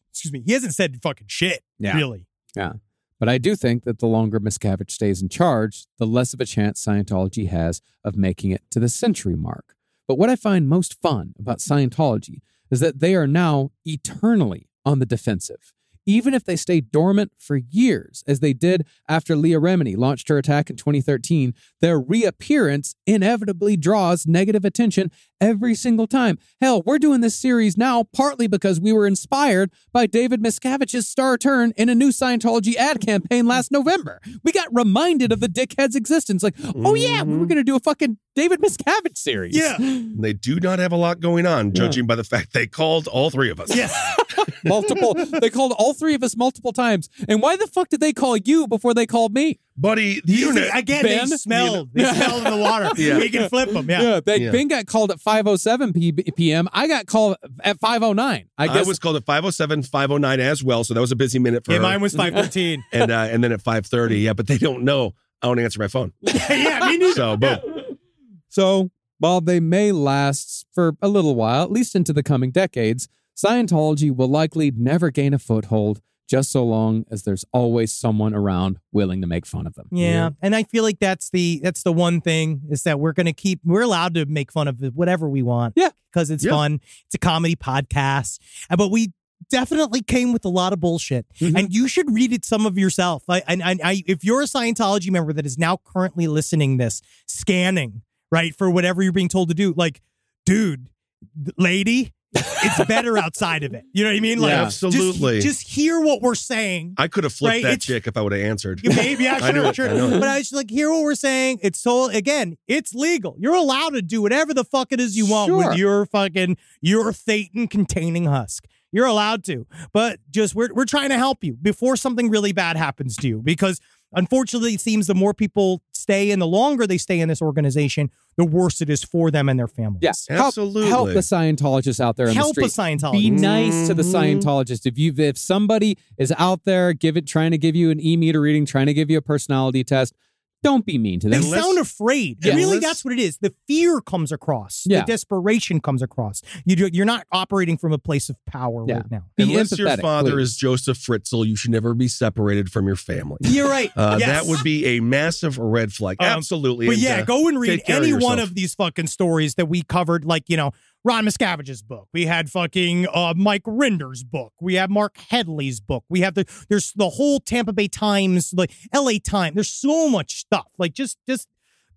[SPEAKER 5] excuse me, he hasn't said fucking shit
[SPEAKER 4] Yeah.
[SPEAKER 5] really.
[SPEAKER 4] But I do think that the longer Miscavige stays in charge, the less of a chance Scientology has of making it to the century mark. But what I find most fun about Scientology is that they are now eternally on the defensive. Even if they stay dormant for years, as they did after Leah Remini launched her attack in 2013, their reappearance inevitably draws negative attention every single time. Hell, we're doing this series now partly because we were inspired by David Miscavige's star turn in a new Scientology ad campaign last November. We got reminded of the dickhead's existence. Like, oh yeah, we were going to do a fucking David Miscavige series.
[SPEAKER 5] Yeah.
[SPEAKER 6] And Mm-hmm. they do not have a lot going on, judging by the fact they called all three of us.
[SPEAKER 5] Yes.
[SPEAKER 4] multiple. they called all three of us multiple times. And why the fuck did they call you before they called me?
[SPEAKER 6] Buddy, the
[SPEAKER 5] You
[SPEAKER 6] unit.
[SPEAKER 5] see, again,
[SPEAKER 4] Ben?
[SPEAKER 5] they smelled. They smelled in the water.
[SPEAKER 6] Yeah.
[SPEAKER 5] We can flip them. Yeah.
[SPEAKER 4] they,
[SPEAKER 6] Yeah.
[SPEAKER 4] Ben got called at 5:07 p- p.m. I got called at 5:09. I
[SPEAKER 6] I
[SPEAKER 4] guess
[SPEAKER 6] was called at 507, 509 as well. So that was a busy minute for
[SPEAKER 5] Yeah,
[SPEAKER 6] her.
[SPEAKER 5] mine was 513.
[SPEAKER 6] and, uh, and then at 530. Yeah, but they don't know. I don't answer my phone.
[SPEAKER 5] yeah, me neither.
[SPEAKER 6] So, boom.
[SPEAKER 4] so. While they may last for a little while, at least into the coming decades, Scientology will likely never gain a foothold. Just so long as there's always someone around willing to make fun of them.
[SPEAKER 5] Yeah. and I feel like that's the that's the one thing is that we're gonna keep we're allowed to make fun of whatever we want.
[SPEAKER 4] Yeah.
[SPEAKER 5] because it's
[SPEAKER 6] Yeah.
[SPEAKER 5] fun. It's a comedy podcast, Uh, but we definitely came with a lot of bullshit,
[SPEAKER 6] Mm-hmm.
[SPEAKER 4] Mhm.
[SPEAKER 5] and you should read it some of yourself. I, and, and I, if you're a Scientology member that is now currently listening this, scanning right for whatever you're being told to do, like, dude, th- lady. it's better outside of it. You know what I mean? Like,
[SPEAKER 6] Yeah,
[SPEAKER 5] just-
[SPEAKER 6] absolutely.
[SPEAKER 5] just hear what we're saying.
[SPEAKER 6] I could have flipped
[SPEAKER 5] Right,
[SPEAKER 6] that
[SPEAKER 5] it's-
[SPEAKER 6] chick if I would have answered.
[SPEAKER 5] Yeah, Maybe yeah,
[SPEAKER 6] I
[SPEAKER 5] sure,
[SPEAKER 6] know it,
[SPEAKER 5] sure.
[SPEAKER 6] I know it.
[SPEAKER 5] But I was just like, hear what we're saying. It's so again, it's legal. You're allowed to do whatever the fuck it is you want
[SPEAKER 4] Sure.
[SPEAKER 5] with your fucking your Thetan containing husk. You're allowed to. But just we're we're trying to help you before something really bad happens to you. Because unfortunately, it seems the more people stay and the longer they stay in this organization, the worse it is for them and their families.
[SPEAKER 4] Yes.
[SPEAKER 6] Absolutely.
[SPEAKER 4] Help, the Scientologists out there on the
[SPEAKER 5] Help a
[SPEAKER 4] street. Be
[SPEAKER 5] Scientologist.
[SPEAKER 4] nice to the Scientologist. If you if somebody is out there give it trying to give you an e meter reading, trying to give you a personality test, don't be mean to
[SPEAKER 5] They
[SPEAKER 4] them.
[SPEAKER 5] sound afraid.
[SPEAKER 4] Yeah.
[SPEAKER 5] Really,
[SPEAKER 6] Unless-
[SPEAKER 5] that's what it is. The fear comes across.
[SPEAKER 4] Yeah.
[SPEAKER 5] The desperation comes across. You do, you're not operating from a place of power
[SPEAKER 4] Yeah.
[SPEAKER 5] right now.
[SPEAKER 4] Be
[SPEAKER 6] Unless
[SPEAKER 4] empathetic,
[SPEAKER 6] your father
[SPEAKER 4] please.
[SPEAKER 6] is Joseph Fritzl, you should never be separated from your family.
[SPEAKER 5] You're right.
[SPEAKER 6] Uh,
[SPEAKER 5] Yes.
[SPEAKER 6] That would be a massive red flag.
[SPEAKER 5] Um,
[SPEAKER 6] Absolutely.
[SPEAKER 5] But
[SPEAKER 6] And,
[SPEAKER 5] yeah,
[SPEAKER 6] uh,
[SPEAKER 5] go and read
[SPEAKER 6] take care of
[SPEAKER 5] any one
[SPEAKER 6] yourself.
[SPEAKER 5] of these fucking stories that we covered. Like you know, Ron Miscavige's book. We had fucking uh, Mike Rinder's book. We have Mark Headley's book. We have the there's the whole Tampa Bay Times, like L.A. Times. There's so much stuff. Like just just.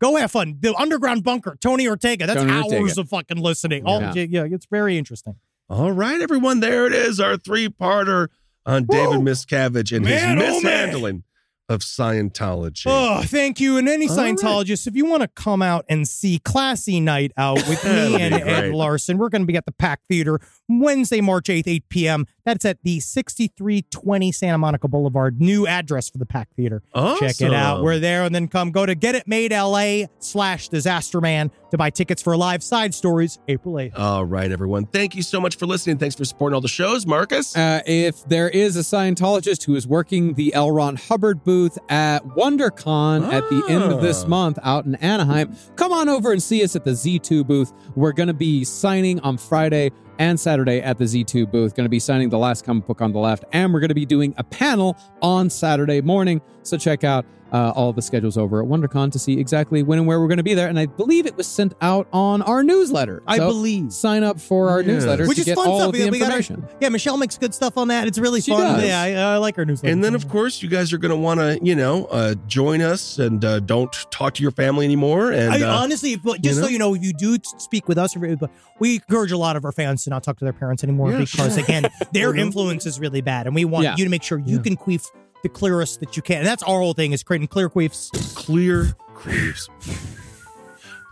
[SPEAKER 5] Go have fun. The Underground Bunker, Tony Ortega. That's
[SPEAKER 4] Tony
[SPEAKER 5] hours
[SPEAKER 4] Ortega.
[SPEAKER 5] of fucking listening. All-
[SPEAKER 4] Yeah.
[SPEAKER 5] yeah, it's very interesting.
[SPEAKER 6] All right, everyone. There it is, our three parter on David Miscavige and
[SPEAKER 5] Man, oh,
[SPEAKER 6] his
[SPEAKER 5] man.
[SPEAKER 6] mishandling of Scientology.
[SPEAKER 5] Oh, thank you. And any
[SPEAKER 6] All right.
[SPEAKER 5] Scientologist, if you want to come out and see Classy Night Out with
[SPEAKER 6] That'd
[SPEAKER 5] me
[SPEAKER 6] be
[SPEAKER 5] and Ed
[SPEAKER 6] great.
[SPEAKER 5] Larson, we're going to be at the Pack Theater Wednesday, March 8th, 8 p.m. That's at the 6320 Santa Monica Boulevard. New address for the Pack Theater. Check it out.
[SPEAKER 6] Awesome.
[SPEAKER 5] We're there. And then come go to Get It Made LA slash Disaster Man to buy tickets for live side stories April 8th.
[SPEAKER 6] All right, everyone. Thank you so much for listening. Thanks for supporting all the shows, Marcus.
[SPEAKER 4] Uh, if there is a Scientologist who is working the L. Ron Hubbard booth at WonderCon at the end of this
[SPEAKER 6] Ah.
[SPEAKER 4] month out in Anaheim, come on over and see us at the Z2 booth. We're going to be signing on Friday and Saturday at the Z2 booth. Going to be signing The Last Comic Book on the Left, and we're going to be doing a panel on Saturday morning. So check out uh, all the schedules over at WonderCon to see exactly when and where we're going to be there. And I believe it was sent out on our newsletter.
[SPEAKER 5] I
[SPEAKER 4] So
[SPEAKER 5] believe.
[SPEAKER 4] Sign up for our
[SPEAKER 6] Yes.
[SPEAKER 4] newsletter
[SPEAKER 5] Which
[SPEAKER 4] to
[SPEAKER 5] is
[SPEAKER 4] get
[SPEAKER 5] fun
[SPEAKER 4] all
[SPEAKER 5] stuff.
[SPEAKER 4] of the
[SPEAKER 5] Yeah, we got our-
[SPEAKER 4] information.
[SPEAKER 5] Yeah, Michelle makes good stuff on that. It's really
[SPEAKER 4] She
[SPEAKER 5] fun.
[SPEAKER 4] does.
[SPEAKER 5] Yeah, I, I like her newsletter.
[SPEAKER 6] and then, of course, you guys are going to want to, you know, uh, join us and uh, don't talk to your family anymore. And
[SPEAKER 5] I,
[SPEAKER 6] uh,
[SPEAKER 5] honestly, if, just so
[SPEAKER 6] know?
[SPEAKER 5] you know, if you do t- speak with us, or- but we encourage a lot of our fans to not talk to their parents anymore
[SPEAKER 6] Yeah,
[SPEAKER 5] because,
[SPEAKER 6] sure.
[SPEAKER 5] again, their
[SPEAKER 6] You know?
[SPEAKER 5] influence is really bad, and we want
[SPEAKER 4] Yeah.
[SPEAKER 5] you to make sure you
[SPEAKER 6] Yeah.
[SPEAKER 5] can queef the clearest that you can. And that's our whole thing is creating clear queefs.
[SPEAKER 6] clear creeps.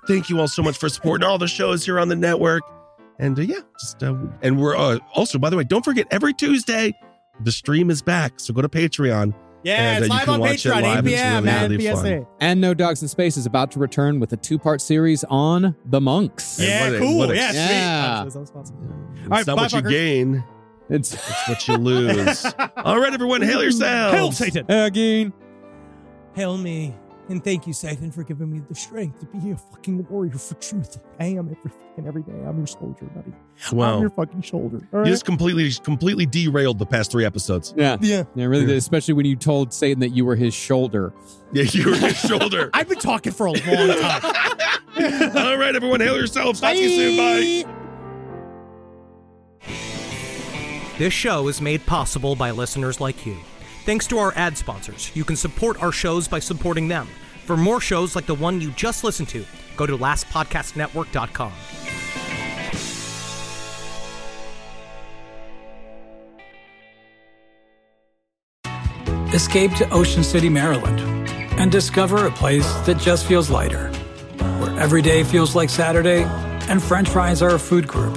[SPEAKER 6] Thank you all so much for supporting all the shows here on the network. And uh, yeah, just uh, and we're uh, also by the way, don't forget every Tuesday the stream is back. So go to Patreon.
[SPEAKER 5] Yeah,
[SPEAKER 6] And, uh,
[SPEAKER 5] it's
[SPEAKER 6] you
[SPEAKER 5] live
[SPEAKER 6] can
[SPEAKER 5] on
[SPEAKER 6] watch it
[SPEAKER 5] Patreon,
[SPEAKER 6] live.
[SPEAKER 5] 8
[SPEAKER 6] It's
[SPEAKER 5] p.m.
[SPEAKER 6] really,
[SPEAKER 5] man.
[SPEAKER 6] really
[SPEAKER 5] PSA.
[SPEAKER 4] And No Dogs in Space is about to return with a two part series on the monks.
[SPEAKER 6] Yeah,
[SPEAKER 5] Yeah,
[SPEAKER 6] what a-
[SPEAKER 5] cool.
[SPEAKER 6] what a-
[SPEAKER 4] Yeah.
[SPEAKER 5] yeah, sweet. That was awesome.
[SPEAKER 6] It's
[SPEAKER 5] right,
[SPEAKER 6] not
[SPEAKER 5] bye,
[SPEAKER 6] what you
[SPEAKER 5] fuckers.
[SPEAKER 6] gain,
[SPEAKER 4] It's
[SPEAKER 6] it's what you lose. all right, everyone, hail yourselves.
[SPEAKER 5] Hail Satan.
[SPEAKER 4] again.
[SPEAKER 5] Hail me. And thank you, Sathan, for giving me the strength to be a fucking warrior for truth. I am every fucking every day. I'm your soldier, buddy.
[SPEAKER 6] Wow.
[SPEAKER 5] I'm your fucking shoulder. All
[SPEAKER 6] You
[SPEAKER 5] right?
[SPEAKER 6] just completely just completely derailed the past three episodes.
[SPEAKER 4] Yeah.
[SPEAKER 5] yeah.
[SPEAKER 4] Yeah, I really did. Especially when you told Satan that you were his shoulder.
[SPEAKER 6] Yeah, you were his shoulder.
[SPEAKER 5] I've been talking for a long time.
[SPEAKER 6] All right, everyone, hail yourselves. Talk to you soon. Bye.
[SPEAKER 7] This show is made possible by listeners like you. Thanks to our ad sponsors, you can support our shows by supporting them. For more shows like the one you just listened to, go to lastpodcastnetwork.com.
[SPEAKER 10] Escape to Ocean City, Maryland, and discover a place that just feels lighter, where every day feels like Saturday, and French fries are a food group,